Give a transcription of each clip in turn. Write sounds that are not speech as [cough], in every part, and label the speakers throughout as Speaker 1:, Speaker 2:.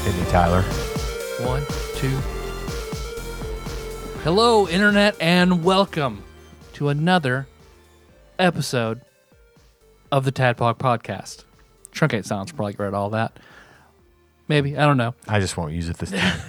Speaker 1: Hit me, Tyler.
Speaker 2: One, two. Hello, Internet, and welcome to another episode of the Tadpog Podcast. Truncate sounds probably read all that. Maybe. I don't know.
Speaker 1: I just won't use it this [laughs] time.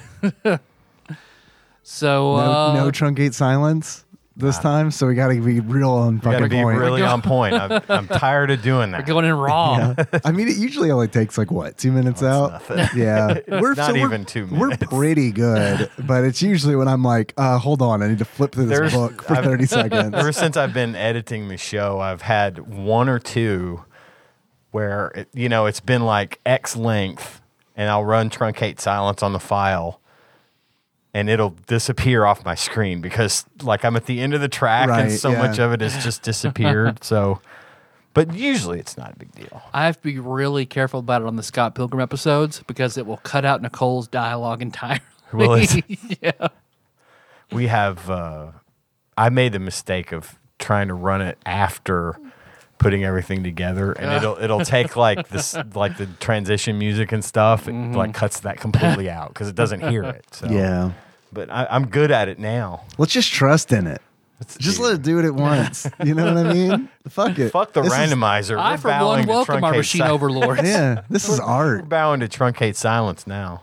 Speaker 2: So,
Speaker 3: No,
Speaker 2: uh,
Speaker 3: no truncate silence this time, so we got to be real on
Speaker 1: Got to
Speaker 3: fucking
Speaker 1: be
Speaker 3: point.
Speaker 1: really on point. I'm, [laughs] I'm tired of doing that.
Speaker 2: we're [laughs] going in raw.
Speaker 3: [laughs] I mean, it usually only takes like what two minutes out.
Speaker 1: Oh, nothing. [laughs]
Speaker 3: Yeah, we're
Speaker 1: not
Speaker 3: we're-
Speaker 1: even two
Speaker 3: We're
Speaker 1: minutes.
Speaker 3: pretty good,
Speaker 1: [laughs]
Speaker 3: but it's usually when I'm like, uh, hold on, I need to flip through this
Speaker 1: There's-
Speaker 3: book for
Speaker 1: I've- [laughs]
Speaker 3: 30 seconds.
Speaker 1: Ever since I've been editing the show, I've had one or two where it, you know it's been like X length, and I'll run truncate silence on the file. And it'll disappear off my screen because, like, I'm at the end of the track, and
Speaker 3: Right,
Speaker 1: so
Speaker 3: yeah.
Speaker 1: much of it has just [laughs] disappeared. so, but usually it's not a big deal.
Speaker 2: I have to be really careful about it on the Scott Pilgrim episodes because it will cut out Nicole's dialogue entirely.
Speaker 1: Will it?
Speaker 2: yeah.
Speaker 1: we have uh, i made the mistake of trying to run it after putting everything together and it'll it'll take
Speaker 2: [laughs]
Speaker 1: like this like the transition music and stuff it
Speaker 2: Mm-hmm.
Speaker 1: like cuts that completely out because it doesn't hear it so
Speaker 3: [laughs] Yeah,
Speaker 1: but I, i'm good at it now
Speaker 3: let's just trust in it. Just let it
Speaker 1: [laughs]
Speaker 3: do it at once. You know what I mean? Fuck it.
Speaker 1: fuck the
Speaker 3: This is-
Speaker 1: randomizer
Speaker 2: [laughs] I,
Speaker 1: We're
Speaker 2: for one,
Speaker 1: bowing to
Speaker 2: welcome our
Speaker 1: truncate
Speaker 2: machine
Speaker 1: si-
Speaker 2: overlords.
Speaker 3: [laughs] Yeah, this is art.
Speaker 1: we're bowing to truncate silence now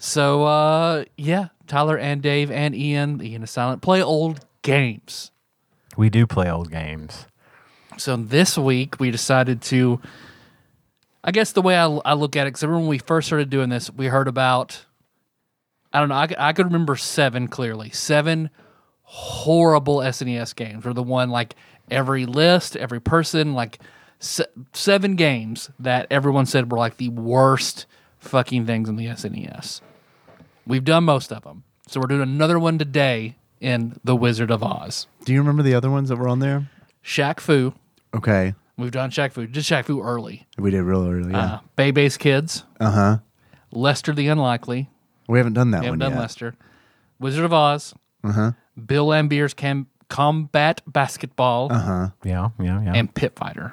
Speaker 2: So uh yeah, Tyler and Dave and Ian, Ian is silent, play old games.
Speaker 1: we do play old games
Speaker 2: So this week we decided to I guess the way I, I look at it, because remember when we first started doing this, we heard about I don't know, I, c- I could remember seven clearly. Seven horrible SNES games were the one like every list, every person, like se- seven games that everyone said were like the worst fucking things in the SNES. We've done most of them. So we're doing another one today in The Wizard of Oz.
Speaker 3: Do you remember the other ones that were on there?
Speaker 2: Shaq Fu.
Speaker 3: Okay,
Speaker 2: We've done Shaq Fu. Did Shaq Fu early.
Speaker 3: we did real early. Yeah.
Speaker 2: Uh, Bebe's Kids.
Speaker 3: Uh huh.
Speaker 2: Lester the Unlikely.
Speaker 3: We haven't done that
Speaker 2: We
Speaker 3: one
Speaker 2: haven't done
Speaker 3: yet.
Speaker 2: Lester. Wizard of Oz. Uh-huh. Bill Lambier's Cam- Combat Basketball. Uh-huh.
Speaker 1: yeah yeah yeah
Speaker 2: And Pit Fighter.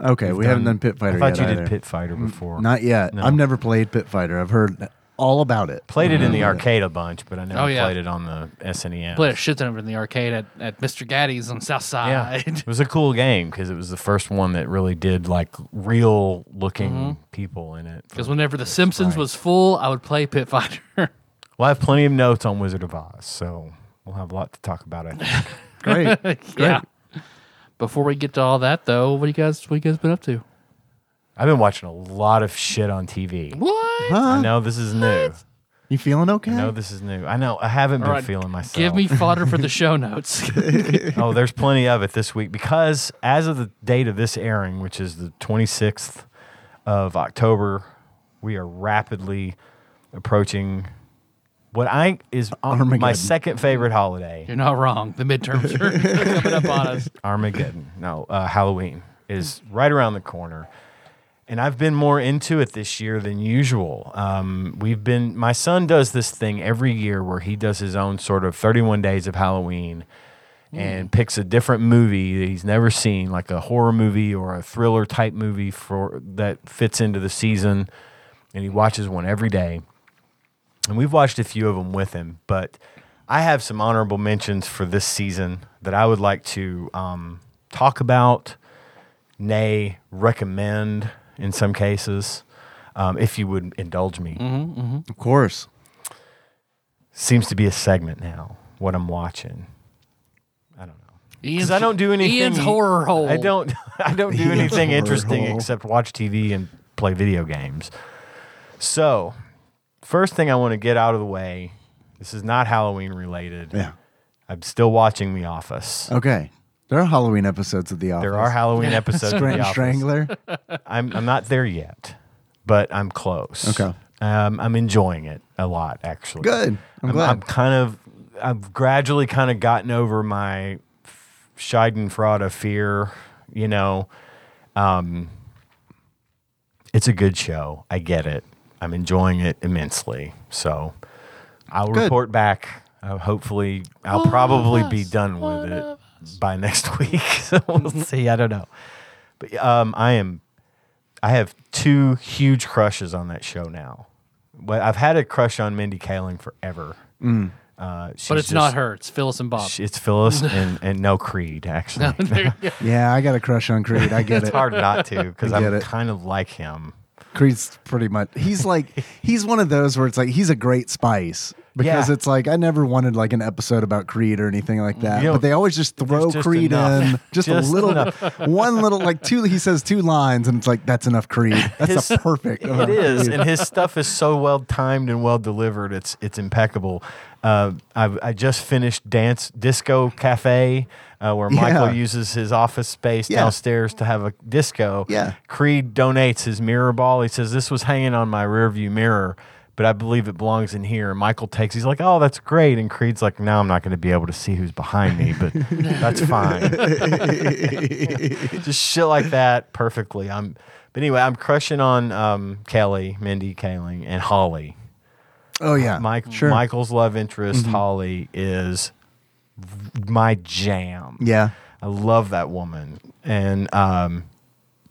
Speaker 3: Okay, we haven't done Pit Fighter
Speaker 1: i thought
Speaker 3: yet
Speaker 1: you did
Speaker 3: either. Mm,
Speaker 1: pit fighter before
Speaker 3: Not yet. I've never played Pit Fighter. I've heard all about it.
Speaker 1: played it in the arcade a bunch but i never
Speaker 2: Oh, yeah.
Speaker 1: played it on the E snes
Speaker 2: Played a shit ton of it in the arcade at, at Mr. Gaddy's on South
Speaker 1: Yeah,
Speaker 2: Side. [laughs]
Speaker 1: it was a cool game because it was the first one that really did like real looking
Speaker 2: Mm-hmm.
Speaker 1: people in it.
Speaker 2: Because whenever The Simpsons was full, I would play Pit Fighter. [laughs]
Speaker 1: We'll have plenty of notes on Wizard of Oz, so we'll have a lot to talk about. I
Speaker 2: [laughs]
Speaker 1: think. [laughs]
Speaker 3: Great. Great.
Speaker 2: yeah. Before we get to all that, though, what do you guys what you guys been up to?
Speaker 1: I've been watching a lot of shit on TV.
Speaker 2: What?
Speaker 1: I
Speaker 3: Huh?
Speaker 1: know this is new.
Speaker 3: You feeling okay?
Speaker 1: I know this is new. I know I haven't been
Speaker 2: All right,
Speaker 1: feeling myself.
Speaker 2: Give me fodder for
Speaker 3: [laughs]
Speaker 2: the show notes. [laughs]
Speaker 1: [laughs] oh, there's plenty of it this week because as of the date of this airing, which is the 26th of October, we are rapidly approaching what I is my
Speaker 3: Armageddon.
Speaker 1: second favorite holiday.
Speaker 2: You're not wrong. The
Speaker 3: [laughs]
Speaker 2: midterms are coming up on us.
Speaker 1: Armageddon. No, uh, Halloween is right around the corner. And I've been more into it this year than usual. Um, we've been, my son does this thing every year where he does his own sort of 31 days of Halloween and picks a different movie that he's never seen, like a horror movie or a thriller type movie for that fits into the season. And he watches one every day and we've watched a few of them with him. But I have some honorable mentions for this season that I would like to um, talk about, nay, recommend in some cases, um, if you would indulge me.
Speaker 3: Of course.
Speaker 1: Seems to be a segment now. What I'm watching.
Speaker 2: Ian's,
Speaker 1: Because I don't do anything. e-
Speaker 2: Ian's horror hole.
Speaker 1: I don't. [laughs] I don't do
Speaker 3: Ian's
Speaker 1: anything
Speaker 3: horror
Speaker 1: interesting
Speaker 3: hole.
Speaker 1: except watch TV and play video games. So, first thing I want to get out of the way. This is not Halloween related.
Speaker 3: Yeah.
Speaker 1: I'm still watching The Office.
Speaker 3: Okay. There are Halloween episodes of The Office. [laughs]
Speaker 1: There are Halloween episodes of
Speaker 3: Grant
Speaker 1: The
Speaker 3: and
Speaker 1: Office.
Speaker 3: Strangler.
Speaker 1: I'm I'm not there yet, but I'm close.
Speaker 3: Okay.
Speaker 1: Um, I'm enjoying it a lot, actually.
Speaker 3: Good. I'm glad.
Speaker 1: I'm kind of, I've gradually kind of gotten over my f- Schadenfreude fear, you know. Um, it's a good show. I get it. I'm enjoying it immensely. So I'll
Speaker 3: Good.
Speaker 1: report back. Uh, hopefully, I'll probably be done with it by [laughs] next week. so we'll
Speaker 3: Mm-hmm.
Speaker 1: see. I don't know. But um, I am. I have two huge crushes on that show now. Well, I've had a crush on Mindy Kaling forever.
Speaker 3: Mm.
Speaker 1: Uh, she's
Speaker 2: but it's
Speaker 1: just-
Speaker 2: not her. It's Phyllis and Bob.
Speaker 1: she- It's
Speaker 2: [laughs]
Speaker 1: Phyllis and, and no Creed actually. [laughs]
Speaker 2: There you go.
Speaker 3: yeah, I got a crush on Creed. I get
Speaker 1: it's
Speaker 3: it.
Speaker 1: hard not to because
Speaker 3: [laughs] I
Speaker 1: I'm
Speaker 3: get it.
Speaker 1: kind of like him.
Speaker 3: Creed's pretty much
Speaker 1: [laughs]
Speaker 3: he's like he's one of those where it's like he's a great spice because
Speaker 1: Yeah.
Speaker 3: it's like I never wanted like an episode about Creed or anything like that,
Speaker 1: You know,
Speaker 3: but they always just throw
Speaker 1: there's just
Speaker 3: Creed
Speaker 1: enough. [laughs]
Speaker 3: in just,
Speaker 1: Just
Speaker 3: a little [laughs] one little like two he says two lines and it's like that's
Speaker 1: [laughs]
Speaker 3: enough Creed. That's a
Speaker 1: His- [laughs]
Speaker 3: perfect.
Speaker 1: It is, and his stuff is so well timed and well delivered. It's it's impeccable. Uh, I've, I just finished Dance Disco Cafe, uh, where Michael
Speaker 3: Yeah.
Speaker 1: uses his office space
Speaker 3: Yeah.
Speaker 1: downstairs to have a disco.
Speaker 3: Yeah.
Speaker 1: Creed donates his mirror ball. He says this was hanging on my rearview mirror. But I believe it belongs in here. And Michael takes. He's like, "Oh, that's great." And Creed's like, "Now I'm not going to be able to see who's behind me,
Speaker 2: [laughs]
Speaker 1: but that's fine." [laughs] just shit like that perfectly. I'm but anyway, I'm crushing on um, Kelly, Mindy Kaling, and Holly.
Speaker 3: Oh yeah.
Speaker 1: Mike Michael's love interest,
Speaker 2: Mm-hmm.
Speaker 1: Holly, is my jam.
Speaker 3: Yeah.
Speaker 1: I love that woman. And um,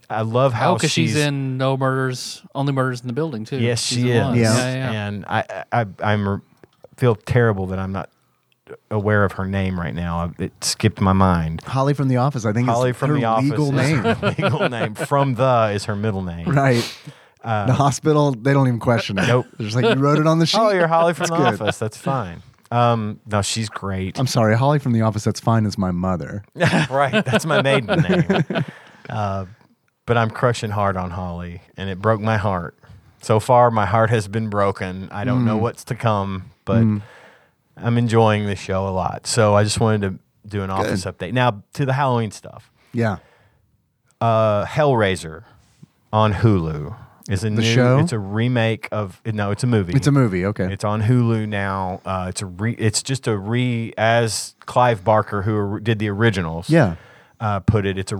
Speaker 1: I love how
Speaker 2: Oh, because she's, in No Murders, Only Murders in the Building too.
Speaker 1: Yes, she
Speaker 2: Season
Speaker 1: is.
Speaker 2: one.
Speaker 3: Yeah.
Speaker 2: yeah, yeah.
Speaker 1: And I, I, I'm feel terrible that I'm not aware of her name right now. It skipped my mind.
Speaker 3: Holly from the office, I think
Speaker 1: Holly
Speaker 3: is
Speaker 1: from
Speaker 3: her
Speaker 1: the office.
Speaker 3: legal
Speaker 1: is her
Speaker 3: name.
Speaker 1: [laughs] legal name. From
Speaker 3: [laughs]
Speaker 1: the is her middle name.
Speaker 3: right. the hospital, they don't even question it.
Speaker 1: Uh, Nope.
Speaker 3: They're just like you wrote it on the
Speaker 1: [laughs]
Speaker 3: sheet.
Speaker 1: Oh, you're Holly from The
Speaker 3: good.
Speaker 1: Office. That's fine. Um, no, she's great.
Speaker 3: I'm sorry, Holly from the office. That's fine. Is my mother.
Speaker 1: [laughs] right, that's my
Speaker 3: [laughs]
Speaker 1: maiden name. Uh, but I'm crushing hard on Holly, and it broke my heart. So far, my heart has been broken. I don't
Speaker 3: Mm.
Speaker 1: know what's to come, but I'm enjoying the show a lot. So I just wanted to do an office update. Now to the Halloween stuff.
Speaker 3: Yeah.
Speaker 1: uh, Hellraiser on Hulu is a new.
Speaker 3: show?
Speaker 1: It's a remake of no, it's a movie.
Speaker 3: It's a movie. Okay.
Speaker 1: It's on Hulu now. Uh, it's a re, it's just a re as Clive Barker who or- did the originals.
Speaker 3: Yeah.
Speaker 1: uh, put it. It's a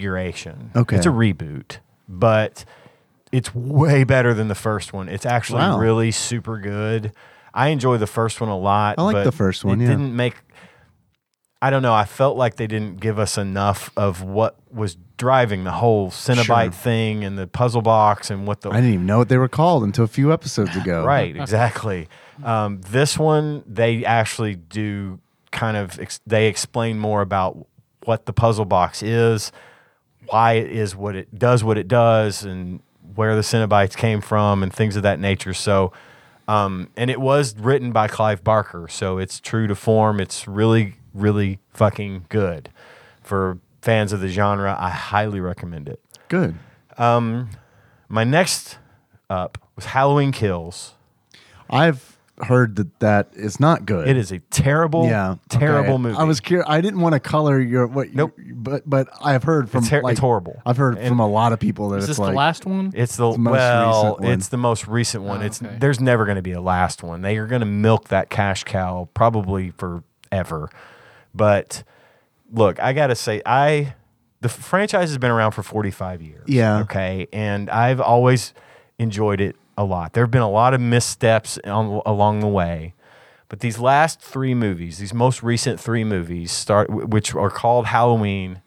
Speaker 1: reconfiguration.
Speaker 3: Okay.
Speaker 1: it's a reboot, but it's way better than the first one. It's actually
Speaker 3: Wow.
Speaker 1: really super good. I enjoy the first one a lot.
Speaker 3: I like
Speaker 1: but
Speaker 3: the first one,
Speaker 1: It
Speaker 3: yeah.
Speaker 1: didn't make. I don't know. I felt like they didn't give us enough of what was driving the whole Cenobite
Speaker 3: Sure.
Speaker 1: thing and the puzzle box and what the
Speaker 3: I didn't even know what they were called until a few episodes ago.
Speaker 1: [laughs] Right, exactly. Um, this one, they actually do kind of ex- they explain more about what the puzzle box is, why it is what it does, what it does, and where the Cenobites came from, and things of that nature. So, um, and it was written by Clive Barker, so it's true to form. It's really, really fucking good for fans of the genre. I highly recommend it.
Speaker 3: Good.
Speaker 1: My next up was Halloween Kills.
Speaker 3: I've heard that that is not good.
Speaker 1: It is a terrible,
Speaker 3: Yeah.
Speaker 1: terrible
Speaker 3: okay.
Speaker 1: movie.
Speaker 3: I was curious. I didn't want to color your what. you-
Speaker 1: Nope.
Speaker 3: but but I've heard from
Speaker 1: It's ter-
Speaker 3: like,
Speaker 1: it's horrible.
Speaker 3: I've heard from a lot of people that
Speaker 2: Is
Speaker 3: it's
Speaker 2: this
Speaker 3: like
Speaker 2: the last one?
Speaker 1: It's the,
Speaker 3: most
Speaker 1: well,
Speaker 3: recent one.
Speaker 1: it's the most recent one.
Speaker 2: Oh,
Speaker 1: it's
Speaker 2: okay.
Speaker 1: there's never going to be a last one. They are going to milk that cash cow probably forever. But look, I got to say, I the franchise has been around for 45 years.
Speaker 3: Yeah.
Speaker 1: Okay, and I've always enjoyed it a lot. There have been a lot of missteps on, along the way. But these last three movies, these most recent three movies, start which are called Halloween,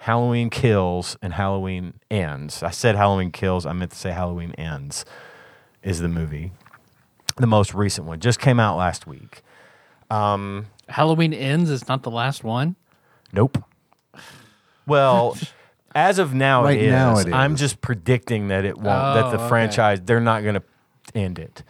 Speaker 1: Halloween Kills, and Halloween Ends. I said Halloween Kills. I meant to say Halloween Ends is the movie, the most recent one. Just came out last week.
Speaker 2: Halloween Ends is not the last one.
Speaker 1: Nope.
Speaker 3: [laughs]
Speaker 1: Well, as of now,
Speaker 3: Right
Speaker 1: it is.
Speaker 3: now it
Speaker 1: I'm
Speaker 3: is.
Speaker 1: just predicting that it won't. that
Speaker 2: Oh,
Speaker 1: the
Speaker 2: okay.
Speaker 1: franchise they're not going to end it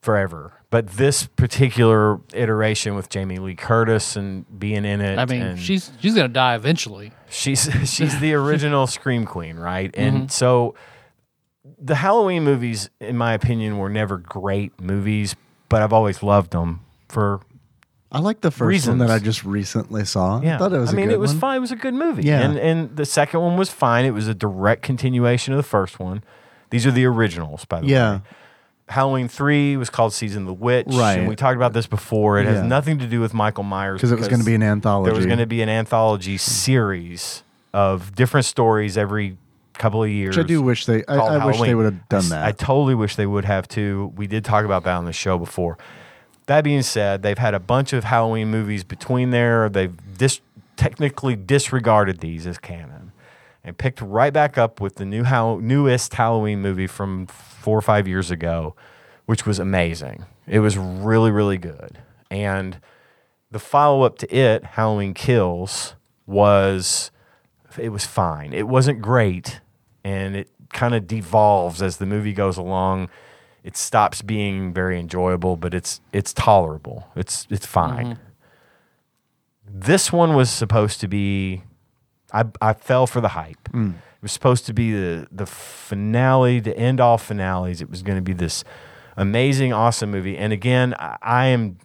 Speaker 1: forever. But this particular iteration with Jamie Lee Curtis and being in it,
Speaker 2: I mean,
Speaker 1: and
Speaker 2: she's she's gonna die eventually.
Speaker 1: she's [laughs] she's
Speaker 2: [laughs]
Speaker 1: the original scream queen, right? And
Speaker 2: Mm-hmm.
Speaker 1: so the Halloween movies, in my opinion, were never great movies, but I've always loved them for
Speaker 3: I like the first
Speaker 1: Reasons.
Speaker 3: one that I just recently saw. I thought it was.
Speaker 1: I mean,
Speaker 3: a good
Speaker 1: it was
Speaker 3: one.
Speaker 1: fine. It was a good movie.
Speaker 3: Yeah.
Speaker 1: And and the second one was fine. It was a direct continuation of the first one. These are the originals, by the
Speaker 3: Yeah.
Speaker 1: way. Halloween three was called Season of the Witch,
Speaker 3: Right.
Speaker 1: And we talked about this before. It
Speaker 3: Yeah.
Speaker 1: has nothing to do with Michael Myers
Speaker 3: because it was going to be an anthology.
Speaker 1: there was going to be an anthology series of different stories every couple of years.
Speaker 3: Which I do wish they. I,
Speaker 1: called
Speaker 3: I wish they
Speaker 1: Halloween.
Speaker 3: would have
Speaker 1: I
Speaker 3: done
Speaker 1: s-
Speaker 3: that.
Speaker 1: I totally wish they would have too. We did talk about that on the show before. That being said, they've had a bunch of Halloween movies between there. They've dis- technically disregarded these as canon and picked right back up with the new how- newest Halloween movie from four or five years ago, which was amazing. It was really, really good. And the follow up to it, Halloween Kills, was it was fine. It wasn't great, and it kind of devolves as the movie goes along. It stops being very enjoyable, but it's it's tolerable. It's it's fine. This one was supposed to be. I I fell for the hype. It was supposed to be the the finale, the end all finales. It was going to be this amazing, awesome movie. And again, I, I am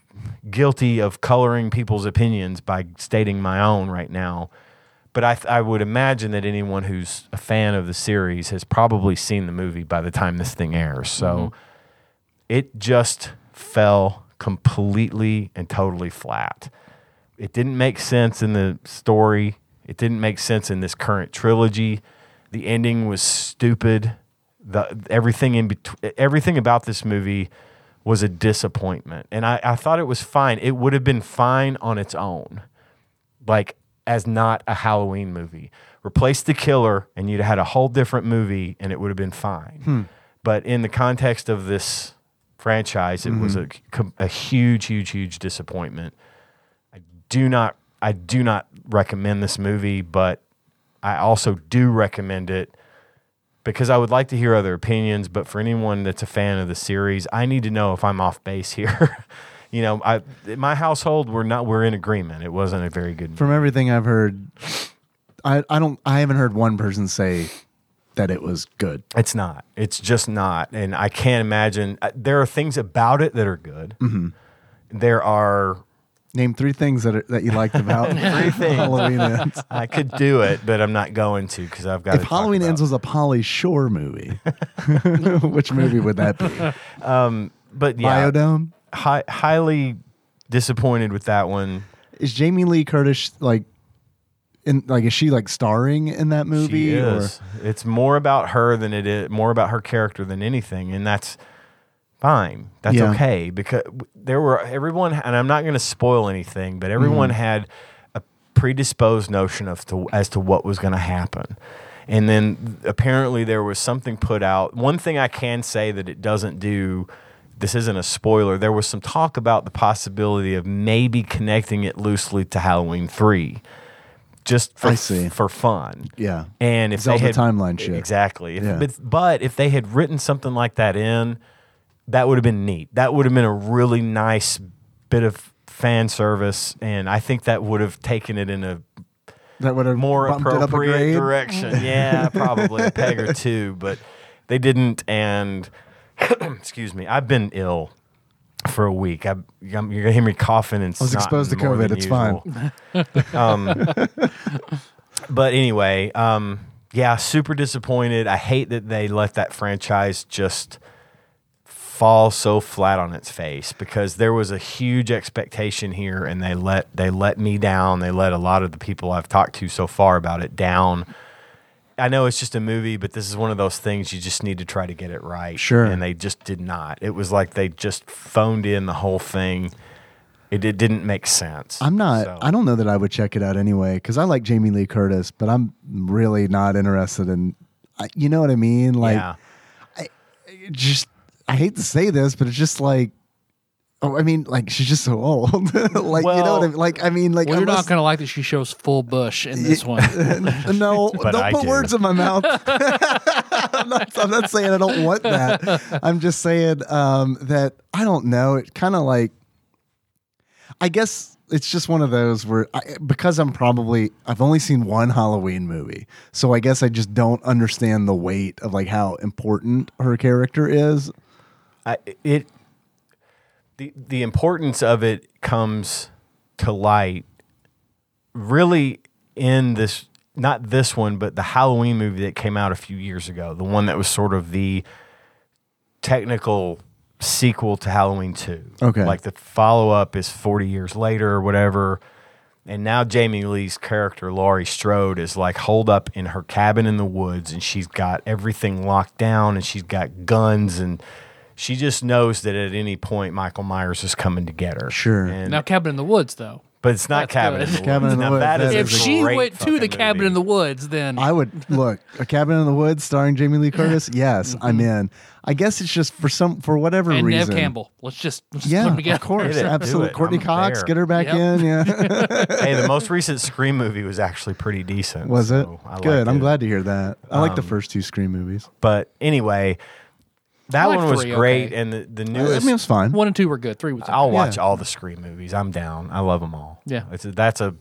Speaker 1: guilty of coloring people's opinions by stating my own right now but I, I would imagine that anyone who's a fan of the series has probably seen the movie by the time this thing airs. So it just fell completely and totally flat. It didn't make sense in the story. It didn't make sense in this current trilogy. The ending was stupid. The everything in between, everything about this movie was a disappointment. And I, I thought it was fine. It would have been fine on its own like as not a Halloween movie. Replace the killer, and you'd had a whole different movie, and it would have been fine. But in the context of this franchise, it was a, com- a huge, huge, huge disappointment. I do not, I do not recommend this movie, but I also do recommend it because I would like to hear other opinions. But for anyone that's a fan of the series, I need to know if I'm off base [laughs] here. you know, I in my household we're not we're in agreement. It wasn't a very good.
Speaker 3: From everything I've heard, I I don't I haven't heard one person say that it was good.
Speaker 1: It's not. It's just not. And I can't imagine. uh, There are things about it that are good.
Speaker 3: Mm-hmm.
Speaker 1: There are.
Speaker 3: Name three things that are, that you liked about
Speaker 1: [laughs] Three things.
Speaker 3: Halloween
Speaker 1: [laughs]
Speaker 3: Ends.
Speaker 1: I could do it, but I'm not going to because I've got.
Speaker 3: If Halloween Ends was a Polly Shore movie, [laughs] which movie would that be?
Speaker 1: but [laughs] yeah,
Speaker 3: Biodome.
Speaker 1: hi- highly disappointed with that one.
Speaker 3: Is Jamie Lee Curtis like in like is she like starring in that movie?
Speaker 1: She
Speaker 3: or-
Speaker 1: is. It's more about her than it is more about her character than anything, and that's fine. That's
Speaker 3: Yeah.
Speaker 1: okay because there were everyone, and I'm not going to spoil anything, but everyone
Speaker 3: Mm-hmm.
Speaker 1: had a predisposed notion of to, as to what was going to happen. And then apparently there was something put out. One thing I can say that it doesn't do. This isn't a spoiler. There was some talk about the possibility of maybe connecting it loosely to Halloween 3 just for,
Speaker 3: I see.
Speaker 1: for fun.
Speaker 3: Yeah.
Speaker 1: And if
Speaker 3: Zelda
Speaker 1: they had e
Speaker 3: timeline shit.
Speaker 1: exactly. If-
Speaker 3: Yeah.
Speaker 1: but, but if they had written something like that in, that would have been neat. That would have been a really nice bit of fan service, and I think that would have taken it in a
Speaker 3: that would have
Speaker 1: more
Speaker 3: bumped it up a
Speaker 1: appropriate
Speaker 3: grade. [laughs]
Speaker 1: direction. yeah, probably a peg or two, but they didn't. And [clears throat] excuse me, I've been ill for a week. I, am you're gonna hear me coughing and I
Speaker 3: was exposed to COVID. It's fine.
Speaker 1: fine.
Speaker 3: [laughs]
Speaker 1: um, but anyway, um, yeah, super disappointed. I hate that they let that franchise just fall so flat on its face because there was a huge expectation here and they let they let me down they let a lot of the people I've talked to so far about it down I know it's just a movie but this is one of those things you just need to try to get it right
Speaker 3: Sure.
Speaker 1: and they just did not it was like they just phoned in the whole thing it, it didn't make sense
Speaker 3: I'm not.
Speaker 1: So-
Speaker 3: I don't know that I would check it out anyway because I like Jamie Lee Curtis, but I'm really not interested in. I- You know what I mean? Like,
Speaker 1: yeah
Speaker 3: it just I hate to say this, but it's just like. Oh, I mean, like she's just so old. [laughs] like you know
Speaker 1: Well-
Speaker 3: what I mean? Like I mean, like
Speaker 2: Well, you're not
Speaker 3: unless-
Speaker 2: going to like that she shows full bush in this one.
Speaker 1: [laughs]
Speaker 3: [laughs] no,
Speaker 1: But
Speaker 3: don't
Speaker 1: I
Speaker 3: put
Speaker 1: do.
Speaker 3: words in my mouth. [laughs] I'm, not, I'm not saying I don't want that. I'm just saying um, that I don't know. It kind of like, I guess it's just one of those where I, because I'm probably I've only seen one Halloween movie, so I guess I just don't understand the weight of like how important her character is.
Speaker 1: I, it the the importance of it comes to light really in this not this one, but the Halloween movie that came out a few years ago, the one that was sort of the technical sequel to Halloween 2.
Speaker 3: Okay.
Speaker 1: Like the follow up is 40 years later or whatever. And now Jamie Lee's character, Laurie Strode, is like holed up in her cabin in the woods and she's got everything locked down and she's got guns and she just knows that at any point Michael Myers is coming to get her.
Speaker 3: Sure.
Speaker 1: And,
Speaker 2: Now, Cabin in the Woods, though.
Speaker 1: but it's not
Speaker 2: That's
Speaker 1: Cabin
Speaker 2: good.
Speaker 1: in the Woods.
Speaker 3: Cabin in the
Speaker 1: Now,
Speaker 3: Woods,
Speaker 1: that is
Speaker 3: that
Speaker 1: a
Speaker 2: If she
Speaker 1: great
Speaker 2: went to the
Speaker 1: fucking
Speaker 2: Cabin
Speaker 1: movie.
Speaker 2: in the Woods, then
Speaker 3: I would look a cabin in the woods starring Jamie Lee Curtis. Yes, I'm in. I guess it's just for some for whatever
Speaker 2: Mm-hmm. and
Speaker 3: reason.
Speaker 2: Nev Campbell. Let's just, let's just put
Speaker 3: Yeah,
Speaker 2: them together.
Speaker 3: of course,
Speaker 1: Hit it, do
Speaker 3: absolutely.
Speaker 1: it.
Speaker 3: Courtney
Speaker 1: I'm
Speaker 3: Cox,
Speaker 1: there.
Speaker 3: get her back
Speaker 2: Yep.
Speaker 3: in.
Speaker 2: [laughs]
Speaker 3: Yeah, [laughs]
Speaker 1: hey, the most recent Scream movie was actually pretty decent.
Speaker 3: was it
Speaker 1: so I
Speaker 3: good?
Speaker 1: liked
Speaker 3: I'm
Speaker 1: it. Um,
Speaker 3: glad to hear that. I like the first two Scream movies.
Speaker 1: But anyway, that
Speaker 2: I like
Speaker 1: one was
Speaker 2: three,
Speaker 1: great,
Speaker 2: okay.
Speaker 1: and the, the
Speaker 3: I mean,
Speaker 1: newest.
Speaker 3: it was fine.
Speaker 2: One and two were good. Three was. okay.
Speaker 1: I'll watch
Speaker 3: Yeah.
Speaker 1: all the Scream movies. I'm down. I love them all.
Speaker 2: Yeah.
Speaker 1: it's a, that's a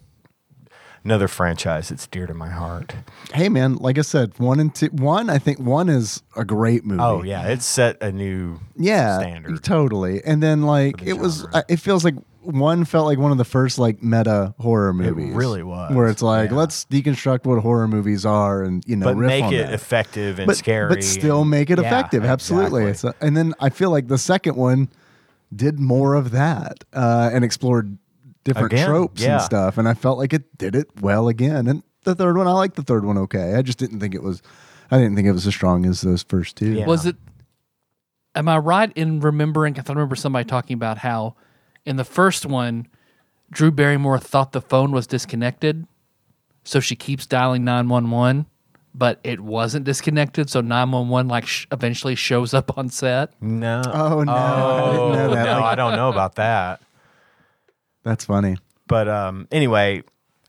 Speaker 1: another franchise that's dear to my heart.
Speaker 3: Hey, man, like I said, one and two. One, I think one is a great movie.
Speaker 1: Oh yeah, it set a new
Speaker 3: yeah,
Speaker 1: standard.
Speaker 3: totally. And then like
Speaker 1: the
Speaker 3: it was,
Speaker 1: genre.
Speaker 3: uh, it feels like one felt like one of the first like meta horror movies.
Speaker 1: really was,
Speaker 3: where it's like
Speaker 1: yeah.
Speaker 3: let's deconstruct what horror movies are and you know
Speaker 1: but
Speaker 3: riff
Speaker 1: make
Speaker 3: on
Speaker 1: it
Speaker 3: that.
Speaker 1: effective and
Speaker 3: but,
Speaker 1: scary,
Speaker 3: but still
Speaker 1: and-
Speaker 3: make it
Speaker 1: Yeah,
Speaker 3: effective. Absolutely.
Speaker 1: exactly.
Speaker 3: It's a- and then I feel like the second one did more of that uh, and explored different
Speaker 1: Again,
Speaker 3: tropes
Speaker 1: yeah.
Speaker 3: and stuff. And I felt like it did it well again. And the third one, I liked the third one okay. I just didn't think it was. I didn't think it was as strong as those first two.
Speaker 1: Yeah.
Speaker 2: Was it? Am I right in remembering? 'cause I remember somebody talking about how in the first one, Drew Barrymore thought the phone was disconnected, so she keeps dialing nine one one, but it wasn't disconnected. So nine one one like sh- eventually shows up on set.
Speaker 1: no.
Speaker 3: Oh no! I didn't know
Speaker 1: Oh,
Speaker 3: that.
Speaker 1: no,
Speaker 3: Like,
Speaker 1: I don't know about that.
Speaker 3: that's funny.
Speaker 1: But um, anyway,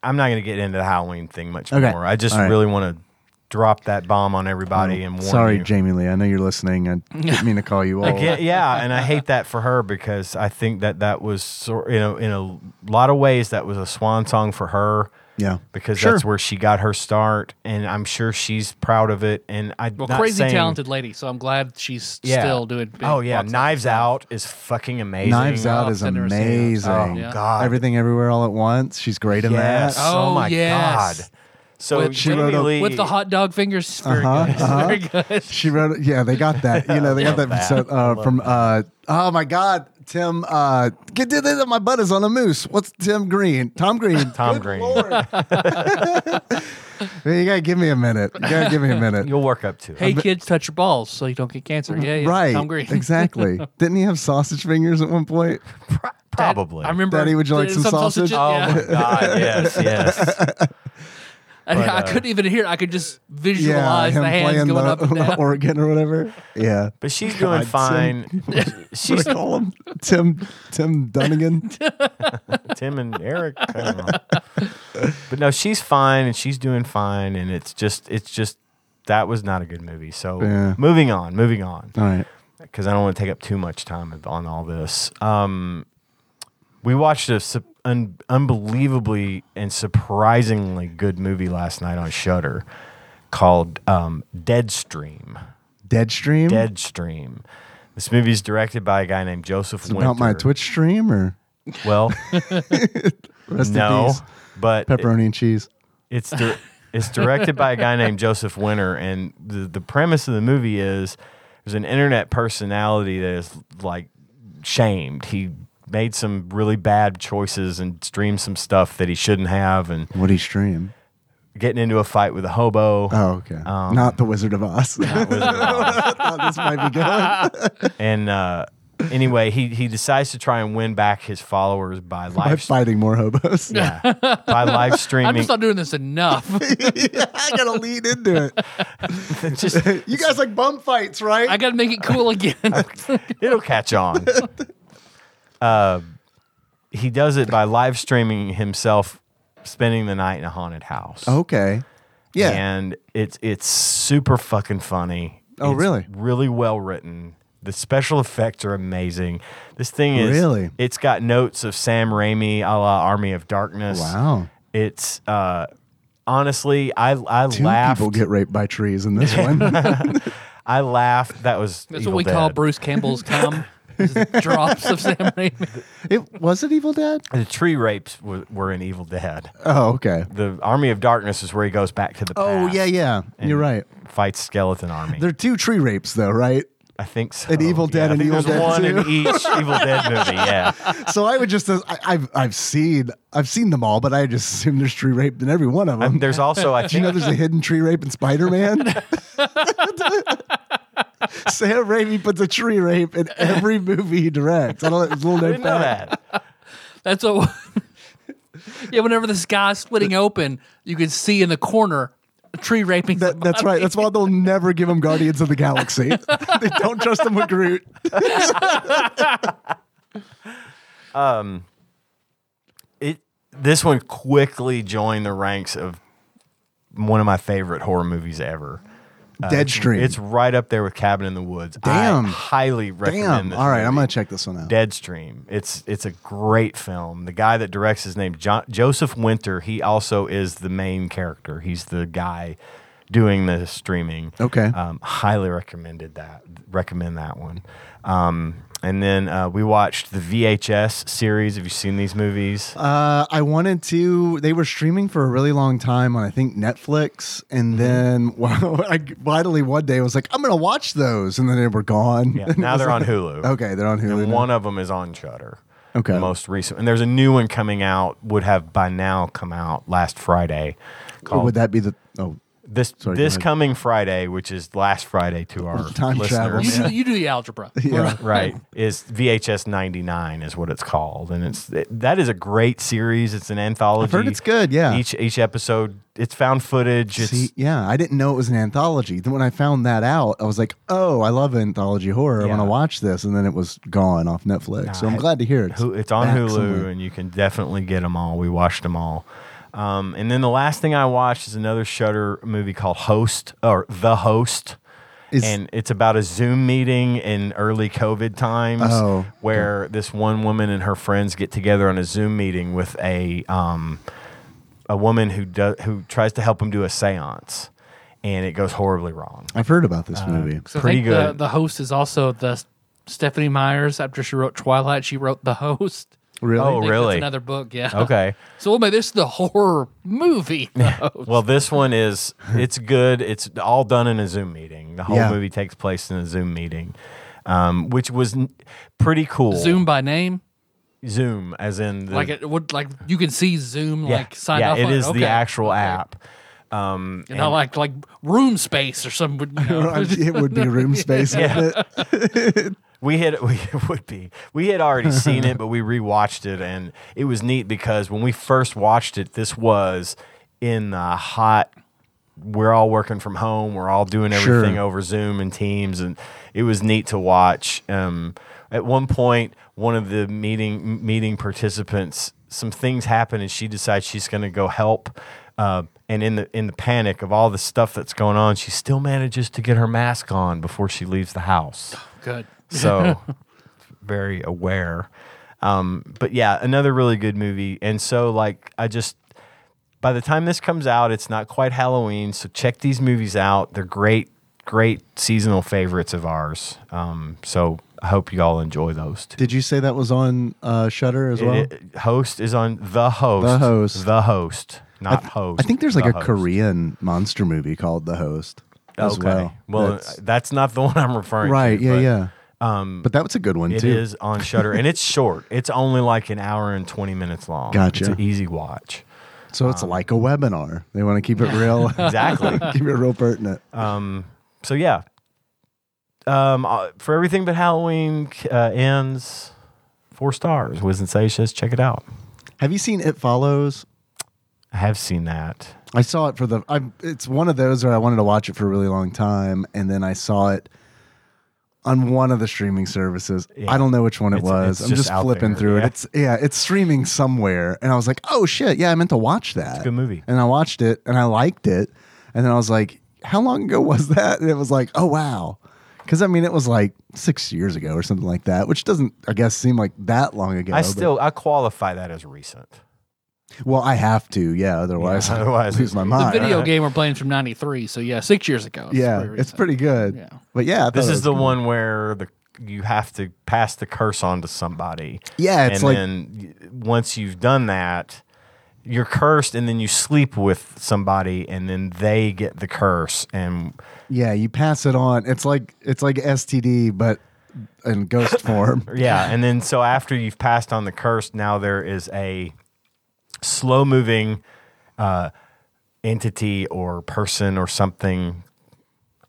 Speaker 1: I'm not going to get into the Halloween thing much
Speaker 3: Okay.
Speaker 1: more. I just
Speaker 3: All right. Oh,
Speaker 1: really want to drop that bomb on everybody and warn
Speaker 3: Sorry,
Speaker 1: you.
Speaker 3: Jamie Lee. I know you're
Speaker 2: [laughs]
Speaker 3: listening. I didn't mean to call you old. [laughs]
Speaker 1: Again, yeah, and I hate that for her because I think that that was sor- you know in a lot of ways that was a swan song for her
Speaker 3: Yeah.
Speaker 1: because
Speaker 3: Sure.
Speaker 1: that's where she got her start, and I'm sure she's proud of it. And I
Speaker 2: Well,
Speaker 1: not
Speaker 2: crazy
Speaker 1: saying-
Speaker 2: talented lady. So I'm glad she's
Speaker 1: yeah.
Speaker 2: still doing. big
Speaker 1: Oh yeah,
Speaker 2: lots of
Speaker 1: Knives
Speaker 2: stuff.
Speaker 1: Out is fucking amazing.
Speaker 3: Knives
Speaker 2: Oh,
Speaker 3: Out
Speaker 2: I've
Speaker 3: is
Speaker 2: never seen it.
Speaker 3: amazing.
Speaker 1: Oh
Speaker 2: Yeah.
Speaker 1: god,
Speaker 3: Everything, everywhere, all at once. She's great in
Speaker 1: Yes.
Speaker 3: that.
Speaker 1: Oh,
Speaker 2: Oh,
Speaker 1: my
Speaker 2: yes.
Speaker 1: god. So
Speaker 2: With-
Speaker 1: Jamie
Speaker 3: She wrote a-
Speaker 1: Lee-
Speaker 2: with the hot dog fingers. Very good. [laughs] Very good.
Speaker 3: She wrote it. Yeah, they got that. You know, they got
Speaker 1: Love that.
Speaker 3: that, set, uh, from. Uh, oh my God, Tim. Uh, get did that. My butt is on a moose. What's Tim Green? Tom Green.
Speaker 1: [laughs] Tom
Speaker 3: Good
Speaker 1: Green.
Speaker 3: Lord. Man, you gotta give me a minute. You gotta give me
Speaker 2: [laughs]
Speaker 3: a minute.
Speaker 1: You'll work up to it.
Speaker 2: Hey kids, touch your balls so you don't get cancer. Yeah, yeah.
Speaker 3: right.
Speaker 2: Tom Green. [laughs]
Speaker 3: exactly. Didn't he have sausage fingers at one point?
Speaker 2: Dad,
Speaker 1: Probably.
Speaker 2: I remember.
Speaker 3: Daddy, would you like
Speaker 2: uh,
Speaker 3: some sausage?
Speaker 1: Oh
Speaker 2: yeah.
Speaker 1: my god, yes, yes.
Speaker 2: [laughs] And
Speaker 1: But,
Speaker 2: I
Speaker 1: uh,
Speaker 2: couldn't even hear. it. I could just visualize the hands going
Speaker 3: the,
Speaker 2: up and down.
Speaker 3: [laughs] organ or whatever. Yeah.
Speaker 1: But
Speaker 3: [laughs]
Speaker 1: she's doing
Speaker 3: God,
Speaker 1: fine.
Speaker 3: [laughs] What
Speaker 1: She's
Speaker 3: do I
Speaker 2: [laughs]
Speaker 3: call him? Tim Tim Dunnigan.
Speaker 1: Tim and Eric. I don't know. But no, she's fine and she's doing fine and it's just it's just that was not a good movie. So
Speaker 3: Yeah.
Speaker 1: moving on, moving on.
Speaker 3: All right.
Speaker 1: Because I don't want to take up too much time on all this. Um, we watched a sup- un- unbelievably and surprisingly good movie last night on Shudder called um, Deadstream.
Speaker 3: Dead stream.
Speaker 1: Deadstream. This movie is directed by a guy named Joseph
Speaker 3: It's about my
Speaker 1: Winter.
Speaker 3: Twitch stream or
Speaker 1: Well,
Speaker 3: [laughs] rest in
Speaker 1: no,
Speaker 3: peace.
Speaker 1: but it-
Speaker 3: pepperoni and cheese.
Speaker 1: it's
Speaker 2: [laughs]
Speaker 1: di- it's directed by a guy named Joseph Winter, and the the premise of the movie is there's an internet personality that is like shamed. He made some really bad choices and streamed some stuff that he shouldn't have, and
Speaker 3: What do you stream?
Speaker 1: getting into a fight with a hobo.
Speaker 3: Oh, okay. not the Wizard of Oz. [laughs] I thought this might be good.
Speaker 1: And uh, anyway, he he decides to try and win back his followers by
Speaker 3: By
Speaker 1: live
Speaker 3: [laughs] fighting more hobos. [laughs]
Speaker 1: yeah, by live
Speaker 2: I'm
Speaker 1: streaming.
Speaker 2: just not doing this enough.
Speaker 3: I gotta lean into it.
Speaker 1: Just-
Speaker 3: [laughs] You guys like bum fights, right?
Speaker 2: I got to make it cool again. [laughs]
Speaker 1: It'll catch
Speaker 3: [laughs]
Speaker 1: on. uh, he does it by live streaming himself spending the night in a haunted house.
Speaker 3: okay. Oh, Yeah.
Speaker 1: And it's it's super fucking funny.
Speaker 3: Oh,
Speaker 1: It's
Speaker 3: really?
Speaker 1: Really well written. The special effects are amazing. This thing is
Speaker 3: Really?
Speaker 1: It's got notes of Sam Raimi, a la Army of Darkness.
Speaker 3: Wow.
Speaker 1: It's uh, honestly, I I
Speaker 3: Two
Speaker 1: laughed.
Speaker 3: people get raped by trees in this one.
Speaker 1: I laughed. That was
Speaker 2: That's
Speaker 1: Evil
Speaker 2: what we call
Speaker 1: Dead.
Speaker 2: Bruce Campbell's cum. It's
Speaker 3: [laughs]
Speaker 2: the drops of Sam Raimi.
Speaker 3: It was it Evil Dead?
Speaker 1: The tree rapes were, were in Evil Dead.
Speaker 3: Oh, okay.
Speaker 1: The Army of Darkness is where he goes back to the
Speaker 3: Oh
Speaker 1: past
Speaker 3: yeah, yeah.
Speaker 1: and
Speaker 3: You're right.
Speaker 1: Fights skeleton army.
Speaker 3: There are two tree rapes though, right?
Speaker 1: I think so.
Speaker 3: An Evil Dead
Speaker 1: I
Speaker 3: and
Speaker 1: think
Speaker 3: Evil
Speaker 1: there's
Speaker 3: Dead
Speaker 1: one in
Speaker 3: 2. [laughs]
Speaker 1: each Evil Dead movie. Yeah,
Speaker 3: So I would just I, I've I've seen I've seen them all, but I just assume there's tree rape in every one of them.
Speaker 1: Um, there's also I
Speaker 3: Do you know
Speaker 1: think
Speaker 3: there's a hidden tree rape in Spider Man?
Speaker 1: [laughs]
Speaker 3: Sam Raimi puts a tree rape in every movie he directs. I don't know, it's a little
Speaker 1: I
Speaker 3: known
Speaker 1: didn't know
Speaker 3: fact.
Speaker 1: that.
Speaker 2: That's a [laughs] yeah. Whenever the sky's splitting open, you can see in the corner a tree raping.
Speaker 3: That- that's right. That's why they'll never give him Guardians of the Galaxy. [laughs] they don't trust him with Groot.
Speaker 1: It this one quickly joined the ranks of one of my favorite horror movies ever.
Speaker 3: Deadstream.
Speaker 1: Uh, It's right up there with Cabin in the Woods.
Speaker 3: Damn.
Speaker 1: I highly recommend
Speaker 3: damn.
Speaker 1: this.
Speaker 3: All right, I'm
Speaker 1: movie.
Speaker 3: gonna check this one out.
Speaker 1: Deadstream. It's it's a great film. The guy that directs is named jo- Joseph Winter. He also is the main character. He's the guy doing the streaming.
Speaker 3: Okay.
Speaker 1: Um, highly recommended that. Recommend that one. Um, and then uh, we watched the VHS series. Have you seen these movies?
Speaker 3: Uh, I wanted to. They were streaming for a really long time on I think Netflix,
Speaker 1: Mm-hmm.
Speaker 3: and then [laughs] well, I vitally one day was like, I'm gonna watch those, and then they were gone.
Speaker 1: yeah. Now they're on Hulu.
Speaker 3: [laughs] okay, they're on Hulu.
Speaker 1: And
Speaker 3: now.
Speaker 1: one of them is on Shutter.
Speaker 3: Okay.
Speaker 1: The most recent. And there's a new one coming out. Would have by now come out last Friday.
Speaker 3: Or
Speaker 1: Called
Speaker 3: would that be the? Oh,
Speaker 1: This
Speaker 3: Sorry, go
Speaker 1: this
Speaker 3: ahead.
Speaker 1: coming Friday, which is last Friday to our
Speaker 3: [laughs] Time
Speaker 1: listeners,
Speaker 3: travel,
Speaker 2: You,
Speaker 3: Yeah.
Speaker 2: do, you do the algebra.
Speaker 3: [laughs] yeah.
Speaker 1: right, is VHS ninety nine is what it's called, and it's it, that is a great series. It's an anthology.
Speaker 3: heard it's good, yeah.
Speaker 1: each each episode, it's found footage. It's
Speaker 3: See, yeah, I didn't know it was an anthology. Then when I found that out, I was like, "Oh, I love anthology horror. I want
Speaker 1: Yeah.
Speaker 3: to watch this." And then it was gone off Netflix. so I'm
Speaker 1: Nah,
Speaker 3: glad to hear it.
Speaker 1: Hu- it's on
Speaker 3: back
Speaker 1: Hulu,
Speaker 3: somewhere.
Speaker 1: and you can definitely get them all. We watched them all. Um, and then the last thing I watched is another Shutter movie called Host or The Host,
Speaker 3: Is-
Speaker 1: and it's about a Zoom meeting in early COVID times
Speaker 3: Oh,
Speaker 1: where this one woman and her friends get together on a Zoom meeting with a um, a woman who does who tries to help them do a séance, and it goes horribly wrong.
Speaker 3: I've heard about
Speaker 1: uh,
Speaker 3: this movie.
Speaker 2: So I
Speaker 1: Pretty
Speaker 2: think the,
Speaker 1: good.
Speaker 2: the host is also the Stephanie Myers. After she wrote Twilight, she wrote The Host.
Speaker 3: Really?
Speaker 1: Oh,
Speaker 2: I think that's
Speaker 1: really?
Speaker 2: another book. Yeah.
Speaker 1: Okay.
Speaker 2: So we'll make this the horror movie.
Speaker 1: [laughs]
Speaker 2: The Host.
Speaker 1: Well, this one is it's good. It's all done in a Zoom meeting. The whole
Speaker 3: Yeah.
Speaker 1: movie takes place in a Zoom meeting, um, which was n- pretty cool.
Speaker 2: [laughs] Zoom by name,
Speaker 1: Zoom, as in the,
Speaker 2: like it would, like you can see Zoom,
Speaker 1: yeah,
Speaker 2: like signed
Speaker 1: yeah,
Speaker 2: off.
Speaker 1: it
Speaker 2: on
Speaker 1: is
Speaker 2: Okay.
Speaker 1: the actual
Speaker 2: Okay.
Speaker 1: app. Um,
Speaker 2: And not like like room space or something. You
Speaker 3: [laughs]
Speaker 2: know.
Speaker 3: [laughs] it would
Speaker 1: [laughs]
Speaker 3: be room space, wouldn't it?
Speaker 1: we had [laughs] we it would be we had already seen it, but we rewatched it, and it was neat because when we first watched it, this was in the hot. We're all working from home. We're all doing
Speaker 3: Sure.
Speaker 1: everything over Zoom and Teams, and it was neat to watch. Um, at one point, one of the meeting meeting participants, some things happen, and she decides she's going to go help. Uh, and in the in the panic of all the stuff that's going on, she still manages to get her mask on before she leaves the house
Speaker 2: [laughs] Good.
Speaker 3: [laughs]
Speaker 1: so very aware. Um, but yeah, another really good movie. And so like I just by the time this comes out, it's not quite Halloween, so check these movies out. They're great, great seasonal favorites of ours. Um, so I hope you all enjoy those too.
Speaker 3: Did you say that was on uh, Shutter as well?
Speaker 1: It- it- host is on the host.
Speaker 3: The Host.
Speaker 1: The host. Not host.
Speaker 3: I think there's like
Speaker 1: The
Speaker 3: a
Speaker 1: Host.
Speaker 3: Korean monster movie called The Host. As
Speaker 1: Okay.
Speaker 3: Well,
Speaker 1: that's,
Speaker 3: That's-
Speaker 1: not the [laughs] one I'm referring to.
Speaker 3: right. Yeah,
Speaker 1: but-
Speaker 3: yeah. Um, but that was a good one
Speaker 1: It
Speaker 3: too.
Speaker 1: is on Shutter, and it's short. It's only like an hour and twenty minutes long.
Speaker 3: Gotcha.
Speaker 1: It's an easy watch.
Speaker 3: So it's like a webinar. They want to keep it real.
Speaker 1: um, [laughs] Exactly.
Speaker 3: [laughs]
Speaker 1: Uh,
Speaker 3: keep it real pertinent.
Speaker 1: so yeah, um, uh, for everything but Halloween uh, ends, four stars. Wiz and Say says check it out.
Speaker 3: Have you seen It Follows?
Speaker 1: I have seen that.
Speaker 3: I saw it for the. I, it's one of those where I wanted to watch it for a really long time, and then I saw it on one of the streaming services. I don't know which one it
Speaker 1: It's-
Speaker 3: was.
Speaker 1: it's
Speaker 3: I'm
Speaker 1: just
Speaker 3: just,
Speaker 1: out
Speaker 3: flipping
Speaker 1: there,
Speaker 3: through
Speaker 1: yeah.
Speaker 3: it. It's yeah, it's streaming somewhere, and I was like, oh shit, yeah, I meant to watch that.
Speaker 1: a good movie.
Speaker 3: And I watched it, and I liked it, and then I was like, how long ago was that? And it was like, oh wow. Because I mean, it was like six years ago or something like that, which doesn't, I guess, seem like that long ago.
Speaker 1: I
Speaker 3: but-
Speaker 1: still I qualify that as recent.
Speaker 3: well, I have to, yeah. Otherwise,
Speaker 1: Yeah, otherwise
Speaker 3: [laughs] I lose my
Speaker 1: it's-
Speaker 2: The
Speaker 3: mind.
Speaker 2: video game we're playing from '93, so yeah, six years ago. It's
Speaker 3: Yeah,
Speaker 2: pretty
Speaker 3: it's
Speaker 2: recent.
Speaker 3: pretty good.
Speaker 2: Yeah.
Speaker 3: But yeah, I thought
Speaker 1: This
Speaker 3: it
Speaker 1: is
Speaker 3: was
Speaker 1: the
Speaker 3: good.
Speaker 1: one where the you have to pass the curse on to somebody.
Speaker 3: Yeah, it's
Speaker 1: and
Speaker 3: like-
Speaker 1: then y- once you've done that, you're cursed, and then you sleep with somebody, and then they get the curse. And
Speaker 3: Yeah, you pass it on. It's like it's like STD, but in
Speaker 1: [laughs]
Speaker 3: ghost form.
Speaker 1: yeah, and then so after you've passed on the curse, now there is a slow moving uh, entity or person or something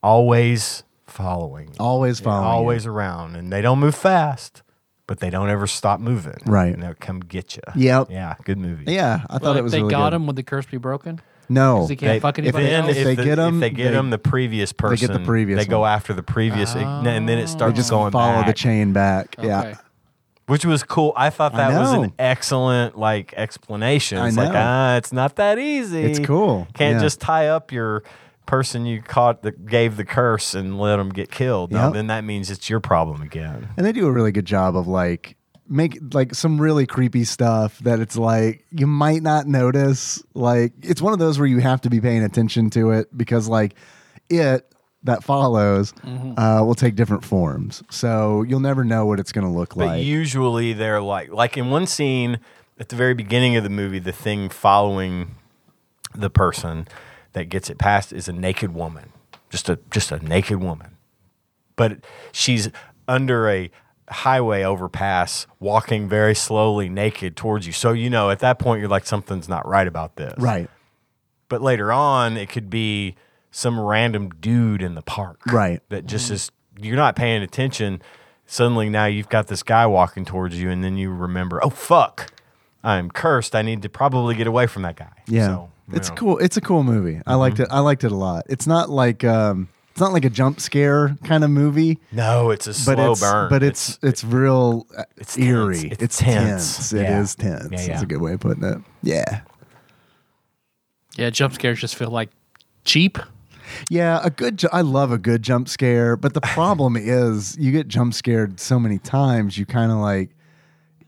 Speaker 1: always following.
Speaker 3: Always following. you.
Speaker 1: always around, and they don't move fast, but they don't ever stop moving.
Speaker 3: Right.
Speaker 1: and they'll come get you.
Speaker 3: Yep.
Speaker 1: Yeah, good movie.
Speaker 3: Yeah, I thought
Speaker 2: But
Speaker 3: it
Speaker 2: if
Speaker 3: was
Speaker 2: they
Speaker 3: really
Speaker 2: got
Speaker 3: good.
Speaker 2: him, would the curse be broken?
Speaker 3: No,
Speaker 2: Because he can't
Speaker 1: They-
Speaker 2: fuck
Speaker 1: if,
Speaker 2: anybody
Speaker 1: then-
Speaker 2: else?
Speaker 1: if
Speaker 3: If they
Speaker 1: the-
Speaker 3: get 'em,
Speaker 1: if they get
Speaker 3: they-
Speaker 1: 'em, the previous
Speaker 3: get the
Speaker 1: person,
Speaker 3: previous
Speaker 1: they go
Speaker 3: one.
Speaker 1: after the previous, e- and then it starts
Speaker 3: just
Speaker 1: going
Speaker 3: follow the
Speaker 1: back,
Speaker 3: chain back.
Speaker 2: Okay.
Speaker 3: Yeah,
Speaker 1: which was cool. I thought
Speaker 3: I
Speaker 1: that was an
Speaker 3: know.
Speaker 1: excellent like explanation.
Speaker 3: I
Speaker 1: It's like
Speaker 3: know.
Speaker 1: ah, it's not that easy.
Speaker 3: It's cool.
Speaker 1: Can't
Speaker 3: Yeah.
Speaker 1: just tie up your person you caught that gave the curse and let them get killed. No,
Speaker 3: Yep.
Speaker 1: then that means it's your problem again.
Speaker 3: and they do a really good job of like make like some really creepy stuff that it's like you might not notice. Like it's one of those where you have to be paying attention to it because like it that follows
Speaker 2: Mm-hmm.
Speaker 3: uh, will take different forms, so you'll never know what it's going to look
Speaker 1: But
Speaker 3: like.
Speaker 1: usually they're like like in one scene at the very beginning of the movie, the thing following the person that gets it past is a naked woman. Just a just a naked woman. But she's under a highway overpass walking very slowly naked towards you. So you know at that point you're like something's not right about this.
Speaker 3: right,
Speaker 1: But later on it could be some random dude in the park
Speaker 3: right.
Speaker 1: that just is you're not paying attention. Suddenly now you've got this guy walking towards you, and then you remember, oh fuck, I'm cursed. I need to probably get away from that guy.
Speaker 3: Yeah.
Speaker 1: So, Mm-hmm. you
Speaker 3: it's
Speaker 1: know.
Speaker 3: cool. It's a cool movie. I liked it. I liked it a lot. It's not like um it's not like a jump scare kind of movie,
Speaker 1: No, it's a
Speaker 3: but
Speaker 1: slow
Speaker 3: it's
Speaker 1: burn.
Speaker 3: but it's it's, real uh,
Speaker 1: it's tense.
Speaker 3: eerie.
Speaker 1: It's tense.
Speaker 3: It
Speaker 1: Yeah.
Speaker 3: is tense.
Speaker 1: Yeah,
Speaker 3: It's
Speaker 1: yeah.
Speaker 3: a good way of putting it. Yeah.
Speaker 2: Yeah, jump scares just feel like cheap.
Speaker 3: Yeah, a good ju- I love a good jump scare, but
Speaker 1: [laughs]
Speaker 3: the problem is you get jump scared so many times you kind of like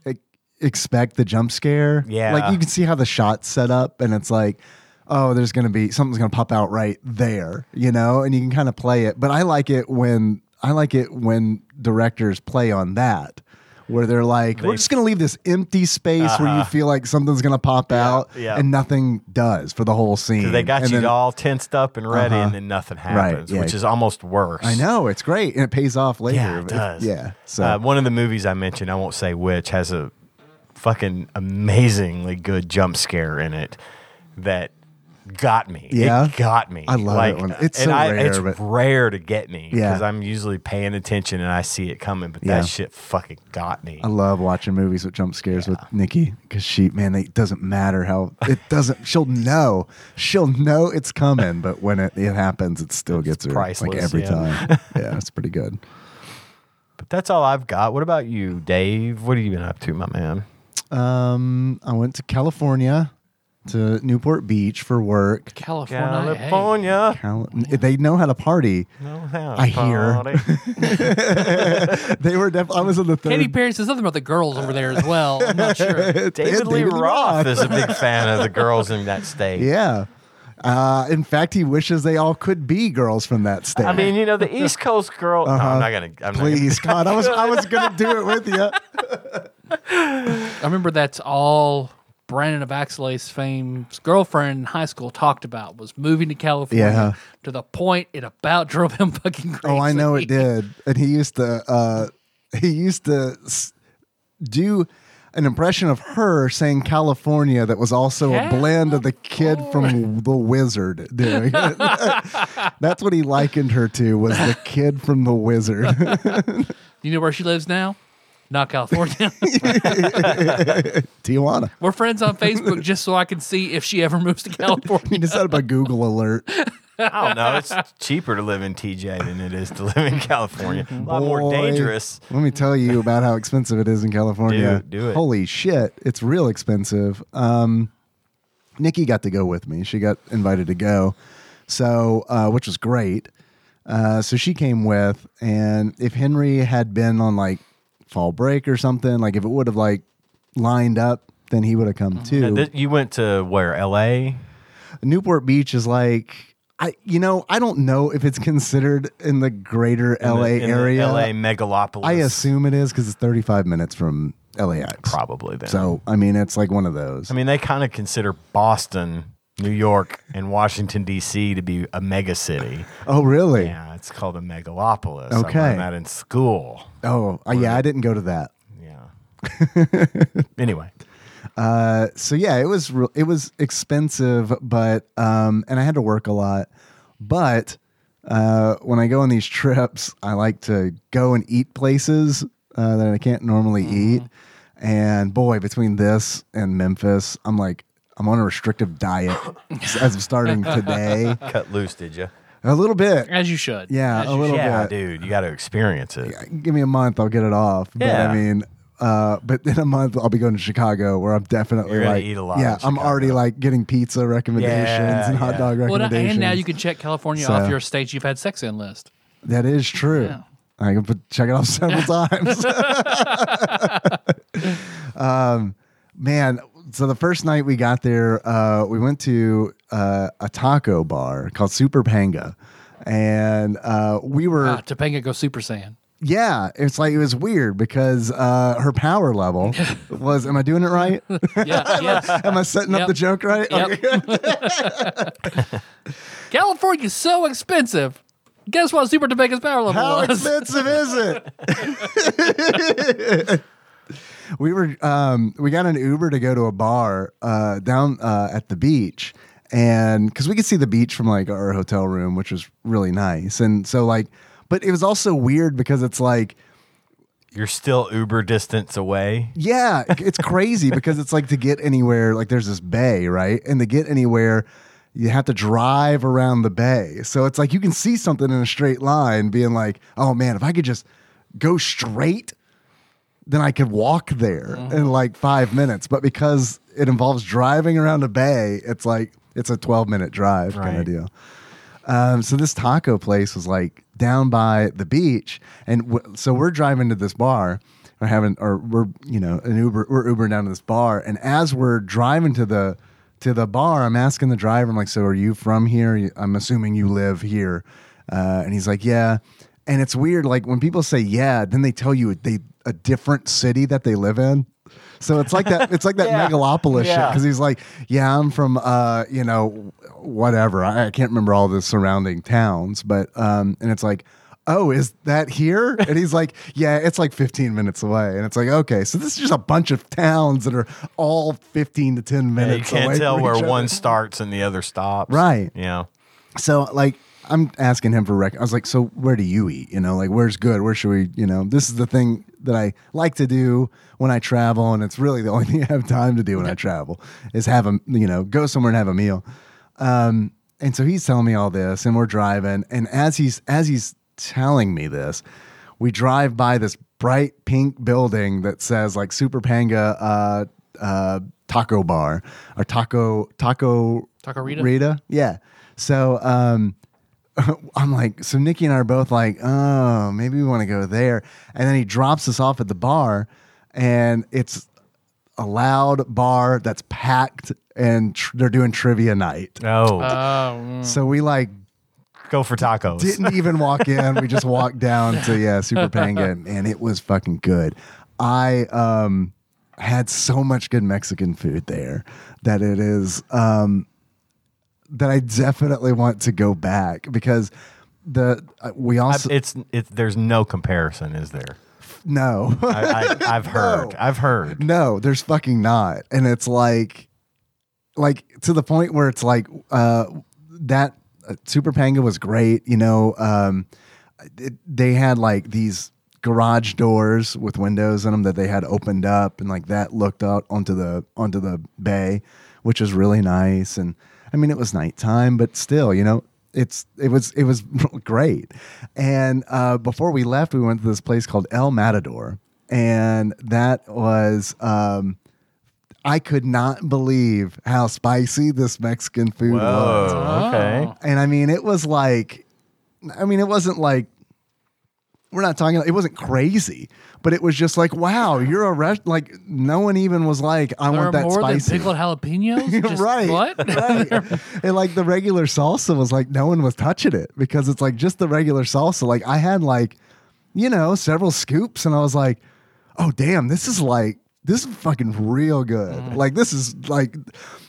Speaker 3: e- expect the jump scare.
Speaker 1: Yeah.
Speaker 3: Like you can see how the shot's set up and it's like oh there's going to be something's going to pop out right there, you know, and you can kind of play it. But I like it when I like it when directors play on that. Where they're like, we're just gonna leave this empty space where you feel like something's gonna pop out,
Speaker 1: Uh-huh. yeah.
Speaker 3: and nothing does for the whole scene.
Speaker 1: 'Cause they got
Speaker 3: And
Speaker 1: you
Speaker 3: then-
Speaker 1: all tensed up and ready,
Speaker 3: Uh-huh.
Speaker 1: and then nothing
Speaker 3: Right,
Speaker 1: happens,
Speaker 3: yeah.
Speaker 1: which is almost worse.
Speaker 3: I know it's great, and it pays off later.
Speaker 1: Yeah, it does.
Speaker 3: yeah, so
Speaker 1: Uh, one of the movies I mentioned, I won't say which, has a fucking amazingly good jump scare in it that got me.
Speaker 3: Yeah?
Speaker 1: It got me.
Speaker 3: I love that one. It's
Speaker 1: and
Speaker 3: so
Speaker 1: I,
Speaker 3: rare,
Speaker 1: It's
Speaker 3: but-
Speaker 1: rare to get me
Speaker 3: Yeah.
Speaker 1: because I'm usually paying attention and I see it coming, but
Speaker 3: Yeah.
Speaker 1: that shit fucking got me.
Speaker 3: I love watching movies with jump scares with Nikki because she, man, it doesn't matter how it doesn't. she'll know, she'll know it's coming, but when it, it happens, it still gets her like
Speaker 1: priceless,
Speaker 3: every
Speaker 1: yeah. [laughs]
Speaker 3: time. yeah, it's pretty good.
Speaker 1: But that's all I've got. What about you, Dave? What have you been up to, my man?
Speaker 3: Um, I went to California to Newport Beach for work.
Speaker 2: California. hey.
Speaker 1: California.
Speaker 3: Cal- They know how to party. I hear. [laughs] They were definitely. I was in the third.
Speaker 2: Katy Perry says something about the girls over there as well. I'm not
Speaker 3: [laughs]
Speaker 2: sure.
Speaker 1: David Lee
Speaker 3: David Lee
Speaker 1: Roth
Speaker 3: Roth.
Speaker 1: is a big fan of the girls in
Speaker 3: [laughs]
Speaker 1: that state.
Speaker 3: Yeah. Uh, in fact, he wishes they all could be girls from that state.
Speaker 1: I mean, you know, the
Speaker 3: [laughs]
Speaker 1: East Coast girl. No, I'm not gonna. I'm
Speaker 3: please, God, I was I was gonna do it with you.
Speaker 2: I remember that's all Brandon of Axelay's fame's girlfriend in high school talked about was moving to California
Speaker 3: Yeah.
Speaker 2: to the point it about drove him fucking crazy.
Speaker 3: [laughs] Oh, I know it did. And he used to uh, he used to s- do an impression of her saying California that was also a blend of the kid from The Wizard doing it. [laughs] That's what he likened her to was the kid from The Wizard. [laughs]
Speaker 2: You know where she lives now? Not
Speaker 3: [laughs]
Speaker 2: California.
Speaker 3: Tijuana.
Speaker 2: We're friends on Facebook just so I can see if she ever moves to California.
Speaker 3: You just set up a Google alert.
Speaker 1: I don't know. It's
Speaker 3: [laughs]
Speaker 1: cheaper to live in TJ than it is to live in California. A lot more
Speaker 3: Mm-hmm. Boy,
Speaker 1: dangerous.
Speaker 3: Let me tell you about how expensive it is in California.
Speaker 1: Dude, do it.
Speaker 3: Holy shit, it's real expensive. Um, Nikki got to go with me. She got invited to go, so uh, which was great. Uh, so she came with, and if Henry had been on like fall break or something, like if it would have like lined up, then
Speaker 1: Mm-hmm. Uh,
Speaker 3: he would have come too.
Speaker 1: Now, th- you went to where? L.A.
Speaker 3: Newport Beach is like I you know I don't know if it's considered in the greater
Speaker 1: in the-
Speaker 3: LA
Speaker 1: in the
Speaker 3: area.
Speaker 1: LA megalopolis.
Speaker 3: I assume it is because it's 35 minutes from LAX.
Speaker 1: probably then.
Speaker 3: So I mean, it's like one of those.
Speaker 1: I mean, they kind of consider Boston, New York, and Washington D.C. to be a mega city.
Speaker 3: oh really?
Speaker 1: Yeah, it's called a megalopolis. I learned
Speaker 3: Okay.
Speaker 1: that in school.
Speaker 3: Oh uh, yeah, I didn't go to that. [laughs]
Speaker 1: Yeah. anyway,
Speaker 3: Uh, so yeah, it was re- it was expensive, but um, and I had to work a lot. But uh, when I go on these trips, I like to go and eat places uh, that I can't normally
Speaker 1: Mm-hmm.
Speaker 3: eat. And boy, between this and Memphis, I'm like I'm on a
Speaker 1: [coughs]
Speaker 3: restrictive diet as of starting today.
Speaker 1: cut loose, did you?
Speaker 3: A little bit,
Speaker 2: As you should.
Speaker 3: yeah,
Speaker 2: As
Speaker 3: a
Speaker 2: you
Speaker 3: little
Speaker 1: Yeah,
Speaker 3: bit
Speaker 1: dude, you got to experience it.
Speaker 3: give me a month, I'll get it off. But
Speaker 1: Yeah.
Speaker 3: I mean, uh, but in a month, I'll be going to Chicago where I'm definitely
Speaker 1: You're gonna
Speaker 3: like,
Speaker 1: eat a lot
Speaker 3: yeah,
Speaker 1: in
Speaker 3: I'm
Speaker 1: Chicago.
Speaker 3: already like getting pizza recommendations
Speaker 1: Yeah,
Speaker 3: and hot
Speaker 1: yeah.
Speaker 3: dog
Speaker 2: Well,
Speaker 3: recommendations.
Speaker 2: and now you can check California
Speaker 3: So-
Speaker 2: off your states you've had sex in list.
Speaker 3: that is true.
Speaker 2: Yeah.
Speaker 3: I can put, check it
Speaker 2: [laughs]
Speaker 3: off several times. [laughs] um, man, so the first night we got there, uh, we went to uh, a taco bar called Super Panga. And uh, we were
Speaker 2: Ah, Topanga goes Super Saiyan.
Speaker 3: Yeah, it's like it was weird because uh, her
Speaker 2: [laughs]
Speaker 3: power level was. Am I doing it right?
Speaker 2: Yeah, yeah.
Speaker 3: am I setting up
Speaker 2: Yep.
Speaker 3: the joke right? [laughs]
Speaker 2: Yep. California's so expenve. Guess what Super Tobago's power level
Speaker 3: How
Speaker 2: was?
Speaker 3: expensive is it?
Speaker 2: [laughs]
Speaker 3: we were um, we got an Uber to go to a bar uh, down uh, at the beach, and because we could see the beach from like our hotel room, which was really nice. And so like, but it was also weird because it's like
Speaker 1: You're still Uber distance away.
Speaker 3: Yeah, it's crazy because it's like to get anywhere, like there's this bay, right? And to get anywhere, you have to drive around the bay. So it's like you can see something in a straight line, being like, oh man, if I could just go straight, then I could walk there in like five minutes. But because it involves driving around a bay, it's like it's a 12 minute drive kind
Speaker 1: Right.
Speaker 3: of deal. Um, so this taco place was like down by the beach, and w- so we're driving to this bar, or having, or we're you know an Uber, we're Ubering down to this bar, and as we're driving to the to the bar, I'm asking the driver, I'm like, so are you from here? You- I'm assuming you live here, uh, and he's like, yeah. And it's weird, like when people say yeah, then they tell you they a different city that they live in. So it's like that. It's like that
Speaker 1: Yeah.
Speaker 3: megalopolis shit
Speaker 1: Yeah.
Speaker 3: because he's like, yeah, I'm from, uh, you know, whatever. I, I can't remember all the surrounding towns, but um, and it's like, oh, is
Speaker 1: [laughs]
Speaker 3: that here? And he's like, yeah, it's like 15 minutes away. And it's like, okay, so this is just a bunch of towns that are all 15 to 10
Speaker 1: Yeah, you
Speaker 3: minutes. away
Speaker 1: can't tell
Speaker 3: from
Speaker 1: where
Speaker 3: each other.
Speaker 1: one starts and the other stops.
Speaker 3: Right.
Speaker 1: Yeah.
Speaker 3: So like. I'm asking him for rec. I was like, so where do you eat? You know, like where's good? Where should we? You know, this is the thing that I like to do when I travel, and it's really the [laughs] only thing I have time to do when I travel is have a you know go somewhere and have a meal. Um, and so he's telling me all this, and we're driving, and as he's as he's telling me this, we drive by this bright pink building that says like Super Panga uh, uh, Taco Bar or Taco Taco
Speaker 2: Taco Rita?
Speaker 3: Rita, yeah. So um, [laughs] I'm like, so Nikki and I are both like, oh, maybe we want to go there. And then he drops us off at the bar, and it's a loud bar that's packed, and tr- they're doing trivia night.
Speaker 1: Oh,
Speaker 2: [laughs] Oh,
Speaker 3: So we like
Speaker 1: go for tacos.
Speaker 3: didn't even walk in. We just walked down to yeah, Super Panga, and it was fucking good. I um had so much good Mexican food there that it is um that I definitely want to go back because the uh, we
Speaker 1: I-
Speaker 3: also
Speaker 1: it's it, there's no comparison, is there?
Speaker 3: no [laughs]
Speaker 1: I, I, I've heard. I've heard.
Speaker 3: No, there's fucking not. And it's like, like to the point where it's like, uh, that uh, Super Panga was great. You know, um, it, they had like these garage doors with windows in them that they had opened up, and like that looked out onto the onto the bay, which was really nice. And I mean, it was nighttime, but still, you know. It's it was it was [laughs] great, and uh, before we left, we went to this place called El Matador, and that was um I could not believe how spicy this Mexican food was.
Speaker 1: Oh. Whoa. Okay.
Speaker 3: And I mean it was like I mean it wasn't like we're not talking. It wasn't crazy, but it was just like, wow, you're a rest. Like no one even was like, I
Speaker 2: There
Speaker 3: want
Speaker 2: are
Speaker 3: that
Speaker 2: more
Speaker 3: spicy. [laughs]
Speaker 2: than pickled jalapenos. Just
Speaker 3: right.
Speaker 2: What?
Speaker 3: [laughs] right. And like the regular salsa was like no one was touching it because it's like just the regular salsa. Like I had like, you know, several scoops and I was like, oh damn, this is like this is fucking real good.
Speaker 2: Mm.
Speaker 3: Like this is like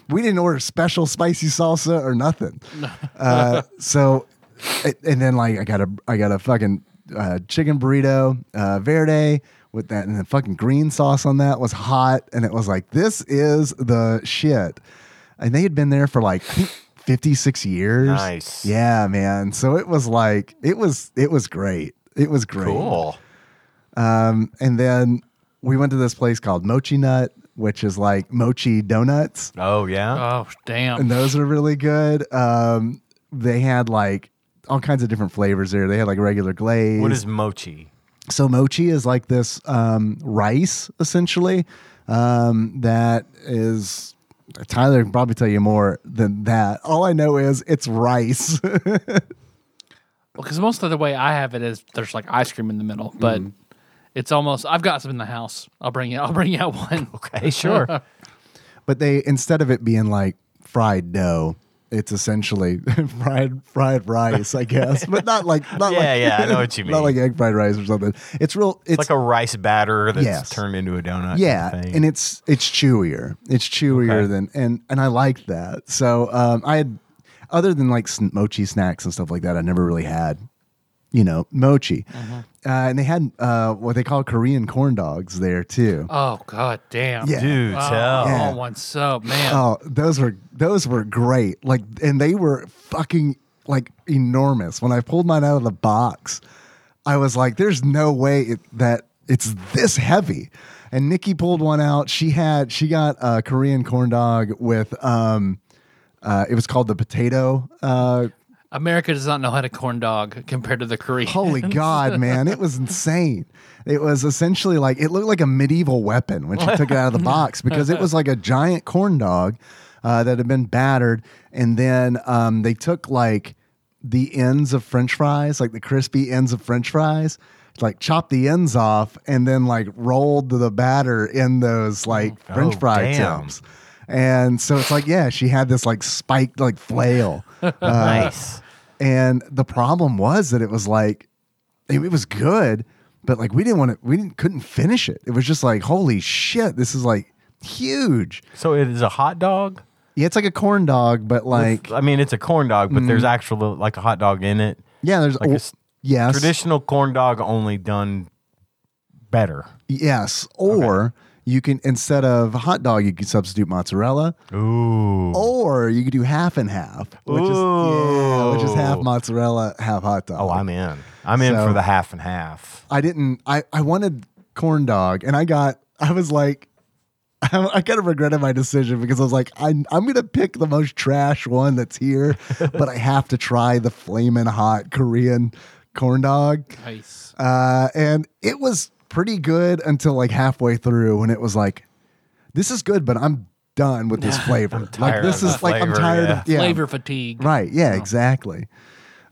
Speaker 3: we didn't order special spicy salsa or nothing.
Speaker 1: [laughs]
Speaker 3: uh, so a- and then like I got a I got a fucking uh, chicken burrito uh, verde with that and the fucking green sauce on that was hot and it was like this is the shit and they had been there for like I think 56 years
Speaker 1: Nice.
Speaker 3: yeah man so it was like it was it was great it was great
Speaker 1: Cool.
Speaker 3: um, and then we went to this place called mochi nut which is like mochi donuts
Speaker 1: Oh yeah.
Speaker 2: Oh
Speaker 3: and
Speaker 2: damn!
Speaker 3: those are really good. Um, they had like all kinds of different flavors there. They had like regular glaze.
Speaker 1: what is mochi?
Speaker 3: so mochi is like this um, rice essentially um, that is. Tyler can probably tell you more than that. All I know is it's rice. [laughs]
Speaker 2: Because most of the way I have it is there's like ice cream in the middle, but
Speaker 3: Mm.
Speaker 2: it's almost. I've got some in the house. I'll bring you. I'll bring you out
Speaker 3: [laughs]
Speaker 2: one.
Speaker 1: Okay, sure.
Speaker 3: but they instead of it being like fried dough, it's essentially [laughs] fried fried rice, I guess. But not like
Speaker 1: [laughs] [laughs]
Speaker 3: not
Speaker 1: Yeah,
Speaker 3: like
Speaker 1: yeah, I know what you
Speaker 3: [laughs] Not
Speaker 1: mean.
Speaker 3: like egg fried rice or something. It's real it's
Speaker 1: like a rice batter that's
Speaker 3: Yes.
Speaker 1: turned into a donut.
Speaker 3: yeah
Speaker 1: kind of thing.
Speaker 3: and it's it's chewier it's chewier
Speaker 1: Okay.
Speaker 3: than and and i liked that so um i had other than like sn- mochi snacks and stuff like that i never really had you know mochi
Speaker 1: Mm-hmm.
Speaker 3: uh, and they had uh what they call korean corn dogs there too
Speaker 2: Oh god damn!
Speaker 3: Yeah.
Speaker 1: do
Speaker 2: Oh,
Speaker 1: tell. [laughs]
Speaker 3: Yeah.
Speaker 2: I want some, man.
Speaker 3: oh those were those were great like and they were fucking like enormous when i pulled mine out of the box i was like there's no way it, that it's this heavy and nikki pulled one out she had she got a korean corn dog with um uh, it was called the potato uh,
Speaker 2: America does not know how to corn dog compared to the Korean.
Speaker 3: Holy God, man. It
Speaker 1: [laughs]
Speaker 3: was insane. It was essentially like, it looked like a medieval weapon when she took it out of
Speaker 1: [laughs]
Speaker 3: the box because it was like a giant corn dog uh, that had been battered. And then um, they took like the ends of french fries, like the crispy ends of french fries, like chopped the ends off and then like rolled the batter in those like french
Speaker 1: Oh,
Speaker 3: fry
Speaker 1: damn.
Speaker 3: tips. And so it's like, yeah, she had this like spiked like flail.
Speaker 1: nice.
Speaker 3: And the problem was that it was like it, it was good, but like we didn't want to we didn't couldn't finish it. It was just like, holy shit, this is like huge.
Speaker 1: So it is a hot dog.
Speaker 3: Yeah, it's like a corn dog, but like Mm.
Speaker 1: With- I mean, it's a corn dog, but there's actual like a hot dog in it.
Speaker 3: yeah, there's
Speaker 1: like a
Speaker 3: oh,
Speaker 1: s-
Speaker 3: yes.
Speaker 1: Traditional corn dog only done better.
Speaker 3: Yes. Or you can instead of hot dog, you can substitute mozzarella.
Speaker 1: Ooh.
Speaker 3: Or you could do half and half. Which is yeah, which is half
Speaker 1: Ooh.
Speaker 3: mozzarella, half hot dog.
Speaker 1: Oh, I'm in. I'm in
Speaker 3: So-
Speaker 1: for the half and half.
Speaker 3: I didn't. I I wanted corn dog, and I got. I was like, [laughs] I, I kind of regretted my decision because I was like, I, I'm gonna pick the most trash one
Speaker 1: [laughs]
Speaker 3: that's here, but I have to try the flaming hot Korean corn dog.
Speaker 2: Nice.
Speaker 3: Uh, and it was pretty good until like halfway through when it was like, this is good, but I'm done
Speaker 1: [laughs]
Speaker 3: with this flavor. like
Speaker 1: tired
Speaker 3: this
Speaker 1: of
Speaker 3: is
Speaker 1: the
Speaker 3: like I'm
Speaker 1: flavor,
Speaker 3: tired
Speaker 1: yeah.
Speaker 3: of yeah.
Speaker 2: Flavor fatigue.
Speaker 3: Right. Yeah, exactly.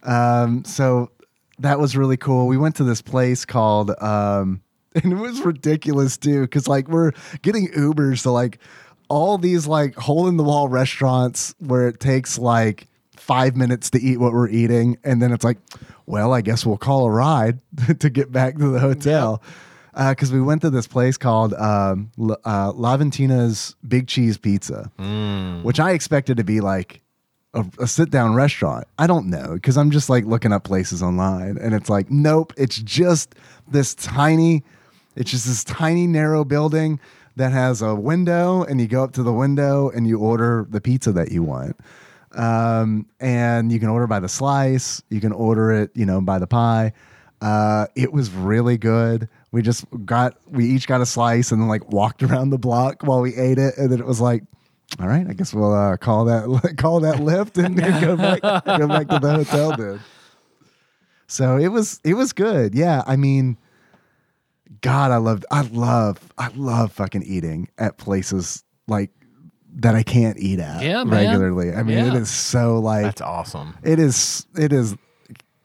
Speaker 3: Um, so that was really cool. We went to this place called, um, [laughs] and it was ridiculous too, because like we're getting Ubers to like all these like hole in the wall restaurants where it takes like five minutes to eat what we're eating. And then it's like, well, I guess we'll call a ride [laughs] to get back to the hotel. Because we went to this place called um, L- uh, Laventina's Big Cheese Pizza, which I expected to be like a, a sit down restaurant. I don't know because I'm just like looking up places online and it's like, nope, it's just this tiny, it's just this tiny narrow building that has a window and you go up to the window and you order the pizza that you want. Um, and you can order by the slice, you can order it, you know, by the pie. Uh, it was really good. We just got, we each got a slice and then like walked [laughs] around the block while we ate it. And then it was like, all right, I guess we'll uh, call that [laughs] call that lift and [laughs] then go back go back to the hotel, dude. So it was it was good. Yeah, I mean, God, I loved I love I love fucking eating at places like that I can't eat at
Speaker 2: Yeah, man.
Speaker 3: regularly. I mean,
Speaker 2: Yeah.
Speaker 3: it is so like
Speaker 1: That's awesome.
Speaker 3: it is it is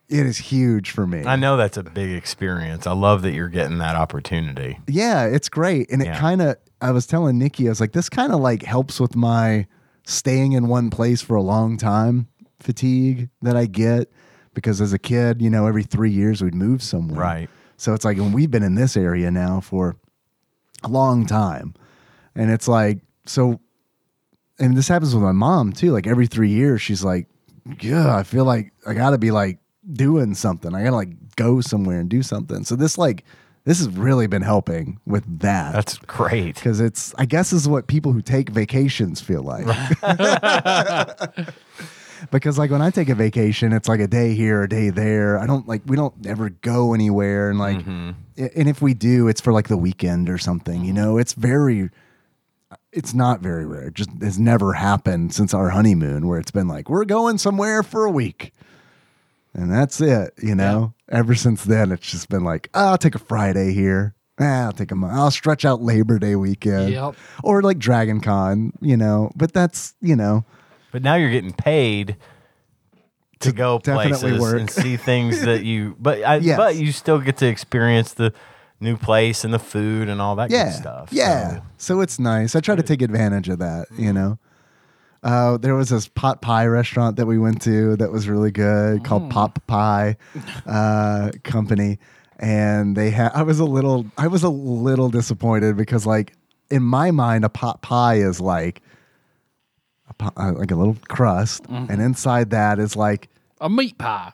Speaker 3: It is huge for me.
Speaker 1: I know that's a big experience. I love that you're getting that opportunity.
Speaker 3: Yeah, it's great. And it
Speaker 1: Yeah.
Speaker 3: kind of, I was telling Nikki, I was like, this kind of like helps with my staying in one place for a long time fatigue that I get because as a kid, you know, every three years we'd move somewhere.
Speaker 1: Right.
Speaker 3: So it's like, and we've been in this area now for a long time. And it's like, so, and this happens with my mom too. Like every three years, she's like, yeah, I feel like I gotta be like doing something. I gotta like go somewhere and do something. So this, like, this has really been helping with that.
Speaker 1: That's great.
Speaker 3: Because it's, I guess, is what people who take vacations feel like. [laughs] because like when I take a vacation, it's like a day here, a day there. I don't like we don't ever go anywhere, and like, a- and if we do, it's for like the weekend or something. You know, it's very, it's not very rare. It just has never happened since our honeymoon, where it's been like we're going somewhere for a week, and that's it. You know, ever since then, it's just been like "Ah, I'll take a Friday here. Ah, I'll take a month. I'll stretch out Labor Day weekend,
Speaker 2: Yep.
Speaker 3: or like Dragon Con, you know. But that's you know,
Speaker 1: But now you're getting paid to go
Speaker 3: definitely
Speaker 1: places
Speaker 3: work.
Speaker 1: and see things that
Speaker 3: [laughs]
Speaker 1: you but I,
Speaker 3: Yes.
Speaker 1: but you still get to experience the new place and the food and all that
Speaker 3: yeah,
Speaker 1: good stuff.
Speaker 3: Yeah.
Speaker 1: So, Mm-hmm.
Speaker 3: So. it's nice. I try to take advantage of that, you know. Uh, there was this pot pie restaurant that we went to that was really
Speaker 1: Mm.
Speaker 3: good called Pop
Speaker 1: [laughs]
Speaker 3: Pie uh, Company, and they had. I was a little, I was a little disappointed because, like, in my mind, a pot pie is like a pot, uh, like a little crust,
Speaker 1: Mm-hmm.
Speaker 3: and inside that is like
Speaker 2: A meat pie.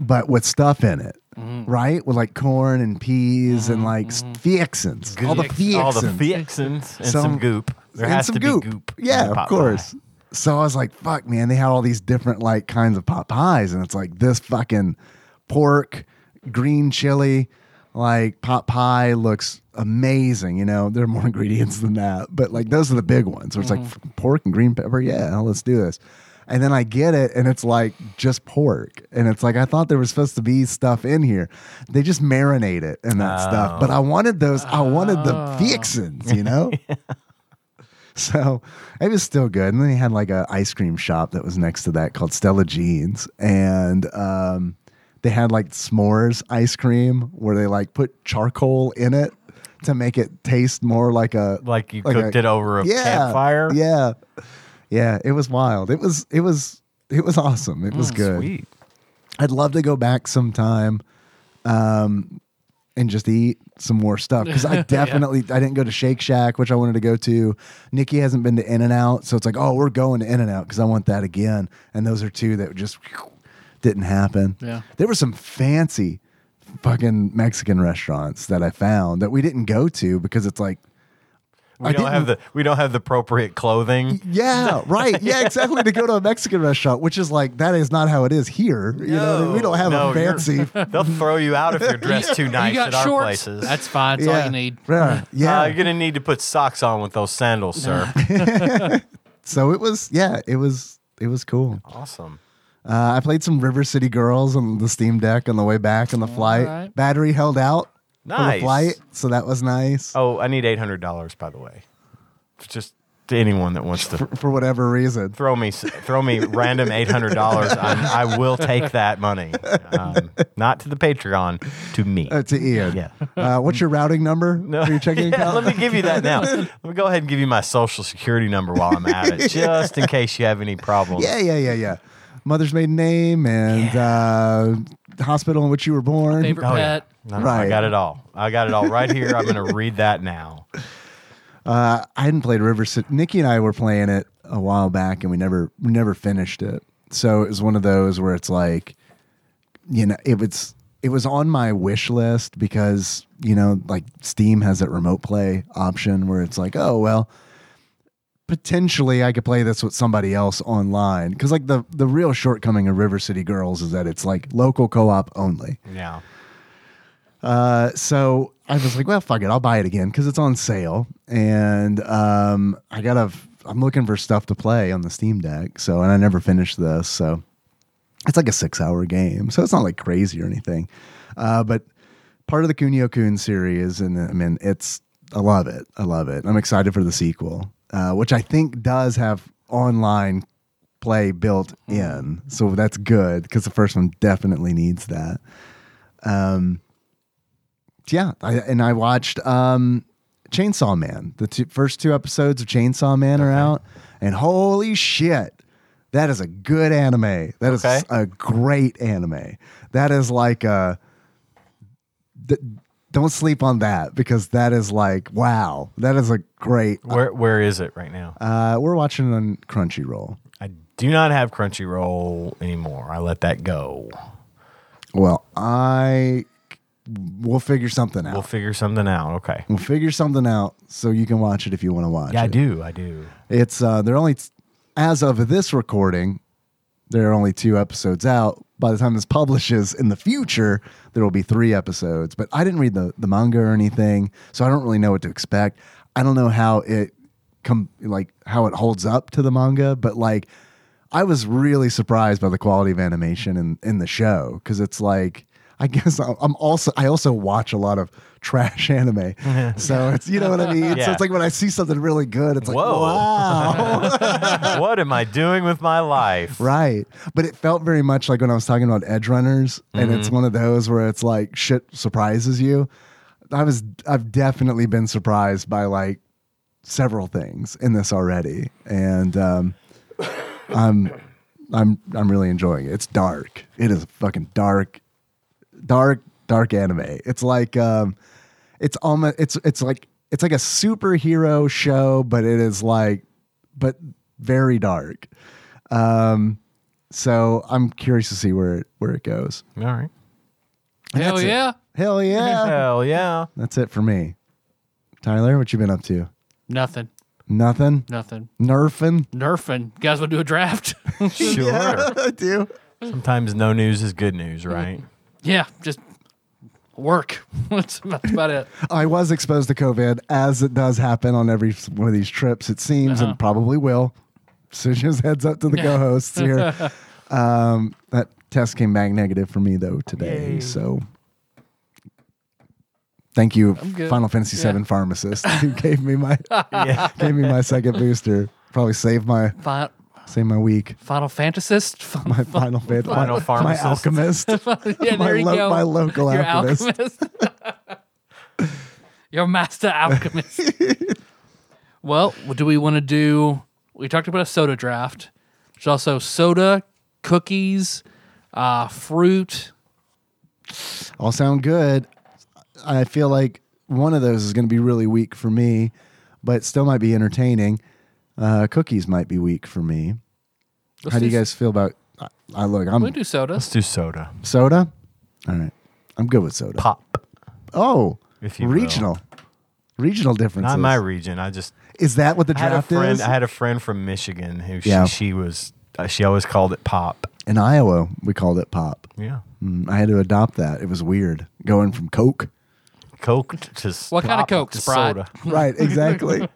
Speaker 3: but with stuff in it,
Speaker 1: Mm-hmm.
Speaker 3: right? With like corn and peas and like s- fixins, all the
Speaker 2: Fixins.
Speaker 3: fixins,
Speaker 1: all the fixins and some,
Speaker 3: Some-
Speaker 1: goop. There
Speaker 3: and
Speaker 1: has
Speaker 3: some
Speaker 1: to
Speaker 3: goop.
Speaker 1: be goop. in
Speaker 3: Yeah,
Speaker 1: the pot
Speaker 3: of
Speaker 1: pie.
Speaker 3: course. So I was like, "Fuck, man!" They had all these different like kinds of pot pies, and it's like this fucking pork, green chili, like pot pie looks amazing. You know, there are more [laughs] ingredients than that, but like those are the big ones. Where it's like
Speaker 1: Mm-hmm.
Speaker 3: f- pork and green pepper. Yeah, hell, let's do this. And then I get it, and it's like just pork, and it's like I thought there was supposed to be stuff in here. They just marinate it and that stuff. But I wanted those. I wanted
Speaker 1: Oh.
Speaker 3: the fixins, you
Speaker 1: [laughs]
Speaker 3: know. [laughs] So it was still good. And then he had like an ice cream shop that was next to that called Stella Jeans. And um, they had like s'mores ice cream where they like put charcoal in it to make it taste more like a
Speaker 1: Like you
Speaker 3: Like
Speaker 1: cooked
Speaker 3: a-
Speaker 1: it over a campfire.
Speaker 3: Yeah. Yeah. It was wild. It was it was it was awesome. It was
Speaker 1: Mm.
Speaker 3: good.
Speaker 1: Sweet.
Speaker 3: I'd love to go back sometime um, and just eat some more stuff because I definitely I didn't go to Shake Shack, which I wanted to go to. Nikki hasn't been to In and Out, so it's like, oh, we're going to In and Out because I want that again. And those are two that just didn't happen.
Speaker 2: Yeah.
Speaker 3: there were some fancy fucking Mexican restaurants that I found that we didn't go to because it's like
Speaker 1: We
Speaker 3: I
Speaker 1: don't have the
Speaker 3: didn't-
Speaker 1: we don't have the appropriate clothing. [laughs]
Speaker 3: yeah, right. Yeah, exactly. to go to a Mexican restaurant, which is like that is not how it is here. You know, what I mean? we don't have
Speaker 1: No,
Speaker 3: a
Speaker 1: you're- [laughs]
Speaker 3: fancy
Speaker 1: They'll throw you out if you're dressed too nice
Speaker 2: [laughs] you got
Speaker 1: at
Speaker 2: shorts.
Speaker 1: our places.
Speaker 2: That's fine. That's all you need.
Speaker 3: Yeah. yeah.
Speaker 1: Uh, you're gonna need to put socks on with those sandals,
Speaker 3: [laughs]
Speaker 1: sir.
Speaker 3: so it was, yeah, it was, it was cool.
Speaker 1: awesome.
Speaker 3: Uh, I played some River City Girls on the Steam Deck on the way back on the flight.
Speaker 2: right.
Speaker 3: Battery held out for the
Speaker 1: Nice.
Speaker 3: flight, so that was nice.
Speaker 1: Oh, I need eight hundred dollars, by the way. Just to anyone that wants to
Speaker 3: For whatever reason,
Speaker 1: throw me throw me random eight hundred dollars, I will take that
Speaker 3: [laughs]
Speaker 1: money. Um, not to the Patreon, to me.
Speaker 3: uh, to Ian.
Speaker 1: Yeah.
Speaker 3: Uh, what's your routing number [laughs] for your
Speaker 1: [laughs]
Speaker 3: checking
Speaker 1: Yeah,
Speaker 3: account?
Speaker 1: let me give you that
Speaker 3: [laughs]
Speaker 1: now. Let me go ahead and give you my social security number while I'm at
Speaker 3: [laughs]
Speaker 1: it, just in case you have any problems.
Speaker 3: Yeah, yeah, yeah, yeah. Mother's maiden name and uh, hospital in which you were born.
Speaker 2: Favorite pet.
Speaker 1: Oh, No, no, I
Speaker 3: Right.
Speaker 1: got it all. I got it all right here. I'm going to read that now.
Speaker 3: I hadn't played River City. Nikki and I were playing it a while back, and we never we never finished it. So it was one of those where it's like, you know, if it's it was on my wish list because you know, like Steam has that remote play option where it's like, oh well, potentially I could play this with somebody else online because like the the real shortcoming of River City Girls is that it's like local co op only.
Speaker 1: Yeah.
Speaker 3: Uh, so I was like, well, fuck it, I'll buy it again because it's on sale, and um, I gotta. I'm looking for stuff to play on the Steam Deck, so and I never finished this, so it's like a six-hour game, so it's not like crazy or anything. Uh, but part of the Kunio Kun series, and I mean, it's I love it, I love it. I'm excited for the sequel, uh, which I think does have online play built in. So that's good because the first one definitely needs that. Um, yeah, I, and I watched um, Chainsaw Man. The two, first two episodes of Chainsaw Man are out, and holy shit, that is a good anime. That is
Speaker 1: Okay.
Speaker 3: a great anime. That is like a. th- don't sleep on that because that is like wow, that is a great.
Speaker 1: Where where is it right now?
Speaker 3: Uh, we're watching it on Crunchyroll.
Speaker 1: I do not have Crunchyroll anymore. I let that go.
Speaker 3: Well, I we'll figure something out.
Speaker 1: We'll figure something out. Okay.
Speaker 3: We'll figure something out so you can watch it if you want to watch
Speaker 1: Yeah, I
Speaker 3: it.
Speaker 1: do. I do.
Speaker 3: It's uh they're only as of this recording, there are only two episodes out. By the time this publishes in the future, there will be three episodes. But I didn't read the, the manga or anything, so I don't really know what to expect. I don't know how it come like how it holds up to the manga, but like I was really surprised by the quality of animation in, in the show because it's like I guess I'm I'm also I also watch a lot of [laughs] trash anime, so it's you know what I mean. So
Speaker 1: Yeah.
Speaker 3: it's like when I see something really good, it's like
Speaker 1: Whoa. [laughs]
Speaker 3: wow,
Speaker 1: what am I doing with my life?
Speaker 3: Right. But it felt very much like when I was talking about edge runners and it's one of those where it's like shit surprises you. I was I've definitely been surprised by like several things in this already and um I'm I'm I'm really enjoying it. It's dark. It is fucking dark dark dark anime. It's like um it's almost it's it's like it's like a superhero show but it is like but very dark. Um, so I'm curious to see where it, where it goes.
Speaker 1: All right.
Speaker 3: And
Speaker 2: Hell
Speaker 3: that's it.
Speaker 2: yeah.
Speaker 3: Hell yeah!
Speaker 1: Hell yeah.
Speaker 3: [laughs] that's it for me. Tyler, what you been up to?
Speaker 2: Nothing.
Speaker 3: Nothing.
Speaker 2: Nothing.
Speaker 3: Nerfing.
Speaker 2: Nerfing. You guys want to do a draft? [laughs]
Speaker 1: Sure.
Speaker 3: I do.
Speaker 1: Sometimes no news is good news, right?
Speaker 2: yeah. Just work. [laughs] that's about that's about it.
Speaker 3: I was exposed to COVID, as it does happen on every one of these trips. It seems, and probably will. So just heads up to the co-hosts [laughs] here. Um, that test came back negative for me though today. So. Thank you,
Speaker 2: good.
Speaker 3: Final Fantasy
Speaker 2: Yeah.
Speaker 3: VII pharmacist, who gave me my
Speaker 1: yeah.
Speaker 3: gave me my
Speaker 1: [laughs]
Speaker 3: second booster. Probably saved my
Speaker 2: Fi-
Speaker 3: saved my week.
Speaker 2: Final Fantasist. [laughs] Fin-
Speaker 3: My final fan,
Speaker 1: Final
Speaker 3: my, my
Speaker 1: pharmacist. [laughs]
Speaker 3: alchemist,
Speaker 2: yeah, there
Speaker 3: my,
Speaker 2: you
Speaker 3: lo-
Speaker 2: go.
Speaker 3: my local
Speaker 2: Your
Speaker 3: alchemist.
Speaker 2: [laughs] Your master alchemist.
Speaker 3: [laughs]
Speaker 2: well, what do we want to do? We talked about a soda draft. There's also soda, cookies, uh, fruit.
Speaker 3: All sound good. I feel like one of those is going to be really weak for me, but still might be entertaining. Uh, cookies might be weak for me.
Speaker 2: Let's
Speaker 3: How do you
Speaker 2: s-
Speaker 3: guys feel about? I, I look. I'm
Speaker 2: We do soda.
Speaker 1: Let's do soda.
Speaker 3: soda. All right, I'm good with soda.
Speaker 1: Pop.
Speaker 3: Oh,
Speaker 1: If you will.
Speaker 3: regional, regional differences.
Speaker 1: Not my region. I just
Speaker 3: is that what the
Speaker 1: I had a
Speaker 3: draft
Speaker 1: friend.
Speaker 3: is?
Speaker 1: I had a friend from Michigan who
Speaker 3: Yeah.
Speaker 1: she, she was. Uh, she always called it pop.
Speaker 3: In Iowa, we called it pop.
Speaker 1: Yeah.
Speaker 3: Mm, I had to adopt that. It was weird going from Coke.
Speaker 1: Coke to s-
Speaker 2: What kind of
Speaker 1: pop
Speaker 2: Coke?
Speaker 1: to
Speaker 2: Sprite.
Speaker 1: Soda.
Speaker 3: Right, exactly.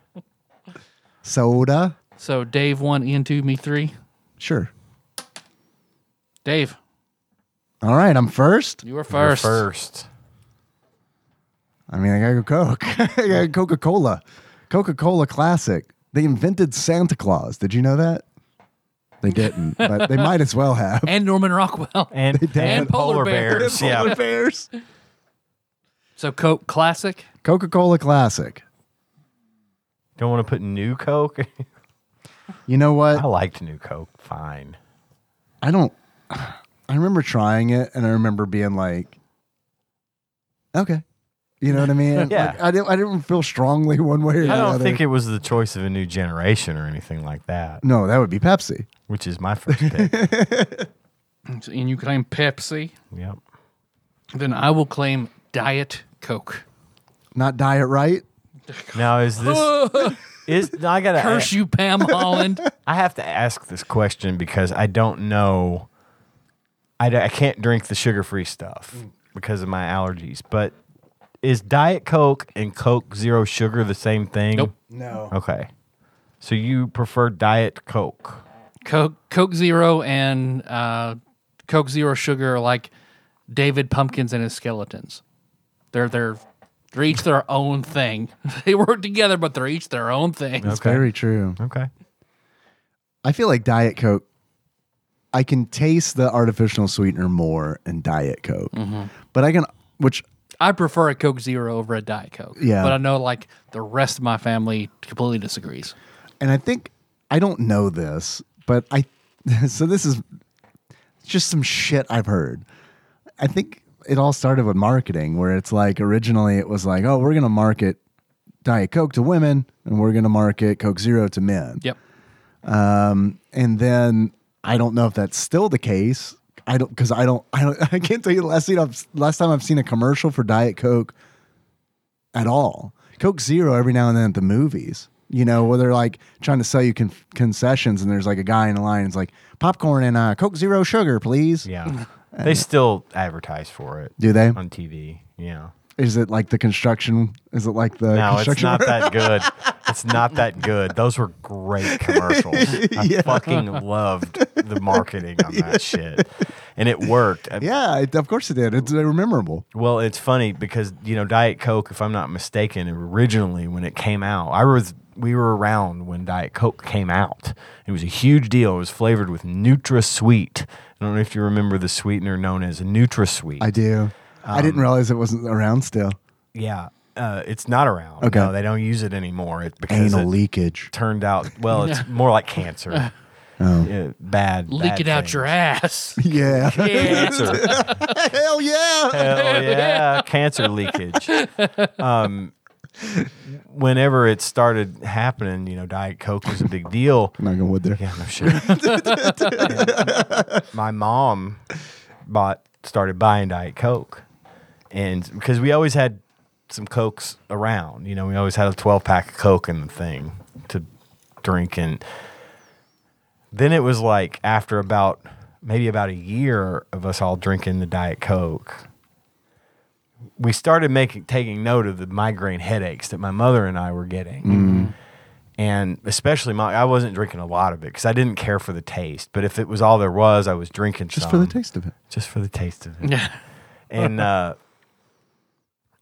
Speaker 3: soda,
Speaker 2: So Dave one, Ian two, me three.
Speaker 3: sure.
Speaker 2: Dave,
Speaker 3: All right, I'm first.
Speaker 2: you were
Speaker 1: You're
Speaker 2: first.
Speaker 1: First.
Speaker 3: I mean, I gotta go Coke. [laughs] I gotta Coca Cola. Coca Cola Classic. They invented Santa Claus. Did you know that? They didn't, but they might as well
Speaker 2: [laughs]
Speaker 3: have.
Speaker 2: And Norman Rockwell.
Speaker 1: [laughs] And, and, polar,
Speaker 2: polar
Speaker 1: bears.
Speaker 3: [laughs]
Speaker 2: bears.
Speaker 1: Yeah.
Speaker 3: Bears.
Speaker 2: So Coke Classic.
Speaker 3: Coca Cola Classic.
Speaker 1: Don't want to put new Coke. [laughs]
Speaker 3: You know
Speaker 1: I
Speaker 3: what?
Speaker 1: liked new Coke. Fine.
Speaker 3: I don't. [sighs] I remember trying it, and I remember being like, "Okay," you know what I mean?
Speaker 1: [laughs] Yeah.
Speaker 3: Like, I didn't. I didn't feel strongly [laughs] one way or the
Speaker 1: I don't
Speaker 3: other.
Speaker 1: think it was the choice of a new generation or anything like that,
Speaker 3: no, that would be Pepsi.
Speaker 1: which is my first pick.
Speaker 2: And you claim Pepsi.
Speaker 1: yep.
Speaker 2: Then I will claim Diet Coke. [laughs]
Speaker 3: Not diet right.
Speaker 1: Now is this is now I gotta
Speaker 2: Curse you, Pam Holland.
Speaker 1: I have to ask this question because I don't know. I, d- I can't drink the sugar free stuff
Speaker 3: Mm.
Speaker 1: because of my allergies. But is Diet Coke and Coke Zero Sugar the same thing?
Speaker 2: Nope.
Speaker 3: No.
Speaker 1: Okay. So you prefer Diet Coke?
Speaker 2: Coke, Coke Zero and uh, Coke Zero Sugar are like David Pumpkins and his skeletons. They're they're they're each their own thing. [laughs] They work together, but they're each their own thing.
Speaker 3: That's very true.
Speaker 1: Okay.
Speaker 3: I feel like Diet Coke I can taste the artificial sweetener more in Diet Coke,
Speaker 1: Mm-hmm.
Speaker 3: but I can, which
Speaker 2: I prefer a Coke Zero over a Diet Coke.
Speaker 3: Yeah.
Speaker 2: But I know like the rest of my family completely disagrees.
Speaker 3: and I think I don't know this, but I [laughs] so this is just some shit I've heard. I think it all started with marketing, where it's like originally it was like, oh, we're gonna market Diet Coke to women, and we're gonna market Coke Zero to men.
Speaker 2: Yep.
Speaker 3: And then I don't know if that's still the case. I don't because I don't [laughs] I don't I can't tell you the last seen I've, last time I've seen a commercial for Diet Coke at all. Coke Zero every now and then at the movies. You know where they're like trying to sell you con- concessions, and there's like a guy in a line. It's like popcorn and uh, Coke Zero sugar, please. [laughs]
Speaker 1: Yeah. They still advertise for it
Speaker 3: Do they?
Speaker 1: on TV. Yeah.
Speaker 3: Is it like the construction? Is it like the
Speaker 1: No, it's
Speaker 3: construction?
Speaker 1: not that good. It's not that good. Those were
Speaker 3: [laughs]
Speaker 1: great commercials. I fucking loved the marketing on that shit. And it
Speaker 3: [laughs]
Speaker 1: worked. I-
Speaker 3: [laughs] yeah, it, of course it did. It's they were memorable.
Speaker 1: Well, it's funny because, you know, Diet Coke, if I'm not mistaken, originally when it came out, I was we were around when Diet Coke came out. It was a huge deal. It was flavored with NutraSweet. I don't know if you remember the sweetener known as NutraSweet.
Speaker 3: I do. I
Speaker 1: Um,
Speaker 3: didn't realize it wasn't around still.
Speaker 1: yeah. Uh, it's not around.
Speaker 3: Okay.
Speaker 1: No, they don't use it anymore. It because
Speaker 3: Anal
Speaker 1: it-
Speaker 3: leakage.
Speaker 1: turned out well
Speaker 2: [laughs]
Speaker 1: it's more like cancer
Speaker 3: Oh.
Speaker 1: Yeah, bad
Speaker 2: Leak
Speaker 1: bad
Speaker 2: it out
Speaker 1: thing.
Speaker 2: your ass.
Speaker 3: [laughs] Yeah. [laughs]
Speaker 1: cancer
Speaker 3: Hell yeah.
Speaker 1: hell yeah cancer leakage um whenever it started happening you know diet coke was a big deal
Speaker 3: I'm not going wood there.
Speaker 1: yeah no shit And my mom bought started buying diet coke and because we always had some cokes around you know we always had a 12 pack of coke in the thing to drink and then it was like after about maybe about a year of us all drinking the diet coke we started making taking note of the migraine headaches that my mother and I were getting.
Speaker 3: Mm-hmm.
Speaker 1: And especially my I wasn't drinking a lot of it cuz I didn't care for the taste, but if it was all there was, I was drinking
Speaker 3: Just for
Speaker 1: some
Speaker 3: the taste of it.
Speaker 1: just for the taste of it.
Speaker 2: Yeah.
Speaker 1: [laughs] and uh,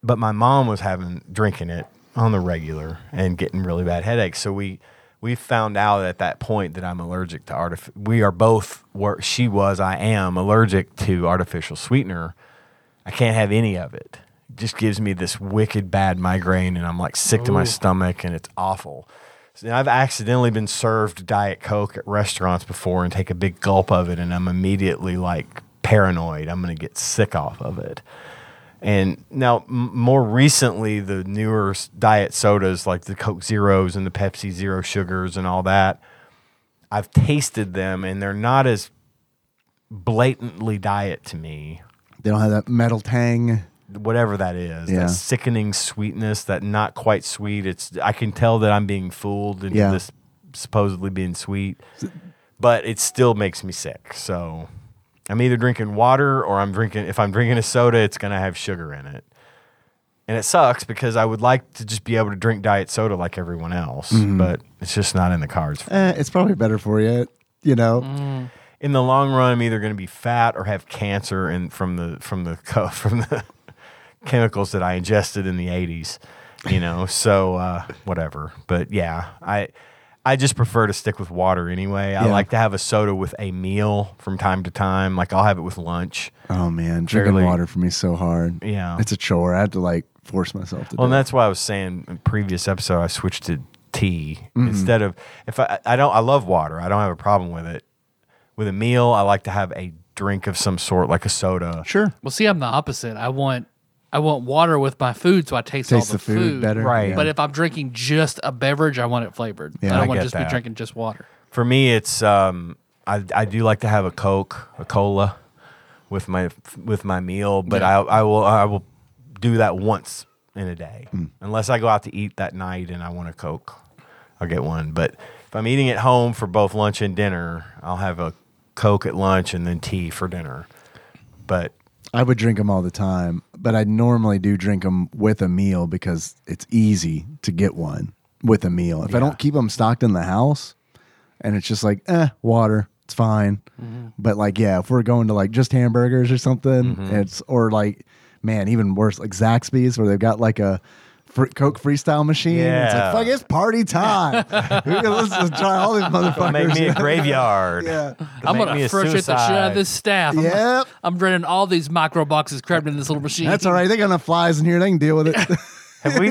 Speaker 1: but my mom was having drinking it on the regular and getting really bad headaches. So we we found out at that point that I'm allergic to artif. We are both were she was I am allergic to artificial sweetener. I can't have any of it. It just gives me this wicked bad migraine, and I'm like sick to my stomach, and it's awful. And I've accidentally been served Diet Coke at restaurants before and take a big gulp of it, and I'm immediately like paranoid. I'm going to get sick off of it. And now, m- more recently, the newer s- diet sodas like the Coke Zeros and the Pepsi Zero Sugars and all that, I've tasted them and they're not as blatantly diet to me.
Speaker 3: They don't have that metal tang.
Speaker 1: Whatever that is,
Speaker 3: Yeah.
Speaker 1: that sickening sweetness, that not quite sweet. It's I can tell that I'm being fooled into
Speaker 3: Yeah.
Speaker 1: this supposedly being sweet, but it still makes me sick. So I'm either drinking water or I'm drinking. If I'm drinking a soda, it's gonna have sugar in it and it sucks because I would like to just be able to drink diet soda like everyone else,
Speaker 3: Mm-hmm.
Speaker 1: but it's just not in the cards.
Speaker 3: Eh, it's probably better for you. You know,
Speaker 1: Mm. In the long run, I'm either going to be fat or have cancer, and from the from the [laughs] co- from the chemicals that I ingested in the '80s, you know. So uh, whatever, but yeah, I. I just prefer to stick with water anyway. I
Speaker 3: Yeah.
Speaker 1: like to have a soda with a meal from time to time. Like I'll have it with lunch.
Speaker 3: oh man, drinking
Speaker 1: Fairly-
Speaker 3: water for me is so hard.
Speaker 1: Yeah.
Speaker 3: it's a chore. I had to like force myself to.
Speaker 1: Well,
Speaker 3: do
Speaker 1: and
Speaker 3: it.
Speaker 1: that's why I was saying in previous episode I switched to tea instead of if I I don't I love water. I don't have a problem with it. With a meal, I like to have a drink of some sort, like a soda.
Speaker 3: sure.
Speaker 2: Well, see, I'm the opposite. I want I want water with my food, so I taste, all
Speaker 3: Taste
Speaker 2: the,
Speaker 3: the food, better.
Speaker 1: Right.
Speaker 2: But if I'm drinking just a beverage, I want it flavored.
Speaker 3: Yeah,
Speaker 2: I don't
Speaker 3: I
Speaker 2: want
Speaker 1: get
Speaker 2: to just
Speaker 1: that.
Speaker 2: be drinking just water.
Speaker 1: For me, it's um I I do like to have a Coke, a cola with my with my meal, but I I will I will do that once in a day. Unless I go out to eat that night and I want a Coke, I'll get one. But if I'm eating at home for both lunch and dinner, I'll have a Coke at lunch and then tea for dinner. But
Speaker 3: I would drink them all the time, but I normally do drink them with a meal because it's easy to get one with a meal. If I don't keep them stocked in the house, and it's just like, eh, water, it's fine.
Speaker 1: Mm-hmm.
Speaker 3: But like, yeah, if we're going to like just
Speaker 1: Mm-hmm.
Speaker 3: hamburgers or something, it's or like, man, even worse, like Zaxby's where they've got like a fr- Coke freestyle machine. It's
Speaker 1: Yeah.
Speaker 3: like, fuck, it's
Speaker 1: [laughs]
Speaker 3: party time. We're gonna- Let's just try all these motherfuckers.
Speaker 1: Make me a graveyard.
Speaker 3: [laughs] yeah.
Speaker 2: I'm
Speaker 1: Make me
Speaker 2: gonna
Speaker 1: a
Speaker 2: frustrate the shit out
Speaker 1: suicide.
Speaker 2: of this staff. I'm-
Speaker 3: Yep.
Speaker 2: I'm, draining all these micro boxes crammed in this little machine.
Speaker 3: That's all right. They got enough flies in here. They can deal with it.
Speaker 1: [laughs] Have we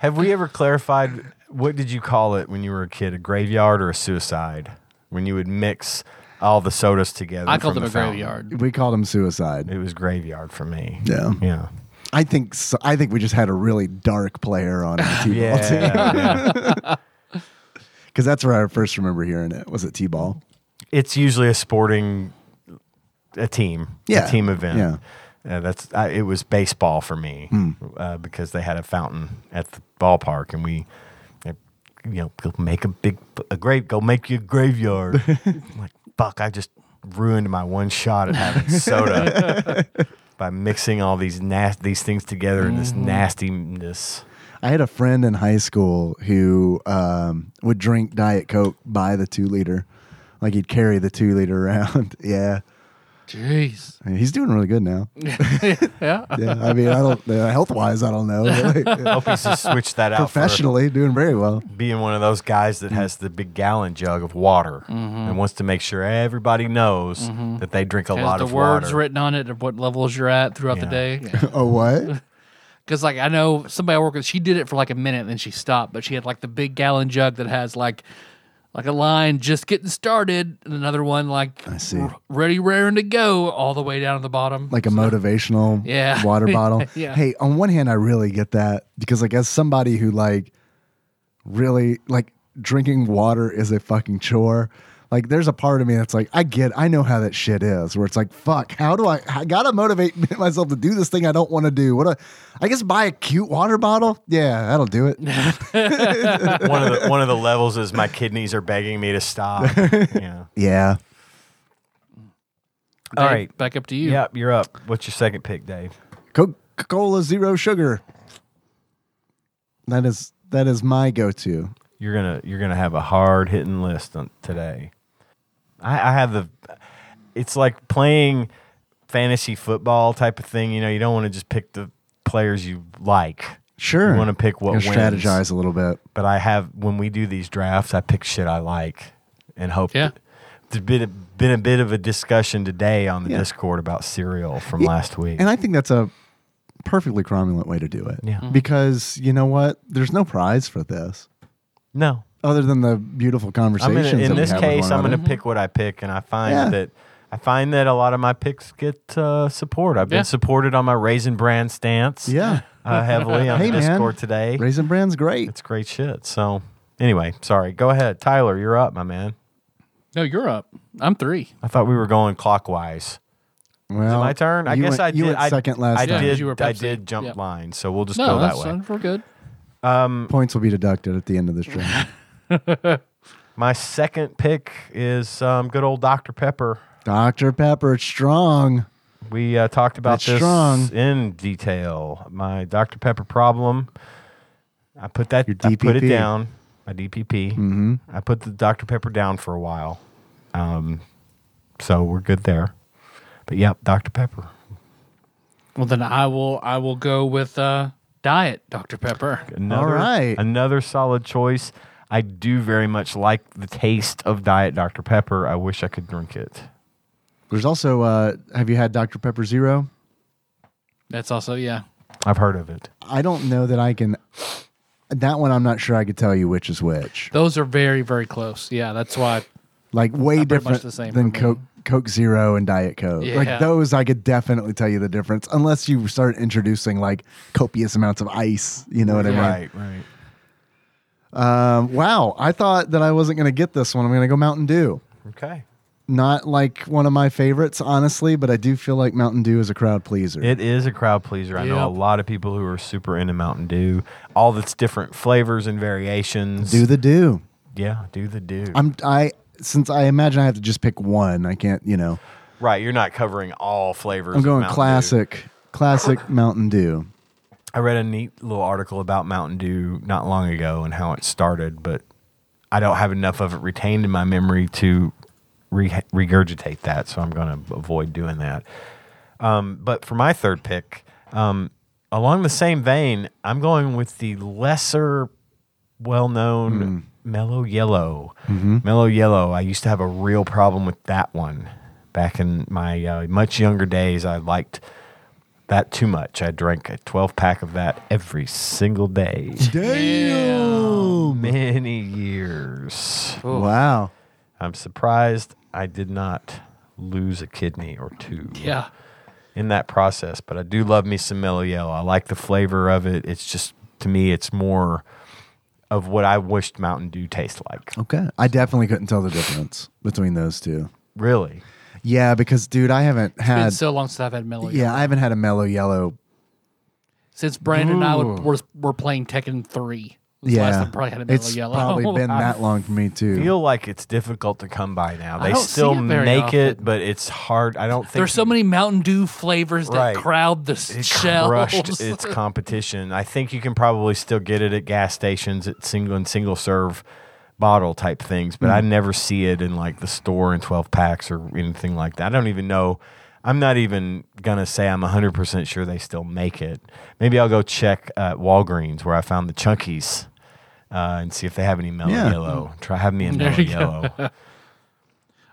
Speaker 1: have we ever clarified what did you call it when you were a kid? A graveyard or a suicide? When you would mix all the sodas together?
Speaker 2: I called
Speaker 1: from
Speaker 2: them
Speaker 1: the
Speaker 2: a
Speaker 1: fountain.
Speaker 2: graveyard.
Speaker 3: we called them suicide.
Speaker 1: It was graveyard for me.
Speaker 3: Yeah.
Speaker 1: Yeah.
Speaker 3: I think so, I think we just had a really dark player on our T-ball team
Speaker 1: Yeah. yeah.
Speaker 3: because that's where I first remember hearing it. Was it T-ball?
Speaker 1: It's usually a sporting a team.
Speaker 3: Yeah.
Speaker 1: A team event.
Speaker 3: Yeah. Hmm.
Speaker 1: Uh, that's I, it was baseball for me uh, because they had a fountain at the ballpark and we uh, you know go make a big a grave go make you a
Speaker 3: [laughs]
Speaker 1: graveyard I'm like fuck I just ruined my one shot at having soda
Speaker 3: [laughs]
Speaker 1: by mixing all these nas- these things together in
Speaker 3: Mm-hmm.
Speaker 1: this nastiness
Speaker 3: I had a friend in high school who um, would drink Diet Coke by the two liter. Like he'd carry the two liter [laughs] around. yeah.
Speaker 2: Jeez.
Speaker 3: I mean, he's doing really good now.
Speaker 2: Yeah.
Speaker 3: Yeah. I mean, I don't, uh, health wise, I don't know. but, like,
Speaker 1: hope he's just switched that out for
Speaker 3: professionally, doing very well.
Speaker 1: being one of those guys that has the big gallon jug of water and wants to make sure everybody knows that they drink a
Speaker 2: Mm-hmm. Has
Speaker 1: lot
Speaker 2: the
Speaker 1: of
Speaker 2: words
Speaker 1: water
Speaker 2: written on it of what levels you're at throughout the
Speaker 1: Yeah.
Speaker 2: day.
Speaker 1: [laughs]
Speaker 3: Oh, what?
Speaker 2: Because like I know somebody I work with, she did it for like a minute and then she stopped. But she had like the big gallon jug that has like like a line just getting started, and another one like
Speaker 3: I see.
Speaker 2: ready, raring to go, all the way down to the bottom.
Speaker 3: Like a motivational
Speaker 2: [laughs] Yeah.
Speaker 3: water bottle.
Speaker 2: Yeah.
Speaker 3: Hey, on one hand, I really get that because, like, as somebody who, like, really, like, drinking water is a fucking chore. Like, there's a part of me that's like, I get, I know how that shit is, where it's like, fuck, how do I, I gotta motivate [laughs] myself to do this thing I don't wanna do? What, do I I guess buy a cute water bottle? Yeah, that'll do
Speaker 2: [laughs]
Speaker 3: it.
Speaker 1: one of the one of the levels is my kidneys are begging me to
Speaker 2: [laughs]
Speaker 1: stop. Yeah.
Speaker 3: yeah.
Speaker 1: All
Speaker 2: Dave,
Speaker 1: right.
Speaker 2: back up to you.
Speaker 1: Yep, you're up. What's your second pick, Dave?
Speaker 3: Coca Cola Zero Sugar. That is, that is my go to.
Speaker 1: You're gonna you're gonna have a hard hitting list on today. I, I have the it's like playing fantasy football type of thing. You know, you don't want to just pick the players you like.
Speaker 3: Sure.
Speaker 1: You wanna pick what
Speaker 3: Gotta
Speaker 1: wins.
Speaker 3: strategize a little bit.
Speaker 1: But I have when we do these drafts, I pick shit I like and hope
Speaker 2: Yeah.
Speaker 1: that- there's been a, been a bit of a discussion today on the
Speaker 3: Yeah.
Speaker 1: Discord about cereal from last week.
Speaker 3: And I think that's a perfectly cromulent way to do it.
Speaker 1: Yeah. Mhm.
Speaker 3: Because you know what? There's no prize for this
Speaker 1: no,
Speaker 3: other than the beautiful
Speaker 1: I'm
Speaker 3: conversations.
Speaker 1: gonna,
Speaker 3: that
Speaker 1: in
Speaker 3: we
Speaker 1: this
Speaker 3: have with
Speaker 1: case,
Speaker 3: one
Speaker 1: I'm [laughs] going to
Speaker 3: another.
Speaker 1: pick what I pick, and I find
Speaker 3: Yeah.
Speaker 1: that I find that a lot of my picks get uh, support. I've been
Speaker 2: Yeah.
Speaker 1: supported on my Raisin Brand stance,
Speaker 3: Yeah.
Speaker 1: uh, heavily on
Speaker 3: Hey,
Speaker 1: the
Speaker 3: man.
Speaker 1: Discord today.
Speaker 3: Raisin Brand's great.
Speaker 1: it's great shit. So anyway, sorry. Go ahead, Tyler. You're up, my man.
Speaker 2: No, you're up. I'm three.
Speaker 1: I thought we were going clockwise.
Speaker 3: well,
Speaker 1: Is it my turn? I
Speaker 3: you
Speaker 1: guess
Speaker 3: went-
Speaker 1: I
Speaker 3: You
Speaker 1: did.
Speaker 3: went
Speaker 1: I,
Speaker 3: second last
Speaker 1: I
Speaker 3: time.
Speaker 1: did.
Speaker 2: You were
Speaker 1: I
Speaker 2: Pepsi.
Speaker 1: did jump
Speaker 2: Yeah.
Speaker 1: lines, so we'll just
Speaker 2: No,
Speaker 1: go that
Speaker 2: that's
Speaker 1: way.
Speaker 2: fine. We're good.
Speaker 3: Points will be deducted at the end of this
Speaker 1: [laughs]
Speaker 3: round.
Speaker 1: My second pick is um, good old Dr Pepper.
Speaker 3: Dr. Pepper, it's strong.
Speaker 1: We uh, talked about
Speaker 3: That's
Speaker 1: this
Speaker 3: strong.
Speaker 1: in detail. My Dr. Pepper problem. I put that.
Speaker 3: Your
Speaker 1: I put it
Speaker 3: DPP.
Speaker 1: down. My DPP. Mm-hmm. I put the Dr. Pepper down for a while. Um, so we're good there. But yep, Dr. Pepper.
Speaker 2: Well, then I will. I will go with uh, diet Dr Pepper.
Speaker 1: Another,
Speaker 3: right.
Speaker 1: Another solid choice. I do very much like the taste of Diet Dr. Pepper. I wish I could drink it.
Speaker 3: There's also, uh, have you had Dr. Pepper Zero?
Speaker 2: That's also yeah.
Speaker 1: I've heard of it.
Speaker 3: I don't know that I can. That one, I'm not sure I could tell you which is which.
Speaker 2: Those are very very close. Yeah, that's why.
Speaker 3: like way
Speaker 2: much
Speaker 3: different
Speaker 2: the same
Speaker 3: than
Speaker 2: for me.
Speaker 3: Coke, Coke Zero and Diet Coke.
Speaker 2: Yeah.
Speaker 3: Like those, I could definitely tell you the difference, unless you start introducing like copious amounts of ice. You know what I mean?
Speaker 1: Right, right.
Speaker 3: Um, wow, I thought that I wasn't going to get this one. I'm going to go Mountain Dew.
Speaker 1: Okay.
Speaker 3: Not like one of my favorites, honestly, but I do feel like Mountain Dew is a crowd pleaser.
Speaker 1: It is a crowd pleaser. I know a
Speaker 2: Yep.
Speaker 1: lot of people who are super into Mountain Dew. All that's different flavors and variations.
Speaker 3: do the do.
Speaker 1: yeah, do the do.
Speaker 3: I'm I since I imagine I have to just pick one. I can't. You know,
Speaker 1: right, you're not covering all flavors.
Speaker 3: I'm
Speaker 1: of
Speaker 3: going
Speaker 1: Mountain Dew.
Speaker 3: classic, classic Mountain Dew.
Speaker 1: I read a neat little article about Mountain Dew not long ago and how it started, but I don't have enough of it retained in my memory to re- regurgitate that, so I'm going to avoid doing that. Um, but for my third pick, um, along the same vein, I'm going with the lesser well known Mellow Yellow. Mellow Yellow, I used to have a real problem with that one back in my uh, much younger days. I liked that too much. I drank a 12 pack of that every single day. [laughs]
Speaker 3: Damn.
Speaker 1: Many years.
Speaker 3: Wow.
Speaker 1: I'm surprised I did not lose a kidney or two
Speaker 2: Yeah.
Speaker 1: in that process. But I do love me some mellow yellow. I like the flavor of it. It's just to me, it's more of what I wished Mountain Dew tastes like.
Speaker 3: Okay. I definitely couldn't tell the difference between those two.
Speaker 1: Really,
Speaker 3: Yeah, because dude, I haven't
Speaker 2: It's been
Speaker 3: had
Speaker 2: so long since I've had Mellow. Yellow.
Speaker 3: yeah, I haven't had a mellow yellow.
Speaker 2: Since Brandon and I
Speaker 3: Ooh.
Speaker 2: would, were, were playing Tekken 3. was the
Speaker 3: yeah,
Speaker 2: Last time I probably had a Mellow
Speaker 3: it's
Speaker 2: Yellow.
Speaker 3: probably
Speaker 2: [laughs]
Speaker 3: been
Speaker 2: I
Speaker 3: that long for me too.
Speaker 1: feel like it's difficult to come by now.
Speaker 2: I
Speaker 1: They
Speaker 2: don't see
Speaker 1: still
Speaker 2: it very
Speaker 1: make it,
Speaker 2: often.
Speaker 1: but it's hard. I don't think
Speaker 2: There's so
Speaker 1: you-
Speaker 2: many Mountain Dew flavors that
Speaker 1: Right.
Speaker 2: crowd the
Speaker 1: it
Speaker 2: shelves. [laughs]
Speaker 1: crushed its competition. I think you can probably still get it at gas stations at single and single serve bottle type things, but I
Speaker 2: Mm.
Speaker 1: never see it in like the store in 12 packs or anything like that. I don't even know. I'm not even going to say I'm 100% sure they still make it. Maybe I'll go check at Walgreens where I found the Chunkies uh, and see if they have any mellow
Speaker 3: Yeah.
Speaker 1: yellow. Try have me a
Speaker 2: There
Speaker 1: mellow
Speaker 2: you go.
Speaker 1: yellow.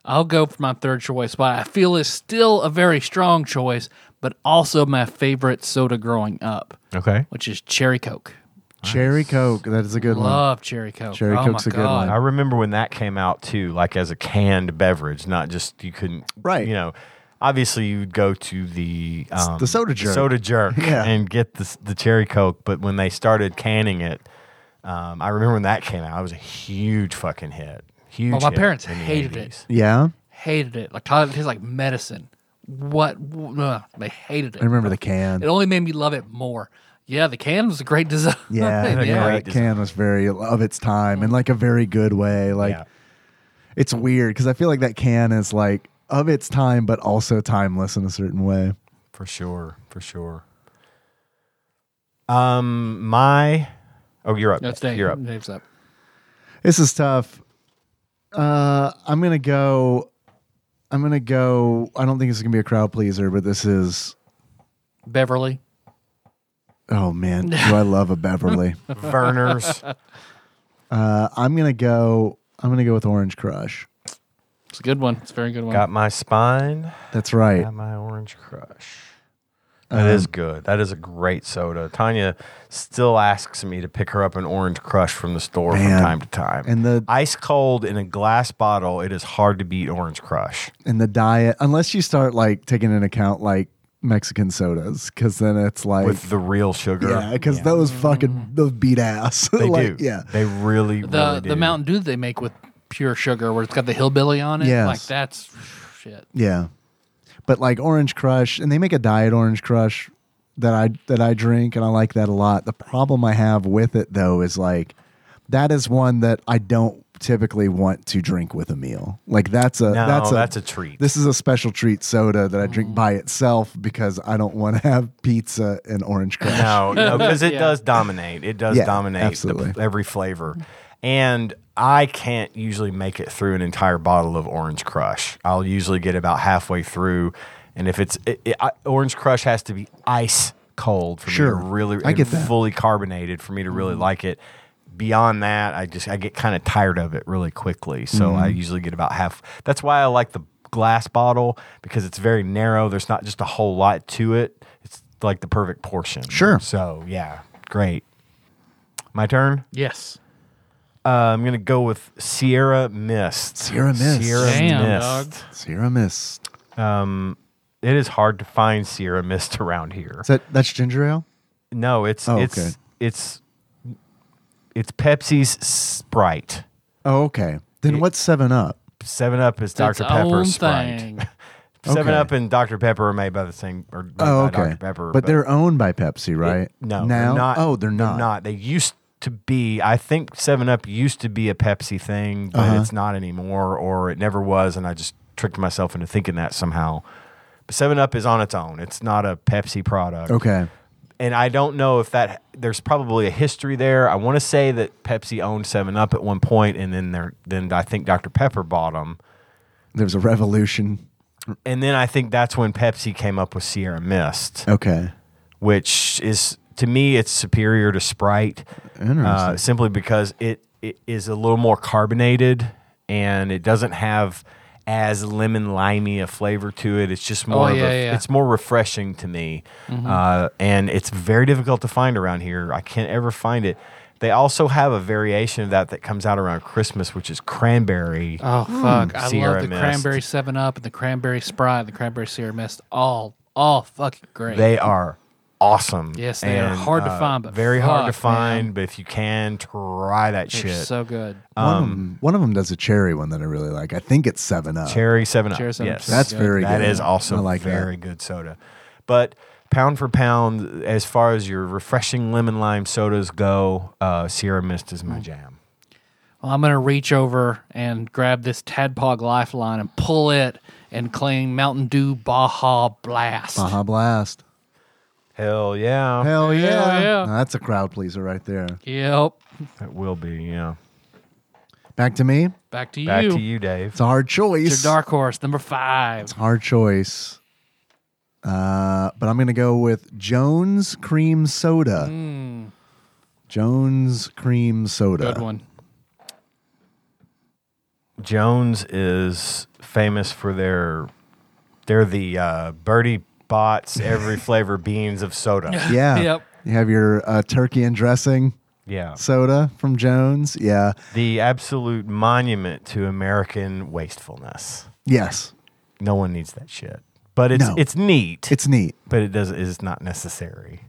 Speaker 2: I'll go for my third choice, but I feel is still a very strong choice, but also my favorite soda growing up,
Speaker 1: Okay.
Speaker 2: which is Cherry Coke.
Speaker 3: Cherry Coke, that is a good one.
Speaker 2: Love Cherry Coke.
Speaker 3: Cherry
Speaker 2: oh
Speaker 3: Coke's
Speaker 2: my
Speaker 3: a good
Speaker 2: God.
Speaker 1: I remember when that came out too, like as a canned beverage, not just you couldn't,
Speaker 3: Right.
Speaker 1: You know, obviously you'd go to the um,
Speaker 3: the soda jerk.
Speaker 1: soda jerk,
Speaker 3: [laughs] Yeah.
Speaker 1: and get the the cherry coke. But when they started canning it, um, I remember when that came out, it was a huge fucking hit. Huge.
Speaker 2: Well, my
Speaker 1: hit
Speaker 2: parents
Speaker 1: in the
Speaker 2: hated it.
Speaker 1: 80s.
Speaker 3: Yeah,
Speaker 2: Hated it. Like, Tyler, it tastes like medicine. What? ugh, they hated it.
Speaker 3: I remember the
Speaker 2: It [laughs]
Speaker 3: can.
Speaker 2: only made me love it more. Yeah, the can was a great [laughs] design.
Speaker 3: Yeah, the
Speaker 1: Yeah.
Speaker 3: great can was very of its time in like a very good way. Like
Speaker 1: yeah.
Speaker 3: it's weird because I feel like that can is like of its time, but also timeless in a certain way.
Speaker 1: For sure, for sure. Um, my oh, you're up.
Speaker 2: No, it's Dave.
Speaker 1: You're
Speaker 2: [laughs]
Speaker 1: up.
Speaker 2: Dave's up.
Speaker 3: This is tough. Uh, I'm gonna go. I'm gonna go. I don't think this is gonna be a crowd pleaser, but this is.
Speaker 2: Beverly.
Speaker 3: Oh man, do I love a Beverly?
Speaker 2: [laughs]
Speaker 1: Verner's.
Speaker 3: Uh, I'm gonna go. I'm gonna go with Orange Crush.
Speaker 2: It's a good one. It's a very good one.
Speaker 1: Got my spine.
Speaker 3: That's right.
Speaker 1: Got my orange crush. That is
Speaker 3: Um,
Speaker 1: good. That is a great soda. Tanya still asks me to pick her up an orange crush from the store
Speaker 3: Man.
Speaker 1: from time to time.
Speaker 3: And the
Speaker 1: ice cold in a glass bottle, it is hard to beat orange crush.
Speaker 3: and the diet, unless you start like taking into account like Mexican sodas, because then it's like
Speaker 1: With the real sugar.
Speaker 3: yeah, because those fucking those beat ass. [laughs]
Speaker 1: they
Speaker 3: like,
Speaker 1: do.
Speaker 3: Yeah,
Speaker 1: They really,
Speaker 2: the
Speaker 1: really do.
Speaker 2: the Mountain Dew that they make with pure sugar, where it's got the hillbilly on it.
Speaker 3: Yes.
Speaker 2: Like that's shit.
Speaker 3: yeah. But like Orange Crush, and they make a diet Orange Crush that I that I drink, and I like that a lot. The problem I have with it though is like that is one that I don't typically want to drink with a meal. Like that's a
Speaker 1: No,
Speaker 3: that's a
Speaker 1: treat. Mm.
Speaker 3: This is a special treat soda that I drink by itself because I don't want to have pizza and orange crush.
Speaker 1: No, no, because it
Speaker 2: Yeah.
Speaker 1: does dominate. It does
Speaker 3: Yeah,
Speaker 1: dominate the,
Speaker 3: absolutely.
Speaker 1: every flavor. And I can't usually make it through an entire bottle of Orange Crush. I'll usually get about halfway through, and if it's it, it, I, Orange Crush has to be ice cold for
Speaker 3: Sure.
Speaker 1: me to really,
Speaker 3: I get
Speaker 1: and
Speaker 3: that.
Speaker 1: fully carbonated for me to
Speaker 3: Mm-hmm.
Speaker 1: really like it. Beyond that, I just I get kind of tired of it really quickly. So
Speaker 3: Mm-hmm.
Speaker 1: I usually get about half. That's why I like the glass bottle because it's very narrow. There's not just a whole lot to it. It's like the perfect portion.
Speaker 3: Sure.
Speaker 1: So yeah, great. My turn.
Speaker 2: Yes.
Speaker 1: Uh, I'm gonna go with Sierra Mist.
Speaker 3: Sierra Mist.
Speaker 1: Sierra
Speaker 2: Damn,
Speaker 1: Mist.
Speaker 2: dog.
Speaker 3: Sierra Mist.
Speaker 1: It is hard to find Sierra Mist around here.
Speaker 3: Is that that's ginger ale?
Speaker 1: No, it's
Speaker 3: Oh,
Speaker 1: it's
Speaker 3: okay.
Speaker 1: it's it's Pepsi's Sprite.
Speaker 3: Oh, okay. Then what's Seven Up?
Speaker 1: Seven Up is Dr
Speaker 2: It's
Speaker 1: Pepper
Speaker 2: own
Speaker 1: Sprite.
Speaker 2: thing.
Speaker 1: Seven
Speaker 3: Okay.
Speaker 1: Up and Dr Pepper are made by the same or made
Speaker 3: Oh,
Speaker 1: by
Speaker 3: okay.
Speaker 1: Dr Pepper,
Speaker 3: but, they're owned by Pepsi, right?
Speaker 1: No,
Speaker 3: Now?
Speaker 1: They're not,
Speaker 3: oh, they're not.
Speaker 1: not. They used to be. I think Seven Up used to be a Pepsi thing, but
Speaker 3: Uh-huh.
Speaker 1: it's not anymore, or it never was, and I just tricked myself into thinking that somehow. But Seven Up is on its own. It's not a Pepsi product.
Speaker 3: Okay.
Speaker 1: And I don't know if that there's probably a history there. I want to say that Pepsi owned Seven Up at one point, and then there, then I think Dr Pepper bought them,
Speaker 3: There was a revolution.
Speaker 1: and then I think that's when Pepsi came up with Sierra Mist
Speaker 3: Okay.
Speaker 1: which is to me it's superior to Sprite, uh, simply because it, it is a little more carbonated and it doesn't have as lemon limey a flavor to it. It's just more of
Speaker 2: Oh,
Speaker 1: a,
Speaker 2: yeah, yeah. Mm-hmm.
Speaker 1: it's more refreshing to me, uh, and it's very difficult to find around here. I can't ever find it. They also have a variation of that that comes out around Christmas, which is cranberry.
Speaker 2: [laughs] Oh fuck! I
Speaker 1: Hmm. Sierra
Speaker 2: love the
Speaker 1: Mist.
Speaker 2: cranberry Seven Up and the cranberry Sprite, and the cranberry Sierra Mist. All, all fucking great.
Speaker 1: They are awesome. uh,
Speaker 2: Yes, they are hard to find, but
Speaker 1: very hard to
Speaker 2: fuck, man.
Speaker 1: find. But if you can, try that
Speaker 2: They're
Speaker 1: shit.
Speaker 2: so good.
Speaker 3: one,
Speaker 2: Um,
Speaker 3: of them, one of them does a cherry one that I really like. I think it's Seven Up.
Speaker 1: Cherry Seven Up.
Speaker 2: Cherry 7
Speaker 1: yes,
Speaker 2: Up's
Speaker 3: That's very
Speaker 1: That
Speaker 3: good.
Speaker 1: is also
Speaker 3: I like that.
Speaker 1: very good soda. But pound for pound, as far as your refreshing lemon lime sodas go, uh, Sierra Mist is
Speaker 3: Mm.
Speaker 1: my jam.
Speaker 2: Well, I'm gonna reach over and grab this Tadpog Lifeline and pull it and claim Mountain Dew Baja Blast.
Speaker 1: Uh-huh.
Speaker 3: Baja Blast.
Speaker 1: Hell yeah,
Speaker 3: Hell yeah.
Speaker 2: yeah.
Speaker 3: Now, that's a crowd pleaser right there.
Speaker 2: Yep.
Speaker 1: it will be. Yeah.
Speaker 3: Back to me.
Speaker 2: Back to
Speaker 1: Back
Speaker 2: you.
Speaker 1: to you, Dave.
Speaker 3: It's a hard choice.
Speaker 2: It's your dark horse number five.
Speaker 3: Hard choice. Uh, but I'm going to go with Jones Cream Soda. Jones Cream Soda.
Speaker 2: Hmm. Good one.
Speaker 1: Jones is famous for their they're the uh, birdie bots
Speaker 3: [laughs]
Speaker 1: every flavor beans of
Speaker 2: [laughs]
Speaker 1: soda.
Speaker 3: Yeah.
Speaker 2: Yep.
Speaker 3: You have your uh, turkey and dressing
Speaker 1: Yeah.
Speaker 3: soda from Jones. Yeah.
Speaker 1: The absolute monument to American wastefulness.
Speaker 3: Yes.
Speaker 1: No one needs that shit. But it's
Speaker 3: No.
Speaker 1: it's neat.
Speaker 3: It's neat.
Speaker 1: but it does is not necessary.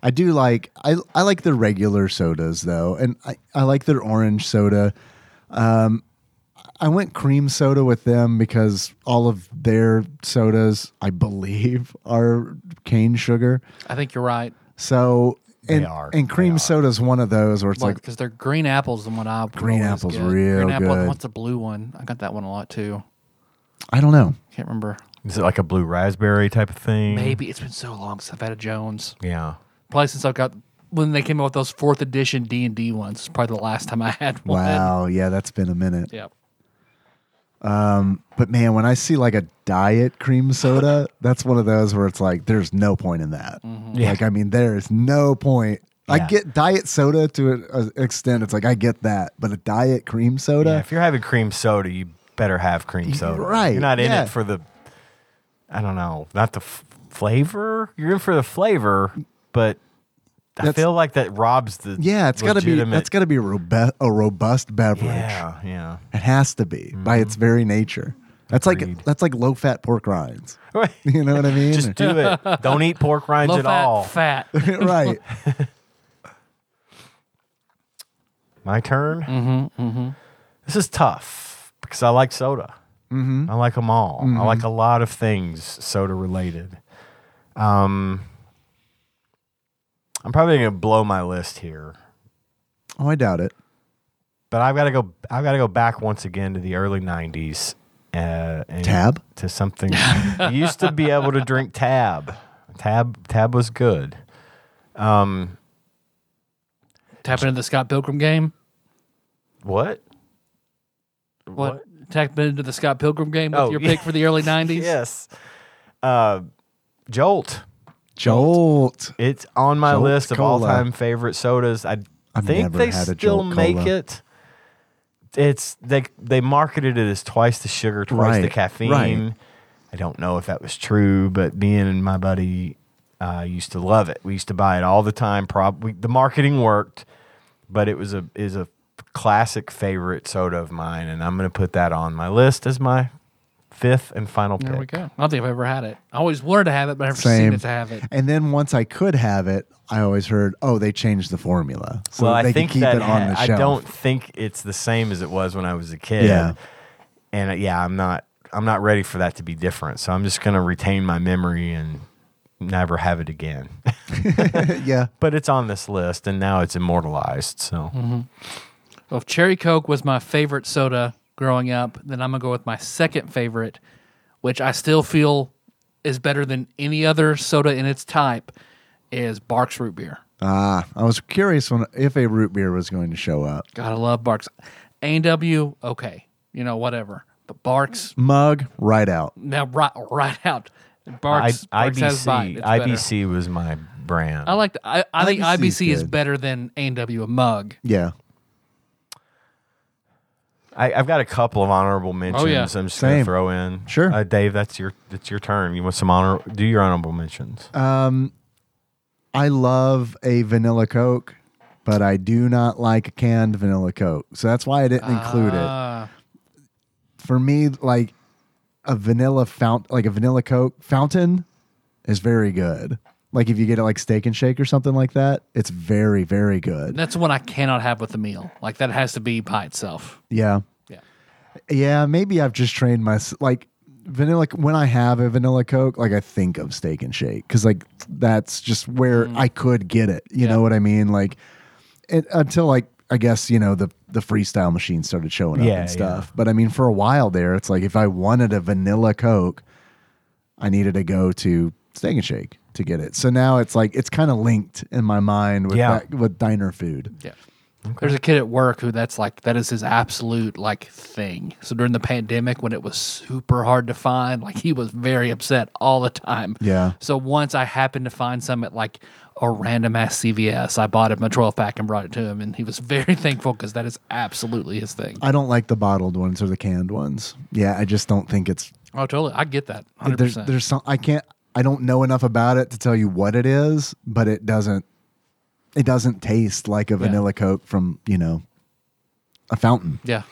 Speaker 3: I do like I I like the regular sodas though, and I, I like their orange soda. Um, I went cream soda with them because all of their sodas, I believe, [laughs] are cane sugar.
Speaker 2: I think you're right.
Speaker 3: So and
Speaker 1: They are.
Speaker 3: and cream
Speaker 1: They are.
Speaker 3: soda's one of those where it's like
Speaker 2: because they're green apples than what I would
Speaker 3: Green
Speaker 2: always
Speaker 3: apples
Speaker 2: get.
Speaker 3: real
Speaker 2: green apple.
Speaker 3: good.
Speaker 2: What's the blue one? I got that one a lot too.
Speaker 3: I don't know.
Speaker 2: Can't remember.
Speaker 1: Is it like a blue raspberry type of thing?
Speaker 2: Maybe it's been so long since I've had a Jones.
Speaker 1: Yeah.
Speaker 2: Probably since I've got when they came out with those fourth edition D and D ones. It's probably the last time I [laughs] had one.
Speaker 3: Wow, yeah, that's been a minute.
Speaker 2: Yep.
Speaker 3: But man, when I see like a diet cream soda,
Speaker 1: [laughs]
Speaker 3: that's one of those where it's like, there's no point in that.
Speaker 1: Yeah.
Speaker 3: Like, I mean, there is no point. I
Speaker 1: Yeah.
Speaker 3: get diet soda to an uh, extent. It's like I get that, but a diet cream soda,
Speaker 1: Yeah, if you're having cream soda, you better have cream soda.
Speaker 3: right,
Speaker 1: You're not in
Speaker 3: yeah.
Speaker 1: it for the, I don't know, not the f- flavor. You're in for the flavor, but I
Speaker 3: That's-
Speaker 1: feel like that robs the.
Speaker 3: yeah, it's got to be
Speaker 1: legitimate-
Speaker 3: that's got to be a, robe- a robust beverage.
Speaker 1: Yeah, yeah.
Speaker 3: It has to be by its very nature. That's
Speaker 1: Agreed.
Speaker 3: like that's like low fat pork rinds. [laughs] You know what I mean? [laughs]
Speaker 1: Just do it. Don't eat pork rinds
Speaker 2: Low
Speaker 1: at
Speaker 2: fat,
Speaker 1: all.
Speaker 2: fat.
Speaker 3: right.
Speaker 1: My turn. Mm-hmm, mm-hmm. This is tough because I like soda. Mm-hmm. I like them all. I like a lot of things soda related. Um, I'm probably gonna blow my list here,
Speaker 3: Oh, I doubt it.
Speaker 1: but I've got to go. I've got to go back once again to the early '90s. Uh, and
Speaker 3: Tab?
Speaker 1: to something. you used to be able to drink tab. Tab tab was good. Um,
Speaker 2: Tap into the Scott Pilgrim game.
Speaker 1: What?
Speaker 2: What? Tap into the Scott Pilgrim game with
Speaker 1: Oh,
Speaker 2: your
Speaker 1: yeah.
Speaker 2: pick for the
Speaker 3: [laughs]
Speaker 2: early '90s.
Speaker 1: Yes. Uh, Jolt.
Speaker 3: Jolt.
Speaker 1: It's on my
Speaker 3: Jolt
Speaker 1: list of all
Speaker 3: Cola.
Speaker 1: time favorite sodas. I
Speaker 3: I've
Speaker 1: think
Speaker 3: never
Speaker 1: they
Speaker 3: had a
Speaker 1: still
Speaker 3: Jolt
Speaker 1: make
Speaker 3: Cola.
Speaker 1: it. It's they they marketed it as twice the sugar, twice the
Speaker 3: Right,
Speaker 1: caffeine.
Speaker 3: right.
Speaker 1: I don't know if that was true, but me and my buddy uh, used to love it. We used to buy it all the time. Prob we, the marketing worked, but it was a is a classic favorite soda of mine, and I'm going to put that on my list as my fifth and final pick.
Speaker 2: There we go. I don't think I've ever had it. I always wanted to have it, but I've never seen
Speaker 3: Same.
Speaker 2: it to have it.
Speaker 3: And then once I could have it, I always heard, "Oh, they changed the formula, so
Speaker 1: well,
Speaker 3: they
Speaker 1: I think
Speaker 3: can keep
Speaker 1: that
Speaker 3: it on
Speaker 1: ha-
Speaker 3: the shelf."
Speaker 1: I don't think it's the same as it was when I was a kid.
Speaker 3: Yeah.
Speaker 1: And uh, yeah, I'm not I'm not ready for that to be different. So I'm just going to retain my memory and never have it again. [laughs]
Speaker 3: yeah,
Speaker 1: but it's on this list and now it's immortalized. So
Speaker 2: Mm-hmm. Well, if Cherry Coke was my favorite soda growing up, then I'm gonna go with my second favorite, which I still feel is better than any other soda in its type, is Barks root beer.
Speaker 3: ah, I was curious when if a root beer was going to show up.
Speaker 2: Gotta love Barks. A and W, okay, you know whatever, but Barks
Speaker 3: Mug right out.
Speaker 2: now right right out.
Speaker 1: I,
Speaker 2: Barks, Barks has
Speaker 1: IBC
Speaker 2: bite. It's better.
Speaker 1: IBC was my brand.
Speaker 2: I like. The, I, I think
Speaker 3: IBC is
Speaker 2: IBC is
Speaker 3: good.
Speaker 2: better than A&W a mug.
Speaker 3: Yeah.
Speaker 1: I, I've got a couple of honorable mentions.
Speaker 2: Oh, yeah.
Speaker 1: I'm just
Speaker 3: Same.
Speaker 1: gonna throw in.
Speaker 3: Sure.
Speaker 1: uh, Dave, that's your that's your turn. You want some honor? Do your honorable mentions.
Speaker 3: Um, I love a vanilla Coke, but I do not like a canned vanilla Coke. So that's why I didn't include it.
Speaker 2: Ah,
Speaker 3: For me, like a vanilla fount, like a vanilla Coke fountain, is very good. Like if you get it like Steak and Shake or something like that, it's very very good.
Speaker 2: that's one I cannot have with a meal. Like that has to be by itself.
Speaker 3: Yeah.
Speaker 2: Yeah.
Speaker 3: Yeah, maybe I've just trained my like vanilla. When I have a vanilla Coke, like I think of Steak and Shake because like that's just where
Speaker 1: Mm.
Speaker 3: I could get it. You know what I mean? Like it, until like I guess you know the the freestyle machine started showing up
Speaker 1: Yeah,
Speaker 3: and stuff. But I mean, for a while there, it's like if I wanted a vanilla Coke, I needed to go to Steak and Shake to get it. So now it's like it's kind of linked in my mind with
Speaker 1: Yeah.
Speaker 3: that, with diner food.
Speaker 2: Yeah. There's a kid at work who that's like that is his absolute like thing. So during the pandemic when it was super hard to find, like he was very upset all the time.
Speaker 3: Yeah.
Speaker 2: So once I happened to find some at like a random ass CVS, I bought him a 12 pack and brought it to him, and he was [laughs] very thankful because that is absolutely his thing.
Speaker 3: I don't like the bottled ones or the canned ones. Yeah, I just don't think it's
Speaker 2: Oh, totally. I get that. 100%.
Speaker 3: there's there's some I can't I don't know enough about it to tell you what it is, but it doesn't it doesn't taste like a vanilla Coke from you know a fountain.
Speaker 2: yeah.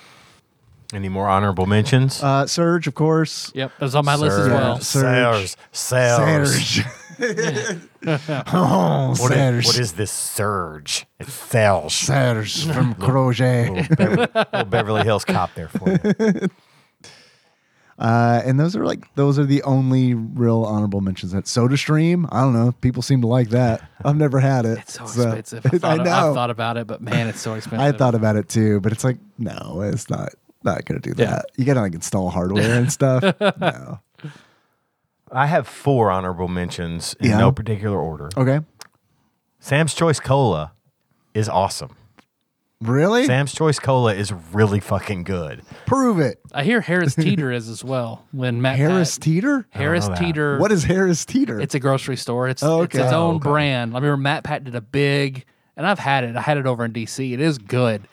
Speaker 1: Any more honorable mentions?
Speaker 3: Uh, Surge, of course.
Speaker 2: Yep. That's on my list as
Speaker 1: Surge.
Speaker 2: well.
Speaker 3: Surge.
Speaker 1: Surge. Surge.
Speaker 3: [laughs] oh,
Speaker 1: What is-
Speaker 3: Surge.
Speaker 1: what is this surge? It's Surge.
Speaker 3: Surge
Speaker 1: [laughs]
Speaker 3: from
Speaker 1: Oh.
Speaker 3: Croget.
Speaker 1: little, Beverly, little Beverly Hills cop there for you.
Speaker 3: Uh, and those are like those are the only real honorable mentions. That Soda Stream, I don't know. People seem to like that. I've never had it.
Speaker 2: It's so expensive.
Speaker 3: [laughs]
Speaker 2: I, thought, I,
Speaker 3: uh, know.
Speaker 2: thought about it, but man, it's so expensive.
Speaker 3: [laughs] I thought about it too, but it's like, no, it's not not gonna do that.
Speaker 2: Yeah.
Speaker 3: You gotta like install
Speaker 2: [laughs]
Speaker 3: hardware and stuff. no.
Speaker 1: I have four honorable mentions in
Speaker 3: Yeah.
Speaker 1: no particular order.
Speaker 3: Okay.
Speaker 1: Sam's Choice Cola is awesome.
Speaker 3: Really?
Speaker 1: Sam's Choice Cola is really fucking good.
Speaker 3: Prove it.
Speaker 2: I hear
Speaker 3: [laughs]
Speaker 2: Harris Teeter is as well. When Matt
Speaker 3: Harris Teeter?
Speaker 2: Harris
Speaker 1: know that.
Speaker 2: Teeter.
Speaker 3: What is Harris Teeter?
Speaker 2: It's a grocery store. It's
Speaker 3: Oh,
Speaker 2: it's
Speaker 3: okay.
Speaker 2: its
Speaker 3: Oh,
Speaker 2: own brand. I remember Matt Pat did a big, and I've had it. I had it over in DC. It is good.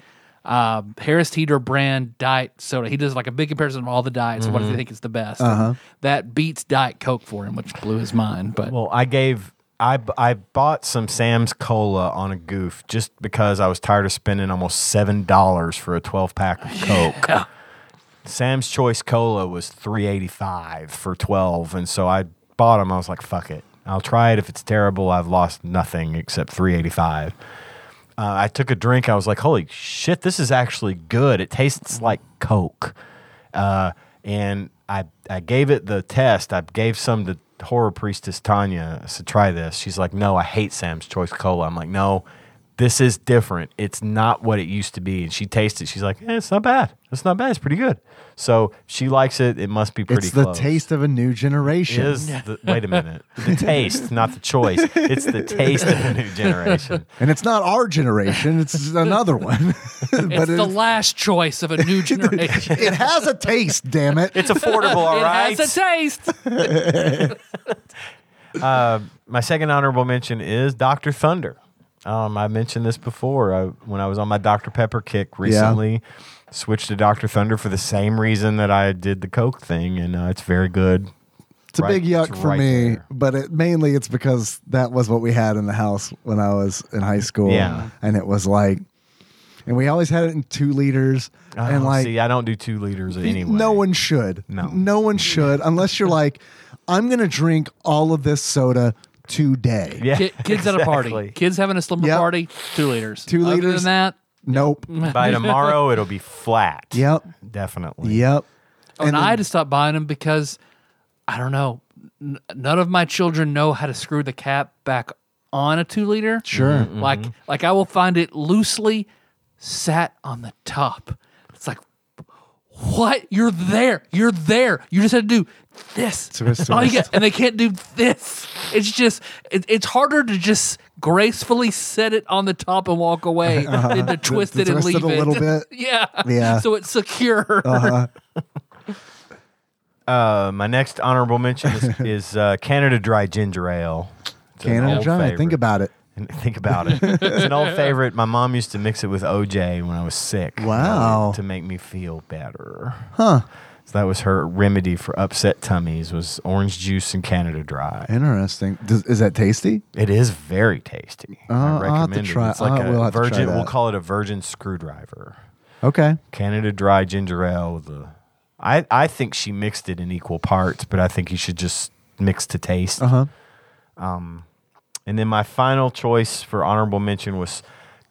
Speaker 2: Um, Harris Teeter brand diet soda. He does like a big comparison of all the diets. What do
Speaker 3: Mm-hmm.
Speaker 2: you think is the best?
Speaker 3: Uh-huh.
Speaker 2: And That beats Diet Coke for him, which blew his mind. But
Speaker 1: Well, I gave I b- I bought some Sam's Cola on a goof just because I was tired of spending almost seven dollars for a twelve pack of Coke. Sam's Choice Cola was three eighty five for twelve, and so I bought them. I was like, "Fuck it, I'll try it. If it's terrible, I've lost nothing except three eighty five. Uh, I took a drink. I was like, "Holy shit, this is actually good. It tastes like Coke." Uh, and I I gave it the test. I gave some to horror priestess Tanya. I said, "Try this." She's like, "No, I hate Sam's Choice Cola." I'm like, "No." This is different. It's not what it used to be. And she tastes it. She's like, eh, "It's not bad. It's not bad. It's pretty good." So she likes it. It must be pretty.
Speaker 3: It's the
Speaker 1: close
Speaker 3: taste of a new generation.
Speaker 1: is the, wait a minute the taste not the choice it's
Speaker 3: [laughs]
Speaker 1: the taste of the new generation
Speaker 3: And it's not our generation, it's another one. [laughs] but
Speaker 2: it's the
Speaker 3: it,
Speaker 2: last choice of a
Speaker 3: [laughs]
Speaker 2: new generation.
Speaker 3: it has a taste, damn it.
Speaker 1: it's [laughs] affordable all
Speaker 2: it
Speaker 1: right
Speaker 2: has a taste.
Speaker 1: my second honorable mention is dr thunder um, i mentioned this before I, when i was on my dr pepper kick recently switched to dr thunder for the same reason that i did the coke thing and uh, it's very good
Speaker 3: It's a
Speaker 1: Right-
Speaker 3: big yuck
Speaker 1: it's
Speaker 3: for
Speaker 1: right
Speaker 3: me,
Speaker 1: there.
Speaker 3: but it, mainly it's because that was what we had in the house when I was in high school.
Speaker 1: Yeah.
Speaker 3: And it was like, and we always had it in two liters. and
Speaker 1: Oh,
Speaker 3: like,
Speaker 1: see i don't do two liters anyway
Speaker 3: no one should.
Speaker 1: No.
Speaker 3: No one should, unless you're like, I'm going to drink all of this soda today.
Speaker 1: yeah
Speaker 2: Ki- kids at a party.
Speaker 1: exactly.
Speaker 2: Kids having a slumber
Speaker 3: Yep.
Speaker 2: party. Two liters.
Speaker 3: Two
Speaker 2: Other
Speaker 3: liters.
Speaker 2: than that,
Speaker 3: Nope. [laughs]
Speaker 1: by tomorrow it'll be flat
Speaker 3: Yep.
Speaker 1: definitely
Speaker 3: Yep.
Speaker 2: Oh, and I had to stop buying them because I don't know. N- none of my children know how to screw the cap back on a two liter. Sure. Like like I will find it loosely sat on the top. It's like what? You're there. You're there. You just had to do this.
Speaker 3: Twist,
Speaker 2: All you
Speaker 3: twist.
Speaker 2: get- and they can't do this. It's just it, it's harder to just gracefully set it on the top and walk
Speaker 3: [laughs]
Speaker 2: away than to twist
Speaker 3: Uh-huh. to
Speaker 2: it and
Speaker 3: twist
Speaker 2: leave
Speaker 3: it
Speaker 2: it
Speaker 3: a
Speaker 2: [laughs]
Speaker 3: little bit.
Speaker 2: yeah.
Speaker 3: Yeah. Oh,
Speaker 2: So it's secure.
Speaker 3: [laughs]
Speaker 1: Uh, my next honorable mention is, is uh, Canada Dry Ginger Ale. It's
Speaker 3: Canada
Speaker 1: old
Speaker 3: Dry.
Speaker 1: favorite.
Speaker 3: Think about it.
Speaker 1: And think about it. it's an old favorite. My mom used to mix it with OJ when I was sick. in order
Speaker 3: Wow.
Speaker 1: To make me feel better.
Speaker 3: Huh.
Speaker 1: So that was her remedy for upset tummies was orange juice and Canada Dry.
Speaker 3: Interesting. Does, is that tasty?
Speaker 1: It is very tasty.
Speaker 3: Uh, I'll
Speaker 1: I
Speaker 3: have to
Speaker 1: recommend
Speaker 3: try-
Speaker 1: it. It's like
Speaker 3: I
Speaker 1: a
Speaker 3: will have to try
Speaker 1: virgin. We'll
Speaker 3: that.
Speaker 1: call it a virgin screwdriver.
Speaker 3: Okay.
Speaker 1: Canada Dry ginger ale. with a- I I think she mixed it in equal parts, but I think you should just mix to taste. Um,
Speaker 3: Uh huh.
Speaker 1: And then my final choice for honorable mention was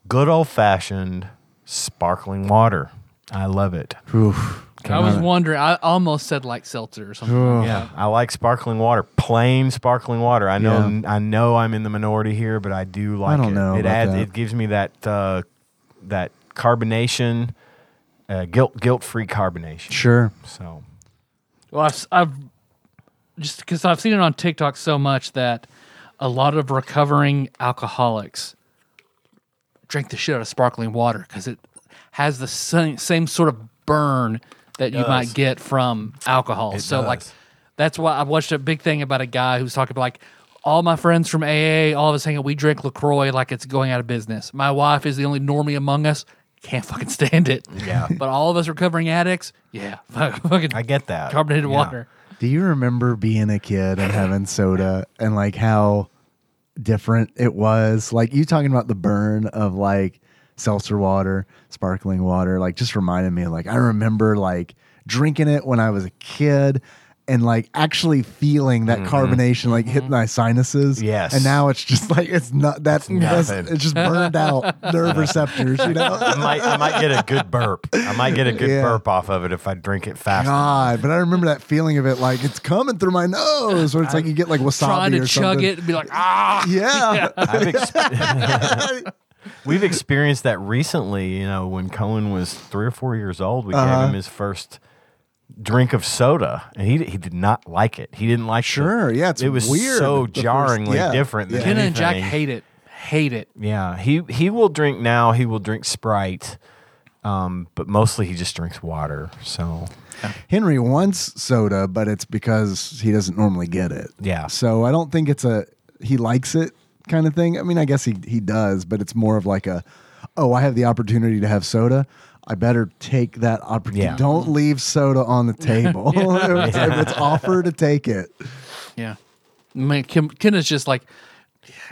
Speaker 1: good old fashioned sparkling water. I love it.
Speaker 2: I was wondering. I almost said like seltzer or something.
Speaker 1: Yeah, I like sparkling water, plain sparkling water. I know, I know, I'm in the minority here, but I do like.
Speaker 3: don't
Speaker 1: it.
Speaker 3: know
Speaker 1: It
Speaker 3: about that.
Speaker 1: it gives me that uh, that carbonation, uh, guilt guilt free carbonation.
Speaker 3: Sure.
Speaker 1: So
Speaker 2: Well, I've, I've just because I've seen it on TikTok so much that a lot of recovering alcoholics drink the shit out of sparkling water because it has the same, same sort of burn that you might get from alcohol. so, like,
Speaker 1: does.
Speaker 2: that's why I watched a big thing about a guy who's talking about like. All my friends from AA, all of us hanging, we drink LaCroix like it's going out of business. My wife is the only normie among us. Can't fucking stand it.
Speaker 1: Yeah.
Speaker 2: [laughs] But all of us recovering addicts, yeah. [laughs] Fucking
Speaker 1: I get that
Speaker 2: carbonated
Speaker 1: Yeah.
Speaker 2: water.
Speaker 3: Do you remember being a kid and having soda and like how different it was? Like you talking about the burn of like seltzer water, sparkling water, like just reminded me like I remember like drinking it when I was a kid and like actually feeling that carbonation like hitting
Speaker 2: Mm-hmm.
Speaker 3: my sinuses.
Speaker 1: Mm-hmm. Yes.
Speaker 3: And now it's just like it's not that's that's-
Speaker 1: nothing.
Speaker 3: it's just burned
Speaker 1: [laughs]
Speaker 3: out nerve receptors, you know? Oh
Speaker 1: I might, I might get a good burp. I might get a good
Speaker 3: Yeah.
Speaker 1: burp off of it if I drink it fast.
Speaker 3: God, but I remember that feeling of it like it's coming through my nose, where it's like you get like wasabi
Speaker 2: trying to
Speaker 3: or
Speaker 2: chug
Speaker 3: something.
Speaker 2: it and be like, ah,
Speaker 1: [laughs]
Speaker 3: Yeah.
Speaker 1: I've
Speaker 3: [laughs]
Speaker 1: exp- [laughs] We've experienced that recently. You know, when Cohen was three or four years old, we
Speaker 3: Uh-huh.
Speaker 1: gave him his first drink of soda, and he he did not like it. He didn't like the-
Speaker 3: Sure, yeah, it's
Speaker 1: it was
Speaker 3: weird
Speaker 1: so
Speaker 3: the first-
Speaker 1: jarringly
Speaker 3: yeah,
Speaker 1: different. Than
Speaker 3: yeah.
Speaker 2: Ken and Jack
Speaker 1: anything.
Speaker 2: hate it, hate it.
Speaker 1: Yeah, he he will drink now. He will drink Sprite, um, but mostly he just drinks water. So
Speaker 3: Henry wants soda, but it's because he doesn't normally get it.
Speaker 1: Yeah.
Speaker 3: So I don't think it's a he likes it kind of thing. I mean, I guess he he does, but it's more of like a oh, I have the opportunity to have soda. I better take that opportunity.
Speaker 1: Yeah.
Speaker 3: Don't leave soda
Speaker 1: [laughs]
Speaker 3: on the table. if, it's, [laughs] if it's offered to take it.
Speaker 2: Yeah, I mean, Ken, Ken is just like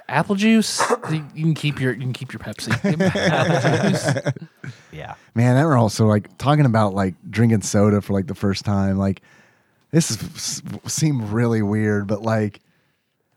Speaker 2: apple juice. you you can keep your you can keep your Pepsi. Apple juice.
Speaker 1: yeah,
Speaker 3: Man, that were also like talking about like drinking soda for like the first time. Like this is, seemed really weird, but like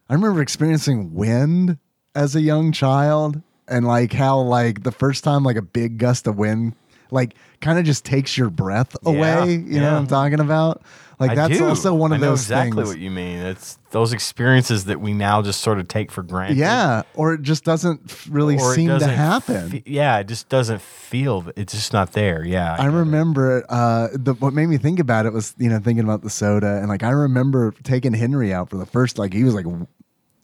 Speaker 3: I remember experiencing wind as a young child and like how like the first time like a big gust of wind like kind of just takes your breath away. you know what
Speaker 1: yeah.
Speaker 3: I'm talking about? Like
Speaker 1: I
Speaker 3: that's
Speaker 1: do.
Speaker 3: also one of
Speaker 1: I know
Speaker 3: those
Speaker 1: exactly
Speaker 3: things.
Speaker 1: what you mean. It's those experiences that we now just sort of take for granted.
Speaker 3: yeah, or it just doesn't f- really
Speaker 1: Or it
Speaker 3: seem to
Speaker 1: doesn't
Speaker 3: happen.
Speaker 1: fe- yeah, it just doesn't feel. It's just not there. Yeah,
Speaker 3: I remember uh, the, what made me think about it was you know thinking about the soda and like I remember taking Henry out for the first like he was like w-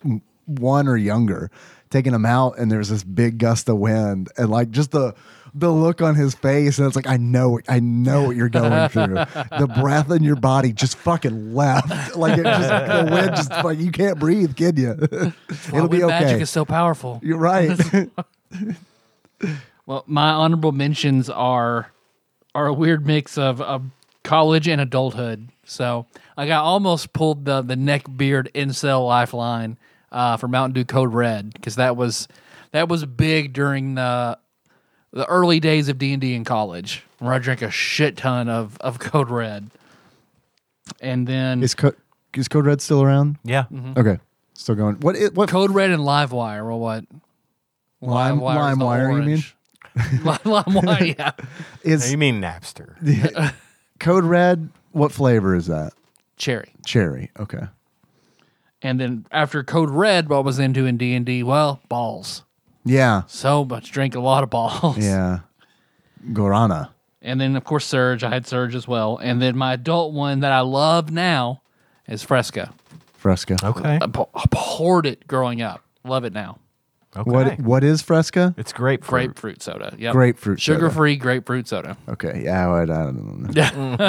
Speaker 3: w- one or younger, taking him out and there was this big gust of wind and like just the the look on his face and it's like I know it- I know what you're going
Speaker 2: [laughs]
Speaker 3: through. the breath in your body just fucking left like it just the wind just like you can't breathe, kid. You
Speaker 2: Why
Speaker 3: [laughs] it'll
Speaker 2: would
Speaker 3: be
Speaker 2: Magic
Speaker 3: okay.
Speaker 2: is so powerful.
Speaker 3: You're right.
Speaker 2: [laughs] Well, my honorable mentions are are a weird mix of, of college and adulthood. So like I almost pulled the the neck beard incel lifeline uh, for Mountain Dew Code Red because that was that was big during the the early days of D and D in college where I drank a shit ton of of Code Red. And then
Speaker 3: is Co- is Code Red still around?
Speaker 1: yeah.
Speaker 2: Mm-hmm.
Speaker 3: Okay. Still going. What i- what
Speaker 2: Code Red and Livewire or what?
Speaker 3: Lime-
Speaker 2: Livewire's the
Speaker 3: LimeWire, you mean?
Speaker 2: orange. [laughs] Lime- LimeWire,
Speaker 3: [laughs]
Speaker 2: yeah.
Speaker 3: is
Speaker 1: You mean
Speaker 3: [laughs]
Speaker 1: Napster?
Speaker 3: Code Red, what flavor is that?
Speaker 2: Cherry.
Speaker 3: Cherry. Okay.
Speaker 2: And then after Code Red, what was into in D and D? Well, balls.
Speaker 3: Yeah.
Speaker 2: So much drink, a lot of balls.
Speaker 3: Yeah. Gorana.
Speaker 2: And then of course Surge. I had Surge as well. And then my adult one that I love now is Fresca.
Speaker 3: Fresca.
Speaker 1: Oh, Okay.
Speaker 2: Abhor- Abhorred it growing up. Love it now.
Speaker 1: okay.
Speaker 3: What what is Fresca?
Speaker 1: It's grapefruit.
Speaker 2: Grapefruit soda. Yep.
Speaker 3: Grapefruit soda.
Speaker 2: Sugar free grapefruit soda.
Speaker 3: Okay. Yeah, I would I don't know.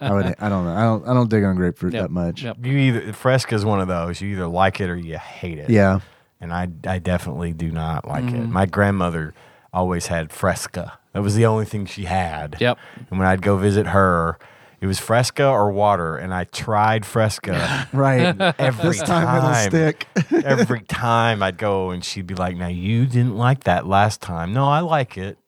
Speaker 3: I would I don't know. I don't I don't dig on grapefruit
Speaker 2: Yep.
Speaker 3: [laughs] that much.
Speaker 2: Yep.
Speaker 1: You either Fresca is one of those. You either like it or you hate it.
Speaker 3: Yeah.
Speaker 1: and I I definitely do not like it. My grandmother always had fresca. That was the only thing she had.
Speaker 2: Yep.
Speaker 1: And when I'd go visit her, it was fresca or water, and I tried fresca.
Speaker 3: Right.
Speaker 1: Every
Speaker 3: this time it'll stick.
Speaker 1: every time I'd go, and she'd be like, "Now you didn't like that last time. No, I like
Speaker 3: [laughs]
Speaker 1: it."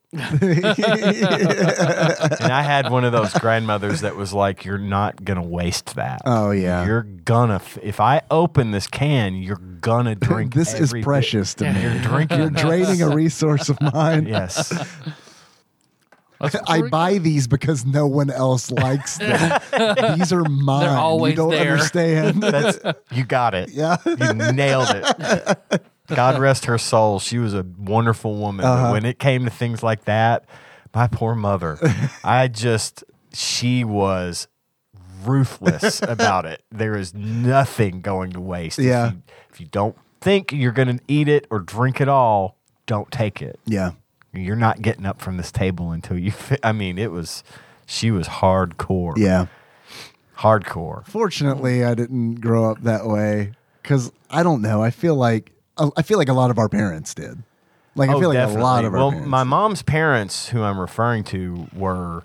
Speaker 1: and I had one of those grandmothers that was like, "You're not gonna waste that.
Speaker 3: Oh, yeah.
Speaker 1: you're gonna. F- if I open this can, you're gonna drink.
Speaker 3: [laughs] this is
Speaker 1: every bit.
Speaker 3: precious to me.
Speaker 1: You're drinking.
Speaker 3: You're draining a resource of mine.
Speaker 1: Yes,
Speaker 3: I buy these because no one else likes them. these are mine.
Speaker 2: always
Speaker 3: you don't
Speaker 1: [laughs]
Speaker 2: there.
Speaker 3: understand.
Speaker 1: that's you got it.
Speaker 3: Yeah.
Speaker 1: you nailed it.
Speaker 3: [laughs]
Speaker 1: God rest her soul. She was a wonderful woman.
Speaker 3: Uh-huh.
Speaker 1: But when it came to things like that, my poor
Speaker 3: [laughs]
Speaker 1: mother, I just she was
Speaker 3: [laughs]
Speaker 1: ruthless about it. There is nothing going to waste. If
Speaker 3: Yeah.
Speaker 1: you- if you don't think you're going to eat it or drink it all, don't take it
Speaker 3: yeah.
Speaker 1: you're not getting up from this table until you fi- i mean it was she was hardcore
Speaker 3: Yeah.
Speaker 1: hardcore
Speaker 3: Fortunately, I didn't grow up that way because I don't know. I feel like uh, I feel like a lot of our parents did. Like I feel like a lot of our
Speaker 1: Oh, well
Speaker 3: parents.
Speaker 1: my mom's parents who i'm referring to were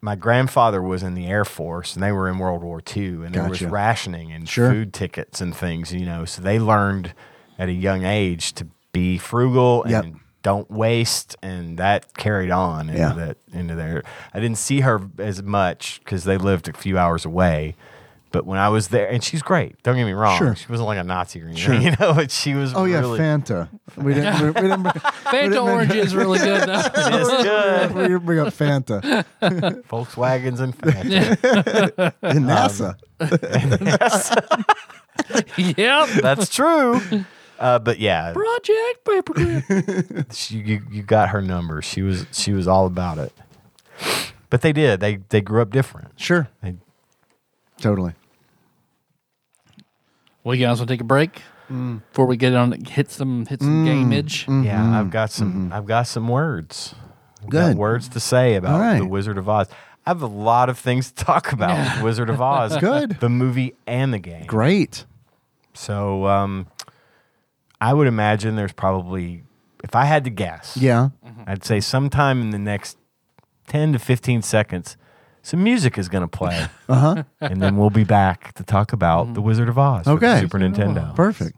Speaker 1: my grandfather was in the air force and they were in world war ii and there was
Speaker 3: Gotcha.
Speaker 1: rationing and
Speaker 3: Sure.
Speaker 1: food tickets and things you know so they learned at a young age to be frugal and
Speaker 3: Yep.
Speaker 1: don't waste and that carried on into
Speaker 3: Yeah.
Speaker 1: that into there i didn't see her as much because they lived a few hours away but when i was there and she's great don't get me wrong
Speaker 3: Sure.
Speaker 1: she wasn't like a nazi or anything [laughs] you know but she was
Speaker 3: oh yeah,
Speaker 1: really
Speaker 3: Fanta. We didn't. We, we
Speaker 1: [laughs]
Speaker 3: didn't bring,
Speaker 2: Fanta orange is really good. Though.
Speaker 3: [laughs]
Speaker 1: It's good.
Speaker 3: we didn't bring up [laughs] Fanta.
Speaker 1: Volkswagens and Fanta.
Speaker 3: And NASA.
Speaker 2: [laughs] yep.
Speaker 1: That's true. Uh, but
Speaker 2: [laughs]
Speaker 1: yeah,
Speaker 2: Project
Speaker 3: [laughs]
Speaker 2: Paperclip.
Speaker 1: she, you you got her number. She was she was all about it. But they did. They they grew up different.
Speaker 3: Sure.
Speaker 1: They,
Speaker 3: [laughs] Totally.
Speaker 2: well, you guys want to take a break before we get on hit some hit some
Speaker 3: Mm.
Speaker 2: gameage.
Speaker 1: Yeah, I've got some I've got some words. I've got
Speaker 3: Mm-hmm. Good.
Speaker 1: words to say about
Speaker 3: All right.
Speaker 1: the Wizard of Oz. I have a lot of things to talk about with Wizard of Oz.
Speaker 3: Good.
Speaker 1: The movie and the game.
Speaker 3: Great.
Speaker 1: So um, I would imagine there's probably if I had to guess.
Speaker 3: Yeah.
Speaker 1: I'd say sometime in the next 10 to 15 seconds, some music is going to
Speaker 2: [laughs]
Speaker 1: play.
Speaker 3: Uh-huh.
Speaker 1: and then we'll be back to talk about The Wizard of Oz for the
Speaker 3: Okay.
Speaker 1: Super Nintendo.
Speaker 3: Perfect.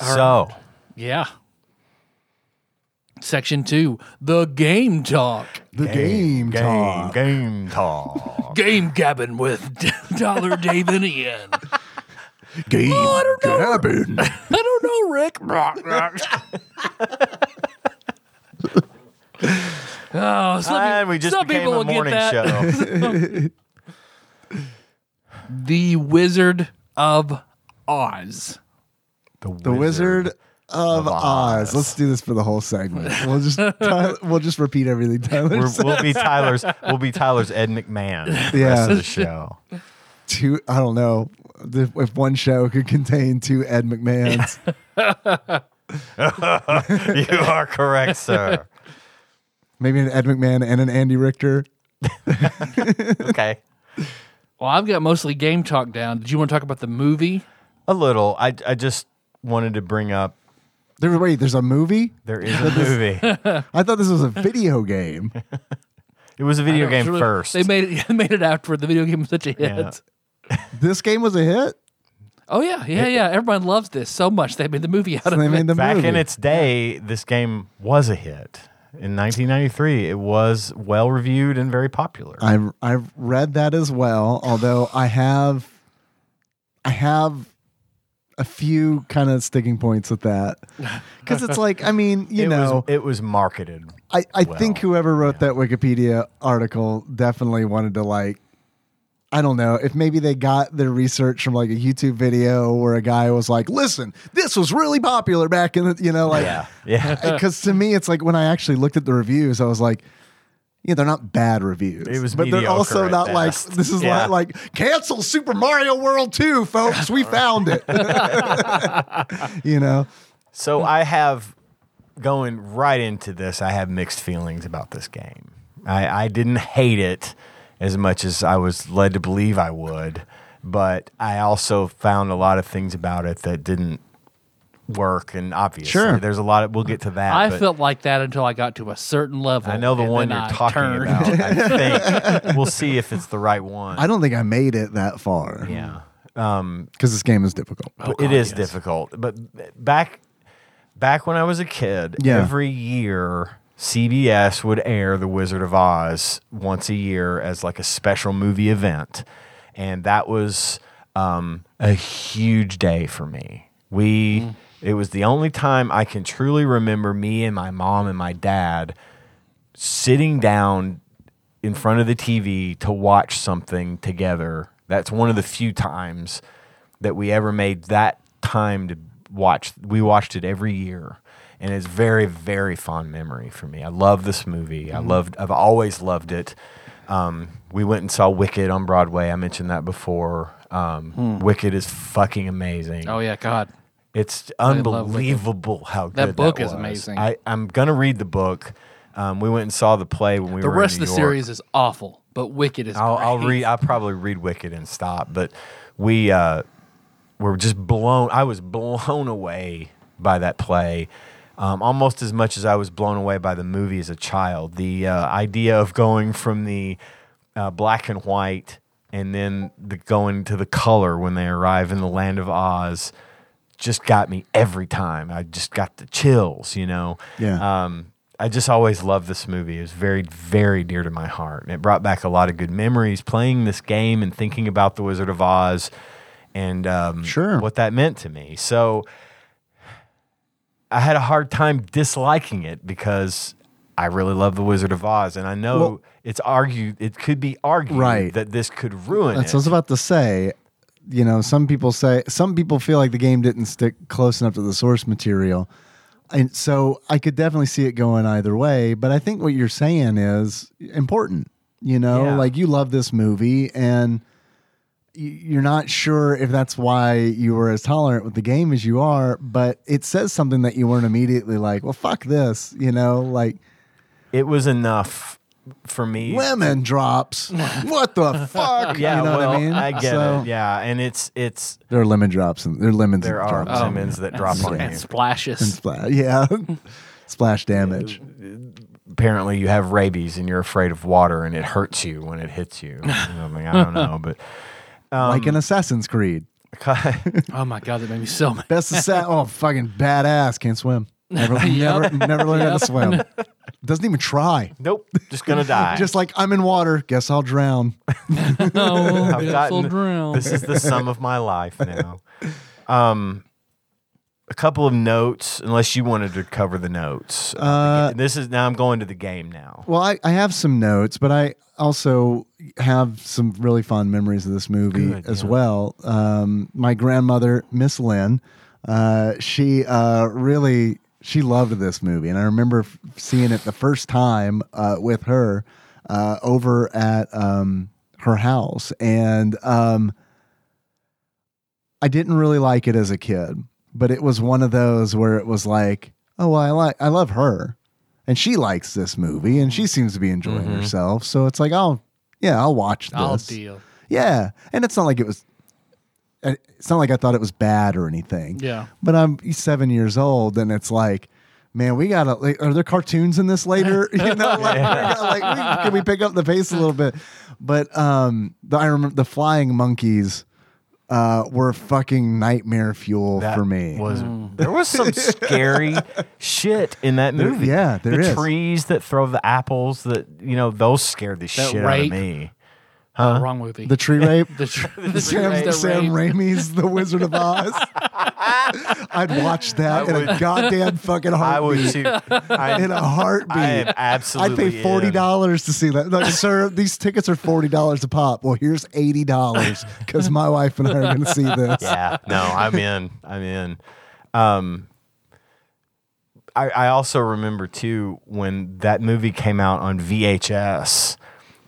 Speaker 1: So,
Speaker 2: Yeah. Section two, the game talk.
Speaker 3: The game, talk.
Speaker 1: Game talk.
Speaker 2: Game gabbing with [laughs] Dollar Dave and Ian. I
Speaker 3: Game. cabin.
Speaker 2: don't
Speaker 1: [laughs]
Speaker 2: know, Rick. oh, [laughs] some,
Speaker 1: and we just
Speaker 2: some
Speaker 1: became
Speaker 2: people
Speaker 1: a
Speaker 2: will get
Speaker 1: morning
Speaker 2: that. [laughs]
Speaker 1: show.
Speaker 2: The Wizard of Oz.
Speaker 3: The Wizard of, Oz. Let's do this for the whole segment. We'll [laughs] just Tyler, we'll just repeat everything Tyler
Speaker 1: We're,
Speaker 3: said.
Speaker 1: we'll be Tyler's. We'll be Tyler's Ed McMahon. The
Speaker 3: Yeah.
Speaker 1: rest of the
Speaker 2: [laughs]
Speaker 1: show.
Speaker 3: Two. I don't know if if one show could contain two Ed McMahon's.
Speaker 1: you are correct, sir.
Speaker 3: Maybe an Ed McMahon and an Andy Richter.
Speaker 1: Okay.
Speaker 2: Well, I've got mostly game talk down. Did you want to talk about the movie?
Speaker 1: A little. I, I just wanted to bring up
Speaker 3: There, wait, there's a movie.
Speaker 1: there is a movie.
Speaker 3: I thought this was a
Speaker 1: [laughs]
Speaker 3: video game.
Speaker 1: It was a video game
Speaker 2: Really-
Speaker 1: first.
Speaker 2: They made it. [laughs] They made it after the video game was such a hit.
Speaker 1: Yeah.
Speaker 3: This game was a hit.
Speaker 2: Oh yeah, yeah, yeah. Everyone loves this so much. They made the movie out
Speaker 3: So
Speaker 2: of
Speaker 3: they
Speaker 2: it.
Speaker 3: made the
Speaker 1: Back
Speaker 3: movie.
Speaker 1: in its day, this game was a hit. In 1993, it was well reviewed and very popular.
Speaker 3: I I read that as well. Although I have, I have a few kind of sticking points with that because it's like I mean you
Speaker 1: it
Speaker 3: know
Speaker 1: was, it was marketed.
Speaker 3: I, I
Speaker 1: well,
Speaker 3: think whoever wrote that Wikipedia article definitely wanted to like I don't know if maybe they got their research from like a YouTube video where a guy was like, "Listen, this was really popular back in the you know like [laughs]
Speaker 1: Yeah, yeah.
Speaker 3: because to me it's like when I actually looked at the reviews, I was like, yeah, they're not bad reviews.
Speaker 1: It was
Speaker 3: but they're
Speaker 1: mediocre
Speaker 3: also
Speaker 1: at
Speaker 3: not
Speaker 1: best.
Speaker 3: like this is
Speaker 1: Yeah.
Speaker 3: not like cancel Super Mario World 2, folks.
Speaker 1: [laughs]
Speaker 3: We found it. [laughs] you know.
Speaker 1: So I have going right into this. I have mixed feelings about this game. I, I didn't hate it as much as I was led to believe I would, but I also found a lot of things about it that didn't work. And obviously,
Speaker 3: Sure.
Speaker 1: there's a lot. Of, we'll get to that.
Speaker 2: I
Speaker 1: but
Speaker 2: felt like that until I got to a certain level.
Speaker 1: I know the
Speaker 2: and
Speaker 1: one
Speaker 2: then
Speaker 1: you're
Speaker 2: I
Speaker 1: talking
Speaker 2: turned.
Speaker 1: about.
Speaker 2: [laughs]
Speaker 1: I think we'll see if it's the right one.
Speaker 3: I don't think I made it that far.
Speaker 1: yeah.
Speaker 3: Because this game is difficult.
Speaker 2: Oh,
Speaker 1: But it is difficult. But back back when I was a kid,
Speaker 3: Yeah.
Speaker 1: every year CBS would air The Wizard of Oz once a year as like a special movie event, and that was um, a huge day for me. We
Speaker 2: Mm-hmm.
Speaker 1: it was the only time I can truly remember me and my mom and my dad sitting down in front of the TV to watch something together. That's one of the few times that we ever made that time to watch. We watched it every year. And it's very, very fond memory for me. I love this movie. I loved. I've always loved it. Um, we went and saw Wicked on Broadway. I mentioned that before. Um, Wicked is fucking amazing.
Speaker 2: Oh yeah, God.
Speaker 1: It's
Speaker 2: love Wicked.
Speaker 1: unbelievable how good
Speaker 2: That book
Speaker 1: is
Speaker 2: is amazing.
Speaker 1: I, I'm gonna read the book. Um, we went and saw the play when we
Speaker 2: The
Speaker 1: were
Speaker 2: rest of
Speaker 1: in New
Speaker 2: the
Speaker 1: York.
Speaker 2: series is awful, but Wicked is.
Speaker 1: I'll, I'll
Speaker 2: great.
Speaker 1: read. I'll probably read Wicked and stop. But we uh, were just blown. I was blown away by that play, um, almost as much as I was blown away by the movie as a child. The uh, idea of going from the uh, black and white and then the going to the color when they arrive in the land of Oz just got me every time. I just got the chills, you know.
Speaker 3: Yeah.
Speaker 1: Um, I just always loved this movie. It was very, very dear to my heart. And it brought back a lot of good memories playing this game and thinking about The Wizard of Oz and um,
Speaker 3: Sure.
Speaker 1: what that meant to me. So I had a hard time disliking it because I really love The Wizard of Oz. And I know
Speaker 3: Well-
Speaker 1: it's argued, it could be argued
Speaker 3: Right.
Speaker 1: that this could ruin
Speaker 3: That's
Speaker 1: it.
Speaker 3: what I was about to say. You know, some people say some people feel like the game didn't stick close enough to the source material. And so I could definitely see it going either way, but I think what you're saying is important. You know,
Speaker 1: Yeah.
Speaker 3: like you love this movie and y- you're not sure if that's why you were as tolerant with the game as you are, but it says something that you weren't immediately like, well, fuck this, you know, like
Speaker 1: it was enough for me. [laughs]
Speaker 3: lemon drops. what the fuck?
Speaker 1: Yeah,
Speaker 3: you know
Speaker 1: well,
Speaker 3: what I mean?
Speaker 1: get
Speaker 3: So-
Speaker 1: it. Yeah, and it's it's
Speaker 3: There are lemon drops and there are lemons.
Speaker 1: there
Speaker 3: and
Speaker 1: are Oh.
Speaker 3: drops.
Speaker 1: lemons that drop on
Speaker 2: and
Speaker 1: you.
Speaker 3: and
Speaker 1: [laughs]
Speaker 2: splashes.
Speaker 3: splash. Yeah, [laughs] splash damage.
Speaker 1: Apparently, you have rabies and you're afraid of water, and it hurts you when it hits [laughs] you. You know, I, mean, I don't know, but Um,
Speaker 3: like in Assassin's Creed.
Speaker 2: Oh my God, that made me so mad.
Speaker 3: Best assa- oh fucking badass. Can't swim. Never,
Speaker 1: [laughs]
Speaker 3: never, never learned how to swim. Doesn't even try.
Speaker 1: [laughs] nope, [laughs] just gonna die.
Speaker 3: Just like I'm in water. Guess I'll drown.
Speaker 2: Oh,
Speaker 1: [laughs] I've
Speaker 2: beautiful
Speaker 1: gotten-
Speaker 2: drown.
Speaker 1: This is the sum of my life now. Um, a couple of notes, unless you wanted to cover the notes. of the
Speaker 3: Uh,
Speaker 1: game. this is now. I'm going to the game now.
Speaker 3: Well, I, I have some notes, but I also have some really fond memories of this movie
Speaker 1: Good,
Speaker 3: as
Speaker 1: yeah.
Speaker 3: well. Um, my grandmother, Miss Lynn, uh, she uh, really she loved this movie, and I remember f- seeing it the first time uh, with her uh, over at um, her house, and um, I didn't really like it as a kid, but it was one of those where it was like, oh, well, I like I love her, and she likes this movie, and she seems to be enjoying herself. So it's like, oh, yeah, I'll watch this.
Speaker 2: I'll deal.
Speaker 3: Yeah, and it's not like it was. uh, It's not like I thought it was bad or anything.
Speaker 2: Yeah.
Speaker 3: But I'm seven years old, and it's like, man, we gotta. Like, are there cartoons in this later? [laughs] You know, like, we gotta, like, we- can we pick up the pace a little bit? But um, the, I remember the flying monkeys uh, were fucking nightmare fuel
Speaker 1: That
Speaker 3: for me.
Speaker 1: Was there was some scary shit in that
Speaker 3: There-
Speaker 1: movie?
Speaker 3: yeah, there
Speaker 1: the
Speaker 3: is.
Speaker 1: trees that throw the apples that you know those scared the shit
Speaker 2: rape.
Speaker 1: out of me. Uh-huh.
Speaker 2: Wrong movie.
Speaker 3: the
Speaker 1: [laughs]
Speaker 3: tree rape.
Speaker 2: the, tr-
Speaker 3: [laughs]
Speaker 2: the
Speaker 3: Sam,
Speaker 2: rape.
Speaker 3: Sam Raimi's The Wizard
Speaker 1: [laughs]
Speaker 3: of Oz. I'd watch that in a
Speaker 1: would-
Speaker 3: goddamn fucking heartbeat.
Speaker 1: I would too. I,
Speaker 3: in a heartbeat.
Speaker 1: I am absolutely.
Speaker 3: I'd pay forty dollars to see that. Like, sir, these tickets are forty dollars a pop. Well, here's eighty dollars because my wife and I are going to [laughs] see this.
Speaker 1: in. Yeah, no, I'm in. I'm in. Um, I, I also remember too when that movie came out on VHS.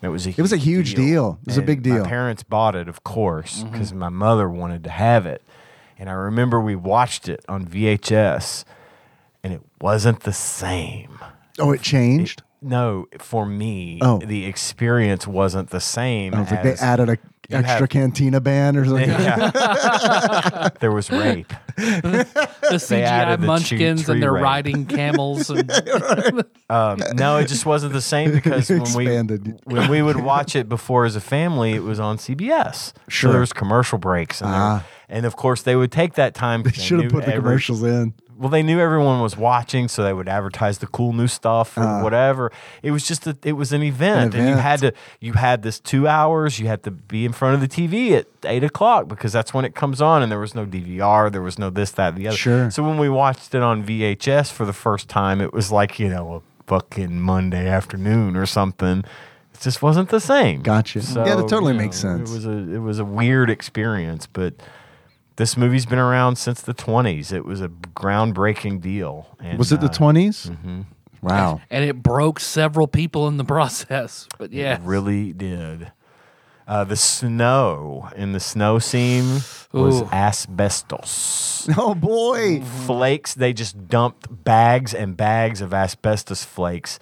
Speaker 1: It was a it
Speaker 3: was a huge deal. It was a big deal. Mm-hmm.
Speaker 1: My parents bought it, of course, because my mother wanted to have it. And I remember we watched it on VHS, and it wasn't the same.
Speaker 3: Oh, it changed.
Speaker 1: No, for me,
Speaker 3: Oh.
Speaker 1: the experience wasn't the same.
Speaker 3: I don't think they
Speaker 1: as-
Speaker 3: added a extra
Speaker 1: have-
Speaker 3: cantina band or
Speaker 1: [laughs]
Speaker 3: something. [laughs]
Speaker 1: Yeah. there was rape.
Speaker 2: The
Speaker 1: added
Speaker 2: CGI
Speaker 1: the
Speaker 2: munchkins
Speaker 1: tree
Speaker 2: and they're
Speaker 1: ring.
Speaker 2: riding
Speaker 1: [laughs]
Speaker 2: camels and
Speaker 1: Um,
Speaker 3: [laughs]
Speaker 1: no, it just wasn't the same because when we
Speaker 3: Expanded.
Speaker 1: when we would watch it before as a family, it was on CBS.
Speaker 3: Sure.
Speaker 1: so there was commercial breaks, and, there-
Speaker 3: Ah.
Speaker 1: and of course they would take that time. They
Speaker 3: Should have
Speaker 1: knew
Speaker 3: put the
Speaker 1: every-
Speaker 3: commercials in.
Speaker 1: Well, they knew everyone was watching, so they would advertise the cool new stuff or whatever. It was just a, it was an event, and you
Speaker 3: Uh. event.
Speaker 1: had to you had this two hours. You had to be in front of the TV at eight o'clock because that's when it comes on, and there was no DVR, there was no this, that, the other.
Speaker 3: Sure.
Speaker 1: So when we watched it on VHS for the first time, it was like you know a fucking Monday afternoon or something. It just wasn't the same.
Speaker 3: Gotcha.
Speaker 1: So,
Speaker 3: yeah, that totally
Speaker 1: you
Speaker 3: makes
Speaker 1: know,
Speaker 3: sense.
Speaker 1: It was a it was a weird experience, but this movie's been around since the 20s. It was a groundbreaking deal. And,
Speaker 3: Was it the
Speaker 1: uh,
Speaker 3: 20s? Wow.
Speaker 2: [laughs] and it broke several people in the process. But
Speaker 1: Oh. It
Speaker 2: yeah,
Speaker 1: really did. Uh, the snow in the snow scene was
Speaker 2: Ooh.
Speaker 1: asbestos.
Speaker 3: Oh boy.
Speaker 2: Mm-hmm.
Speaker 1: Flakes, they just dumped bags and bags of asbestos flakes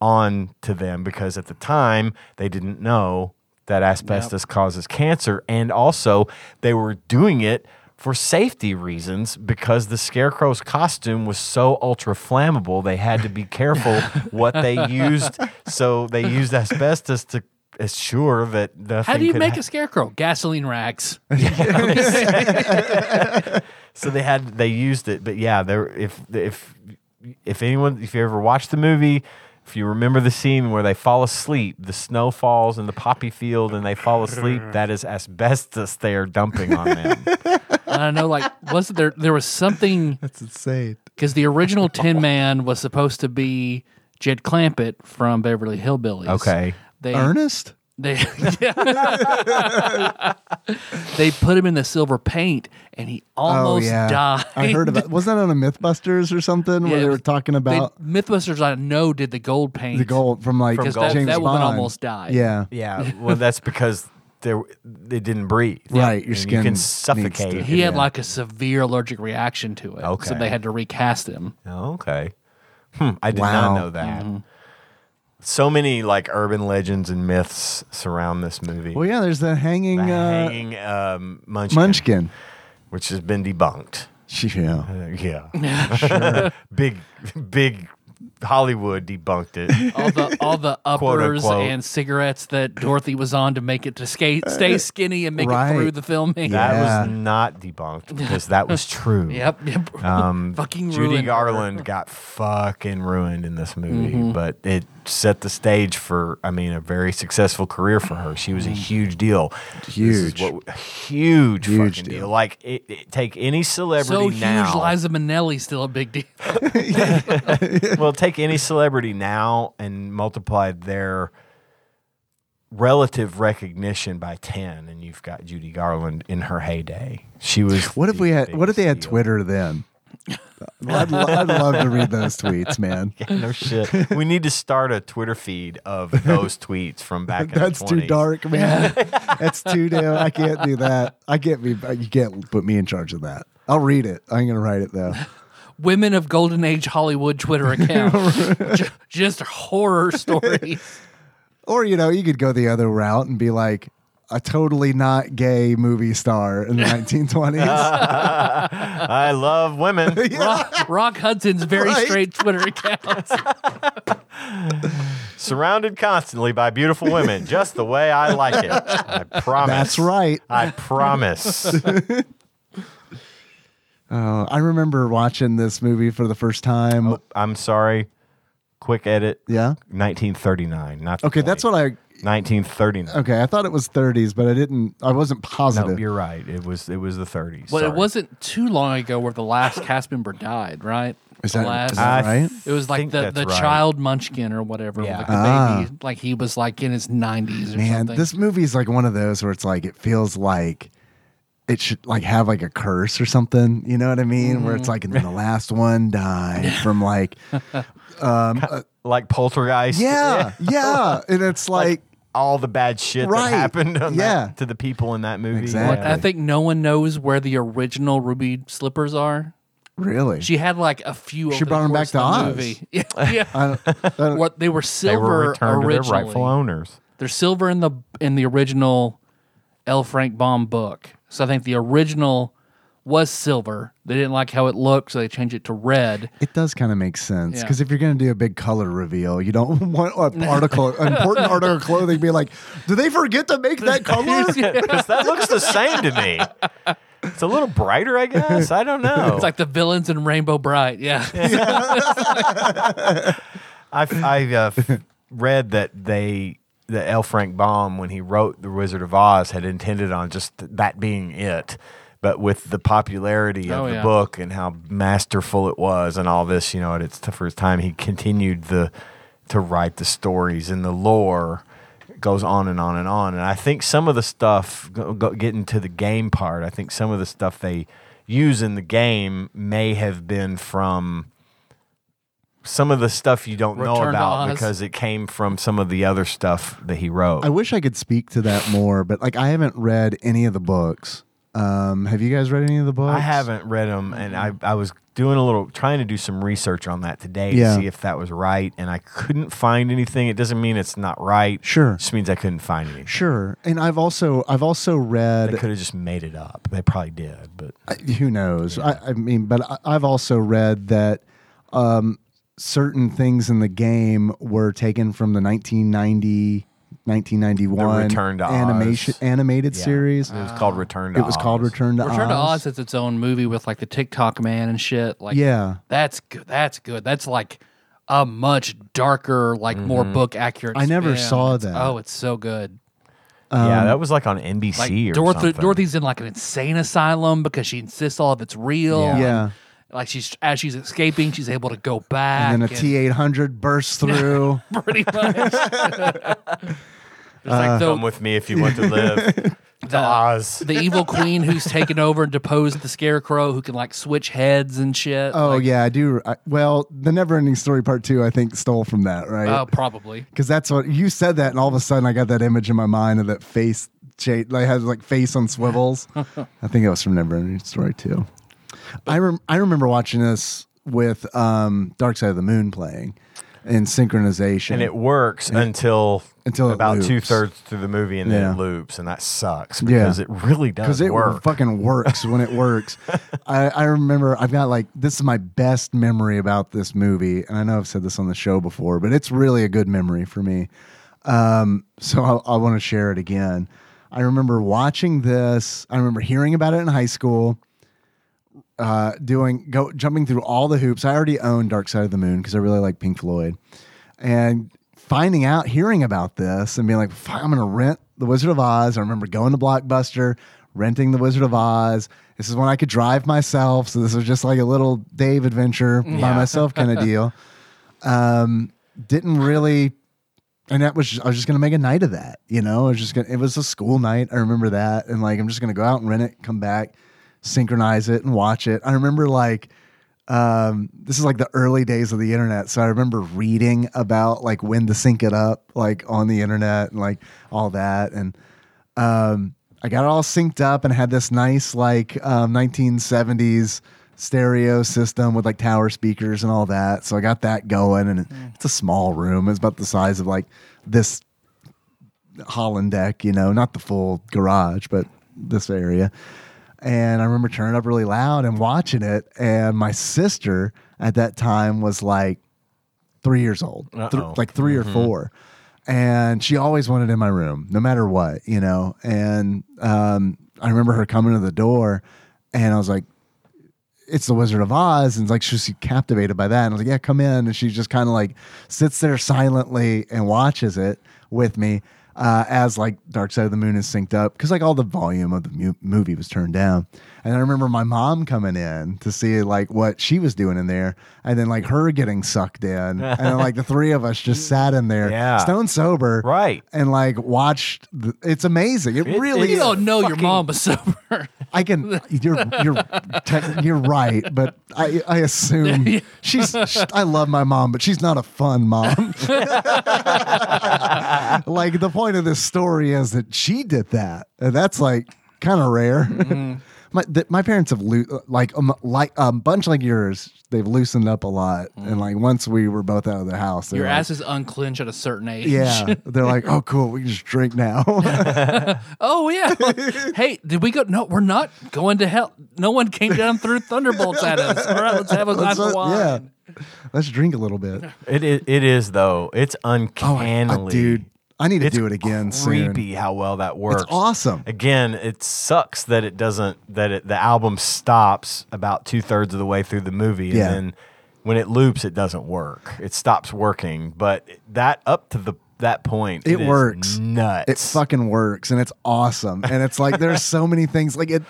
Speaker 1: onto them because at the time they didn't know that asbestos causes cancer. And also, they were doing it for safety reasons because the scarecrow's costume was so ultra flammable, they had to be
Speaker 2: [laughs]
Speaker 1: careful what they used. So they used asbestos to assure that nothing
Speaker 2: how do you
Speaker 1: could
Speaker 2: make
Speaker 1: hap-
Speaker 2: a scarecrow? Gasoline racks.
Speaker 1: So they had they used it, but yeah, there if if if anyone if you ever watched the movie, if you remember the scene where they fall asleep, the snow falls in the poppy field and they fall
Speaker 2: [laughs]
Speaker 1: asleep, that is asbestos they are dumping on
Speaker 3: [laughs]
Speaker 1: them.
Speaker 2: I don't know. Like, was there there was something
Speaker 3: That's insane.
Speaker 2: because the original Tin Man was supposed to be Jed Clampett from Beverly Hillbillies.
Speaker 1: Okay.
Speaker 2: They
Speaker 3: Ernest?
Speaker 2: They [laughs] they put him in the silver paint, and he almost died.
Speaker 3: Oh, I heard about wasn't that on a Mythbusters or something
Speaker 2: Yeah,
Speaker 3: where
Speaker 2: it
Speaker 3: they were
Speaker 2: was- [laughs]
Speaker 3: talking
Speaker 2: They-
Speaker 3: about
Speaker 2: MythBusters, I know, did the gold paint.
Speaker 3: the gold from like
Speaker 1: From
Speaker 3: James
Speaker 2: because that,
Speaker 1: James
Speaker 2: that woman
Speaker 3: Bond.
Speaker 2: almost died.
Speaker 3: Yeah.
Speaker 1: yeah, well that's because there they didn't breathe.
Speaker 3: Right, your
Speaker 1: And
Speaker 3: skin
Speaker 1: you can
Speaker 3: needs
Speaker 1: suffocate.
Speaker 3: to-
Speaker 2: he had
Speaker 3: Yeah.
Speaker 2: like a severe allergic reaction to it. so
Speaker 1: Okay.
Speaker 2: they had to recast him.
Speaker 1: Oh, Okay. Hmm, I did
Speaker 3: Wow. Mm-hmm.
Speaker 1: not know that. So many like urban legends and myths surround this movie.
Speaker 3: Well yeah, there's the hanging,
Speaker 1: The
Speaker 3: uh,
Speaker 1: hanging um, munchkin,
Speaker 3: munchkin.
Speaker 1: which has been debunked.
Speaker 3: She, yeah.
Speaker 1: Uh, yeah, sure. big, big Hollywood debunked it.
Speaker 2: All the all the
Speaker 1: [laughs] Quote,
Speaker 2: uppers
Speaker 1: unquote. Uh,
Speaker 2: and cigarettes that Dorothy was on to make it to stay stay skinny and make
Speaker 3: Right.
Speaker 2: it through the filming.
Speaker 1: That
Speaker 3: Yeah.
Speaker 1: was not debunked because that was true.
Speaker 2: Yep. yep.
Speaker 1: Um,
Speaker 2: [laughs] Fucking
Speaker 1: Judy
Speaker 2: ruined her.
Speaker 1: Garland got fucking ruined in this movie, but it set the stage for, I mean, a very successful career for her. She was a huge deal. This is
Speaker 3: Huge.
Speaker 1: what- huge,
Speaker 3: Huge
Speaker 1: fucking
Speaker 3: deal.
Speaker 1: deal. Like, it, it- take any celebrity
Speaker 2: So
Speaker 1: now.
Speaker 2: huge, Liza Minnelli's still a big deal.
Speaker 1: well, take any celebrity now and multiply their relative recognition by 10 and you've got Judy Garland in her heyday. She was
Speaker 3: [laughs] What if
Speaker 1: the
Speaker 3: we had what if they had
Speaker 1: biggest
Speaker 3: Twitter then? I'd, lo- I'd love to read those tweets, man.
Speaker 1: [laughs] deal. No shit. We need to start a Twitter feed
Speaker 3: [laughs]
Speaker 1: of those tweets from back in
Speaker 3: That's
Speaker 1: the
Speaker 3: too
Speaker 1: 20s. [laughs]
Speaker 3: dark, man. That's too damn. I can't do that. I can't be. You can't put me in charge of that. I'll read it. I'm gonna write
Speaker 1: [laughs]
Speaker 3: it though.
Speaker 2: Women of Golden Age Hollywood Twitter account. Ju- just horror stories.
Speaker 1: [laughs]
Speaker 3: Or you know, you could go the other route and be like a totally not gay movie star
Speaker 1: [laughs]
Speaker 3: in the 1920s.
Speaker 1: I love
Speaker 3: [laughs]
Speaker 1: women.
Speaker 2: Rock, Rock Hudson's very
Speaker 3: Right.
Speaker 2: straight Twitter
Speaker 1: [laughs]
Speaker 2: account.
Speaker 1: Surrounded constantly by beautiful women, just the way I like it. I promise.
Speaker 3: That's right.
Speaker 1: I
Speaker 3: [laughs]
Speaker 1: promise.
Speaker 3: Uh, I remember watching this movie for the first time.
Speaker 1: I'm sorry. Quick edit.
Speaker 3: Yeah.
Speaker 1: 1939. Not the
Speaker 3: Okay, that's
Speaker 1: 20s.
Speaker 3: what I.
Speaker 1: 1939.
Speaker 3: Okay, I thought it was 30s, but I didn't. I wasn't
Speaker 1: No,
Speaker 3: positive.
Speaker 1: you're right. It was it was the 30s.
Speaker 2: Well, it
Speaker 1: Sorry.
Speaker 2: wasn't too long ago where the last cast member died, right?
Speaker 3: Is
Speaker 2: the
Speaker 3: that-
Speaker 2: last?
Speaker 3: is that-
Speaker 1: I
Speaker 3: right?
Speaker 2: it was like
Speaker 1: think
Speaker 2: the,
Speaker 1: that's
Speaker 2: the
Speaker 1: right.
Speaker 2: child munchkin or whatever.
Speaker 1: Yeah.
Speaker 2: Like the baby. Like he was like in his 90s or
Speaker 3: Ah. Man,
Speaker 2: something.
Speaker 3: this movie is like one of those where it's like it feels like it should like have like a curse or something. You know what I mean? Where
Speaker 2: Mm.
Speaker 3: it's like, and then the last
Speaker 2: [laughs]
Speaker 3: one died from like,
Speaker 1: like Poltergeist.
Speaker 3: yeah, yeah, and it's like,
Speaker 1: all the bad shit
Speaker 3: Right.
Speaker 1: that happened on
Speaker 3: Yeah.
Speaker 1: that, to the people in that movie.
Speaker 3: Exactly.
Speaker 1: Yeah.
Speaker 2: I think no one knows where the original ruby slippers are.
Speaker 3: really?
Speaker 2: She had like a few. over
Speaker 3: She
Speaker 2: the
Speaker 3: brought 'em
Speaker 2: course
Speaker 3: back
Speaker 2: of the
Speaker 3: to Oz. [laughs]
Speaker 2: Movie. [laughs] Yeah, yeah.
Speaker 3: I don't- I
Speaker 2: [laughs]
Speaker 3: don't-
Speaker 2: what they were
Speaker 1: they
Speaker 2: silver
Speaker 1: were returned
Speaker 2: originally.
Speaker 1: to their rightful owners. [laughs]
Speaker 2: They're silver in the in the original L. Frank Baum book. So I think the original was silver. They didn't like how it looked, so they changed it to red.
Speaker 3: It does kind of make sense
Speaker 2: Yeah.
Speaker 3: because if you're going to do a big color reveal, you don't [laughs] want
Speaker 2: [laughs]
Speaker 3: an article, an important article of clothing, be like, "Do they forget to
Speaker 2: [laughs]
Speaker 3: make that color?"
Speaker 1: Because that looks the same to me. It's a little brighter, I guess. I
Speaker 3: [laughs]
Speaker 1: don't know.
Speaker 2: It's like the villains in Rainbow Bright. Yeah.
Speaker 1: I, I uh, f- read that they that L. Frank Baum, when he wrote The Wizard of Oz, had intended on just that being it. But with the popularity of
Speaker 2: Oh,
Speaker 1: the
Speaker 2: yeah.
Speaker 1: book and how masterful it was, and all this, you know, at its t- first time, he continued the to write the stories and the lore goes on and on and on. And I think some of the stuff go, go, getting to the game part, I think some of the stuff they use in the game may have been from some of the stuff you don't know
Speaker 2: Return to
Speaker 1: about
Speaker 2: Oz.
Speaker 1: because it came from some of the other stuff that he wrote.
Speaker 3: I wish I could speak to that more, but like I haven't read any of the books. Um, have you guys read any of the books?
Speaker 1: I haven't read them, and I,
Speaker 3: Mm-hmm.
Speaker 1: I was doing a little trying to do some research on that today
Speaker 3: Yeah.
Speaker 1: to see if that was right, and I couldn't find anything. It doesn't mean it's not right.
Speaker 3: Sure.
Speaker 1: it just means I couldn't find anything.
Speaker 3: Sure, and I've also I've also
Speaker 1: They
Speaker 3: read.
Speaker 1: could have just made it up. They probably did, but
Speaker 3: I- who knows? I, I mean, but I, I've also read that um, certain things in the game were taken from the 1990, 1991
Speaker 1: The Return to Oz.
Speaker 3: animation animated
Speaker 1: yeah.
Speaker 3: series.
Speaker 1: It was
Speaker 2: Ah.
Speaker 1: called Return to.
Speaker 3: it was called
Speaker 1: Oz.
Speaker 3: Return to
Speaker 2: Return to Oz
Speaker 3: Oz.
Speaker 2: is its own movie with like the TikTok man and shit. Like
Speaker 3: Yeah,
Speaker 2: that's good. That's good. That's like a much darker, like more
Speaker 1: Mm-hmm.
Speaker 2: book accurate.
Speaker 3: I never
Speaker 2: spin.
Speaker 3: saw
Speaker 2: It's-
Speaker 3: that.
Speaker 2: Oh, it's so good.
Speaker 3: um,
Speaker 1: yeah, that was like on NBC
Speaker 2: Like
Speaker 1: or
Speaker 2: Dorothy,
Speaker 1: something.
Speaker 2: Dorothy's in like an insane asylum because she insists all of it's real.
Speaker 1: Yeah.
Speaker 2: and,
Speaker 3: Yeah.
Speaker 2: Like she's as she's escaping, she's able to go back.
Speaker 3: and then a T eight
Speaker 2: [laughs]
Speaker 3: hundred bursts through.
Speaker 2: pretty
Speaker 3: [laughs]
Speaker 2: much. It's
Speaker 3: Uh,
Speaker 2: like
Speaker 1: Come
Speaker 2: the,
Speaker 1: with me if you want to
Speaker 3: [laughs]
Speaker 1: live. to Oz.
Speaker 2: the evil queen who's taken over and deposed the scarecrow who can like switch heads and shit.
Speaker 3: Oh
Speaker 2: Like,
Speaker 3: yeah, I do. I, well, the Never Ending Story Part Two, I think, stole from that,
Speaker 2: Oh,
Speaker 3: right?
Speaker 2: probably.
Speaker 3: Because that's what you said that, and all of a sudden, I got that image in my mind of that face. Jade like has like face on swivels. I think it was from Never Ending Story Two. I rem- I remember watching this with um, Dark Side of the Moon playing in synchronization,
Speaker 1: and it works until
Speaker 3: Until it
Speaker 1: about
Speaker 3: loops.
Speaker 1: two thirds through the movie, and then it
Speaker 3: Yeah.
Speaker 1: loops, and that sucks
Speaker 3: Yeah.
Speaker 1: because it really does
Speaker 3: because it
Speaker 1: work.
Speaker 3: fucking works when
Speaker 1: [laughs]
Speaker 3: it works. I, I remember I've got like this is my best memory about this movie, and I know I've said this on the show before, but it's really a good memory for me. Um, so I, I want to share it again. I remember watching this. I remember hearing about it in high school. Uh, doing go jumping through all the hoops. I already owned Dark Side of the Moon because I really like Pink Floyd, and finding out, hearing about this, and being like, "Fuck, I'm gonna rent The Wizard of Oz. I remember going to Blockbuster, renting The Wizard of Oz. This is when I could drive myself, so this was just like a little Dave adventure by myself kind of deal. Um, didn't really and that was I was just gonna make a night of that. You know, I was just gonna it was a school night. I remember that, and like I'm just gonna go out and rent it, come back, synchronize it, and watch it. I remember like um this is like the early days of the internet so i remember reading about like when to sync it up like on the internet and like all that and um i got it all synced up and had this nice like um 1970s stereo system with like tower speakers and all that so i got that going and it's a small room it's about the size of like this Holland deck, you know, not the full garage, but this area. And I remember turning it up really loud and watching it. And my sister at that time was like three years old, Th-
Speaker 1: Uh-oh.
Speaker 3: like 3 or four. And she always wanted in my room, no matter what, you know. And um, I remember her coming to the door and I was like, it's the Wizard of Oz, and like she's captivated by that. And I was like, yeah, come in. And she just kind of like sits there silently and watches it with me. uh, as like Dark Side of the Moon is synced up because like all the volume of the mu- movie was turned down. And I remember my mom coming in to see like what she was doing in there, and then like her getting sucked in,
Speaker 1: [laughs]
Speaker 3: and then like the three of us just sat in there,
Speaker 1: Yeah.
Speaker 3: stone sober,
Speaker 1: Right.
Speaker 3: and like watched. The, it's amazing. It,
Speaker 1: It
Speaker 3: really.
Speaker 1: is.
Speaker 3: is.
Speaker 2: You don't know your
Speaker 1: Fucking-
Speaker 2: mom was sober.
Speaker 3: I can. You're you're tech- you're right, but I I assume she's. sh I love my mom, but she's not a fun mom. [laughs] like the point of this story is that she did that, and that's like kind of rare. [laughs] my th- my parents have loo- like um, like a bunch like yours. They've loosened up a lot, and like once we were both out of the house,
Speaker 2: [laughs]
Speaker 3: they're
Speaker 2: Your
Speaker 3: like,
Speaker 2: ass is unclenched at a certain age.
Speaker 3: Yeah, they're like, oh cool, we can just drink
Speaker 2: [laughs]
Speaker 3: now. [laughs]
Speaker 1: [laughs]
Speaker 2: Oh yeah. hey, did we go? No, we're not going to hell. No one came down through thunderbolts at us. All right, let's have a glass of
Speaker 1: uh,
Speaker 3: Let's-
Speaker 2: wine.
Speaker 3: yeah. Let's drink a little bit.
Speaker 1: It is, it is though. It's uncanny,
Speaker 3: Oh, dude, I need to
Speaker 1: It's
Speaker 3: do it again soon.
Speaker 1: creepy how well that works.
Speaker 3: It's awesome.
Speaker 1: Again, it sucks that it doesn't that it, the album stops about two thirds of the way through the movie,
Speaker 3: Yeah.
Speaker 1: and then when it loops, it doesn't work. It stops working. But that up to the that point,
Speaker 3: It
Speaker 1: is
Speaker 3: works.
Speaker 1: Nuts.
Speaker 3: It fucking works, and it's awesome. And it's like there's so many things like it.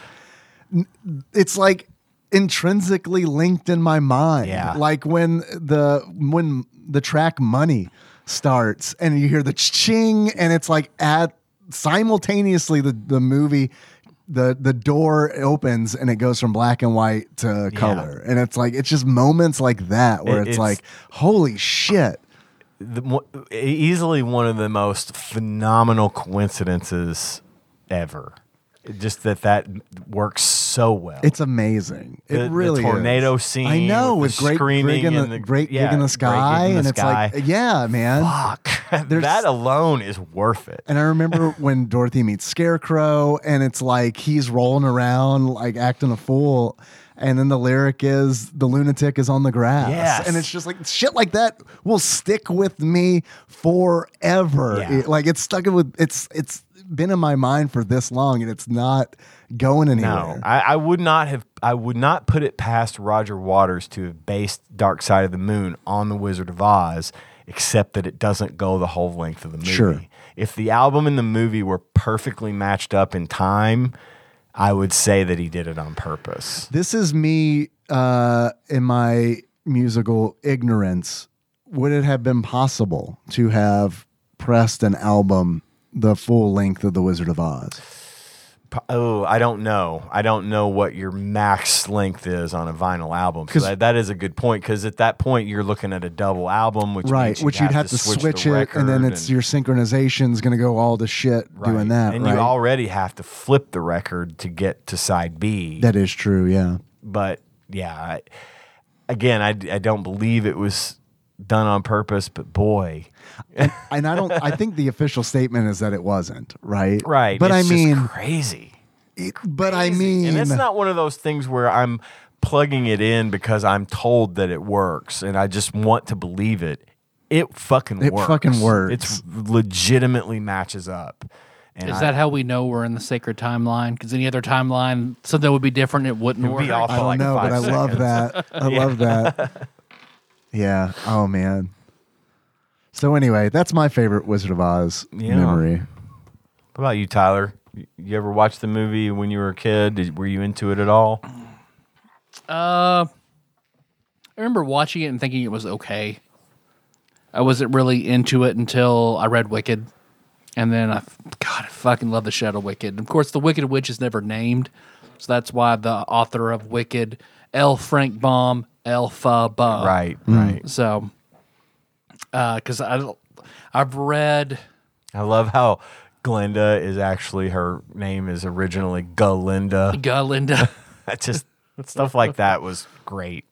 Speaker 3: It's like intrinsically linked in my mind.
Speaker 1: Yeah.
Speaker 3: Like when the when the track "Money" starts, and you hear the ching, and it's like at simultaneously the the movie. The, the door opens and it goes from black and white to color and it's like it's just moments like that where
Speaker 1: It-
Speaker 3: it's,
Speaker 1: it's-
Speaker 3: like holy shit
Speaker 1: the, mo- easily one of the most phenomenal coincidences ever. Just that that works so well.
Speaker 3: It's amazing. It
Speaker 1: The- the
Speaker 3: really is.
Speaker 1: tornado scene
Speaker 3: I know
Speaker 1: with
Speaker 3: with,
Speaker 1: the
Speaker 3: great
Speaker 1: screaming
Speaker 3: gig in the,
Speaker 1: and the-
Speaker 3: great
Speaker 1: yeah,
Speaker 3: gig
Speaker 1: great gig in
Speaker 3: in the sky,
Speaker 1: the
Speaker 3: and it's
Speaker 1: sky.
Speaker 3: like yeah, man.
Speaker 1: fuck.
Speaker 3: [laughs] There's-
Speaker 1: that alone is worth it.
Speaker 3: And
Speaker 1: [laughs]
Speaker 3: I remember when Dorothy meets Scarecrow, and it's like he's rolling around like acting a fool, and then the lyric is the lunatic is on the grass,
Speaker 1: Yes.
Speaker 3: and it's just like shit like that will stick with me forever.
Speaker 1: Yeah.
Speaker 3: It- like it's stuck with it's it's been in my mind for this long, and it's not going anywhere.
Speaker 1: No, I, I would not have. I would not put it past Roger Waters to have based Dark Side of the Moon on The Wizard of Oz, except that it doesn't go the whole length of the movie.
Speaker 3: Sure.
Speaker 1: If the album and the movie were perfectly matched up in time, I would say that he did it on purpose.
Speaker 3: This is me uh, in my musical ignorance. Would it have been possible to have pressed an album the full length of The Wizard of Oz?
Speaker 1: P- Oh, I don't know. I don't know what your max length is on a vinyl album. So
Speaker 3: 'Cause-
Speaker 1: that, that is a good point because at that point you're looking at a double album, which
Speaker 3: right,
Speaker 1: means you'd
Speaker 3: which you'd have to switch,
Speaker 1: the
Speaker 3: it, and then
Speaker 1: record
Speaker 3: it's
Speaker 1: and-
Speaker 3: your synchronization's going to go all to shit doing
Speaker 1: Right.
Speaker 3: that.
Speaker 1: And
Speaker 3: right?
Speaker 1: you already have to flip the record to get to side B.
Speaker 3: that is true. Yeah,
Speaker 1: but yeah, I, again, I, I don't believe it was done on purpose, but boy.
Speaker 3: and I
Speaker 1: [laughs]
Speaker 3: don't. I think the official statement is that it wasn't. Right.
Speaker 1: Right.
Speaker 3: But
Speaker 1: it's
Speaker 3: I
Speaker 1: just
Speaker 3: mean,
Speaker 1: crazy.
Speaker 3: it- but I mean,
Speaker 1: and that's not one of those things where I'm plugging it in because I'm told that it works and I just want to believe it. It fucking
Speaker 3: It
Speaker 1: works.
Speaker 3: fucking works.
Speaker 1: It's legitimately matches up. And
Speaker 2: Is
Speaker 1: I-
Speaker 2: that how we know we're in the sacred timeline? Because any other timeline, something would be different. It wouldn't
Speaker 1: It'd
Speaker 2: work.
Speaker 1: be off
Speaker 3: I
Speaker 1: by
Speaker 3: don't
Speaker 1: like
Speaker 3: know,
Speaker 1: five
Speaker 3: but I love
Speaker 1: seconds.
Speaker 3: that.
Speaker 1: [laughs]
Speaker 3: I love that. Yeah. Oh man. So anyway, that's my favorite Wizard of Oz
Speaker 1: Yeah.
Speaker 3: memory.
Speaker 1: What about you, Tyler? You- You ever watched the movie when you were a kid? Did, were you into it at all?
Speaker 2: Uh, I remember watching it and thinking it was okay. I wasn't really into it until I read Wicked, and then I, f- God, I fucking love the Shadow Wicked. Of course, the Wicked Witch is never named, so that's why the author of Wicked, L. Frank Baum, Alpha Baum,
Speaker 1: right,
Speaker 3: Hmm.
Speaker 1: right.
Speaker 2: So, because I, don't- I've read.
Speaker 1: I love how Glenda is actually her name is originally Galinda. [laughs]
Speaker 2: [laughs] Galinda.
Speaker 1: I just stuff like that was great.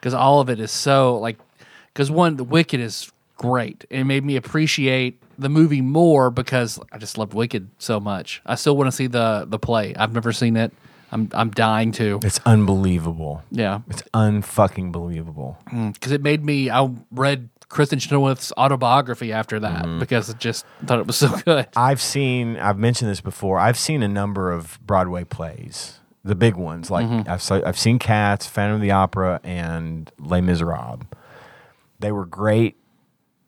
Speaker 2: because all of it is so like because one the wicked is great it made me appreciate the movie more because i just loved wicked so much i still want to see the the play i've never seen it i'm i'm dying to
Speaker 1: It's unbelievable.
Speaker 2: yeah
Speaker 1: It's unfucking believable.
Speaker 2: because it made me i read kristen chenoweth's autobiography after that because it just thought it was so [laughs] good
Speaker 1: I've seen I've mentioned this before. I've seen a number of Broadway plays. The big ones like I've se- I've seen Cats, Phantom of the Opera and Les Miserables. They were great.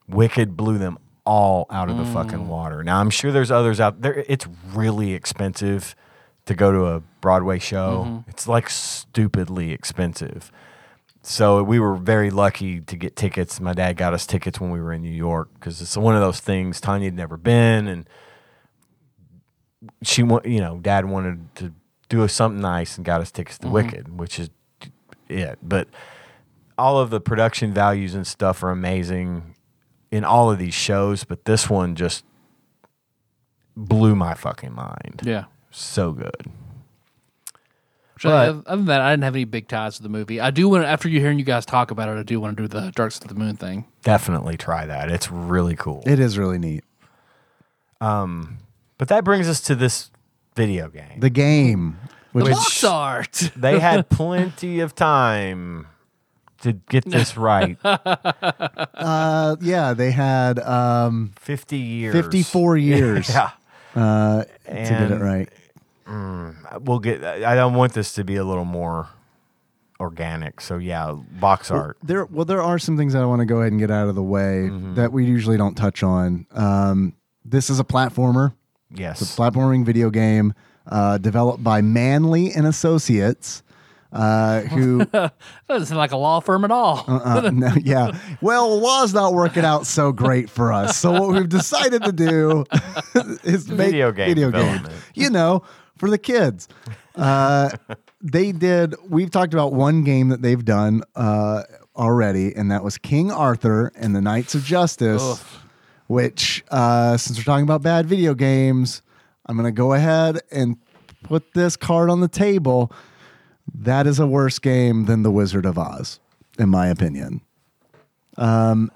Speaker 1: Wicked blew them all out of the fucking water. Now I'm sure there's others out there. It's really expensive to go to a Broadway show. It's like stupidly expensive. So we were very lucky to get tickets. My dad got us tickets when we were in New York because it's one of those things. Tanya had never been, and she wa- you know, dad wanted to do us something nice and got us tickets to Wicked, which is it. But all of the production values and stuff are amazing in all of these shows, but this one just blew my fucking mind.
Speaker 2: Yeah.
Speaker 1: So good.
Speaker 2: So
Speaker 1: But-
Speaker 2: other other than that, I didn't have any big ties to the movie. I do want to, after you hearing you guys talk about it, I do want to do the Dark Side of the Moon thing.
Speaker 1: Definitely try that. It's really cool.
Speaker 3: It is really neat.
Speaker 1: but that brings us to this video game.
Speaker 3: The game,
Speaker 2: The
Speaker 3: which
Speaker 2: box art. [laughs]
Speaker 3: [laughs]
Speaker 1: they had plenty of time to get
Speaker 3: [laughs]
Speaker 1: this right.
Speaker 3: uh, yeah, they had um,
Speaker 1: 50 years.
Speaker 3: 54
Speaker 1: [laughs]
Speaker 3: years
Speaker 1: Yeah.
Speaker 3: uh, to get it
Speaker 1: And-
Speaker 3: right.
Speaker 1: We'll get I don't want this to be a little more organic. So yeah, box art.
Speaker 3: There, well, there are some things that I want to go ahead and get out of the way
Speaker 1: Mm-hmm.
Speaker 3: that we usually don't touch on. Um, this is a platformer.
Speaker 1: Yes.
Speaker 3: platforming video game uh, developed by Manley and Associates, uh, who
Speaker 2: That doesn't sound like a law firm at all.
Speaker 3: uh, no, yeah. Well, law's not working out so great for us. So what we've decided to do [laughs] is make
Speaker 1: Video game
Speaker 3: video game.
Speaker 1: development.
Speaker 3: You know, for the kids. Uh, they did. We've talked about one game that they've done uh, already, and that was King Arthur and the Knights of Justice. Which, uh, since we're talking about bad video games, I'm going to go ahead and put this card on the table. That is a worse game than The Wizard of Oz, in my opinion. Um,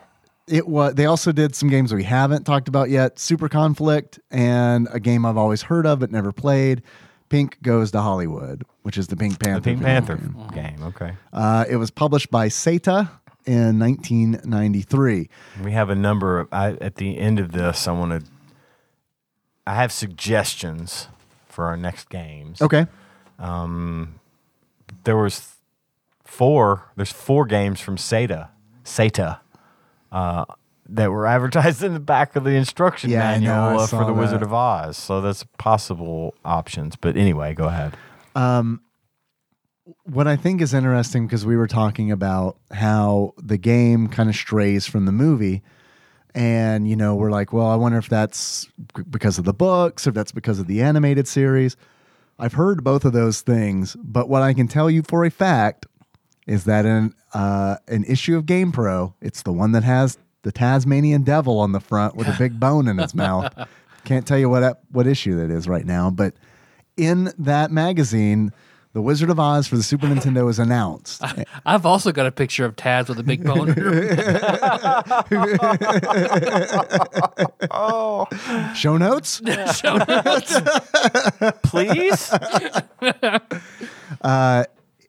Speaker 3: it was. They also did some games we haven't talked about yet: Super Conflict and a game I've always heard of but never played. Pink Goes to Hollywood, which is the Pink Panther.
Speaker 1: The Pink
Speaker 3: video
Speaker 1: Panther
Speaker 3: game.
Speaker 1: game. Okay.
Speaker 3: Uh, it was published by Seta in 1993.
Speaker 1: We have a number of I, at the end of this. I want to. I have suggestions for our next games.
Speaker 3: Okay.
Speaker 1: There was four. There's four games from Sata. Sata. Uh, that were [laughs] advertised in the back of the instruction
Speaker 3: Yeah, I know,
Speaker 1: manual
Speaker 3: I
Speaker 1: uh,
Speaker 3: saw
Speaker 1: for the Wizard
Speaker 3: that.
Speaker 1: of Oz. So that's possible options. But anyway, go ahead.
Speaker 3: what I think is interesting because we were talking about how the game kind of strays from the movie. And, you know, we're like, well, I wonder if that's b- because of the books or if that's because of the animated series. I've heard both of those things, but what I can tell you for a fact is that in uh, an issue of GamePro, it's the one that has the Tasmanian devil on the front with a big bone in its mouth. Can't tell you what ep- what issue that is right now, but in that magazine, The Wizard of Oz for the Super Nintendo is announced.
Speaker 2: I've also got a picture of Taz with a big bone. in
Speaker 3: [laughs]
Speaker 2: her-
Speaker 3: Show notes.
Speaker 1: [laughs] Please.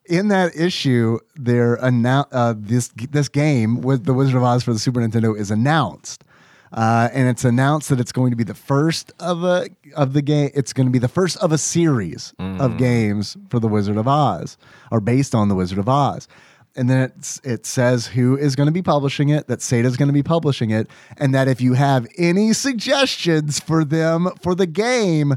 Speaker 3: in that issue, they're annou- uh, this this game with the Wizard of Oz for the Super Nintendo is announced, uh, and it's announced that it's going to be the first of a of the game. It's going to be the first of a series of games for the Wizard of Oz, or based on the Wizard of Oz. And then it's, it says who is going to be publishing it, that Sata's going to be publishing it, and that if you have any suggestions for them for the game,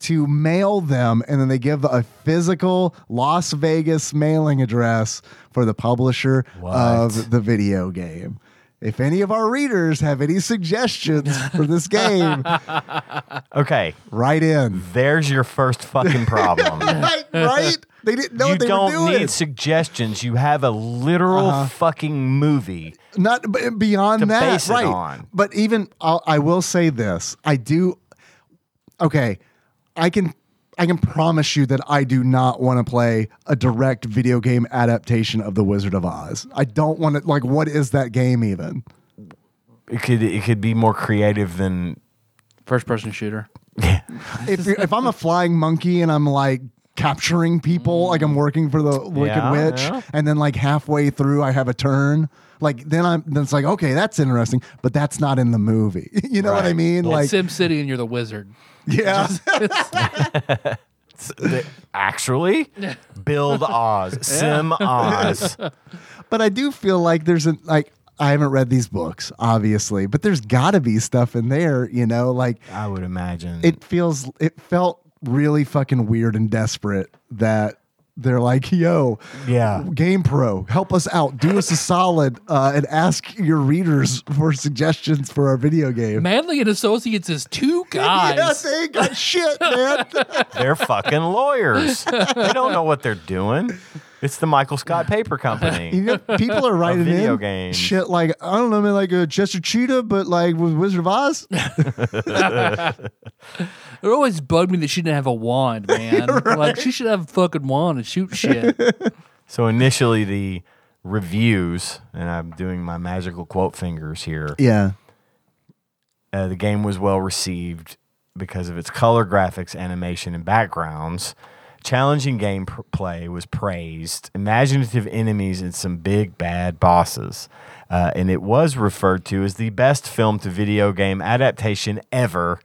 Speaker 3: to mail them and then they give a physical Las Vegas mailing address for the publisher
Speaker 1: What?
Speaker 3: of the video game. If any of our readers have any suggestions
Speaker 1: [laughs]
Speaker 3: for this game,
Speaker 1: Okay. [laughs]
Speaker 3: write in.
Speaker 1: There's your first fucking problem.
Speaker 3: Right? right? They didn't [laughs] know
Speaker 1: you
Speaker 3: what they
Speaker 1: don't
Speaker 3: were doing. Uh-huh.
Speaker 1: need suggestions. You have a literal fucking movie.
Speaker 3: Not b- beyond
Speaker 1: to
Speaker 3: that,
Speaker 1: base it
Speaker 3: right?
Speaker 1: on.
Speaker 3: But even I'll, I will say this: I do. Okay, I can I can promise you that I do not want to play a direct video game adaptation of The Wizard of Oz. I don't want to. Like, what is that game even?
Speaker 1: It could it could be more creative than [laughs]
Speaker 2: First person shooter.
Speaker 3: If you're, if I'm a flying monkey and I'm like capturing people, like I'm working for the Wicked
Speaker 1: Yeah,
Speaker 3: Witch,
Speaker 1: yeah.
Speaker 3: and then like halfway through I have a turn. Like then I'm then it's like okay that's interesting, but that's not in the movie. [laughs] you know what I
Speaker 1: Right.
Speaker 3: mean?
Speaker 2: Like,
Speaker 3: Like
Speaker 2: Sim City and you're the wizard.
Speaker 3: yeah. [laughs]
Speaker 1: actually
Speaker 3: [laughs]
Speaker 1: build Oz, Sim Oz.
Speaker 3: but I do feel like there's a like I haven't read these books, obviously, but there's got to be stuff in there, you know, like
Speaker 1: I would imagine.
Speaker 3: it feels it felt really fucking weird and desperate that they're like, yo,
Speaker 1: Yeah.
Speaker 3: Game Pro, help us out, do us a solid, uh, and ask your readers for suggestions for our video game.
Speaker 2: Manley and Associates is two guys.
Speaker 3: [laughs] Yeah, they ain't got shit, man. [laughs]
Speaker 1: they're fucking lawyers. they don't know what they're doing. It's the Michael Scott Paper Company.
Speaker 3: [laughs] You know, people are writing
Speaker 1: video
Speaker 3: in
Speaker 1: games.
Speaker 3: shit like I don't know, man, like a Chester Cheetah, but like with Wizard of Oz.
Speaker 2: It always bugged me that she didn't have a wand,
Speaker 3: [laughs]
Speaker 2: man. Like she should have a fucking wand and shoot shit.
Speaker 1: So initially the reviews, and I'm doing my magical quote fingers here.
Speaker 3: yeah,
Speaker 1: Uh, the game was well received because of its color graphics, animation, and backgrounds. Challenging gameplay was praised, imaginative enemies, and some big bad bosses. Uh, and it was referred to as the best film to video game adaptation ever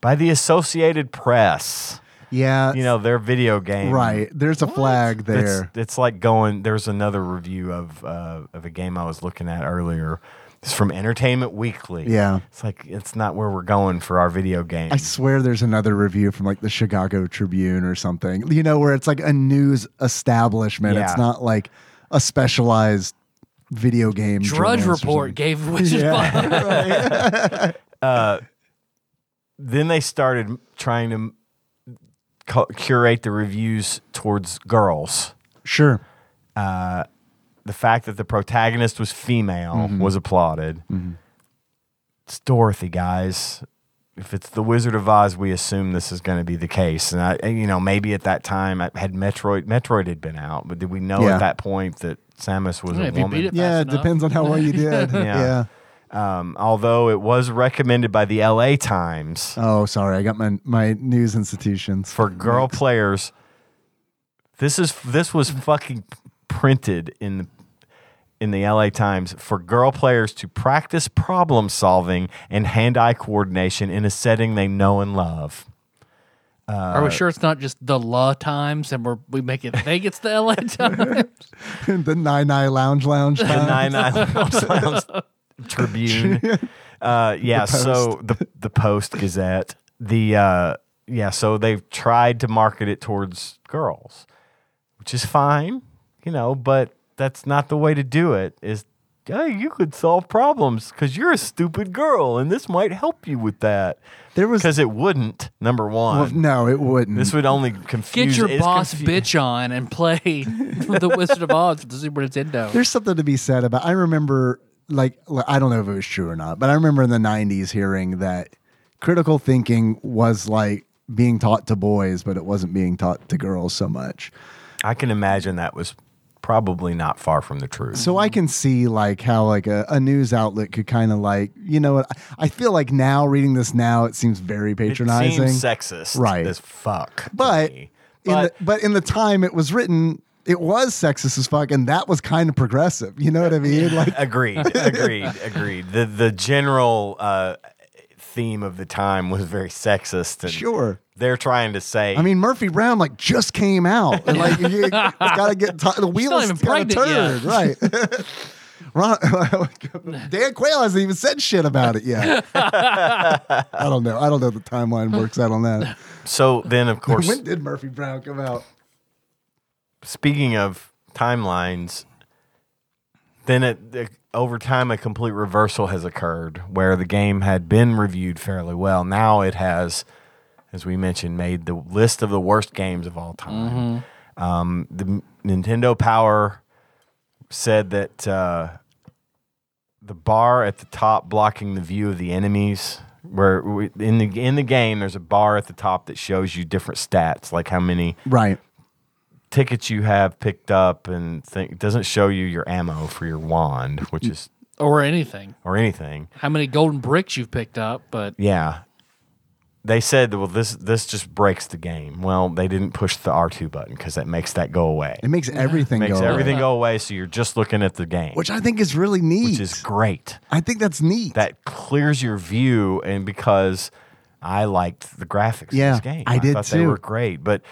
Speaker 1: by the Associated Press.
Speaker 3: yeah,
Speaker 1: You know, their video game.
Speaker 3: right. There's a flag there.
Speaker 1: It's, it's like going. There's another review of uh, of a game I was looking at earlier. It's from Entertainment Weekly.
Speaker 3: Yeah.
Speaker 1: it's like it's not where we're going for our video game.
Speaker 3: I swear there's another review from like the Chicago Tribune or something, you know, where it's like a news establishment.
Speaker 1: Yeah.
Speaker 3: It's not like a specialized video game.
Speaker 2: Drudge
Speaker 3: journalist or
Speaker 2: Report
Speaker 3: something.
Speaker 2: gave Wizard
Speaker 3: Yeah. [laughs]
Speaker 2: Bob.
Speaker 1: then they started trying to m- cu- curate the reviews towards girls.
Speaker 3: Sure.
Speaker 1: The fact that the protagonist was female was applauded. It's Dorothy, guys. If it's the Wizard of Oz, we assume this is going to be the case. And I, and, you know, maybe at that time, I had Metroid. Metroid had been out, but did we know
Speaker 3: Yeah.
Speaker 1: at that point that Samus was
Speaker 2: Yeah,
Speaker 1: a
Speaker 2: if you
Speaker 1: woman?
Speaker 2: beat it
Speaker 3: Yeah,
Speaker 2: Fast
Speaker 3: it
Speaker 2: enough.
Speaker 3: depends on how well you did. [laughs] yeah.
Speaker 1: Um, although it was recommended by the LA Times
Speaker 3: Oh, sorry. I got my my news institutions.
Speaker 1: for girl players. This is this was fucking printed in the in the LA Times for girl players to practice problem solving and hand-eye coordination in a setting they know and love.
Speaker 2: Are we sure it's not just the La Times and we're, we make it think it's the
Speaker 3: [laughs]
Speaker 2: LA Times?
Speaker 3: [laughs] the Nine Eye Lounge Lounge.
Speaker 1: The
Speaker 3: time.
Speaker 1: Nine Islands Lounge Tribune. Uh, yeah, so the the Post Gazette. The uh, yeah, so they've tried to market it towards girls, which is fine, you know, but that's not the way to do it. Is hey, you could solve problems because you're a stupid girl, and this might help you with that.
Speaker 3: There was
Speaker 1: Because it wouldn't. Number one,
Speaker 3: well, no, it wouldn't.
Speaker 1: this would only confuse.
Speaker 2: Get your
Speaker 1: it's
Speaker 2: boss
Speaker 1: confu-
Speaker 2: bitch on and play [laughs] the Wizard of Oz for the Super Nintendo.
Speaker 3: There's something to be said about. I remember, like, l- I don't know if it was true or not, but I remember in the '90s hearing that critical thinking was like being taught to boys, but it wasn't being taught to girls so much.
Speaker 1: I can imagine that was probably not far from the truth.
Speaker 3: So I can see like how like a, a news outlet could kind of like you know what I feel like now reading this now it seems very patronizing.
Speaker 1: It seems sexist,
Speaker 3: Right.
Speaker 1: As fuck. to
Speaker 3: but
Speaker 1: me.
Speaker 3: in the,
Speaker 1: but
Speaker 3: but in the time it was written, it was sexist as fuck, and that was kind of progressive. You know what I mean? Like [laughs]
Speaker 1: agreed, agreed, agreed. The the general uh, theme of the time was very sexist, and
Speaker 3: sure.
Speaker 1: they're trying to say.
Speaker 3: I mean, Murphy Brown like just came out, and like you,
Speaker 2: [laughs]
Speaker 3: it's got to get t- the
Speaker 2: not
Speaker 3: wheels
Speaker 2: even
Speaker 3: got to turn
Speaker 2: pregnant
Speaker 3: right. [laughs] Ron,
Speaker 2: [laughs]
Speaker 3: Dan Quayle hasn't even said shit about it yet. I don't know. I don't know if the timeline works out on that.
Speaker 1: so then, of course,
Speaker 3: [laughs] When did Murphy Brown come out?
Speaker 1: speaking of timelines, then it, it- over time a complete reversal has occurred where the game had been reviewed fairly well. Now it has, as we mentioned, made the list of the worst games of all time. Um, the M- Nintendo Power said that uh, the bar at the top blocking the view of the enemies. Where we- in the in the game, there's a bar at the top that shows you different stats, like how many
Speaker 3: Right.
Speaker 1: tickets you have picked up and think doesn't show you your ammo for your wand, which
Speaker 3: Mm.
Speaker 1: is
Speaker 2: Or anything.
Speaker 1: or anything.
Speaker 2: How many golden bricks you've picked up, but
Speaker 1: Yeah. They said, well, this this just breaks the game. Well, they didn't push the R two button because that makes that go away.
Speaker 3: It makes everything
Speaker 1: makes
Speaker 3: go away,
Speaker 1: everything go away, so you're just looking at the game,
Speaker 3: which I think is really neat.
Speaker 1: which is great.
Speaker 3: I think that's neat.
Speaker 1: That clears your view, and because I liked the graphics of
Speaker 3: Yeah,
Speaker 1: this game,
Speaker 3: I did
Speaker 1: thought They were
Speaker 3: too.
Speaker 1: great, but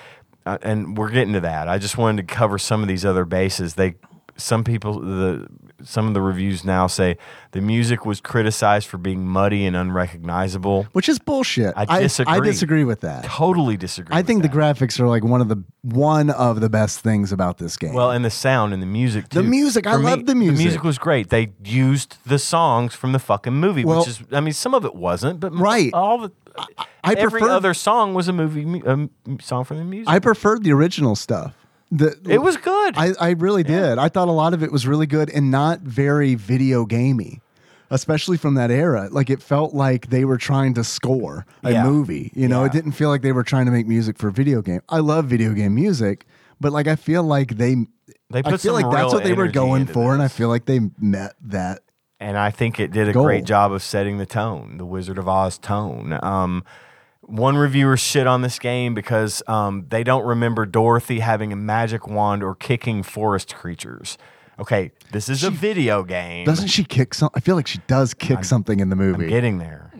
Speaker 1: uh, and we're getting to that. I just wanted to cover some of these other bases. They some people the some of the reviews now say the music was criticized for being muddy and unrecognizable.
Speaker 3: which is bullshit.
Speaker 1: I
Speaker 3: I,
Speaker 1: disagree.
Speaker 3: disagree with that.
Speaker 1: Totally disagree.
Speaker 3: I
Speaker 1: with
Speaker 3: think
Speaker 1: that.
Speaker 3: the graphics are like one of the one of the best things about this game.
Speaker 1: Well, and the sound and the music too.
Speaker 3: The music, I
Speaker 1: For me,
Speaker 3: love the music.
Speaker 1: The music was great. They used the songs from the fucking movie,
Speaker 3: Well-
Speaker 1: which is, I mean, some of it wasn't, but m-
Speaker 3: Right.
Speaker 1: all the
Speaker 3: I
Speaker 1: every
Speaker 3: prefer
Speaker 1: other song was a movie mu- a m- song from the music.
Speaker 3: I preferred the original stuff. The,
Speaker 1: it was good.
Speaker 3: I, I really did. I thought a lot of it was really good and not very video gamey, especially from that era. Like it felt like they were trying to score a
Speaker 1: Yeah.
Speaker 3: movie. You know, it
Speaker 1: Yeah.
Speaker 3: didn't feel like they were trying to make music for a video game. I love video game music, but like I feel like they.
Speaker 1: They
Speaker 3: I
Speaker 1: put
Speaker 3: feel
Speaker 1: some
Speaker 3: like that's
Speaker 1: real
Speaker 3: what they were
Speaker 1: energy
Speaker 3: going
Speaker 1: into
Speaker 3: for, and I
Speaker 1: this.
Speaker 3: feel like they met that.
Speaker 1: and I think it did a
Speaker 3: Goal.
Speaker 1: great job of setting the tone, the Wizard of Oz tone. Um, one reviewer shit on this game because um, they don't remember Dorothy having a magic wand or kicking forest creatures. Okay, this is a video game.
Speaker 3: Doesn't she kick some? I feel like she does kick something in the
Speaker 1: I'm
Speaker 3: movie.
Speaker 1: getting there.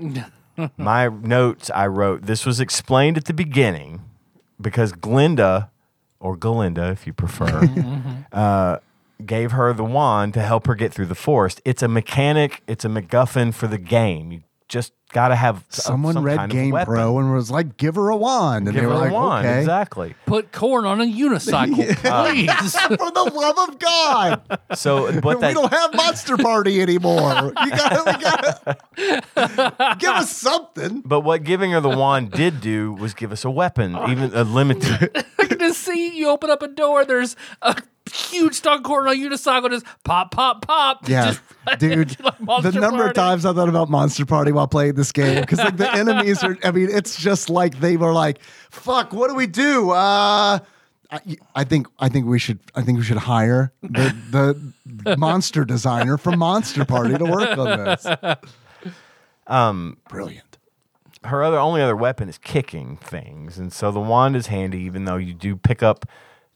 Speaker 1: My notes I wrote this was explained at the beginning because Glinda, or Galinda if you prefer, uh, gave her the wand to help her get through the forest. It's a mechanic, it's a MacGuffin for the game. You just got to have s-
Speaker 3: Someone
Speaker 1: some
Speaker 3: read
Speaker 1: kind of
Speaker 3: Game
Speaker 1: weapon.
Speaker 3: Pro and was like, "Give her a wand,"
Speaker 1: Give
Speaker 3: and they
Speaker 1: her
Speaker 3: were
Speaker 1: a
Speaker 3: like,
Speaker 1: wand,
Speaker 3: "Okay."
Speaker 1: exactly.
Speaker 2: Put corn on a unicycle,
Speaker 3: [laughs]
Speaker 2: please.
Speaker 3: For the love of God!
Speaker 1: So,
Speaker 3: [laughs]
Speaker 1: but
Speaker 3: we
Speaker 1: that
Speaker 3: don't have Monster Party anymore. You gotta, we gotta give us something.
Speaker 1: but what giving her the wand did do was give us a weapon, even a limited
Speaker 2: I can just see you open up a door. There's a huge stunk corn on a unicycle. Just pop, pop, pop.
Speaker 3: Yeah,
Speaker 2: Just, [laughs]
Speaker 3: dude.
Speaker 2: Like Monster
Speaker 3: the number
Speaker 2: Party.
Speaker 3: of times I thought about Monster Party while playing this game because
Speaker 2: [laughs]
Speaker 3: like the enemies are. I mean, it's just like they were like, "Fuck, what do we do?" Uh, I, I think I think we should I think we should hire the,
Speaker 2: [laughs]
Speaker 3: the monster designer from Monster Party to work on this. Um,
Speaker 2: Um,
Speaker 3: brilliant.
Speaker 1: her other only other weapon is kicking things, and so the wand is handy. Even though you do pick up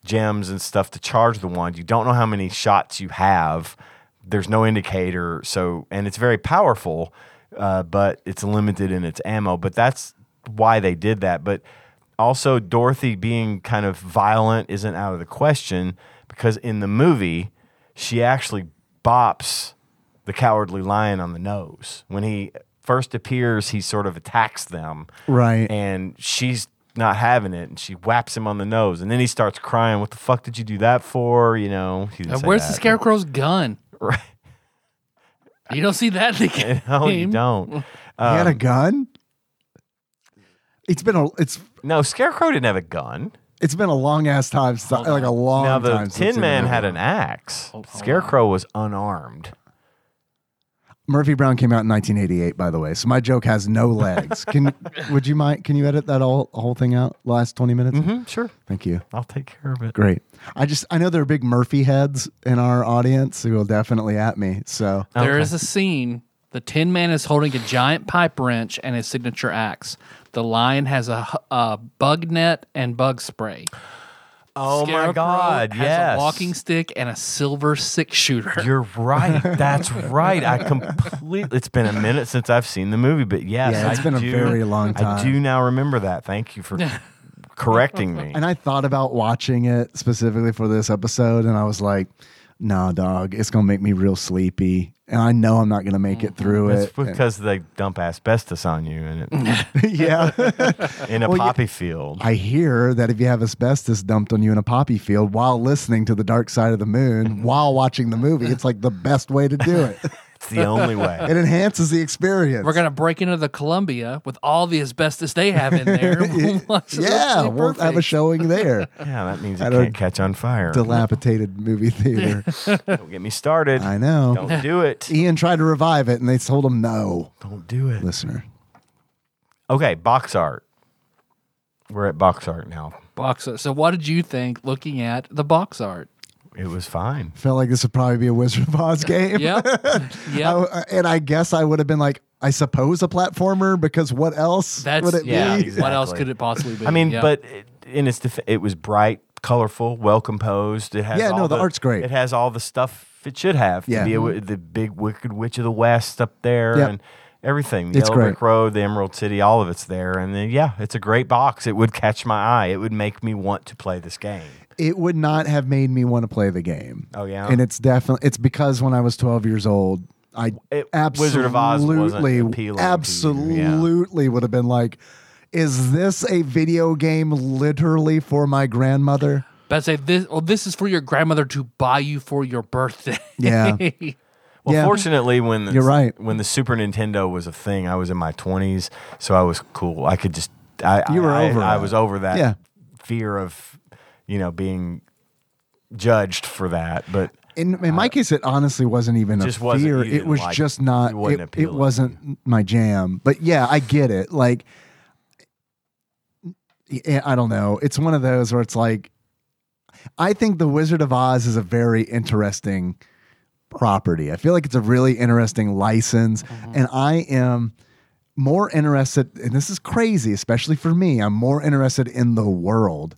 Speaker 1: gems and stuff to charge the wand, you don't know how many shots you have. There's no indicator, so and it's very powerful, uh, but it's limited in its ammo. But that's why they did that. But also, Dorothy being kind of violent isn't out of the question because in the movie, she actually bops the cowardly lion on the nose. When he first appears, he sort of attacks them.
Speaker 3: Right.
Speaker 1: And she's not having it and she whaps him on the nose. And then he starts crying, What the fuck did you do that for? You know, he didn't
Speaker 2: Uh,
Speaker 1: say
Speaker 2: where's
Speaker 1: that,
Speaker 2: the scarecrow's gun?
Speaker 1: but- [laughs] Right. [laughs]
Speaker 2: You don't see that in the game.
Speaker 1: No, you don't.
Speaker 3: he
Speaker 1: Um,
Speaker 3: had a gun. It's been a it's
Speaker 1: No, Scarecrow didn't have a gun.
Speaker 3: it's been a long ass time, si- like a long
Speaker 1: now, the
Speaker 3: time. since
Speaker 1: Tin Man
Speaker 3: it-
Speaker 1: had an axe.
Speaker 2: Hold- hold
Speaker 1: Scarecrow was unarmed.
Speaker 3: Murphy Brown came out in 1988, by the way. So my joke has no
Speaker 1: [laughs]
Speaker 3: legs. Can would you mind? Can you edit that all whole thing out? Last 20 minutes.
Speaker 1: Mm-hmm, sure.
Speaker 3: Thank you.
Speaker 1: I'll take care of it.
Speaker 3: Great. I just I know there are big Murphy heads in our audience who will definitely at me. So
Speaker 2: There is a scene. The Tin Man is holding a giant pipe wrench and his signature axe. The lion has a, h- a bug net and bug spray.
Speaker 1: Oh my
Speaker 2: Scarecrow
Speaker 1: God!
Speaker 2: Has
Speaker 1: yes,
Speaker 2: a walking stick and a silver six shooter. [laughs]
Speaker 1: You're right. That's right. I completely. It's been a minute since I've seen the movie, but yes,
Speaker 3: Yeah, it's
Speaker 1: I
Speaker 3: been a
Speaker 1: do-
Speaker 3: very long time.
Speaker 1: I do now remember that. Thank you for correcting me.
Speaker 3: [laughs] and I thought about watching it specifically for this episode, and I was like, Nah, dog, it's gonna make me real sleepy, and I know I'm not gonna make
Speaker 2: Mm-hmm.
Speaker 3: it through
Speaker 1: It's
Speaker 3: it. [laughs]
Speaker 1: because they dump asbestos on you in, it,
Speaker 3: yeah.
Speaker 2: [laughs]
Speaker 1: in a
Speaker 3: Well, yeah.
Speaker 1: poppy field.
Speaker 3: I hear that if you have asbestos dumped on you in a poppy field while listening to The Dark Side of the Moon while watching the movie, it's like the best way to do
Speaker 2: [laughs]
Speaker 3: it.
Speaker 1: It's the only
Speaker 3: [laughs] It
Speaker 1: way.
Speaker 3: enhances the experience.
Speaker 2: We're gonna break into the Columbia with all the asbestos they have in
Speaker 3: [laughs]
Speaker 2: there. [laughs] We'll watch it.
Speaker 3: yeah,
Speaker 2: It'll be
Speaker 3: we'll have a
Speaker 2: perfect. [laughs]
Speaker 3: showing there.
Speaker 1: Yeah, that means it
Speaker 3: I don't-
Speaker 1: can't catch on fire.
Speaker 3: Dilapidated movie theater.
Speaker 1: Don't get me started.
Speaker 3: I know.
Speaker 1: Don't do it.
Speaker 3: Ian tried to revive it, and they told him no.
Speaker 1: Don't do it.
Speaker 3: Listener,
Speaker 1: Okay, box art. We're at box art now.
Speaker 2: box art. So, what did you think looking at the box
Speaker 3: [laughs]
Speaker 2: art?
Speaker 1: It was fine.
Speaker 3: felt like this would probably be a Wizard of Oz game.
Speaker 2: Yep. yep.
Speaker 3: [laughs] I- and I guess I would have been like, I suppose a platformer because what else
Speaker 2: That's
Speaker 3: would it
Speaker 2: yeah.
Speaker 3: be?
Speaker 2: What else
Speaker 1: Exactly.
Speaker 2: could it possibly be?
Speaker 1: I mean,
Speaker 2: Yeah.
Speaker 1: but it, in its def- it was bright, colorful, well composed. It has
Speaker 3: Yeah, no,
Speaker 1: all
Speaker 3: the art's great.
Speaker 1: It has all the stuff it should have.
Speaker 3: Yeah.
Speaker 1: to be a wi- the big Wicked Witch of the West up there
Speaker 3: Yep.
Speaker 1: and everything. The
Speaker 3: It's
Speaker 1: Yellow Brick
Speaker 3: great.
Speaker 1: Road, the Emerald City, all of it's there. And then yeah, it's a great box. It would catch my eye. It would make me want to play this game.
Speaker 3: it would not have made me want to play the game.
Speaker 1: Oh, yeah?
Speaker 3: and it's definitely it's because when I was twelve years old, I
Speaker 1: It-
Speaker 3: absolutely,
Speaker 1: Wizard of Oz wasn't appealing to you, yeah.
Speaker 3: absolutely would have been like, "Is this a video game literally for
Speaker 2: [laughs]
Speaker 3: my grandmother?"
Speaker 2: But I say this. Well, this is for your grandmother to buy you for your birthday. [laughs]
Speaker 3: Yeah.
Speaker 1: Well,
Speaker 3: Yeah.
Speaker 1: fortunately, when the,
Speaker 3: You're right.
Speaker 1: when the Super Nintendo was a thing, I was in my twenties, so I was cool. I could just I
Speaker 3: You were
Speaker 1: I,
Speaker 3: over
Speaker 1: I, I
Speaker 3: it.
Speaker 1: was over that
Speaker 3: Yeah.
Speaker 1: fear of you know being judged for that. But
Speaker 3: In, in my case, it honestly wasn't even
Speaker 1: Uh, Just
Speaker 3: a
Speaker 1: wasn't-
Speaker 3: fear.
Speaker 1: you
Speaker 3: It
Speaker 1: didn't
Speaker 3: was
Speaker 1: like it.
Speaker 3: just
Speaker 1: It
Speaker 3: not. It
Speaker 1: wasn't
Speaker 3: wasn't, it,
Speaker 1: appealing to
Speaker 3: wasn't my jam. But yeah, I get it. Like, yeah, I don't know. It's one of those where it's like, I think The Wizard of Oz is a very interesting property. I feel like it's a really interesting license,
Speaker 1: Mm-hmm.
Speaker 3: and I am more interested. And this is crazy, especially for me. I'm more interested in the world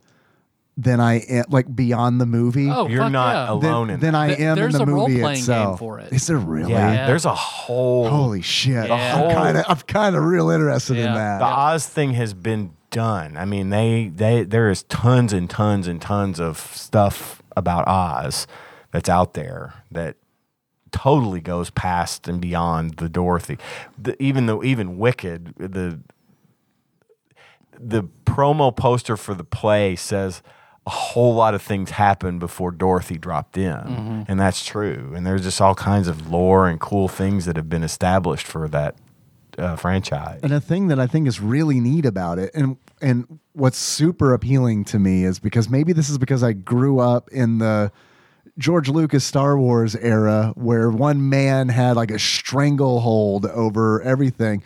Speaker 3: than I am, like beyond the movie
Speaker 2: Oh,
Speaker 1: you're
Speaker 2: fuck
Speaker 1: not
Speaker 2: yeah.
Speaker 1: alone.
Speaker 3: than,
Speaker 1: in
Speaker 3: than
Speaker 1: that.
Speaker 3: I
Speaker 2: Th-
Speaker 3: am
Speaker 2: there's
Speaker 3: in the
Speaker 2: a
Speaker 3: movie
Speaker 2: role-playing game
Speaker 3: itself.
Speaker 2: for it.
Speaker 3: Is there really?
Speaker 1: yeah,
Speaker 2: Yeah.
Speaker 1: there's a whole
Speaker 3: Holy shit!
Speaker 2: Yeah.
Speaker 3: I'm kind of I'm kind of real interested in
Speaker 2: Yeah.
Speaker 3: that.
Speaker 1: the Oz thing has been done. I mean, they they there is tons and tons and tons of stuff about Oz that's out there that totally goes past and beyond the Dorothy. The, even though even Wicked the the promo poster for the play says a whole lot of things happened before Dorothy dropped in, and that's true. And there's just all kinds of lore and cool things that have been established for that uh, franchise.
Speaker 3: And a thing that I think is really neat about it, and and what's super appealing to me is because maybe this is because I grew up in the George Lucas Star Wars era where one man had like a stranglehold over everything,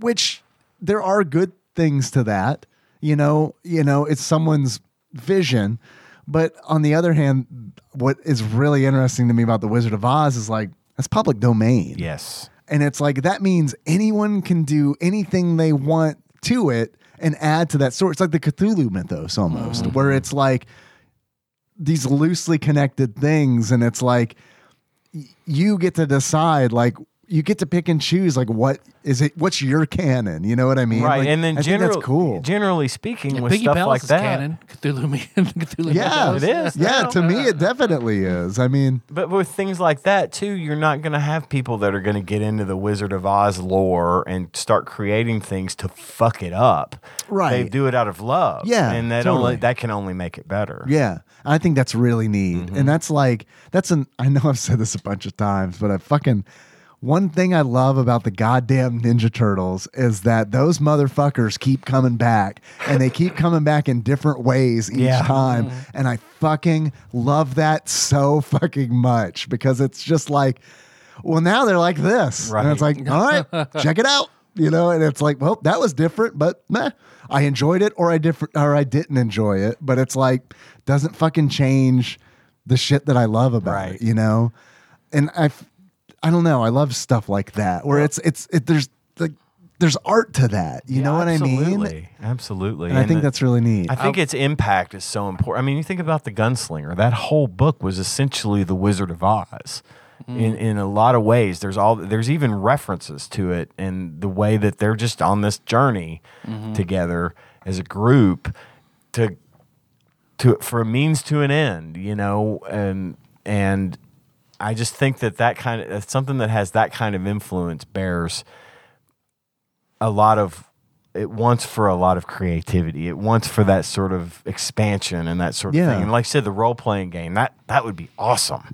Speaker 3: which there are good things to that. You know, you know, it's someone's vision. But on the other hand, what is really interesting to me about The Wizard of Oz is like that's public domain.
Speaker 1: Yes.
Speaker 3: And it's like that means anyone can do anything they want to it and add to that story. It's like the Cthulhu mythos almost,
Speaker 1: Mm.
Speaker 3: where it's like these loosely connected things, and it's like y- you get to decide, like you get to pick and choose, like what is it? What's your canon? You know what I mean?
Speaker 1: Right.
Speaker 3: Like,
Speaker 1: and then
Speaker 3: I think
Speaker 1: general,
Speaker 3: that's cool.
Speaker 1: generally speaking,
Speaker 2: Yeah,
Speaker 1: with
Speaker 2: Piggy
Speaker 1: stuff
Speaker 2: Palace
Speaker 1: like
Speaker 2: is
Speaker 1: that.
Speaker 2: canon. [laughs] Cthulhu, Man- Cthulhu
Speaker 3: yeah,
Speaker 2: Mythos.
Speaker 1: It is.
Speaker 3: Yeah, to me, it definitely is. I mean,
Speaker 1: But with things like that too, you're not going to have people that are going to get into the Wizard of Oz lore and start creating things to fuck it up. They
Speaker 3: Right.
Speaker 1: do it out of love.
Speaker 3: Yeah,
Speaker 1: And that only
Speaker 3: totally.
Speaker 1: that can only make it better.
Speaker 3: Yeah. I think that's really neat. And that's like, that's an, I know I've said this a bunch of times, but I fucking, one thing I love about the goddamn Ninja Turtles is that those motherfuckers keep coming back and they keep coming back in different ways each
Speaker 1: Yeah.
Speaker 3: time. And I fucking love that so fucking much because it's just like, well, now they're like this. And it's
Speaker 1: Right.
Speaker 3: like, all right, check it out. You know, and it's like, well, that was different, but meh, I enjoyed it or I different or I didn't enjoy it. But it's like doesn't fucking change the shit that I love about
Speaker 1: Right.
Speaker 3: it, you know? And I f- I don't know, I love stuff like that where it's it's it there's like there's art to that. You know what I mean?
Speaker 1: Absolutely. Absolutely.
Speaker 3: And I think that's really neat.
Speaker 1: I think its impact is so important. I mean, you think about the Gunslinger. That whole book was essentially the Wizard of Oz. In in a lot of ways, there's all there's even references to it, and the way that they're just on this journey together as a group to to for a means to an end, you know, and and I just think that that kind of that's something that has that kind of influence bears a lot of it wants for a lot of creativity. It wants for that sort of expansion and that sort of
Speaker 3: Yeah.
Speaker 1: thing. And like I said, the role playing game that that would be awesome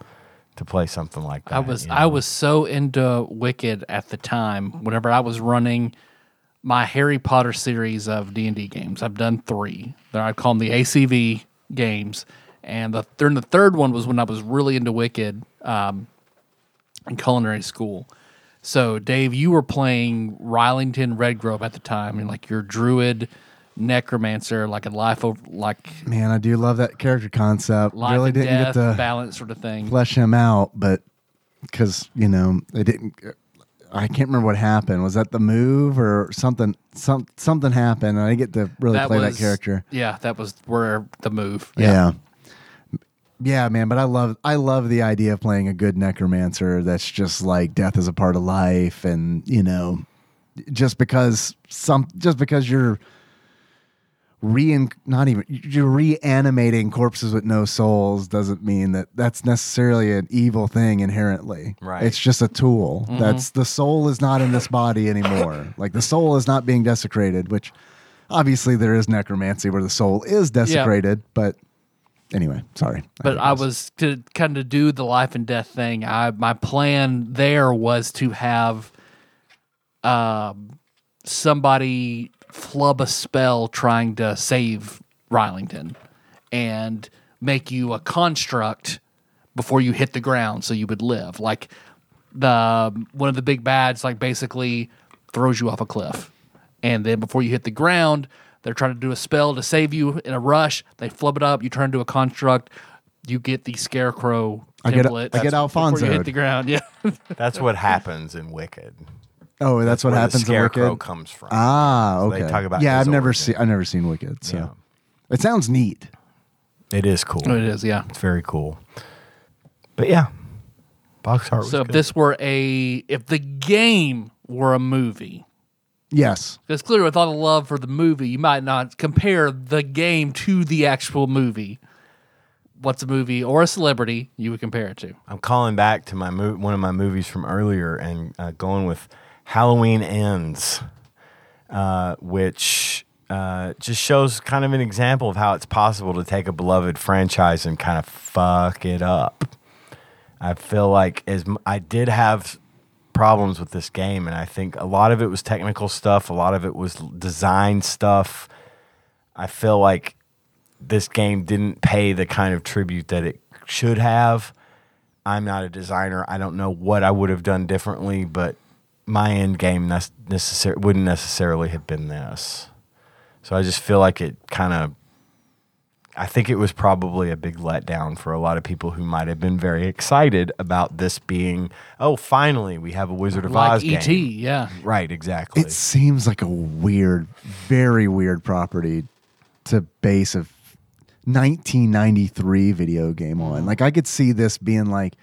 Speaker 1: to play something like that.
Speaker 2: I was
Speaker 1: you know?
Speaker 2: I was so into Wicked at the time. Whenever I was running my Harry Potter series of D and D games, I've done three. There I call them the ACV games, and the during the third one was when I was really into Wicked um, in culinary school. So Dave, you were playing Rylington Redgrove at the time, and like your druid necromancer, like a life of like
Speaker 3: Man, I do love that character concept.
Speaker 2: life
Speaker 3: really
Speaker 2: and
Speaker 3: didn't
Speaker 2: death
Speaker 3: get to
Speaker 2: balance sort of thing.
Speaker 3: flesh him out, but because you know they didn't. I can't remember what happened. Was that the move or something? Some something happened, and I didn't get to really play that character.
Speaker 2: Yeah, that was where the move.
Speaker 3: Yeah. yeah, man. But I love I love the idea of playing a good necromancer. That's just like death is a part of life, and you know, just because some just because you're rein not even you're reanimating corpses with no souls doesn't mean that that's necessarily an evil thing inherently.
Speaker 1: Right.
Speaker 3: It's just a tool. That's the soul is not in this body anymore. like the soul is not being desecrated, which obviously there is necromancy where the soul is desecrated, but anyway, sorry.
Speaker 2: But I was to kind of do the life and death thing. I my plan there was to have um, somebody flub a spell trying to save Rylington and make you a construct before you hit the ground so you would live. Like the one of the big bads like basically throws you off a cliff. And then before you hit the ground, they're trying to do a spell to save you in a rush. They flub it up, you turn into a construct, you get the scarecrow
Speaker 3: I get-
Speaker 2: template. Before
Speaker 3: I get
Speaker 2: you
Speaker 3: Alfonso'd.
Speaker 2: hit the ground, [laughs] yeah.
Speaker 1: That's what happens in Wicked.
Speaker 3: Oh, that's, what
Speaker 1: where
Speaker 3: happens
Speaker 1: the
Speaker 3: in
Speaker 1: scarecrow
Speaker 3: Wicked.
Speaker 1: comes from.
Speaker 3: Ah,
Speaker 1: they
Speaker 3: okay.
Speaker 1: talk about
Speaker 3: yeah,
Speaker 1: his
Speaker 3: I've never
Speaker 1: origin.
Speaker 3: seen I've never seen Wicked, so
Speaker 1: Yeah.
Speaker 3: it sounds neat.
Speaker 1: It is cool.
Speaker 2: Oh, it is, yeah.
Speaker 1: It's very cool. But yeah, box art. Was
Speaker 2: So if
Speaker 1: good.
Speaker 2: this were a if the game were a movie,
Speaker 3: Yes.
Speaker 2: because clearly with all the love for the movie, you might not compare the game to the actual movie. What's a movie or a celebrity you would compare it to?
Speaker 1: I'm calling back to my mo- one of my movies from earlier and uh, going with Halloween Ends, uh, which uh, just shows kind of an example of how it's possible to take a beloved franchise and kind of fuck it up. I feel like as m- I did have problems with this game, and I think a lot of it was technical stuff, a lot of it was l- design stuff. I feel like this game didn't pay the kind of tribute that it should have. I'm not a designer. I don't know what I would have done differently, but my end game nes- necessar- wouldn't necessarily have been this. So I just feel like it kind of. I think it was probably a big letdown for a lot of people who might have been very excited about this being, oh, finally we have a Wizard of
Speaker 2: Like
Speaker 1: Oz
Speaker 2: E. T.
Speaker 1: game.
Speaker 2: Yeah.
Speaker 1: Right, exactly.
Speaker 3: It seems like a weird, very weird property to base a 1993 video game
Speaker 1: Mm-hmm.
Speaker 3: on. Like I could see this being like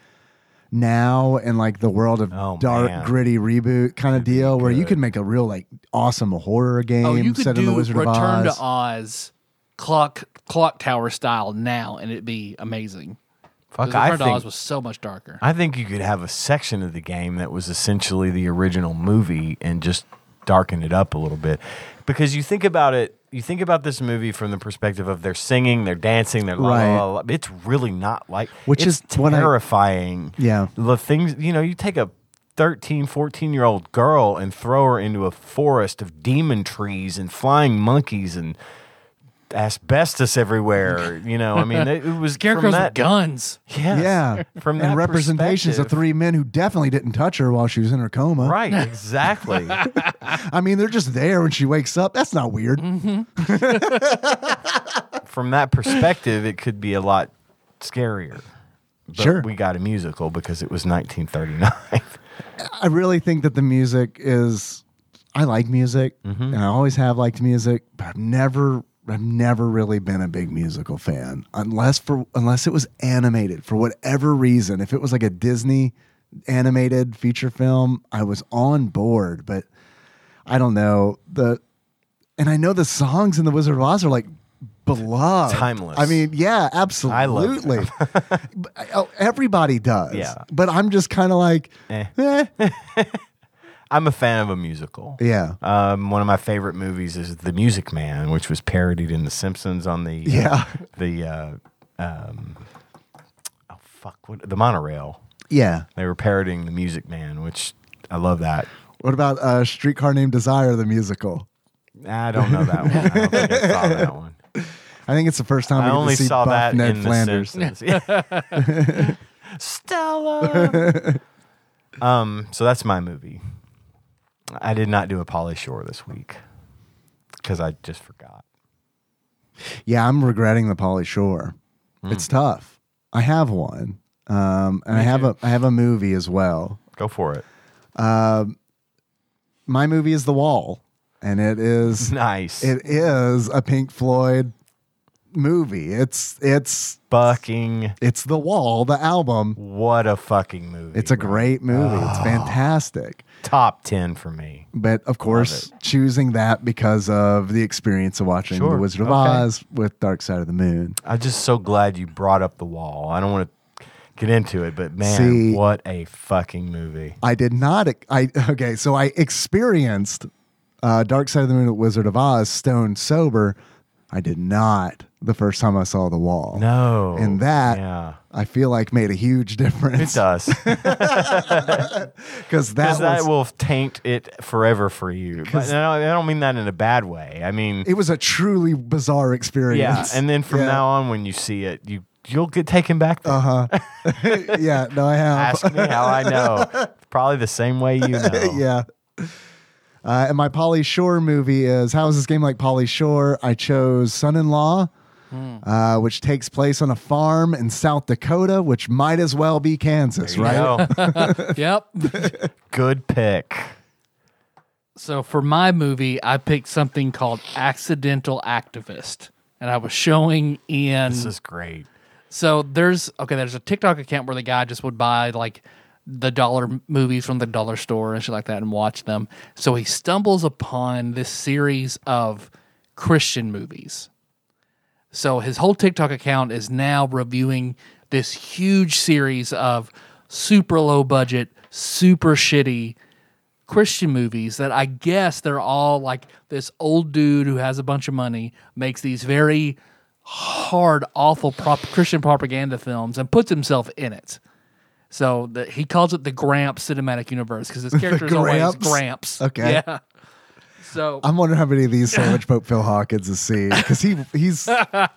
Speaker 3: now and like the world of
Speaker 1: Oh,
Speaker 3: dark,
Speaker 1: man.
Speaker 3: gritty reboot kind of deal where you could make a real like awesome horror game
Speaker 2: Oh, you could
Speaker 3: set in
Speaker 2: do
Speaker 3: the Wizard
Speaker 2: Return
Speaker 3: of Oz.
Speaker 2: to Oz, clock clock tower style now, and it'd be amazing.
Speaker 1: Fuck,
Speaker 2: 'Cause
Speaker 1: I
Speaker 2: Return to
Speaker 1: think-
Speaker 2: Oz was so much darker.
Speaker 1: I think you could have a section of the game that was essentially the original movie and just darken it up a little bit. Because you think about it, you think about this movie from the perspective of they're singing, they're dancing, they're la,
Speaker 3: Right.
Speaker 1: la, la, la. It's really not like
Speaker 3: Which
Speaker 1: it's
Speaker 3: is what I-
Speaker 1: terrifying.
Speaker 3: Yeah.
Speaker 1: The things, you know, you take a 13, 14 year old girl and throw her into a forest of demon trees and flying monkeys and asbestos everywhere. You know, I mean, it, it was from
Speaker 2: Scarecrows
Speaker 1: that, [laughs]
Speaker 2: with guns.
Speaker 1: Yes.
Speaker 3: Yeah.
Speaker 1: [laughs] From
Speaker 3: and
Speaker 1: that
Speaker 3: representations of
Speaker 1: perspective-
Speaker 3: three men who definitely didn't touch her while she was in her coma.
Speaker 1: Right,
Speaker 3: [laughs]
Speaker 1: exactly.
Speaker 3: I mean, they're just there when she wakes up. That's not weird.
Speaker 1: From that perspective, it could be a lot scarier. But
Speaker 3: Sure.
Speaker 1: We got a musical because it was 1939.
Speaker 3: I really think that the music is. I like music,
Speaker 1: Mm-hmm.
Speaker 3: and I always have liked music, but I've never, I've never really been a big musical fan, unless for unless it was animated for whatever reason. If it was like a Disney animated feature film, I was on board, but I don't know the, and I know the songs in the Wizard of Oz are like beloved,
Speaker 1: Timeless.
Speaker 3: I mean, yeah, absolutely.
Speaker 1: love them. [laughs]
Speaker 3: But, oh, everybody does.
Speaker 1: Yeah.
Speaker 3: But I'm just kind of like,
Speaker 1: Eh.
Speaker 3: eh.
Speaker 1: [laughs] I'm a fan of a musical.
Speaker 3: yeah.
Speaker 1: Um, one of my favorite movies is The Music Man, which was parodied in The Simpsons on the uh,
Speaker 3: Yeah.
Speaker 1: the uh, um, oh fuck what, the monorail.
Speaker 3: Yeah.
Speaker 1: They were parodying The Music Man, which I love that.
Speaker 3: What about uh, Streetcar Named Desire, the musical?
Speaker 1: I don't know that one. I don't think I saw that one.
Speaker 3: I think it's the first time
Speaker 1: I
Speaker 3: we get
Speaker 1: only
Speaker 3: to see
Speaker 1: saw
Speaker 3: Buff
Speaker 1: that
Speaker 3: Ned
Speaker 1: in
Speaker 3: Flanders.
Speaker 1: The Simpsons.
Speaker 3: [laughs]
Speaker 1: Stella. um, so that's my movie. I did not do a Polly Shore this week because I just forgot.
Speaker 3: yeah, I'm regretting the Polly Shore.
Speaker 1: Hmm.
Speaker 3: It's tough. I have one, um, and I have a I have a movie as well.
Speaker 1: Go for it.
Speaker 3: My
Speaker 1: [laughs]
Speaker 3: movie is The Wall, and it is
Speaker 1: Nice.
Speaker 3: it is a Pink Floyd movie. It's it's
Speaker 1: Fucking
Speaker 3: it's The Wall, the album.
Speaker 1: what a fucking movie.
Speaker 3: It's a great movie.
Speaker 1: Ah.
Speaker 3: It's fantastic.
Speaker 1: top 10 for me.
Speaker 3: But of course, choosing that because of the experience of watching
Speaker 1: Sure.
Speaker 3: The Wizard of
Speaker 1: Okay.
Speaker 3: Oz with Dark Side of the Moon.
Speaker 1: I'm just so glad you brought up The Wall. I don't want to get into it, but man,
Speaker 3: See-
Speaker 1: what a fucking movie.
Speaker 3: I did not. e, I [laughs] okay. So I experienced uh, Dark Side of the Moon at Wizard of Oz stone sober. I did not the first time I saw The Wall.
Speaker 1: No.
Speaker 3: and that
Speaker 1: Yeah.
Speaker 3: I feel like made a huge [laughs]
Speaker 1: It
Speaker 3: difference
Speaker 1: does. Because
Speaker 3: because that was
Speaker 1: that will taint it forever for you. But no, I don't mean that in a bad way. I mean,
Speaker 3: it was a truly bizarre
Speaker 1: yeah.
Speaker 3: experience.
Speaker 1: And then from
Speaker 3: Yeah. Uh-huh.
Speaker 1: now on, when you see it, you, you'll get taken back there.
Speaker 3: [laughs] yeah, no, I have.
Speaker 1: Ask me how I
Speaker 3: [laughs]
Speaker 1: know. Probably the same way you know.
Speaker 3: yeah. Uh, and my Polly Shore movie is how is this game like Polly Shore? I chose Son in Law,
Speaker 2: Hmm.
Speaker 3: uh, which takes place on a farm in South Dakota, which might as well be Kansas,
Speaker 1: You
Speaker 3: right?
Speaker 1: know?
Speaker 3: [laughs]
Speaker 2: Yep.
Speaker 1: [laughs] Good pick.
Speaker 2: So for my movie, I picked something called Accidental Activist, and I was showing Ian.
Speaker 1: This is great.
Speaker 2: so there's okay, there's a TikTok account where the guy just would buy like the dollar m- movies from the dollar store and shit like that and watch them. So he stumbles upon this series of Christian movies. So his whole TikTok account is now reviewing this huge series of super low budget, super shitty Christian movies that I guess they're all like this old dude who has a bunch of money makes these very hard, awful prop- Christian propaganda films and puts himself in it. So the, he calls it the Gramps cinematic universe because his character is always
Speaker 3: Gramps?
Speaker 2: Gramps.
Speaker 3: Okay.
Speaker 2: Yeah. So
Speaker 3: I'm wondering how many
Speaker 2: [laughs]
Speaker 3: of these Sandwich Pope Phil Hawkins has seen because he he's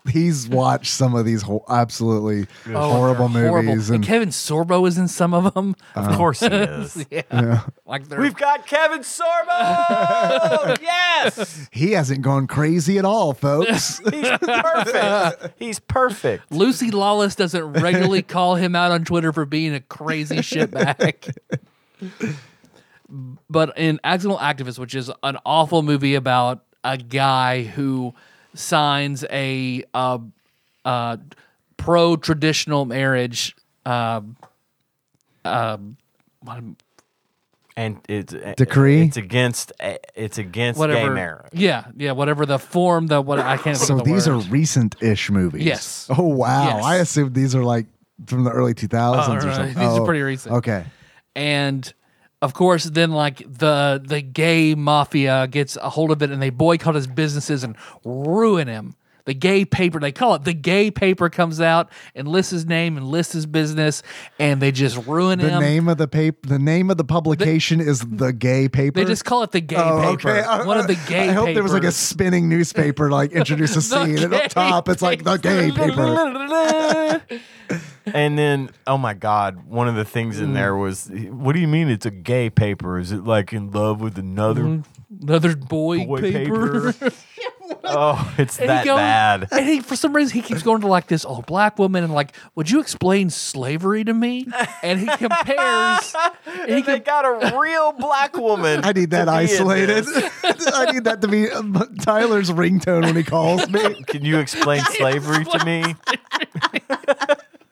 Speaker 3: he's watched some of these ho- absolutely
Speaker 2: Oh,
Speaker 3: horrible
Speaker 2: they're
Speaker 3: movies
Speaker 2: horrible.
Speaker 3: and
Speaker 2: Kevin Sorbo is in some of them.
Speaker 3: Oh.
Speaker 1: Of
Speaker 3: [laughs]
Speaker 1: course it is.
Speaker 2: [laughs] yeah. Like they're
Speaker 1: We've got Kevin Sorbo.
Speaker 3: [laughs]
Speaker 1: yes,
Speaker 3: he hasn't gone crazy at
Speaker 2: [laughs]
Speaker 3: all, folks.
Speaker 1: he's perfect. He's perfect.
Speaker 2: [laughs] Lucy Lawless doesn't
Speaker 3: [laughs]
Speaker 2: regularly call him out on Twitter for being a crazy
Speaker 3: [laughs]
Speaker 2: shitbag. but in Accidental Activist, which is an awful movie about a guy who signs a uh, uh, pro traditional marriage. Uh,
Speaker 1: And it's
Speaker 3: Decree?
Speaker 1: It's against. It's against
Speaker 2: whatever.
Speaker 1: gay marriage.
Speaker 2: Yeah, yeah, whatever the form, the what I can't.
Speaker 3: so
Speaker 2: think of the
Speaker 3: these
Speaker 2: word.
Speaker 3: are recent-ish movies.
Speaker 2: Yes.
Speaker 3: Oh wow,
Speaker 2: Yes.
Speaker 3: I assumed these are like from the early 2000s
Speaker 2: Oh, no,
Speaker 3: or
Speaker 2: no, no.
Speaker 3: something.
Speaker 2: These are
Speaker 3: Oh,
Speaker 2: pretty recent.
Speaker 3: Okay.
Speaker 2: and of course then like the the gay mafia gets a hold of it and they boycott his businesses and ruin him the gay paper they call it the gay paper comes out and lists his name and lists his business and they just ruin
Speaker 3: The
Speaker 2: him
Speaker 3: name of the paper. The name of the publication is the Gay Paper.
Speaker 2: they just call it the gay
Speaker 3: Oh,
Speaker 2: paper
Speaker 3: I-
Speaker 2: one of the
Speaker 3: I
Speaker 2: gay
Speaker 3: hope there was like a
Speaker 2: papers.
Speaker 3: spinning newspaper to like
Speaker 2: [laughs]
Speaker 3: introduce a scene, and
Speaker 2: gay
Speaker 3: up top it's like the Gay Paper.
Speaker 1: and then, oh my God, one of the things in there was, what do you mean it's a gay paper? Is it like in love with another
Speaker 2: another boy,
Speaker 1: boy
Speaker 2: paper.
Speaker 1: paper? [laughs] oh, it's
Speaker 2: And
Speaker 1: that
Speaker 2: he goes,
Speaker 1: bad.
Speaker 2: [laughs] And he, for some reason, he keeps going to like this old black woman and like, would you explain slavery to me? And he
Speaker 3: [laughs]
Speaker 2: compares. [laughs] and he
Speaker 1: They
Speaker 2: com-
Speaker 1: got a real black woman.
Speaker 3: I need
Speaker 1: to
Speaker 2: [laughs]
Speaker 3: that
Speaker 1: be in
Speaker 3: isolated.
Speaker 1: this.
Speaker 3: [laughs] I need that to be um, Tyler's ringtone when he calls me.
Speaker 2: [laughs]
Speaker 1: Can you explain slavery to me? [laughs]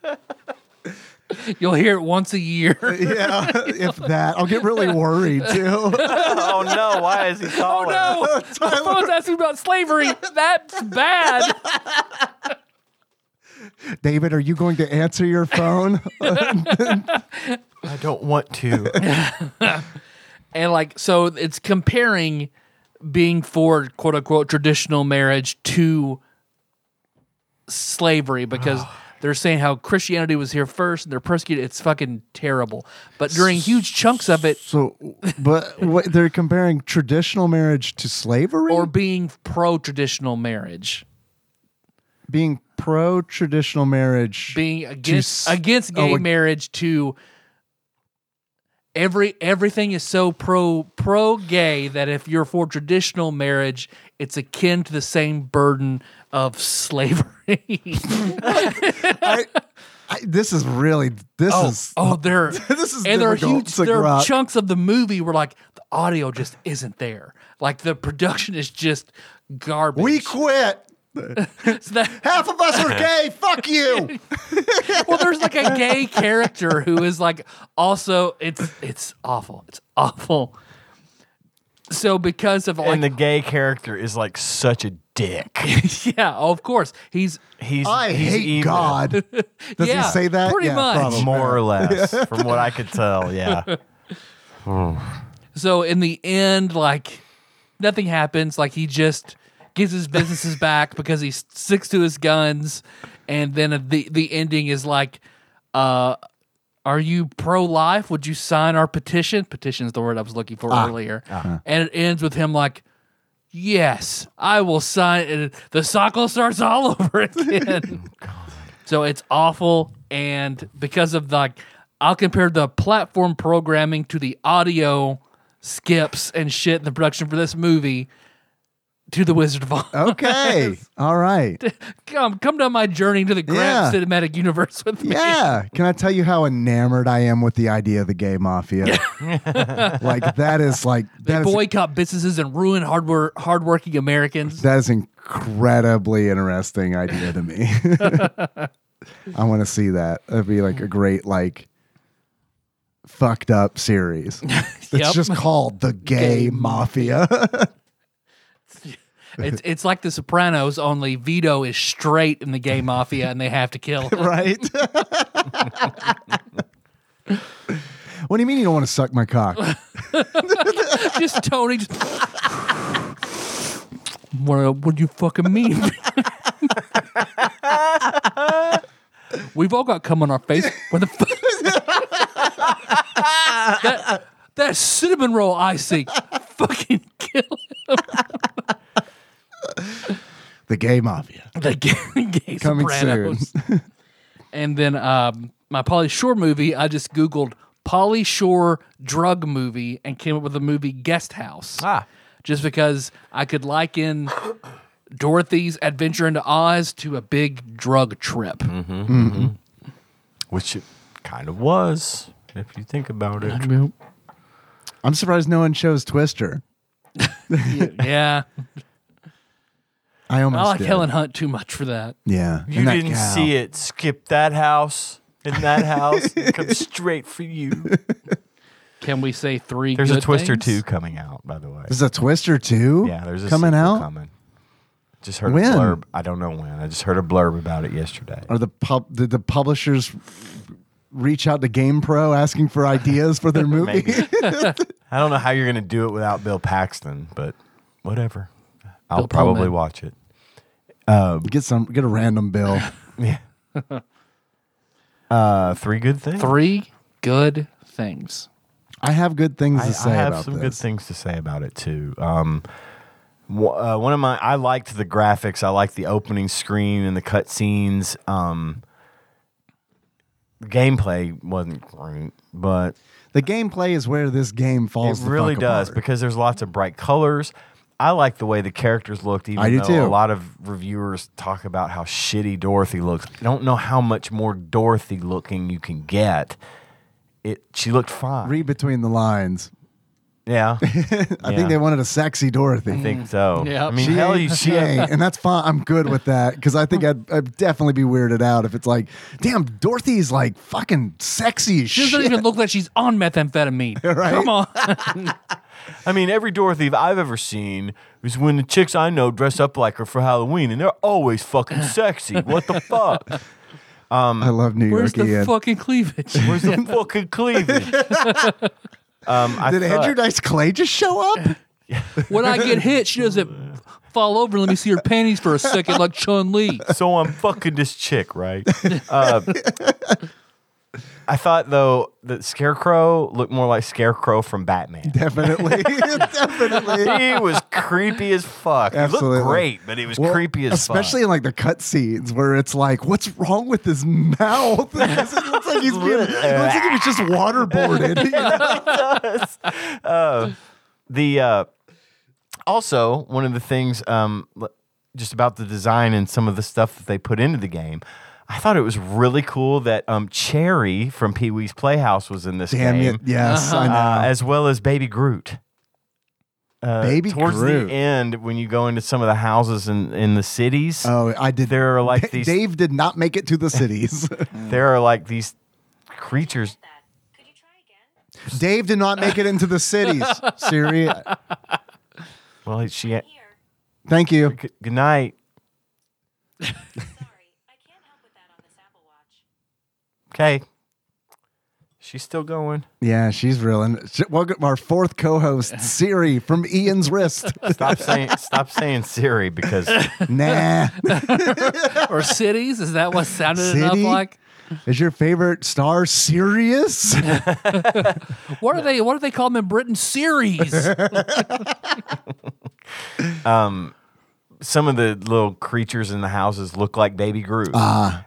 Speaker 2: You'll hear it once a year.
Speaker 3: Yeah, if that, I'll get really worried
Speaker 2: [laughs]
Speaker 3: too.
Speaker 1: Oh no, why is he calling?
Speaker 2: Oh, no, I was asking about slavery. That's bad.
Speaker 3: David, are you going to answer your phone?
Speaker 1: I don't want to.
Speaker 2: [laughs] And like, so it's comparing being for quote unquote traditional marriage to slavery [sighs] because they're saying how Christianity was here first and they're persecuted. It's fucking terrible. But during huge chunks of it,
Speaker 3: So,
Speaker 2: [laughs]
Speaker 3: but what, they're comparing traditional marriage to slavery
Speaker 2: or being pro traditional marriage,
Speaker 3: being pro traditional marriage.
Speaker 2: being against
Speaker 3: s-
Speaker 2: against gay
Speaker 3: oh, ag-
Speaker 2: marriage to every everything is so pro pro gay that if you're for traditional marriage, it's akin to the same burden of slavery. [laughs]
Speaker 3: I, I, this is really this
Speaker 2: oh,
Speaker 3: is
Speaker 2: oh, there
Speaker 3: [laughs] This is
Speaker 2: and there are
Speaker 3: difficult
Speaker 2: huge
Speaker 3: to
Speaker 2: there are
Speaker 3: grok.
Speaker 2: chunks of the movie where like the audio just isn't there, like the production is just garbage.
Speaker 3: we quit.
Speaker 2: [laughs] So that-
Speaker 3: Half of us
Speaker 2: [laughs]
Speaker 3: are gay. Fuck you.
Speaker 2: well, there's like a gay character who is like also it's it's awful. It's awful. So because of like
Speaker 1: and the gay character is like such a dick.
Speaker 2: [laughs] yeah, oh, of course he's
Speaker 1: He's
Speaker 3: I
Speaker 1: he's
Speaker 3: hate
Speaker 1: evil,
Speaker 3: God. Does
Speaker 2: yeah,
Speaker 3: he say that?
Speaker 2: pretty
Speaker 3: Yeah,
Speaker 2: much.
Speaker 3: probably.
Speaker 1: more or less, from what I could tell. Yeah,
Speaker 2: So in the end, like nothing happens. Like he just gives his businesses back because he sticks to his guns. And then the the ending is like, uh, are you pro life? Would you sign our petition? Petition is the word I was looking for
Speaker 3: Ah.
Speaker 2: earlier. And it ends with him like. Yes, I will sign. And the cycle starts all [laughs] over again. So it's awful, and because of like, I'll compare the platform programming to the audio skips and shit in the production for this movie to the Wizard of Oz. [laughs]
Speaker 3: Oh. Okay. All right.
Speaker 2: come, come down my journey to the grand
Speaker 3: Yeah.
Speaker 2: cinematic universe with me.
Speaker 3: Yeah. Can I tell you how enamored I am with the idea of the
Speaker 2: [laughs]
Speaker 3: gay mafia? like that is like that is
Speaker 2: Boycott businesses and ruin hardware hardworking Americans.
Speaker 3: that is incredibly interesting idea to me. [laughs] I want to see that. That'd be like a great like fucked up [laughs] series. It's
Speaker 2: Yep.
Speaker 3: just called the Gay,
Speaker 2: Gay
Speaker 3: Mafia. [laughs]
Speaker 2: It's it's like The Sopranos, only Vito is straight in the gay mafia, and they have to kill. him.
Speaker 3: [laughs] right? what do you mean you don't want to suck my [laughs] cock?
Speaker 2: just Tony. Just what, what do you fucking mean? [laughs] We've all got cum on our face. Where the fuck? [laughs] that, that cinnamon roll I see. Fucking kill
Speaker 3: The Gay Mafia.
Speaker 2: the gay, [laughs] gay
Speaker 3: Coming
Speaker 2: Sopranos. and then um, my Polly Shore movie, I just Googled Polly Shore drug movie and came up with the movie Guest House.
Speaker 1: Ah.
Speaker 2: Just because I could liken [coughs] Dorothy's adventure into Oz to a big drug trip.
Speaker 1: Mm-hmm. which it kind of was, if you think about it.
Speaker 3: I'm surprised no one chose Twister.
Speaker 2: [laughs]
Speaker 3: [laughs]
Speaker 2: Yeah.
Speaker 3: I almost
Speaker 2: I like
Speaker 3: did.
Speaker 2: Helen Hunt too much for that.
Speaker 3: Yeah.
Speaker 1: You didn't see it. Skip that house and that house. [laughs] and come straight for you.
Speaker 2: Can we say three?
Speaker 1: There's a
Speaker 2: good
Speaker 1: Twister
Speaker 2: things?
Speaker 1: two coming out, by the way.
Speaker 3: There's a Twister too.
Speaker 1: Yeah, there's a
Speaker 3: coming
Speaker 1: sequel
Speaker 3: out.
Speaker 1: coming. Just heard
Speaker 3: When?
Speaker 1: a blurb. I don't know when. I just heard a blurb about it yesterday.
Speaker 3: Are the pub did the publishers reach out to GamePro asking for ideas for
Speaker 1: [laughs]
Speaker 3: their movie?
Speaker 1: Maybe. I don't know how you're going to do it without Bill Paxton, but whatever. I'll
Speaker 2: Bill
Speaker 1: probably
Speaker 2: Pullman.
Speaker 1: watch it.
Speaker 3: [laughs] get some get a random bill.
Speaker 1: Yeah. uh, three good things.
Speaker 2: Three good things.
Speaker 3: I have good things
Speaker 1: I,
Speaker 3: to say
Speaker 1: I have
Speaker 3: about
Speaker 1: some
Speaker 3: this.
Speaker 1: good things to say about it too. Um, wh- uh, one of my, I liked the graphics. I liked the opening screen and the cutscenes. Um, gameplay wasn't great, but
Speaker 3: The gameplay is where this game falls.
Speaker 1: it
Speaker 3: the
Speaker 1: really
Speaker 3: fuck
Speaker 1: does
Speaker 3: apart.
Speaker 1: because there's lots of bright colors. I like the way the characters looked, even
Speaker 3: I do
Speaker 1: though
Speaker 3: too.
Speaker 1: a lot of reviewers talk about how shitty Dorothy looks. I don't know how much more Dorothy looking you can get. It she looked fine.
Speaker 3: read between the lines.
Speaker 1: yeah.
Speaker 3: I think they wanted a sexy Dorothy.
Speaker 1: I [laughs] think so.
Speaker 2: Yeah.
Speaker 1: I mean,
Speaker 3: She
Speaker 1: hell, you
Speaker 3: ain't, she
Speaker 1: she
Speaker 3: ain't, and that's fine. I'm good with that because I think I'd, I'd definitely be weirded out if it's like, damn, Dorothy's like fucking sexy as
Speaker 2: She doesn't
Speaker 3: shit.
Speaker 2: even look like she's on methamphetamine.
Speaker 3: [laughs] Right?
Speaker 2: Come on.
Speaker 1: I mean, every Dorothy I've ever seen is when the chicks I know dress up like her for Halloween, and they're always
Speaker 3: [laughs]
Speaker 1: fucking sexy. What the fuck?
Speaker 3: I love New
Speaker 2: Where's
Speaker 3: York.
Speaker 2: the
Speaker 3: Ian.
Speaker 2: fucking cleavage?
Speaker 1: Where's the fucking
Speaker 3: [laughs]
Speaker 1: cleavage? Um, I
Speaker 3: Did
Speaker 1: thought-
Speaker 3: Andrew Dice Clay just
Speaker 1: [laughs]
Speaker 3: show up?
Speaker 2: When I get hit, she doesn't fall over and let me see her panties for a second like Chun Li.
Speaker 1: so I'm fucking this chick, right?
Speaker 3: [laughs]
Speaker 1: Uh, I thought though that Scarecrow looked more like Scarecrow from
Speaker 3: [laughs]
Speaker 1: Batman.
Speaker 3: definitely, definitely.
Speaker 1: He was creepy as fuck. He
Speaker 3: Absolutely.
Speaker 1: looked great, but he was
Speaker 3: Well,
Speaker 1: creepy as
Speaker 3: especially in like the cut scenes where it's like, what's wrong with his mouth? [laughs] Because it looks like he's being, it looks like he was
Speaker 1: [laughs]
Speaker 3: just waterboarded. you know?
Speaker 1: the uh, also one of the things um, l- just about the design and some of the stuff that they put into the game. I thought it was really cool that um, Cherry from Pee Wee's Playhouse was in this
Speaker 3: Damn
Speaker 1: game,
Speaker 3: it! Yes, I know.
Speaker 1: uh, as well as Baby Groot. uh,
Speaker 3: Baby
Speaker 1: towards
Speaker 3: Groot.
Speaker 1: the end when you go into some of the houses in, in the cities.
Speaker 3: Oh, I did.
Speaker 1: there are like these
Speaker 3: Dave did not make it to
Speaker 1: [laughs]
Speaker 3: the cities.
Speaker 1: there are like these creatures.
Speaker 3: Dave did not make it into the cities. Siri,
Speaker 1: Well, she
Speaker 3: thank you.
Speaker 1: good good night. Okay. She's still going.
Speaker 3: Yeah, she's real. And sh- welcome our fourth co-host, Siri from
Speaker 1: [laughs]
Speaker 3: Ian's wrist.
Speaker 1: Stop saying stop saying Siri because
Speaker 3: nah,
Speaker 2: or cities? Is that what sounded enough
Speaker 3: City?
Speaker 2: like?
Speaker 3: is your favorite star Sirius? [laughs]
Speaker 2: What are they? What do they call them in Britain? Series.
Speaker 1: some of the little creatures in the houses look like baby Groot.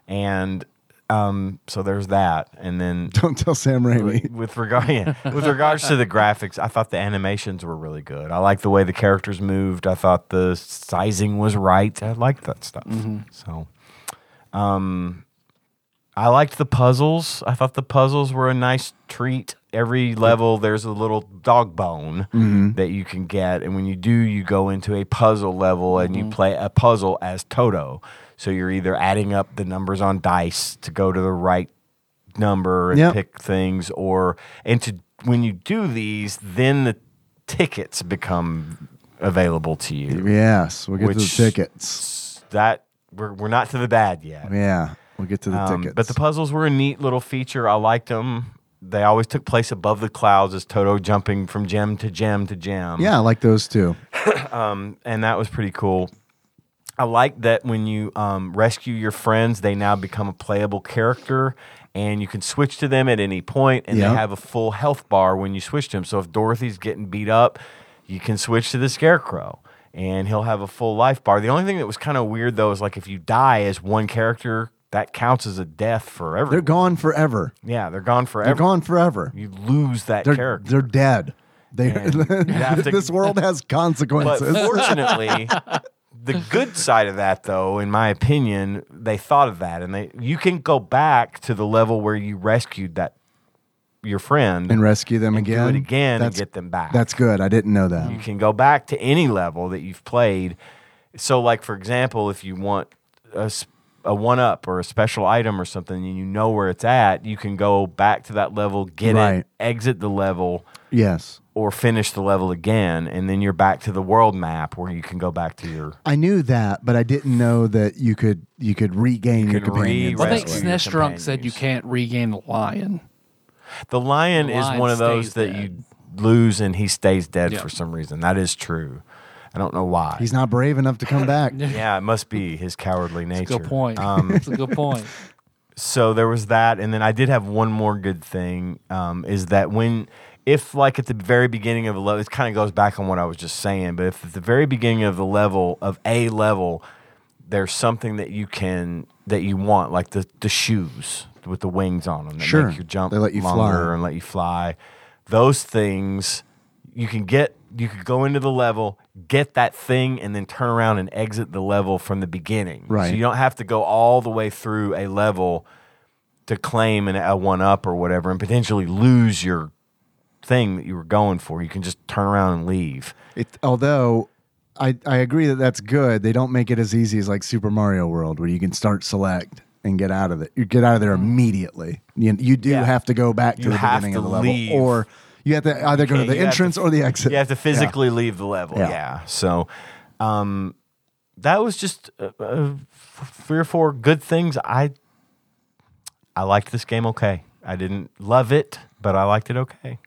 Speaker 1: and um, so there's that. And then
Speaker 3: Don't tell Sam
Speaker 1: [laughs]
Speaker 3: Raimi.
Speaker 1: with regard yeah, with regards to the graphics, I thought the animations were really good. I liked the way the characters moved. I thought the sizing was right. I liked that stuff. So, um, I liked the puzzles. I thought the puzzles were a nice treat. Every level, there's a little dog bone that you can get, and when you do, you go into a puzzle level and you play a puzzle as Toto. So you're either adding up the numbers on dice to go to the right number and
Speaker 3: Yep.
Speaker 1: pick things or and to when you do these then the tickets become available to you
Speaker 3: Yes, we'll get to the
Speaker 1: Which-
Speaker 3: tickets.
Speaker 1: that we're, we're not to the bad yet
Speaker 3: Yeah, we'll get to the
Speaker 1: Um,
Speaker 3: tickets.
Speaker 1: but the puzzles were a neat little feature i liked them they always took place above the clouds as toto jumping from gem to gem to gem
Speaker 3: yeah, I like those too.
Speaker 1: and that was pretty cool. I like that when you um, rescue your friends, they now become a playable character, and you can switch to them at any point, and
Speaker 3: Yeah.
Speaker 1: they have a full health bar when you switch to them. So if Dorothy's getting beat up, you can switch to the Scarecrow, and he'll have a full life bar. The only thing that was kind of weird though is like if you die as one character, that counts as a death forever.
Speaker 3: They're gone forever.
Speaker 1: yeah, they're gone forever.
Speaker 3: They're gone forever.
Speaker 1: You lose that
Speaker 3: They're
Speaker 1: character.
Speaker 3: they're dead. They [laughs]
Speaker 1: have to-
Speaker 3: this world
Speaker 1: [laughs]
Speaker 3: has
Speaker 1: But
Speaker 3: consequences. [laughs]
Speaker 1: fortunately, the good side of that, though, in my opinion, they thought of that, and they you can go back to the level where you rescued that your friend
Speaker 3: and rescue them again.
Speaker 1: do it again
Speaker 3: That's
Speaker 1: and get them back.
Speaker 3: that's good. I didn't know that.
Speaker 1: you can go back to any level that you've played. So, like for example, if you want a s- a one up or a special item or something, and you know where it's at, you can go back to that level, get
Speaker 3: Right.
Speaker 1: it, exit the level,
Speaker 3: Yes.
Speaker 1: or finish the level again, and then you're back to the world map where you can go back to your
Speaker 3: I knew that, but I didn't know that you could you could regain your
Speaker 1: could
Speaker 3: companions.
Speaker 2: I
Speaker 1: re-rescue
Speaker 3: that
Speaker 2: think
Speaker 1: Rescue
Speaker 3: way.
Speaker 1: your
Speaker 2: Snesh Drunk said you
Speaker 1: companions.
Speaker 2: can't regain the lion.
Speaker 1: [sighs] The lion
Speaker 2: The
Speaker 1: is
Speaker 2: lion
Speaker 1: one of those
Speaker 2: stays
Speaker 1: that
Speaker 2: dead.
Speaker 1: you lose and he stays dead
Speaker 2: Yeah.
Speaker 1: for some reason. That is true. I don't know why.
Speaker 3: He's not brave enough to come back.
Speaker 1: yeah, it must be his cowardly nature.
Speaker 2: Good point. [laughs]
Speaker 1: Um,
Speaker 2: It's a good point.
Speaker 1: so there was that, and then I did have one more good thing. Um, is that when, if like at the very beginning of a level, it kind of goes back on what I was just saying. But if at the very beginning of the level of a level, there's something that you can that you want, like the the shoes with the wings on them that
Speaker 3: Sure.
Speaker 1: make you jump
Speaker 3: They let you
Speaker 1: longer
Speaker 3: fly.
Speaker 1: and let you fly. Those things you can get. You could go into the level, get that thing, and then turn around and exit the level from the beginning.
Speaker 3: Right.
Speaker 1: So you don't have to go all the way through a level to claim an, a one up or whatever, and potentially lose your thing that you were going for. You can just turn around and leave.
Speaker 3: It, although I I agree that that's good. They don't make it as easy as like Super Mario World, where you can start select and get out of it. You get out of there immediately. You, you do
Speaker 1: Mm. Yeah.
Speaker 3: have to go back to
Speaker 1: You
Speaker 3: the
Speaker 1: have
Speaker 3: beginning
Speaker 1: to
Speaker 3: of the level,
Speaker 1: leave.
Speaker 3: or you have to either go to
Speaker 1: can't-
Speaker 3: the
Speaker 1: you have
Speaker 3: entrance
Speaker 1: to-
Speaker 3: or the
Speaker 1: [laughs]
Speaker 3: exit.
Speaker 1: You have to physically leave the level.
Speaker 3: Yeah.
Speaker 1: Yeah. So um, that was just uh, uh, f- three or four good things. I I liked this game okay. I didn't love it, but I liked it okay.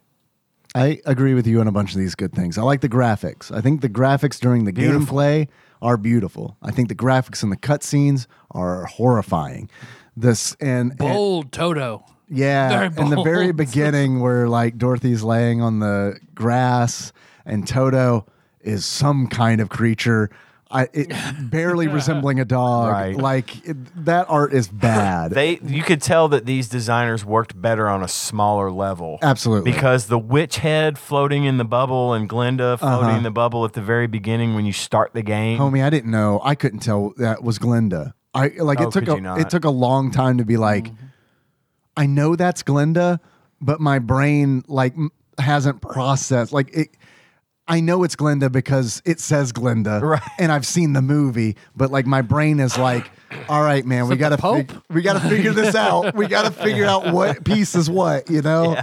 Speaker 3: I agree with you on a bunch of these good things. I like the graphics. I think the graphics during the
Speaker 1: Beautiful.
Speaker 3: gameplay are beautiful. I think the graphics in the cutscenes are horrifying. This and, and-
Speaker 2: Bold Toto.
Speaker 3: yeah,
Speaker 2: Very
Speaker 3: in the very
Speaker 2: bold.
Speaker 3: beginning where like Dorothy's laying on the grass and Toto is some kind of creature. I, it, barely resembling a dog.
Speaker 1: Right.
Speaker 3: Like it, that art is bad.
Speaker 1: They you could tell that these designers worked better on a smaller level.
Speaker 3: Absolutely.
Speaker 1: Because the witch head floating in the bubble and Glinda floating
Speaker 3: Uh-huh.
Speaker 1: in the bubble at the very beginning when you start the game.
Speaker 3: Homie, I didn't know. I couldn't tell that was Glinda. I like
Speaker 1: Oh,
Speaker 3: it took
Speaker 1: could you
Speaker 3: a
Speaker 1: not?
Speaker 3: it took a long time to be like, I know that's Glinda, but my brain like m- hasn't processed like it. I know it's Glinda because it says
Speaker 1: [laughs]
Speaker 3: Glinda, right? And I've seen the movie, but like my brain is like, all right, man, we
Speaker 2: that the
Speaker 3: gotta fig-
Speaker 2: Pope?
Speaker 3: we gotta figure this out. We gotta figure out what piece is what, you know?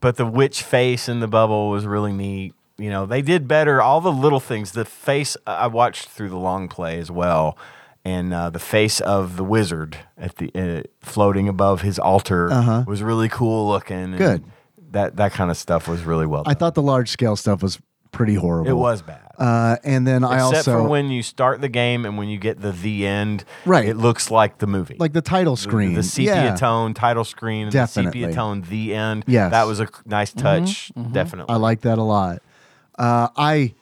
Speaker 1: but the witch face in the bubble was really neat. You know, they did better. All the little things. The face I watched through the long play as well, and uh, the face of the wizard at the uh, floating above his altar was really cool looking. and
Speaker 3: Uh-huh. Good.
Speaker 1: That that kind of stuff was really well.
Speaker 3: I
Speaker 1: Done.
Speaker 3: thought the large scale stuff was pretty horrible.
Speaker 1: it was bad.
Speaker 3: Uh, and then I
Speaker 1: Except
Speaker 3: also
Speaker 1: for when you start the game and when you get the the end,
Speaker 3: Right.
Speaker 1: It looks like the movie,
Speaker 3: like the title screen,
Speaker 1: the sepia
Speaker 3: yeah.
Speaker 1: tone title screen, and the
Speaker 3: Definitely.
Speaker 1: sepia tone the end.
Speaker 3: Yes. Mm-hmm.
Speaker 1: that was a nice touch, definitely.
Speaker 3: I like that a lot. Uh, I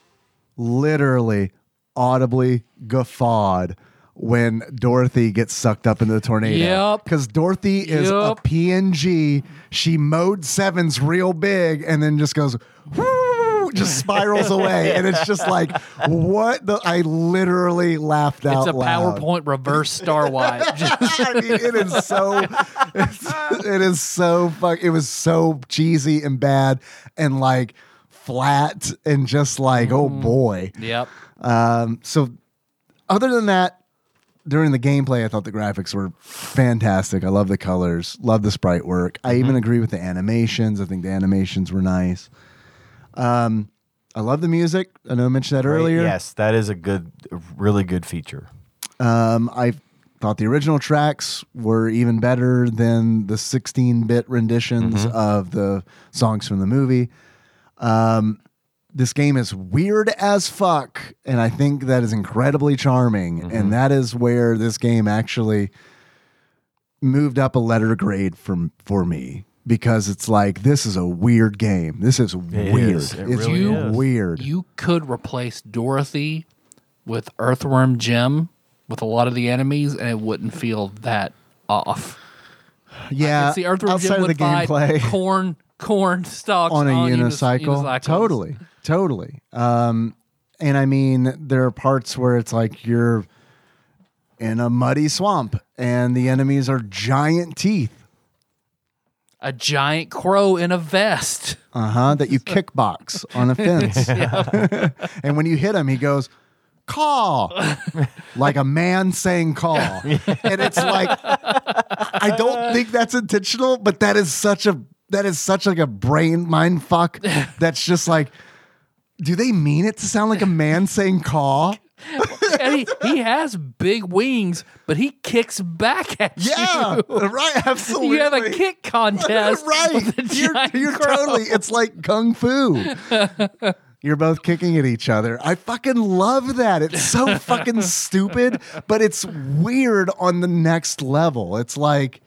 Speaker 3: literally audibly guffawed when Dorothy gets sucked up into the tornado.
Speaker 2: Yep.
Speaker 3: Because Dorothy is a
Speaker 2: Yep.
Speaker 3: PNG. She mowed sevens real big and then just goes, "Whoo,"
Speaker 2: [laughs]
Speaker 3: just spirals away. And it's just like, what the? I literally laughed out
Speaker 2: It's a
Speaker 3: loud.
Speaker 2: PowerPoint reverse star wipe. Just-
Speaker 3: I mean, it is so, [laughs] it's, it is so fuck. It was so cheesy and bad and like flat and just like oh boy.
Speaker 2: yep.
Speaker 3: Um, so other than that, during the gameplay, I thought the graphics were fantastic. I love the colors, love the sprite work. I even agree with the animations. I think the animations were nice. Um, I love the music. I know I mentioned that
Speaker 1: Great.
Speaker 3: earlier.
Speaker 1: Yes, that is a good, a really good feature.
Speaker 3: Um, I thought the original tracks were even better than the 16-bit renditions
Speaker 1: Mm-hmm.
Speaker 3: of the songs from the movie. Um, this game is weird as fuck, and I think that is incredibly charming.
Speaker 1: Mm-hmm.
Speaker 3: And that is where this game actually moved up a letter grade from for me because it's like this is a weird game. This is weird.
Speaker 1: is. It
Speaker 3: it's
Speaker 1: really is.
Speaker 3: weird.
Speaker 2: You could replace Dorothy with Earthworm Jim with a lot of the enemies, and it wouldn't feel that off.
Speaker 3: yeah,
Speaker 2: it's the Earthworm
Speaker 3: outside
Speaker 2: Jim
Speaker 3: of Uh, the
Speaker 2: would fight [laughs]
Speaker 3: gameplay. [laughs]
Speaker 2: corn corn stalks
Speaker 3: on a
Speaker 2: unis-
Speaker 3: unicycle.
Speaker 2: unicycles.
Speaker 3: Totally, totally. Um, and I mean, there are parts where it's like you're in a muddy swamp, and the enemies are giant teeth.
Speaker 2: A giant crow in a vest. [laughs]
Speaker 3: Uh huh. That you kickbox on a fence, [laughs] and when you hit him, he goes
Speaker 2: [laughs]
Speaker 3: caw like a man saying caw, and it's like I don't think that's intentional, but that is such a that is such like a brain mind fuck. That's just like, do they mean it to sound like a man
Speaker 2: [laughs]
Speaker 3: saying caw?
Speaker 2: and he, he has big wings, but he kicks back at
Speaker 3: Yeah,
Speaker 2: you.
Speaker 3: right. Absolutely.
Speaker 2: You [laughs] have a kick contest. with a
Speaker 3: [laughs] right. You're,
Speaker 2: giant
Speaker 3: you're
Speaker 2: crow.
Speaker 3: totally. It's like
Speaker 2: [laughs]
Speaker 3: kung fu. You're both kicking at each other. I fucking love that.
Speaker 2: [laughs]
Speaker 3: It's so fucking stupid, but it's weird on the next level. It's like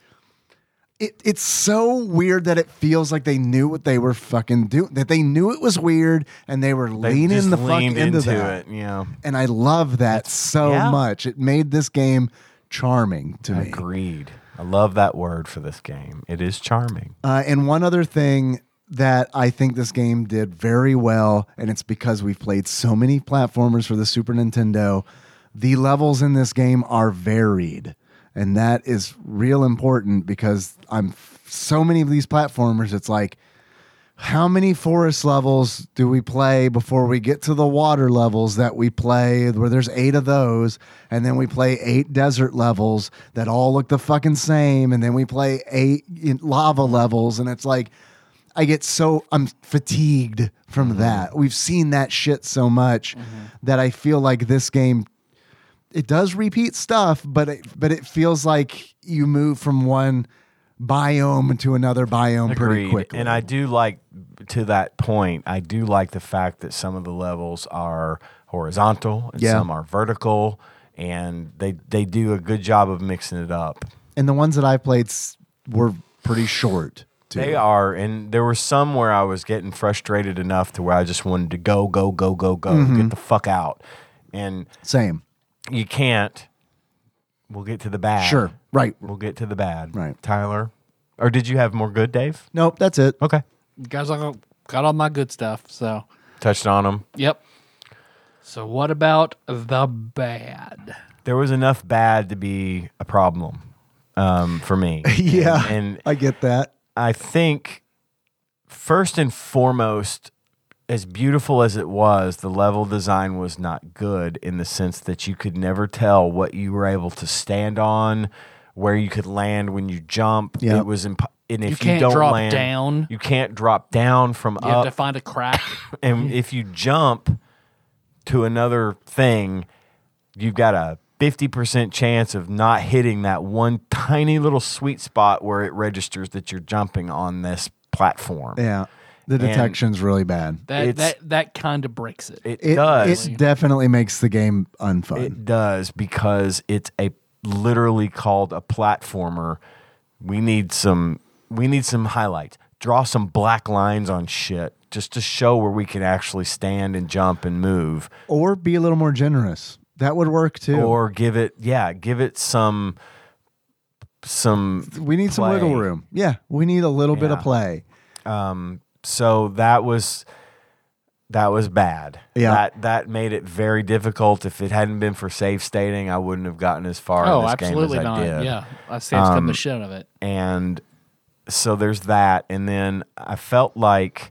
Speaker 3: it, it's so weird that it feels like they knew what they were fucking doing. That they knew it was weird and they were
Speaker 1: They
Speaker 3: leaning
Speaker 1: just
Speaker 3: the fuck
Speaker 1: leaned
Speaker 3: into, that
Speaker 1: it. Yeah,
Speaker 3: and I love that so
Speaker 1: yeah.
Speaker 3: much. It made this game charming to me.
Speaker 1: agreed. I love that word for this game. It is charming.
Speaker 3: Uh, and one other thing that I think this game did very well, and it's because we've played so many platformers for the Super Nintendo, the levels in this game are varied. And that is real important because I'm so many of these platformers, it's like, how many forest levels do we play before we get to the water levels that we play where there's eight of those and then we play eight desert levels that all look the fucking same and then we play eight in- lava levels and it's like i get so i'm fatigued from
Speaker 1: Mm-hmm.
Speaker 3: that we've seen that shit so much that i feel like this game it does repeat stuff, but it, but it feels like you move from one biome to another biome pretty
Speaker 1: Agreed.
Speaker 3: quickly.
Speaker 1: And I do like to that point. I do like the fact that some of the levels are horizontal and
Speaker 3: Yeah.
Speaker 1: some are vertical, and they they do a good job of mixing it up.
Speaker 3: and the ones that I played s- were pretty short. Too.
Speaker 1: They are, and there were some where I was getting frustrated enough to where I just wanted to go, go, go, go, go,
Speaker 3: Mm-hmm.
Speaker 1: get the fuck out, and
Speaker 3: same.
Speaker 1: you can't. We'll get to the bad.
Speaker 3: Sure, right.
Speaker 1: We'll get to the bad.
Speaker 3: Right.
Speaker 1: Tyler. Or did you have more good, Dave?
Speaker 3: Nope, that's it.
Speaker 1: Okay.
Speaker 2: You guys all got all my good stuff. So,
Speaker 1: Touched on them.
Speaker 2: yep. So, what about the bad?
Speaker 1: There was enough bad to be a problem um, for me.
Speaker 3: [laughs] Yeah,
Speaker 1: And, and
Speaker 3: I get that.
Speaker 1: I think first and foremost, as beautiful as it was, the level design was not good in the sense that you could never tell what you were able to stand on, where you could land when you jump.
Speaker 3: Yep.
Speaker 1: It was imp- and if you,
Speaker 2: can't
Speaker 1: don't
Speaker 2: drop
Speaker 1: land
Speaker 2: down.
Speaker 1: you can't drop down from
Speaker 2: You
Speaker 1: up
Speaker 2: have
Speaker 3: Uh,
Speaker 2: to find a
Speaker 3: [coughs]
Speaker 2: crack.
Speaker 1: and if you jump to another thing, you've got a 50% chance of not hitting that one tiny little sweet spot where it registers that you're jumping on this platform.
Speaker 3: Yeah. The detection's really bad.
Speaker 2: That
Speaker 1: It's-
Speaker 2: that that kind of breaks it.
Speaker 1: It,
Speaker 3: It,
Speaker 1: does. It,
Speaker 3: it definitely makes the game unfun.
Speaker 1: does because it's a literally called a platformer. We need some we need some highlights. Draw some black lines on shit just to show where we can actually stand and jump and move.
Speaker 3: or be a little more generous. That would work too.
Speaker 1: or give it yeah give it some some
Speaker 3: we need some
Speaker 1: play.
Speaker 3: wiggle room. Yeah, we need a little bit of
Speaker 1: Yeah.
Speaker 3: play.
Speaker 1: so that was that was bad
Speaker 3: Yeah.
Speaker 1: that that made it very difficult if it hadn't been for safe stating i wouldn't have gotten as far in
Speaker 2: oh,
Speaker 1: this game
Speaker 2: absolutely
Speaker 1: as
Speaker 2: not.
Speaker 1: i did
Speaker 2: Yeah, I see it's
Speaker 3: Um,
Speaker 2: the shit out of it.
Speaker 1: and so there's that and then i felt like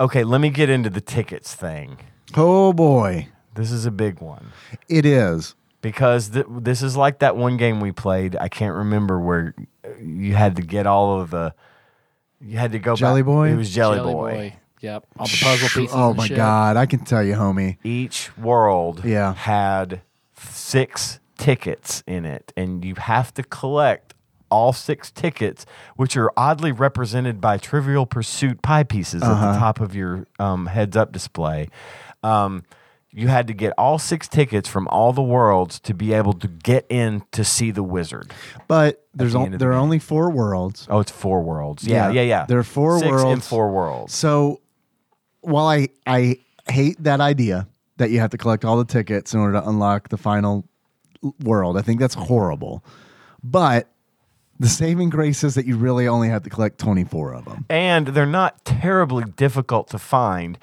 Speaker 1: okay let me get into the tickets thing
Speaker 3: Oh boy,
Speaker 1: this is a big one
Speaker 3: it is.
Speaker 1: because th- this is like that one game we played. I can't remember where uh, you had to get all of the. You had to go
Speaker 3: Jelly
Speaker 1: back-
Speaker 3: Boy?
Speaker 1: It was Jelly, Boy.
Speaker 2: Yep. All the puzzle pieces.
Speaker 3: Oh
Speaker 2: and
Speaker 3: my
Speaker 2: shit.
Speaker 3: god, I can tell you, homie.
Speaker 1: Each world
Speaker 3: Yeah.
Speaker 1: had six tickets in it, and you have to collect all six tickets, which are oddly represented by Trivial Pursuit pie pieces
Speaker 3: Uh-huh.
Speaker 1: at the top of your um, heads-up display. Um, you had to get all six tickets from all the worlds to be able to get in to see the wizard.
Speaker 3: But there's
Speaker 1: the
Speaker 3: on,
Speaker 1: end of the
Speaker 3: there are
Speaker 1: day.
Speaker 3: only four worlds.
Speaker 1: Oh, it's four worlds. Yeah,
Speaker 3: Yeah.
Speaker 1: yeah, yeah.
Speaker 3: There are four
Speaker 1: Six and
Speaker 3: worlds.
Speaker 1: four worlds.
Speaker 3: So while I I hate that idea that you have to collect all the tickets in order to unlock the final l- world, I think that's horrible. But the saving grace is that you really only have to collect 24 of them.
Speaker 1: And they're not terribly difficult to find.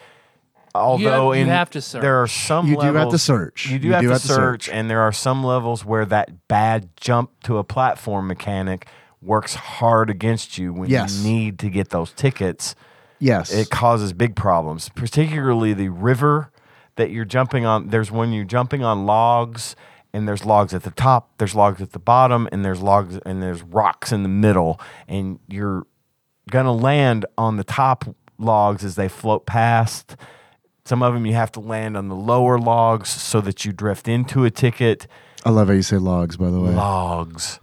Speaker 1: Although
Speaker 2: you
Speaker 1: in,
Speaker 2: have to search.
Speaker 1: there are some
Speaker 3: You do have
Speaker 1: levels,
Speaker 3: to search.
Speaker 1: You do, have, to search, and there are some levels where that bad jump to a platform mechanic works hard against you when
Speaker 3: Yes.
Speaker 1: you need to get those tickets.
Speaker 3: Yes.
Speaker 1: It causes big problems, particularly the river that you're jumping on. There's when you're jumping on logs, and there's logs at the top, there's logs at the bottom, and there's logs and there's rocks in the middle, and you're gonna land on the top logs as they float past. Some of them you have to land on the lower logs so that you drift into a ticket.
Speaker 3: I love how you say logs, by the way.
Speaker 1: Logs.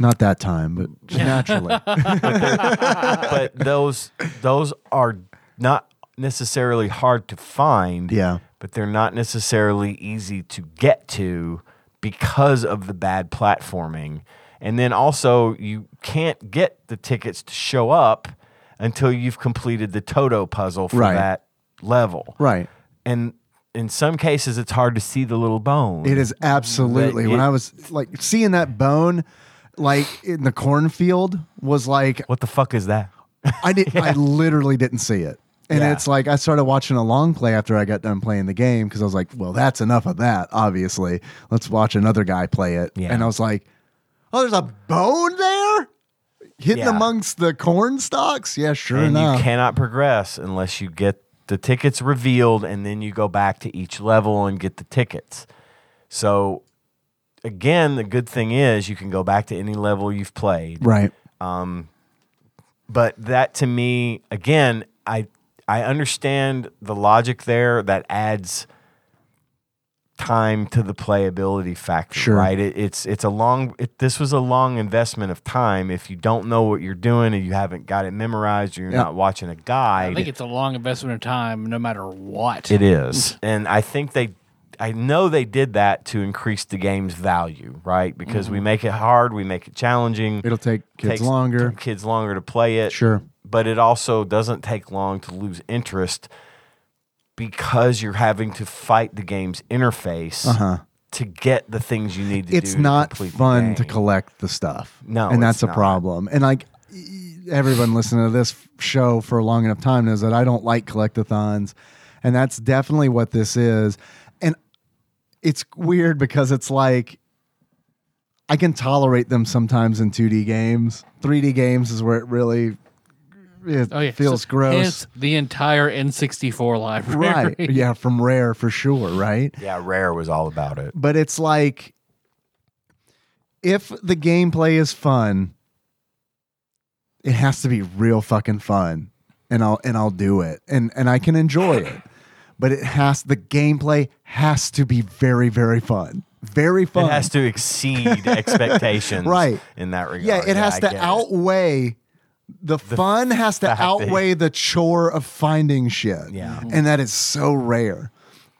Speaker 3: Not that time,
Speaker 1: [laughs]
Speaker 3: but naturally.
Speaker 1: but those those are not necessarily hard to find.
Speaker 3: Yeah.
Speaker 1: But they're not necessarily easy to get to because of the bad platforming. And then also you can't get the tickets to show up until you've completed the Toto puzzle for
Speaker 3: Right.
Speaker 1: that level.
Speaker 3: right.
Speaker 1: And in some cases it's hard to see the little bone.
Speaker 3: It is absolutely.
Speaker 1: That
Speaker 3: When
Speaker 1: it-
Speaker 3: I was like seeing that bone, like in the cornfield, was like
Speaker 1: what the fuck is that?
Speaker 3: I did. I literally didn't see it, and
Speaker 1: Yeah.
Speaker 3: it's like I started watching a long play after I got done playing the game because I was like, well, that's enough of that. Obviously, let's watch another guy play it.
Speaker 1: Yeah.
Speaker 3: And I was like, oh, there's a bone there, hidden
Speaker 1: Yeah.
Speaker 3: amongst the corn stalks. Yeah, sure
Speaker 1: and
Speaker 3: enough.
Speaker 1: you cannot progress unless you get the tickets revealed and then you go back to each level and get the tickets so again the good thing is you can go back to any level you've played
Speaker 3: right.
Speaker 1: but that to me again i i understand the logic there that adds time to the playability factor
Speaker 3: Sure.
Speaker 1: right it, it's it's a long it, this was a long investment of time if you don't know what you're doing and you haven't got it memorized or you're
Speaker 3: Yeah.
Speaker 1: not watching a guide
Speaker 2: I think it's a long investment of time, no matter what.
Speaker 1: It is. And I think they I know they did that to increase the game's value, right? Because we make it hard, we make it challenging.
Speaker 3: It'll take Mm-hmm. kids
Speaker 1: takes
Speaker 3: longer.
Speaker 1: t- kids longer to play it.
Speaker 3: Sure.
Speaker 1: But it also doesn't take long to lose interest because you're having to fight the game's interface to get the things you need to do.
Speaker 3: Uh-huh. it's
Speaker 1: to
Speaker 3: not
Speaker 1: complete the
Speaker 3: fun to
Speaker 1: game.
Speaker 3: collect the stuff.
Speaker 1: No,
Speaker 3: and that's
Speaker 1: it's
Speaker 3: a
Speaker 1: not.
Speaker 3: problem. And like everyone listening to this show for a long enough time knows that I don't like collectathons, and that's definitely what this is. And it's weird because it's like I can tolerate them sometimes in 2D games. 3D games is where it really it
Speaker 2: Oh yeah,
Speaker 3: feels
Speaker 2: So,
Speaker 3: gross.
Speaker 2: hence the entire N64 library.
Speaker 3: Right. Yeah, from Rare for sure, right?
Speaker 1: Yeah, Rare was all about it.
Speaker 3: But it's like if the gameplay is fun, it has to be real fucking fun. And I'll and I'll do it. And and I can enjoy it. But it has the gameplay has to be very, very fun. Very fun.
Speaker 1: It has to
Speaker 3: [laughs]
Speaker 1: exceed expectations,
Speaker 3: Right.
Speaker 1: In that regard,
Speaker 3: Yeah, it has
Speaker 1: I
Speaker 3: to
Speaker 1: get it.
Speaker 3: outweigh the, fun has to
Speaker 1: fact that-
Speaker 3: outweigh the chore of finding shit.
Speaker 1: Yeah.
Speaker 3: And that is so rare.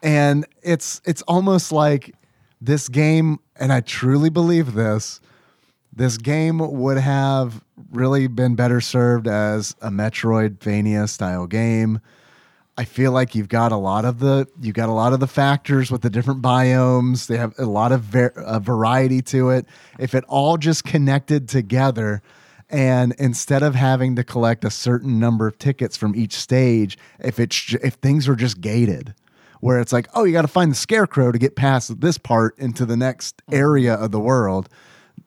Speaker 3: And it's it's almost like this game and I truly believe this this game would have really been better served as a Metroidvania style game. I feel like you've got a lot of the you got a lot of the factors with the different biomes. They have a lot of ver- uh, variety to it. If it all just connected together, and instead of having to collect a certain number of tickets from each stage, if it's ju- if things were just gated, where it's like, oh, you got to find the scarecrow to get past this part into the next area of the world.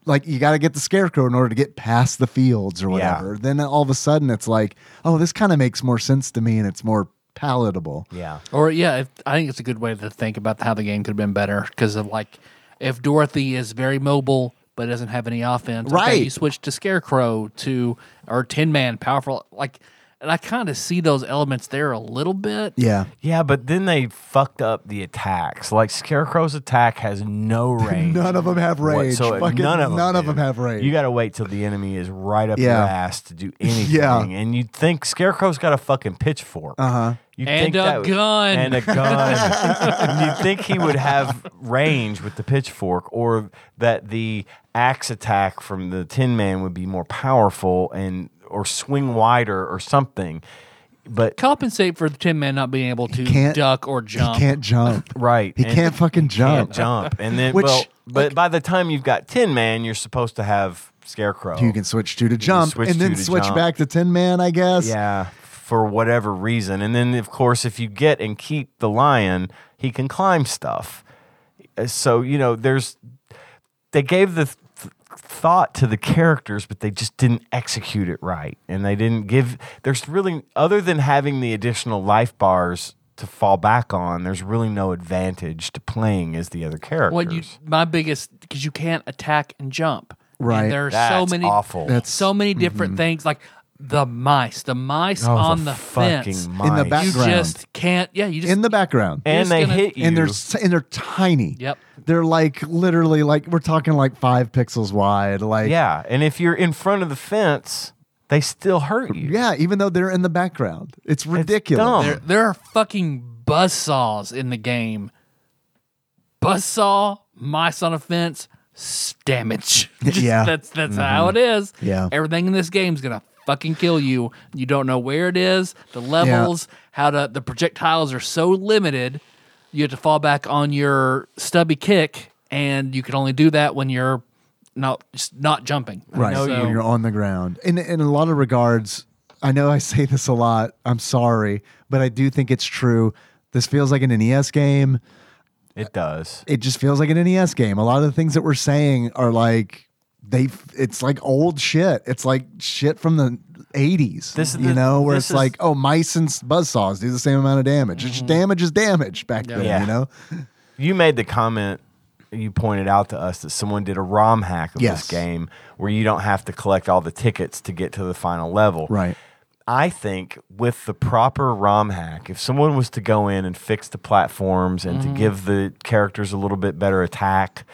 Speaker 3: Like you got to get the scarecrow in order to get past the fields or
Speaker 1: Yeah.
Speaker 3: whatever. Then all of a sudden it's like, oh, this kind of makes more sense to me and it's more palatable.
Speaker 1: Yeah,
Speaker 2: [laughs] Or yeah, if, I think it's a good way to think about how the game could have been better because of like if Dorothy is very mobile but doesn't have any offense, okay,
Speaker 3: Right.
Speaker 2: you switch to Scarecrow to or Tin Man, powerful like, and I kind of see those elements there a little bit.
Speaker 3: Yeah.
Speaker 1: yeah, but then they fucked up the attacks. Like Scarecrow's attack has no range.
Speaker 3: [laughs] None of them have rage.
Speaker 1: whatsoever.
Speaker 3: Fucking
Speaker 1: uh, none of them. do.
Speaker 3: have rage.
Speaker 1: You got to wait till the enemy is right up your
Speaker 3: Yeah.
Speaker 1: ass to do anything.
Speaker 3: [laughs] Yeah.
Speaker 1: And you think Scarecrow's got a fucking pitchfork. Uh-huh. You
Speaker 2: And a gun.
Speaker 1: And a gun. You'd think he would have range with the pitchfork or that the axe attack from the Tin Man would be more powerful and or swing wider or something. But
Speaker 2: Compensate for the Tin Man not being able to
Speaker 3: can't-
Speaker 2: duck or jump.
Speaker 3: He can't jump.
Speaker 1: [laughs] right.
Speaker 3: He
Speaker 1: and-
Speaker 3: can't fucking
Speaker 1: can't
Speaker 3: jump.
Speaker 1: jump. And then
Speaker 3: Which,
Speaker 1: well, but by the time you've got Tin Man, you're supposed to have Scarecrow.
Speaker 3: You can switch two to jump
Speaker 1: switch
Speaker 3: and then
Speaker 1: two to
Speaker 3: switch
Speaker 1: jump.
Speaker 3: back to Tin Man, I guess.
Speaker 1: Yeah, for whatever reason. And then, of course, if you get and keep the lion, he can climb stuff. Uh, So, you know, there's. They gave the th- thought to the characters, but they just didn't execute it right. And they didn't give. There's really. Other than having the additional life bars to fall back on, there's really no advantage to playing as the other characters.
Speaker 2: What you my biggest because you can't attack and jump.
Speaker 3: Right.
Speaker 2: And there are
Speaker 1: That's
Speaker 2: so many
Speaker 1: awful. That's- Mm-hmm.
Speaker 2: so many different things like the mice, the mice
Speaker 1: Oh,
Speaker 2: on the,
Speaker 1: fucking
Speaker 2: fence.
Speaker 3: In the
Speaker 1: mice.
Speaker 3: back-
Speaker 2: You
Speaker 3: Background.
Speaker 2: just can't. Yeah, you just
Speaker 3: In the background.
Speaker 1: and
Speaker 2: just
Speaker 1: they
Speaker 2: gonna-
Speaker 1: hit you.
Speaker 3: and they're s- and they're tiny.
Speaker 2: Yep.
Speaker 3: They're like literally like we're talking like five pixels wide. Like
Speaker 1: yeah, and if you're in front of the fence, they still hurt you.
Speaker 3: yeah, even though they're in the background, it's ridiculous.
Speaker 1: dumb.
Speaker 2: There, there are fucking buzzsaws in the game. Buzzsaw, mice on a fence, s- [laughs] damage. Just-
Speaker 3: Yeah. Mm-hmm.
Speaker 2: that's that's how it is.
Speaker 3: Yeah.
Speaker 2: everything in this game's gonna fucking kill you. You don't know where it is, the levels, how to. The projectiles are so limited. You have to fall back on your stubby kick, and you can only do that when you're not not jumping.
Speaker 3: right
Speaker 2: So-
Speaker 3: when you're on the ground in, in a lot of regards i know i [laughs] say this a lot i'm sorry but i do think it's true this feels like an nes game
Speaker 1: It does.
Speaker 3: it just feels like an nes game a lot of the things that we're saying are like they it's like old shit it's like shit from the 80s
Speaker 1: This is
Speaker 3: you
Speaker 1: the-
Speaker 3: know where
Speaker 1: this
Speaker 3: it's
Speaker 1: is- Mm-hmm.
Speaker 3: like oh mice and s- buzzsaws do the same amount of damage it's just damage is damage back then
Speaker 1: Yeah.
Speaker 3: you know
Speaker 1: You made the comment you pointed out to us that someone did a ROM hack of
Speaker 3: Yes.
Speaker 1: this game where you don't have to collect all the tickets to get to the final level.
Speaker 3: right
Speaker 1: I think with the proper ROM hack, if someone was to go in and fix the platforms and
Speaker 2: Mm.
Speaker 1: to give the characters a little bit better attack,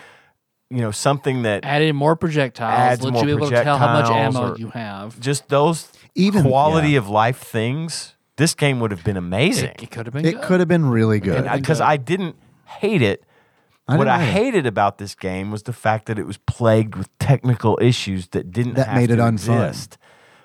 Speaker 1: you know, something that
Speaker 2: Add in more projectiles,
Speaker 1: Adds
Speaker 2: let
Speaker 1: more
Speaker 2: you be able to tell how much
Speaker 1: projectiles
Speaker 2: ammo
Speaker 1: or-
Speaker 2: you have.
Speaker 1: just those
Speaker 3: Even-
Speaker 1: quality
Speaker 3: yeah.
Speaker 1: of life things, this game would have been amazing.
Speaker 2: It could have been.
Speaker 3: it
Speaker 2: good.
Speaker 3: could have been really good
Speaker 1: because I didn't hate it. what
Speaker 3: didn't
Speaker 1: I
Speaker 3: either.
Speaker 1: hated about this game was the fact that it was plagued with technical issues that didn't
Speaker 3: That
Speaker 1: have
Speaker 3: made it
Speaker 1: to
Speaker 3: unfun.
Speaker 1: exist.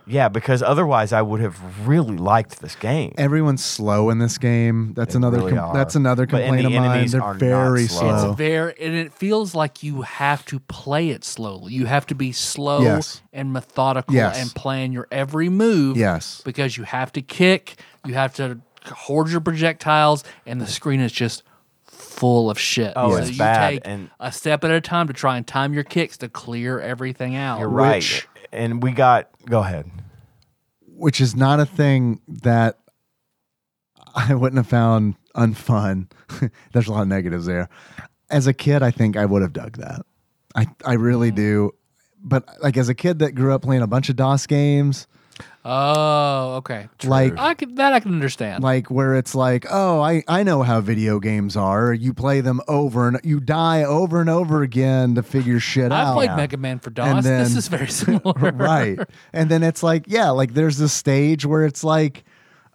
Speaker 1: Yeah, because otherwise I would have really liked this game.
Speaker 3: everyone's slow in this game. That's another
Speaker 1: really
Speaker 3: com-
Speaker 1: are.
Speaker 3: that's another
Speaker 1: But- and
Speaker 3: complaint
Speaker 1: the
Speaker 3: of mine.
Speaker 1: enemies
Speaker 3: They're
Speaker 1: are not
Speaker 3: very
Speaker 1: slow.
Speaker 3: slow.
Speaker 2: It's very, and it feels like you have to play it slowly. You have to be slow
Speaker 3: Yes.
Speaker 2: and methodical
Speaker 3: Yes.
Speaker 2: and plan your every move.
Speaker 3: Yes.
Speaker 2: Because you have to kick, you have to hoard your projectiles, and the screen is just full of shit.
Speaker 1: Oh,
Speaker 2: so
Speaker 1: it's
Speaker 2: you
Speaker 1: bad,
Speaker 2: take
Speaker 1: and-
Speaker 2: a step at a time to try and time your kicks to clear everything out.
Speaker 1: You're right.
Speaker 3: Which-
Speaker 1: and we got go ahead.
Speaker 3: which is not a thing that I [laughs] wouldn't have found unfun. [laughs] There's a lot of negatives there. As a kid, I think I would have dug that. I, I really do. But like as a kid that grew up playing a bunch of DOS games,
Speaker 2: Oh, okay.
Speaker 3: like
Speaker 2: I could that I can understand.
Speaker 3: like where it's like, oh, I, I know how video games are. You play them over and you die over and over again to figure shit
Speaker 2: I
Speaker 3: out.
Speaker 2: played Mega Man for DOS.
Speaker 3: then-
Speaker 2: this is
Speaker 3: [laughs]
Speaker 2: very similar.
Speaker 3: right and then it's like yeah like there's this stage where it's like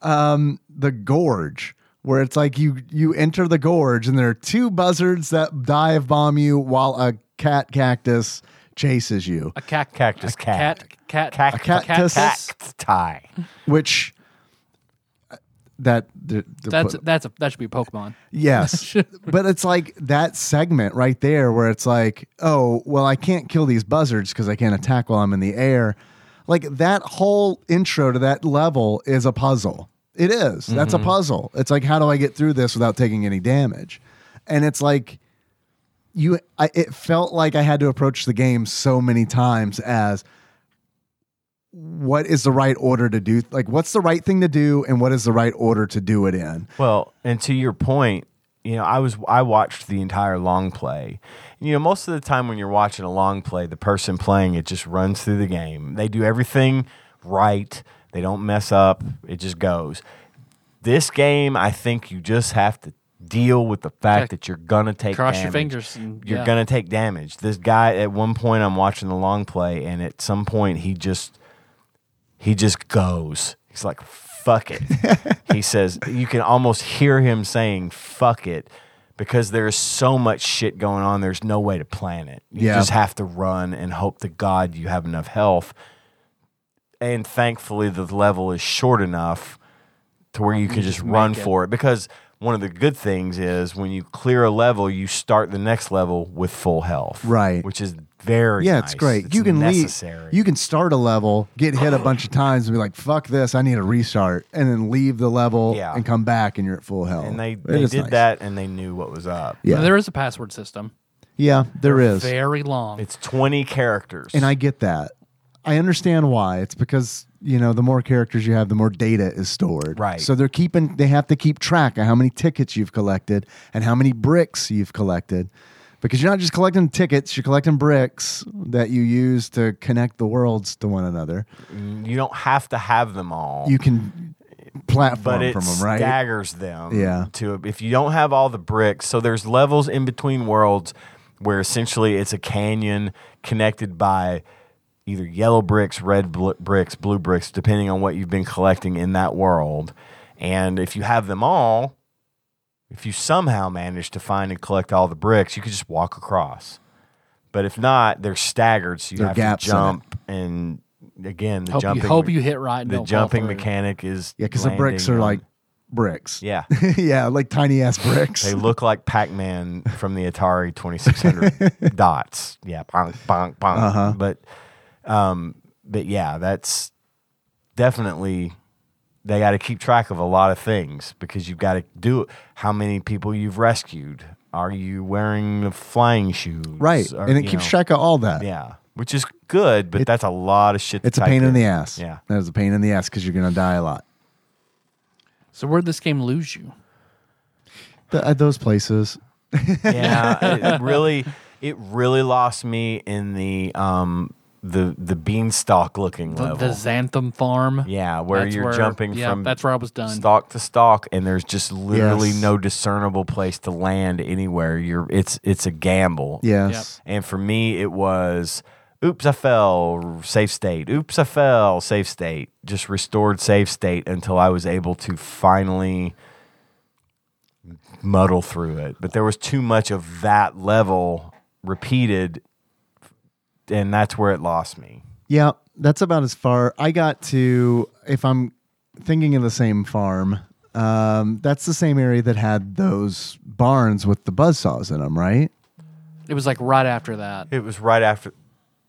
Speaker 3: um the gorge where it's like you you enter the gorge and there are two buzzards that dive bomb you while a cat cactus chases you
Speaker 2: A cac-
Speaker 1: Cactus
Speaker 2: a
Speaker 1: cat.
Speaker 2: Cat.
Speaker 1: Cac-
Speaker 2: Cat. cactus.
Speaker 3: cactus.
Speaker 1: Cacti.
Speaker 3: which uh, that the, the-
Speaker 2: That's that's a that should be a Pokemon.
Speaker 3: Yes. but it's like that segment right there where it's like, oh, well, I can't kill these buzzards because I can't attack while I'm in the air. Like that whole intro to that level is a puzzle. It is. That's a puzzle. It's like, how do I get through this without taking any damage? And it's like, you, I, it felt like I had to approach the game so many times as what is the right order to do? Like, what's the right thing to do, and what is the right order to do it in?
Speaker 1: Well, and to your point, you know, I was I watched the entire long play. You know, most of the time when you're watching a long play, the person playing it just runs through the game. They do everything right. They don't mess up. It just goes. This game, I think you just have to deal with the fact
Speaker 2: Okay.
Speaker 1: that you're gonna take
Speaker 2: Cross your
Speaker 1: damage.
Speaker 2: fingers and-
Speaker 1: you're
Speaker 2: yeah.
Speaker 1: gonna take damage. This guy at one point I'm watching the long play and at some point he just he just goes. He's like, fuck it. he says, you can almost hear him saying, fuck it, because there's so much shit going on. There's no way to plan it. You
Speaker 3: Yeah.
Speaker 1: just have to run and hope to God you have enough health. And thankfully, the level is short enough to where you can just run
Speaker 2: make it.
Speaker 1: for it. Because one of the good things is when you clear a level, you start the next level with full health.
Speaker 3: Right.
Speaker 1: Which is very
Speaker 3: Yeah, it's
Speaker 1: nice.
Speaker 3: great. you can
Speaker 1: necessary.
Speaker 3: leave. You can start a level, get hit a bunch of times, and be like, "Fuck this! I need a restart," and then leave the level
Speaker 1: Yeah.
Speaker 3: and come back, and you're at full health.
Speaker 1: and they,
Speaker 3: It
Speaker 1: they
Speaker 3: is
Speaker 1: did
Speaker 3: nice.
Speaker 1: that and they knew what was up.
Speaker 3: Yeah.
Speaker 2: There is a password system.
Speaker 3: Yeah, there is,
Speaker 2: Very long.
Speaker 1: It's 20 characters.
Speaker 3: and I get that. I understand why. It's because you know the more characters you have, the more data is stored.
Speaker 1: Right.
Speaker 3: So they're keeping. They have to keep track of how many tickets you've collected and how many bricks you've collected. Because you're not just collecting tickets, you're collecting bricks that you use to connect the worlds to one another.
Speaker 1: you don't have to have them all.
Speaker 3: You can platform
Speaker 1: but it
Speaker 3: from them, right?
Speaker 1: staggers them.
Speaker 3: Yeah.
Speaker 1: To if you don't have all the bricks, so there's levels in between worlds where essentially it's a canyon connected by either yellow bricks, red bl- bricks, blue bricks, depending on what you've been collecting in that world. And if you have them all, if you somehow manage to find and collect all the bricks, you could just walk across. But if not, they're staggered, so you
Speaker 3: There are
Speaker 1: have
Speaker 3: gaps
Speaker 1: to
Speaker 3: in it.
Speaker 1: jump. And again, the
Speaker 2: hope
Speaker 1: jumping.
Speaker 2: you hope
Speaker 1: we-
Speaker 2: you hit right. and
Speaker 1: the
Speaker 2: don't fall
Speaker 1: jumping
Speaker 2: through.
Speaker 1: mechanic is
Speaker 3: Yeah, because the bricks
Speaker 1: landing
Speaker 3: are
Speaker 1: on-
Speaker 3: like
Speaker 1: [laughs]
Speaker 3: bricks. [laughs]
Speaker 1: yeah
Speaker 3: yeah, like tiny ass bricks.
Speaker 1: they look like pac-man from the atari
Speaker 3: [laughs]
Speaker 1: 2600 dots yeah bonk bonk bonk
Speaker 3: Uh-huh.
Speaker 1: but um but yeah that's definitely they got to keep track of a lot of things because you've got to do how many people you've rescued are you wearing the flying shoes
Speaker 3: [laughs] right.
Speaker 1: Or,
Speaker 3: and it
Speaker 1: you
Speaker 3: keeps
Speaker 1: know,
Speaker 3: track of all that.
Speaker 1: yeah which is good but that's a lot of shit to
Speaker 3: It's a
Speaker 1: type
Speaker 3: pain in the ass.
Speaker 1: yeah
Speaker 3: That is a pain in the ass because you're going to die a lot.
Speaker 2: So where'd this game lose you?
Speaker 3: Th- at those places.
Speaker 1: yeah,
Speaker 2: [laughs]
Speaker 1: it really, it really lost me in the um the the beanstalk looking
Speaker 2: The,
Speaker 1: level.
Speaker 2: the Xanthem Farm.
Speaker 1: yeah, where
Speaker 2: That's
Speaker 1: you're jumping
Speaker 2: yeah,
Speaker 1: from
Speaker 2: That's where I was done.
Speaker 1: stalk to stalk, and there's just literally
Speaker 3: Yes.
Speaker 1: no discernible place to land anywhere. You're it's it's a gamble.
Speaker 3: Yes.
Speaker 1: and for me it was. Oops, I fell, safe state. Oops, I fell, safe state. Just restored safe state until I was able to finally muddle through it. But there was too much of that level repeated, and that's where it lost me.
Speaker 3: Yeah, that's about as far. I got to, if I'm thinking of the same farm, um, that's the same area that had those barns with the buzzsaws in them, right?
Speaker 2: It was like right after that.
Speaker 1: It was right after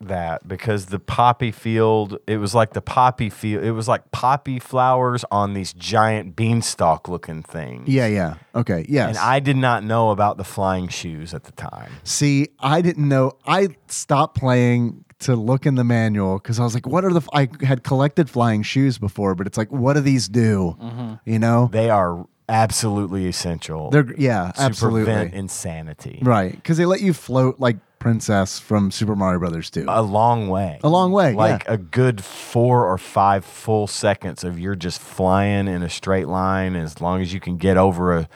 Speaker 1: that because the poppy field, it was like the poppy field, it was like poppy flowers on these giant beanstalk looking things.
Speaker 3: Yeah, yeah. Okay, yes.
Speaker 1: And I did not know about the flying shoes at the time.
Speaker 3: See, I didn't know. I stopped playing to look in the manual because I was like, what are the. F-? I had collected flying shoes before, but it's like, what do these do? You know?
Speaker 1: Mm-hmm. They are absolutely essential.
Speaker 3: They're, yeah,
Speaker 1: to prevent
Speaker 3: absolutely.
Speaker 1: insanity.
Speaker 3: Right. Because they let you float like Princess from Super Mario Brothers 2.
Speaker 1: A long way.
Speaker 3: a long way.
Speaker 1: like
Speaker 3: yeah.
Speaker 1: a good four or five full seconds of you're just flying in a straight line. As long as you can get over a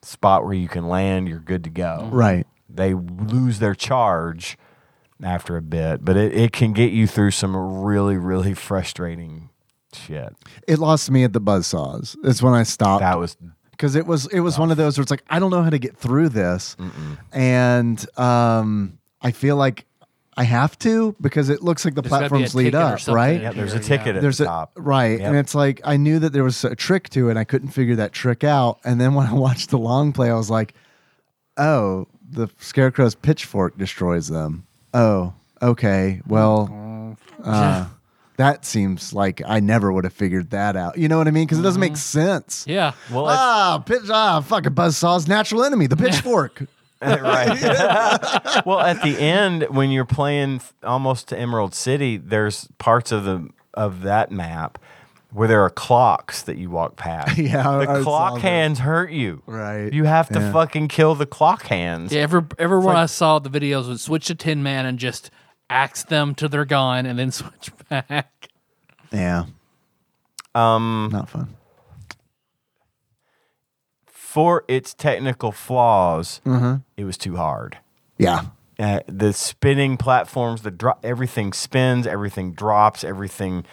Speaker 1: spot where you can land, you're good to go.
Speaker 3: Right.
Speaker 1: They lose their charge after a bit, but it, it can get you through some really, really frustrating shit.
Speaker 3: It lost me at the buzzsaws. It's when I stopped.
Speaker 1: That was
Speaker 3: because it was it was one of those where it's like I don't know how to get through this, and um, I feel like I have to because it looks like the
Speaker 2: There's gotta be a
Speaker 3: platforms lead
Speaker 2: ticket or
Speaker 3: up,
Speaker 2: something
Speaker 3: right?
Speaker 2: in
Speaker 1: yeah, there's a
Speaker 2: here, yeah.
Speaker 1: ticket at
Speaker 3: There's
Speaker 1: the
Speaker 3: a
Speaker 1: top.
Speaker 3: right,
Speaker 1: Yep.
Speaker 3: and it's like I knew that there was a trick to it. I couldn't figure that trick out, and then [laughs] when I watched the long play, I was like, oh, the scarecrow's pitchfork destroys them. Oh, okay, well,
Speaker 1: Mm-hmm.
Speaker 3: uh, that seems like I never would have figured that out. You know what I mean? Because it doesn't make sense.
Speaker 2: Yeah.
Speaker 1: Mm-hmm.
Speaker 2: Uh,
Speaker 1: well, it-
Speaker 3: Ah, pitch, ah, fucking buzzsaw's natural enemy,
Speaker 1: [laughs]
Speaker 3: the pitchfork. [laughs]
Speaker 1: right. well, at the end, when you're playing th- almost to Emerald City, there's parts of the of that map where there are clocks that you walk past.
Speaker 3: [laughs] Yeah, I- I
Speaker 1: the
Speaker 3: saw
Speaker 1: clock
Speaker 3: those.
Speaker 1: hands hurt you.
Speaker 3: Right.
Speaker 1: You have to
Speaker 3: Yeah.
Speaker 1: fucking kill the clock hands.
Speaker 2: Yeah, every, everyone I saw the videos would switch to Tin Man and just axe them to their gun and then [laughs] switch back.
Speaker 3: yeah. Um, not fun.
Speaker 1: For its technical flaws,
Speaker 3: Mm-hmm.
Speaker 1: it was too hard.
Speaker 3: Yeah. [laughs]
Speaker 1: uh, the spinning platforms, the drop, everything spins, everything drops, everything.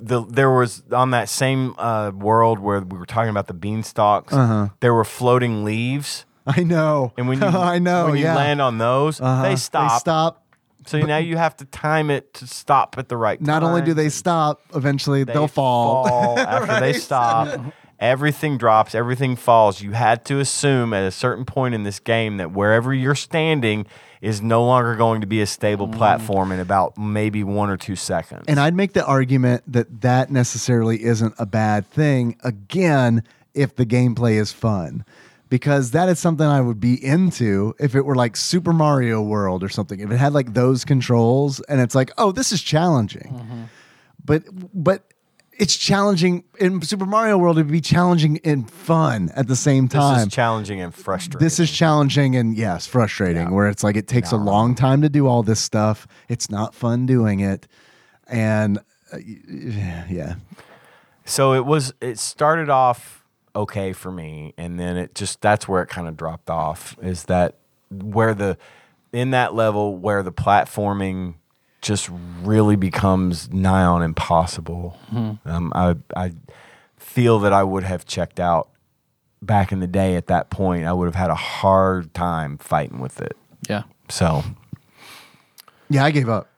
Speaker 1: The, there was on that same uh, world where we were talking about the beanstalks.
Speaker 3: Uh-huh.
Speaker 1: There were floating leaves,
Speaker 3: I know.
Speaker 1: and
Speaker 3: [laughs]
Speaker 1: when you
Speaker 3: I know,
Speaker 1: when you
Speaker 3: yeah. Uh-huh.
Speaker 1: land on those, they stop.
Speaker 3: They stop.
Speaker 1: So now you have to time it to stop at the right.
Speaker 3: Not only do
Speaker 1: time.
Speaker 3: they stop, eventually
Speaker 1: They
Speaker 3: they will fall.
Speaker 1: after they stop. Everything drops, everything falls. You had to assume at a certain point in this game that wherever you're standing is no longer going to be a stable platform in about maybe one or two seconds.
Speaker 3: [laughs] Mm. And I'd make the argument that that necessarily isn't a bad thing, again, if the gameplay is fun. Because that is something I would be into if it were like Super Mario World or something. If it had like those controls and it's like, oh, this is challenging.
Speaker 1: Mm-hmm.
Speaker 3: But but it's challenging in Super Mario World, it'd be challenging and fun at the same
Speaker 1: this
Speaker 3: time.
Speaker 1: is challenging and frustrating.
Speaker 3: This is challenging and yes, frustrating. Where it's like it takes a long time to do all this stuff. It's not fun doing it, and uh, yeah,
Speaker 1: so it was it started off okay for me and then it just that's where it kind of dropped off is that where the in that level where the platforming just really becomes nigh on impossible um, I, I feel that i would have checked out back in the day at that point i would have had a hard time fighting with it
Speaker 2: Yeah.
Speaker 1: so
Speaker 3: yeah. I gave up.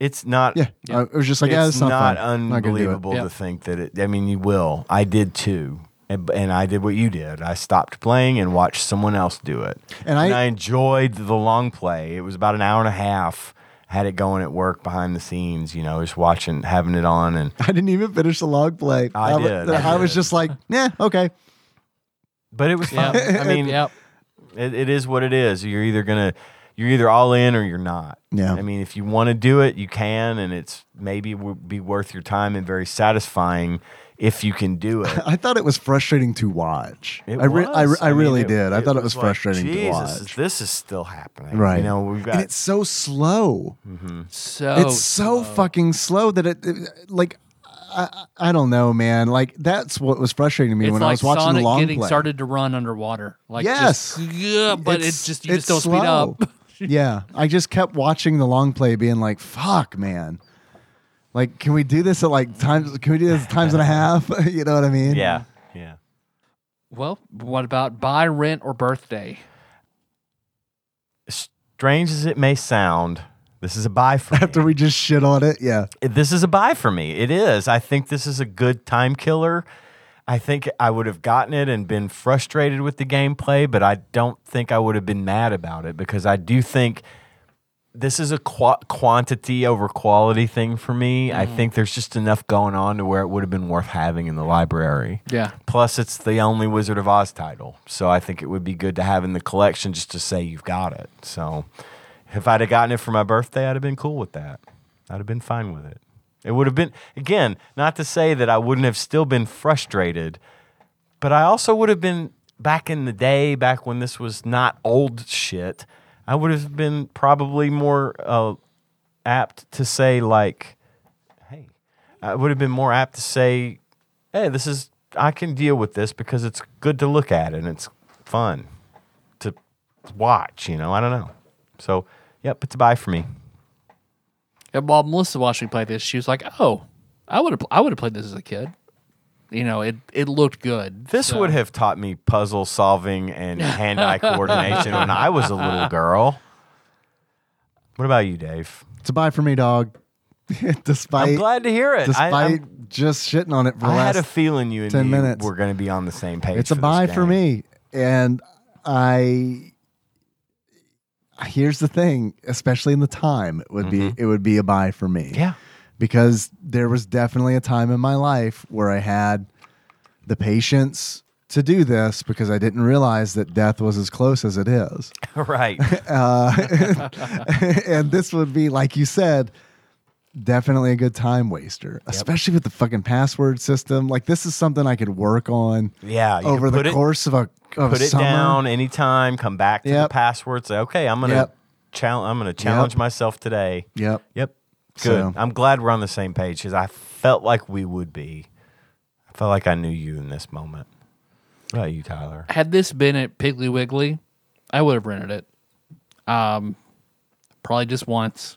Speaker 1: it's not
Speaker 3: Yeah, I it was just like, yeah,
Speaker 1: it's
Speaker 3: it's not,
Speaker 1: not,
Speaker 3: fun. Not gonna do it.
Speaker 1: unbelievable
Speaker 2: Yeah.
Speaker 1: to think that it. I mean, you will. I did too, and, and I did what you did. I stopped playing and watched someone else do it.
Speaker 3: And I-
Speaker 1: enjoyed the long play. It was about an hour and a half. Had it going at work behind the scenes. You know, just watching, having it on, and
Speaker 3: [laughs] I didn't even finish the log play.
Speaker 1: I
Speaker 3: wa-
Speaker 1: did, I
Speaker 3: I, was
Speaker 1: did. [laughs]
Speaker 3: just like, yeah, okay.
Speaker 1: but it was [laughs] fun.
Speaker 2: Yeah.
Speaker 1: I
Speaker 3: [laughs]
Speaker 1: mean,
Speaker 2: Yep.
Speaker 1: it, it is what it is. You're either gonna. You're either all in or you're not.
Speaker 3: Yeah.
Speaker 1: I mean, if you want to do it, you can, and it's maybe would be worth your time and very satisfying if you can do it.
Speaker 3: I thought it was frustrating to watch.
Speaker 1: It
Speaker 3: I, re- I, re-
Speaker 1: was.
Speaker 3: I
Speaker 1: mean,
Speaker 3: really did. I thought it was
Speaker 1: like,
Speaker 3: frustrating to
Speaker 1: Jesus,
Speaker 3: watch.
Speaker 1: this is still happening.
Speaker 3: Right.
Speaker 1: You know, we've got.
Speaker 3: and it's so slow.
Speaker 2: So
Speaker 3: it's so fucking slow that it, it- like I, I I don't know, man. Like that's what was frustrating me
Speaker 2: it's
Speaker 3: when
Speaker 2: like
Speaker 3: I was watching
Speaker 2: Sonic
Speaker 3: the long
Speaker 2: getting
Speaker 3: play.
Speaker 2: started to run underwater. Like
Speaker 3: Yes.
Speaker 2: just- yeah, but it's, just you just don't speed
Speaker 3: slow.
Speaker 2: up.
Speaker 3: [laughs] yeah, I just kept watching the long play, being like, "Fuck, man! Like, can we do this at like times? Can we do this at times and a half? [laughs] you know what I mean?
Speaker 1: yeah. Yeah.
Speaker 2: Well, what about buy, rent, or birthday?
Speaker 1: Strange as it may sound, this is a buy for
Speaker 3: [laughs] After
Speaker 1: me.
Speaker 3: we just shit on it, yeah.
Speaker 1: this is a buy for me. It is. I think this is a good time killer. I think I would have gotten it and been frustrated with the gameplay, but I don't think I would have been mad about it because I do think this is a qua quantity over quality thing for me. I think there's just enough going on to where it would have been worth having in the library.
Speaker 2: Yeah.
Speaker 1: Plus, it's the only Wizard of Oz title, so I think it would be good to have in the collection just to say you've got it. So, If I'd have gotten it for my birthday, I'd have been cool with that. I'd have been fine with it. It would have been, again, not to say that I wouldn't have still been frustrated, but I also would have been back in the day, back when this was not old shit, I would have been probably more uh, apt to say, like, hey, I would have been more apt to say, hey, this is, I can deal with this because it's good to look at and it's fun to watch, you know? I don't know. So, yep, it's a buy for me.
Speaker 2: And while Melissa watched me play this, she was like, "Oh, I would have, I would have played this as a kid. You know, it it looked good.
Speaker 1: This
Speaker 2: So-
Speaker 1: would have taught me puzzle solving
Speaker 3: [laughs]
Speaker 1: and hand eye coordination when I was a little girl. What about you, Dave?
Speaker 3: It's a buy for me, dog. [laughs] despite
Speaker 1: I'm glad to hear it.
Speaker 3: despite
Speaker 1: I, I'm-
Speaker 3: just shitting on it for the
Speaker 1: I
Speaker 3: last
Speaker 1: had a feeling you and
Speaker 3: 10
Speaker 1: you
Speaker 3: minutes.
Speaker 1: were going to be on the same page.
Speaker 3: It's a
Speaker 1: for this
Speaker 3: buy for
Speaker 1: game.
Speaker 3: me. And I here's the thing, especially in the time, it would be it would be a buy for me.
Speaker 1: Mm-hmm. Yeah. [laughs]
Speaker 3: Because there was definitely a time in my life where I had the patience to do this because I didn't realize that death was as close as it is. [laughs]
Speaker 1: right.
Speaker 3: and this would be, like you said, definitely a good time waster, especially with the fucking password system. Like this is something I could work on
Speaker 1: Yeah. You
Speaker 3: over
Speaker 1: can
Speaker 3: the
Speaker 1: put it,
Speaker 3: course of a of
Speaker 1: put
Speaker 3: a
Speaker 1: it
Speaker 3: summer.
Speaker 1: down anytime. Come back to
Speaker 3: Yep.
Speaker 1: the password. Say, okay, I'm going to
Speaker 3: Yep.
Speaker 1: challenge. I'm going to challenge myself today.
Speaker 3: Yep.
Speaker 1: Yep. Good.
Speaker 3: So-
Speaker 1: I'm glad we're on the same page because I felt like we would be. I felt like I knew you in this moment. What about you, Tyler?
Speaker 2: had this been at Piggly Wiggly, I would have rented it. Um, probably just once.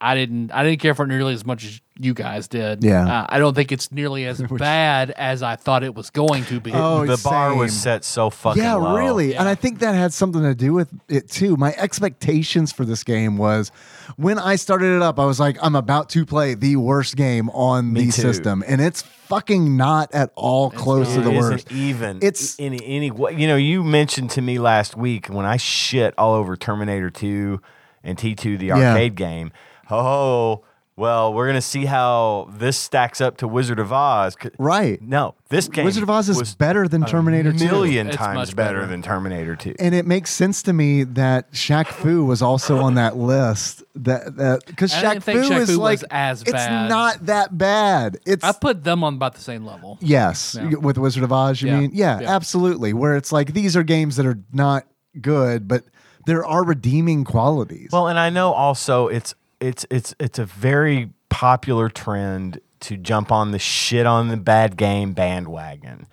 Speaker 2: I didn't. I didn't care for it nearly as much as you guys did.
Speaker 3: Yeah.
Speaker 2: Uh, I don't think it's nearly
Speaker 3: [laughs]
Speaker 2: as bad as I thought it was going to be.
Speaker 3: Oh,
Speaker 1: the bar was
Speaker 3: same.
Speaker 1: set so fucking
Speaker 3: Yeah,
Speaker 1: low.
Speaker 3: really. And I think that had something to do with it too. My expectations for this game was when I started it up, I was like, I'm about to play the worst game on the
Speaker 1: too.
Speaker 3: system. And it's fucking not at all close to
Speaker 1: It
Speaker 3: the
Speaker 1: isn't
Speaker 3: worst.
Speaker 1: even.
Speaker 3: It's-
Speaker 1: It's any any way. You know, you mentioned to me last week when I shit all over Terminator Two and T Two, the
Speaker 3: Yeah.
Speaker 1: arcade game. Oh, well, we're gonna see how this stacks up to Wizard of Oz. 'Cause-
Speaker 3: Right.
Speaker 1: No, this game
Speaker 3: Wizard of Oz is
Speaker 1: was
Speaker 3: better than Terminator 2.
Speaker 1: million
Speaker 2: It's
Speaker 1: times
Speaker 2: much
Speaker 1: better,
Speaker 2: better.
Speaker 1: than Terminator Two.
Speaker 3: and it makes sense to me that Shaq Fu was also on that list. That that because
Speaker 2: I
Speaker 3: Shaq
Speaker 2: didn't think
Speaker 3: Fu
Speaker 2: Shaq
Speaker 3: is
Speaker 2: Fu was
Speaker 3: like
Speaker 2: as
Speaker 3: it's
Speaker 2: bad.
Speaker 3: not that bad. It's
Speaker 2: I put them on about the same level.
Speaker 3: yes
Speaker 2: Yeah.
Speaker 3: with Wizard of Oz. You
Speaker 2: Yeah.
Speaker 3: mean yeah,
Speaker 2: Yeah.
Speaker 3: absolutely. Where it's like these are games that are not good, but there are redeeming qualities.
Speaker 1: Well, and I know also it's it's it's it's a very popular trend to jump on the shit on the bad game bandwagon.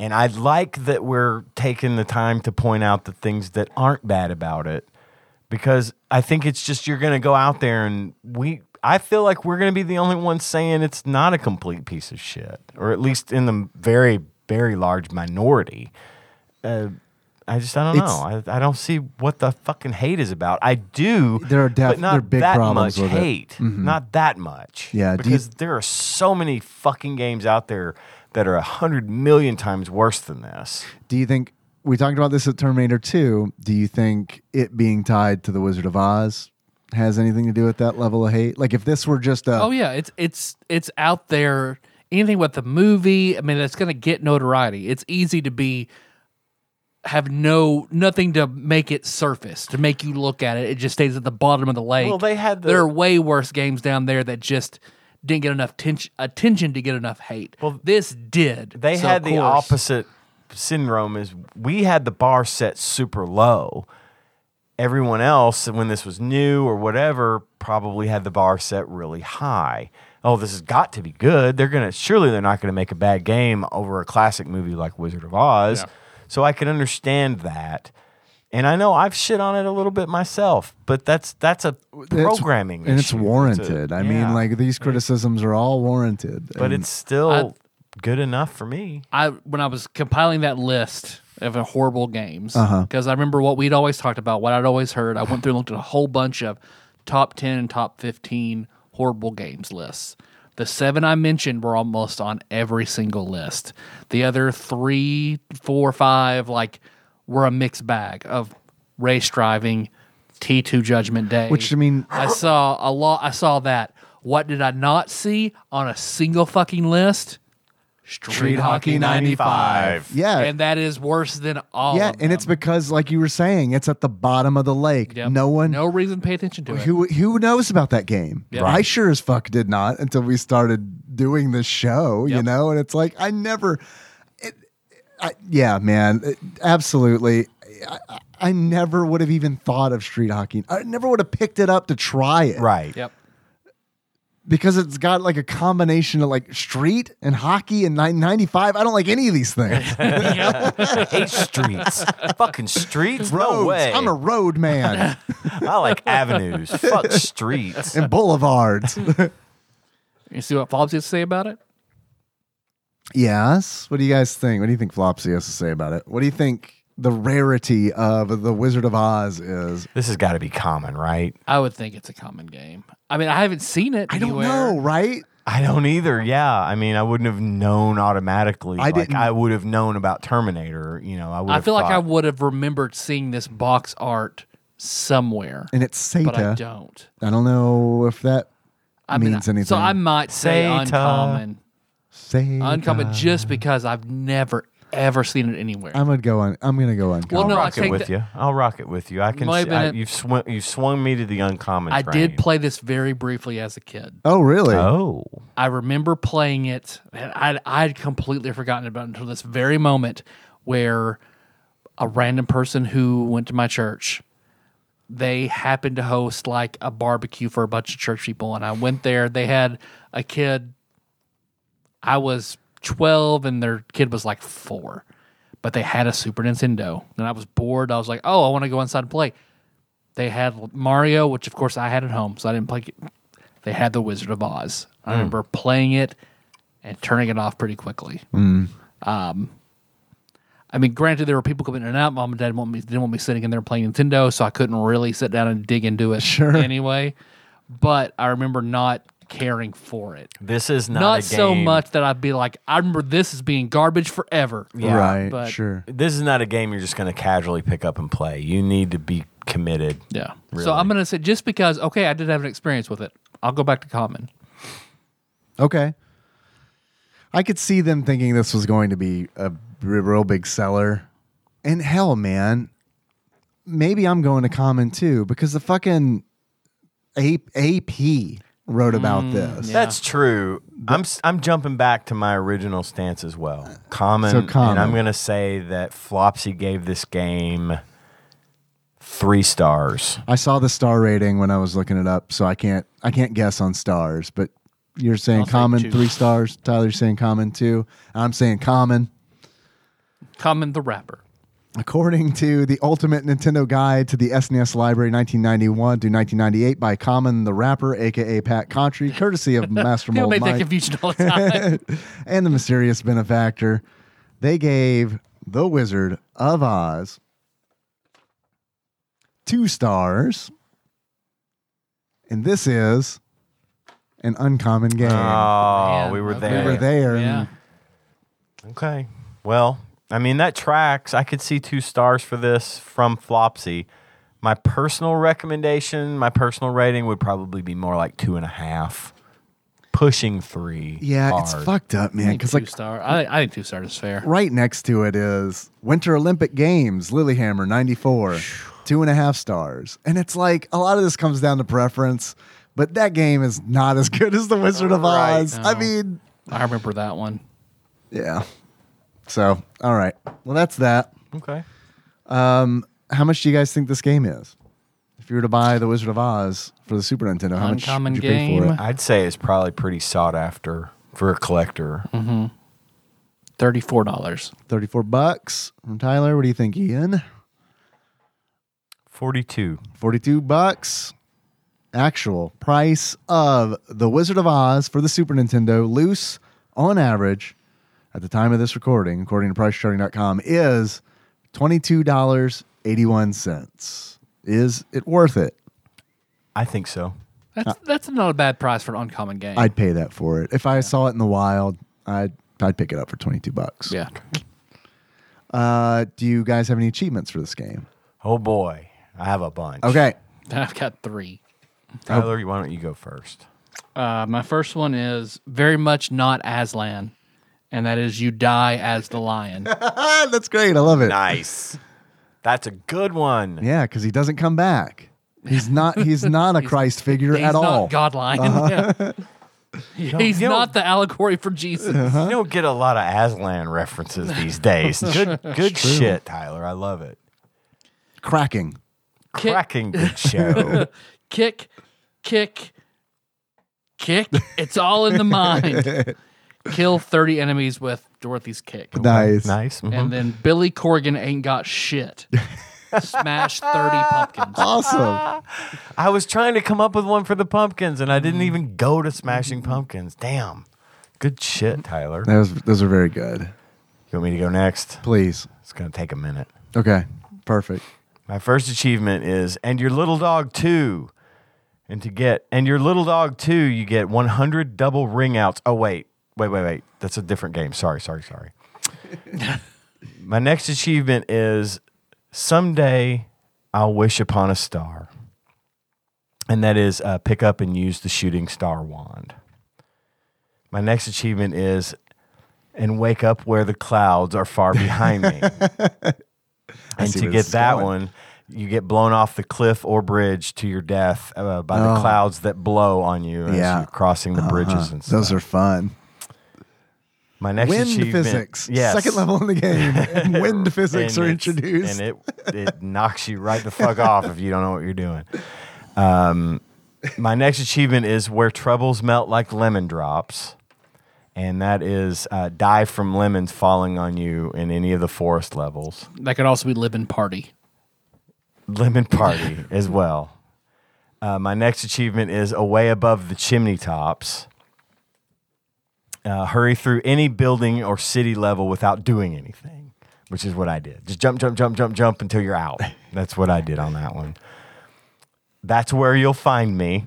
Speaker 1: And I like that we're taking the time to point out the things that aren't bad about it because I think it's just you're going to go out there and we I feel like we're going to be the only ones saying it's not a complete piece of shit or at least in the very very large minority. I just I don't know. I, I don't see what the fucking hate is about. I do.
Speaker 3: There are def-
Speaker 1: but not
Speaker 3: there are big
Speaker 1: that
Speaker 3: problems
Speaker 1: much
Speaker 3: with it. Mm-hmm.
Speaker 1: hate. Not that much.
Speaker 3: Yeah, do you-
Speaker 1: because there are so many fucking games out there that are a hundred million times worse than this.
Speaker 3: Do you think we talked about this at Terminator Two? Do you think it being tied to the Wizard of Oz has anything to do with that level of hate? Like if this were just a
Speaker 2: Oh yeah, it's it's it's out there. Anything with the movie, I mean, that's going to get notoriety. It's easy to be have no nothing to make it surface to make you look at it. It just stays at the bottom of the lake.
Speaker 1: Well, they had the-
Speaker 2: there are way worse games down there that just didn't get enough tension, attention to get enough hate. Well, this did.
Speaker 1: They
Speaker 2: So,
Speaker 1: had
Speaker 2: of
Speaker 1: the
Speaker 2: course-
Speaker 1: opposite syndrome. Is we had the bar set super low. Everyone else, when this was new or whatever, probably had the bar set really high. Oh, this has got to be good. They're gonna surely they're not gonna make a bad game over a classic movie like Wizard of Oz. So I can understand that. And I know I've shit on it a little bit myself, but that's that's a
Speaker 3: That's-
Speaker 1: programming
Speaker 3: and it's
Speaker 1: issue.
Speaker 3: warranted. I mean,
Speaker 1: yeah.
Speaker 3: like these criticisms are all warranted.
Speaker 1: but
Speaker 3: And
Speaker 1: it's still
Speaker 2: I-
Speaker 1: good enough for me.
Speaker 2: I when I was compiling that list of uh, horrible games
Speaker 3: Uh-huh.
Speaker 2: because I remember what we'd always talked about, what I'd always heard. I went through and looked at a whole bunch of top ten and top fifteen horrible games lists. The seven I mentioned were almost on every single list. The other three, four, five, like were a mixed bag of race driving, T two Judgment Day.
Speaker 3: which I mean,
Speaker 2: I saw a lot. I saw that. What did I not see on a single fucking list? Street,
Speaker 1: Street Hockey 95.
Speaker 3: Yeah.
Speaker 2: And that is worse than all.
Speaker 3: yeah,
Speaker 2: of
Speaker 3: and it's
Speaker 2: them.
Speaker 3: because, like you were saying, it's at the bottom of the lake.
Speaker 2: Yep.
Speaker 3: No one,
Speaker 2: no reason to pay attention to it.
Speaker 3: who who knows about that game?
Speaker 2: Yep.
Speaker 3: I sure as fuck did not until we started doing this show, you
Speaker 2: Yep.
Speaker 3: know. And it's like I never, it, I, yeah, man, it- absolutely. I, I, I never would have even thought of street hockey. I never would have picked it up to try it,
Speaker 1: Right.
Speaker 2: Yep. [laughs]
Speaker 3: Because it's got like a combination of like street and hockey and nine ninety five. I don't like any of these things.
Speaker 1: I hate streets. [laughs] Fucking streets.
Speaker 3: Roads.
Speaker 1: No way.
Speaker 3: I'm a road man
Speaker 1: I [laughs] like avenues. Fuck streets.
Speaker 3: and boulevards.
Speaker 2: You see what Fobbs has to say about it?
Speaker 3: Yes. What do you guys think? What do you think Flopsy has to say about it? What do you think the rarity of the Wizard of Oz is?
Speaker 1: This has got to be common, right?
Speaker 2: I would think it's a common game. I mean, I haven't seen it.
Speaker 3: I don't
Speaker 2: anywhere.
Speaker 3: know, right?
Speaker 1: I don't either. Yeah, I mean, I wouldn't have known automatically.
Speaker 3: I
Speaker 1: like,
Speaker 3: didn't-
Speaker 1: I would have known about Terminator. You know, I would.
Speaker 2: I
Speaker 1: have
Speaker 2: feel like I
Speaker 1: thought-
Speaker 2: would have remembered seeing this box art somewhere,
Speaker 3: And it's
Speaker 2: but I
Speaker 3: Seta.
Speaker 2: don't.
Speaker 3: I, don't know if that
Speaker 2: I
Speaker 3: Means
Speaker 2: I- So
Speaker 3: anything.
Speaker 2: I might say
Speaker 1: Seta.
Speaker 2: uncommon,
Speaker 3: Seta.
Speaker 2: uncommon, just because I've never ever seen it anywhere.
Speaker 3: I'm gonna go on. I'm gonna go on.
Speaker 2: Well,
Speaker 1: I'll
Speaker 2: no, I
Speaker 1: rock it
Speaker 2: take
Speaker 1: with
Speaker 2: that-
Speaker 1: you. I'll rock it with you. I can.
Speaker 2: Might
Speaker 1: See,
Speaker 2: have been
Speaker 1: I,
Speaker 2: it.
Speaker 1: you've swung. You've swung me to the uncommon.
Speaker 2: I
Speaker 1: train.
Speaker 2: did play this very briefly as a kid.
Speaker 3: oh, really?
Speaker 1: Oh,
Speaker 2: I remember playing it, and I'd, I'd completely forgotten about it until this very moment where a random person who went to my church, they happened to host like a barbecue for a bunch of church people, and I went there. They had a kid. I was twelve, and their kid was like four, but they had a Super Nintendo, and I was bored. I was like, "Oh, I want to go inside and play." They had Mario, which of course I had at home, so I didn't play. They had The Wizard of Oz. I
Speaker 1: Hmm.
Speaker 2: remember playing it and turning it off pretty quickly. Um,
Speaker 1: Hmm.
Speaker 2: I mean, granted, there were people coming in and out. Mom and Dad want me, didn't want me sitting in there playing Nintendo, so I couldn't really sit down and dig into it
Speaker 3: Sure.
Speaker 2: anyway. But I remember not caring for it.
Speaker 1: this is not,
Speaker 2: Not,
Speaker 1: a game.
Speaker 2: so much that I'd be like, I remember this as being garbage forever.
Speaker 1: Yeah,
Speaker 3: right.
Speaker 2: but-
Speaker 3: sure.
Speaker 1: This is not a game you're just going to casually pick up and play. You need to be committed.
Speaker 2: Yeah. So I'm going to say just because, okay, I did have an experience with it, I'll go back to common.
Speaker 3: Okay. I could see them thinking this was going to be a r- real big seller. And hell, man, maybe I'm going to common too because the fucking A- AP wrote about
Speaker 2: Mm,
Speaker 3: this.
Speaker 1: That's true. I'm s- I'm jumping back to my original stance as well. Common,
Speaker 3: So common.
Speaker 1: and I'm going to say that Flopsy gave this game three stars.
Speaker 3: I saw the star rating when I was looking it up, so I can't I can't guess on stars. But you're saying
Speaker 2: I'll say
Speaker 3: common
Speaker 2: two.
Speaker 3: three stars. Tyler's saying common two. I'm saying common.
Speaker 2: Common the Rapper.
Speaker 3: According to the Ultimate Nintendo Guide to the SNES Library 1991 to 1998 by Common the Rapper, aka Pat Contry, courtesy
Speaker 2: [laughs]
Speaker 3: of Master
Speaker 2: People
Speaker 3: Mold
Speaker 2: make that
Speaker 3: Mike
Speaker 2: confusion all the
Speaker 1: [laughs]
Speaker 2: time.
Speaker 3: and the Mysterious Benefactor, they gave The Wizard of Oz two stars. And this is an uncommon game.
Speaker 1: Oh,
Speaker 2: Man,
Speaker 1: we were
Speaker 2: okay.
Speaker 1: there.
Speaker 3: we were there. and-
Speaker 2: yeah.
Speaker 1: Okay. Well, I mean that tracks. I could see two stars for this from Flopsy. My personal recommendation, my personal rating would probably be more like two and a half, pushing three.
Speaker 3: Yeah,
Speaker 1: hard.
Speaker 3: it's fucked up, man.
Speaker 2: think
Speaker 3: Because
Speaker 2: two
Speaker 3: like
Speaker 2: star. I, I think two star is fair.
Speaker 3: right next to it is Winter Olympic Games, Lilyhammer, 94, two and a half stars. And it's like a lot of this comes down to preference, but that game is not as good as The Wizard of
Speaker 1: Right.
Speaker 3: Oz. I
Speaker 2: No.
Speaker 3: mean,
Speaker 2: I remember that one.
Speaker 3: yeah. So, all right. Well, that's that.
Speaker 1: Okay.
Speaker 3: How much do you guys think this game is? If you were to buy The Wizard of Oz for the Super Nintendo, how much
Speaker 2: Uncommon
Speaker 3: would you pay for
Speaker 2: game.
Speaker 3: it?
Speaker 1: I'd say it's probably pretty sought after for a collector.
Speaker 2: Thirty four dollars.
Speaker 3: 34 bucks from Tyler. What do you think, Ian?
Speaker 1: 42.
Speaker 3: 42 bucks actual price of The Wizard of Oz for the Super Nintendo loose on average at the time of this recording according to pricecharting.com is $22.81. Is it worth it?
Speaker 1: I think so.
Speaker 3: Uh,
Speaker 2: That's that's not a bad price for an uncommon game.
Speaker 3: I'd pay that for it. If I saw it in the wild, I'd I'd pick it up for 22
Speaker 2: [laughs]
Speaker 3: bucks.
Speaker 2: yeah.
Speaker 3: Uh, do you guys have any achievements for this game?
Speaker 1: Oh boy. I have a bunch.
Speaker 3: Okay. [laughs]
Speaker 2: I've got three.
Speaker 1: Tyler, why don't you go first?
Speaker 2: Uh, my first one is very much not Aslan. and that is you die as the lion.
Speaker 3: [laughs] That's great. I love it.
Speaker 1: Nice. [laughs] That's a good one.
Speaker 3: Yeah, because he doesn't come back. He's not. He's not a Christ
Speaker 2: [laughs]
Speaker 3: figure
Speaker 2: He's
Speaker 3: at
Speaker 2: not
Speaker 3: all. Uh-huh.
Speaker 2: God lion. [laughs]
Speaker 3: [laughs]
Speaker 2: Yeah. He's
Speaker 1: you know-
Speaker 2: not the allegory for Jesus.
Speaker 3: Uh-huh.
Speaker 1: You don't get a lot of Aslan references these days. Good, good shit, Tyler. I love it.
Speaker 3: Cracking.
Speaker 2: Kick.
Speaker 1: Cracking good show.
Speaker 2: kick, kick, kick. It's all in the
Speaker 3: [laughs]
Speaker 2: mind. Kill 30 enemies with Dorothy's kick.
Speaker 3: Nice.
Speaker 1: nice. mhm.
Speaker 2: And then Billy Corgan ain't got shit. Smash 30 pumpkins.
Speaker 3: Awesome.
Speaker 1: I was trying to come up with one for the pumpkins, and I didn't even go to Smashing Pumpkins. Damn. Good shit, Tyler. You
Speaker 3: That was, those are very good.
Speaker 1: want me to go next?
Speaker 3: Please.
Speaker 1: It's gonna take a minute.
Speaker 3: Okay. Perfect.
Speaker 1: My first achievement is and your little dog too. And to get and your little dog too, you get 100 double ring outs. Oh wait. Wait, wait, wait. That's a different game. Sorry, sorry,
Speaker 3: [laughs]
Speaker 1: sorry. My next achievement is someday I'll wish upon a star. And that is uh, pick up and use the shooting star wand. My next achievement is and wake up where the clouds are far behind
Speaker 3: [laughs]
Speaker 1: me. and
Speaker 3: see
Speaker 1: to
Speaker 3: where
Speaker 1: get
Speaker 3: this is
Speaker 1: that
Speaker 3: going.
Speaker 1: one, you get blown off the cliff or bridge to your death uh, by the
Speaker 3: Oh.
Speaker 1: clouds that blow on you as
Speaker 3: Yeah. Uh-huh.
Speaker 1: you're crossing the bridges and stuff.
Speaker 3: Those are fun.
Speaker 1: My next
Speaker 3: Wind
Speaker 1: achievement,
Speaker 3: physics.
Speaker 1: yes,
Speaker 3: Second level in the
Speaker 1: [laughs]
Speaker 3: game. And wind physics
Speaker 1: And
Speaker 3: are
Speaker 1: it's-
Speaker 3: introduced.
Speaker 1: and it it knocks you right the fuck off if you don't know what you're doing. Um, my next achievement is where troubles melt like lemon drops, and that is uh, die from lemons falling on you in any of the forest levels.
Speaker 2: That could also be live in party.
Speaker 1: Lemon Party as well. Uh, my next achievement is Away Above the Chimney Tops. Uh, hurry through any building or city level without doing anything, which is what I did. Just jump, jump, jump, jump, jump until you're out. That's what I did on that one. That's where you'll find me,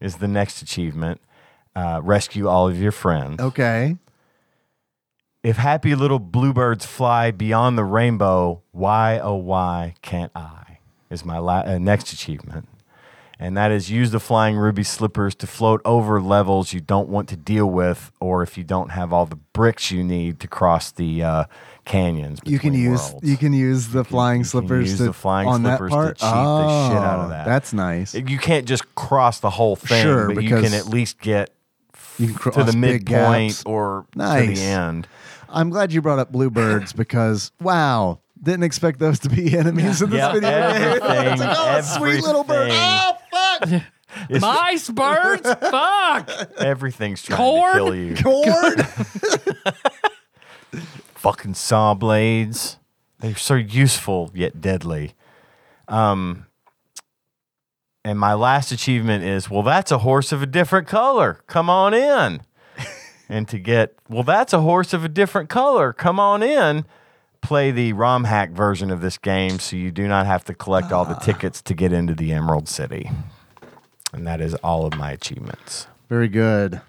Speaker 1: is the next achievement. Uh, rescue all of your friends.
Speaker 3: okay.
Speaker 1: If happy little bluebirds fly beyond the rainbow, why oh why can't I? Is my la- uh, next achievement. And that is use the flying ruby slippers to float over levels you don't want to deal with, or if you don't have all the bricks you need to cross the uh, canyons.
Speaker 3: You can
Speaker 1: between
Speaker 3: use
Speaker 1: worlds.
Speaker 3: you can use the flying
Speaker 1: you can
Speaker 3: slippers
Speaker 1: use
Speaker 3: to,
Speaker 1: the flying
Speaker 3: on
Speaker 1: slippers
Speaker 3: that
Speaker 1: to
Speaker 3: part.
Speaker 1: cheat the shit out of
Speaker 3: Oh,
Speaker 1: that.
Speaker 3: That's nice.
Speaker 1: You can't just cross the whole thing,
Speaker 3: Sure,
Speaker 1: but you
Speaker 3: because
Speaker 1: can at least get
Speaker 3: you can
Speaker 1: to
Speaker 3: cross
Speaker 1: the
Speaker 3: big
Speaker 1: midpoint
Speaker 3: gaps.
Speaker 1: or to
Speaker 3: Nice.
Speaker 1: the end.
Speaker 3: I'm glad you brought up bluebirds because wow, didn't expect those to be [laughs] enemies in this
Speaker 1: Yeah,
Speaker 3: video.
Speaker 1: everything,
Speaker 3: it's like, oh, sweet little bird.
Speaker 1: everything.
Speaker 3: Oh,
Speaker 2: [laughs]
Speaker 3: fuck.
Speaker 2: Mice, birds, fuck.
Speaker 1: Everything's trying
Speaker 2: Corn?
Speaker 1: to kill you. [laughs]
Speaker 3: Cord.
Speaker 1: fucking saw blades. They're so useful yet deadly. Um, and my last achievement is well, that's a horse of a different color. Come on in. and to get well, that's a horse of a different color. Come on in. Play the ROM hack version of this game so you do not have to collect all the tickets to get into the Emerald City. And that is all of my achievements.
Speaker 3: Very good.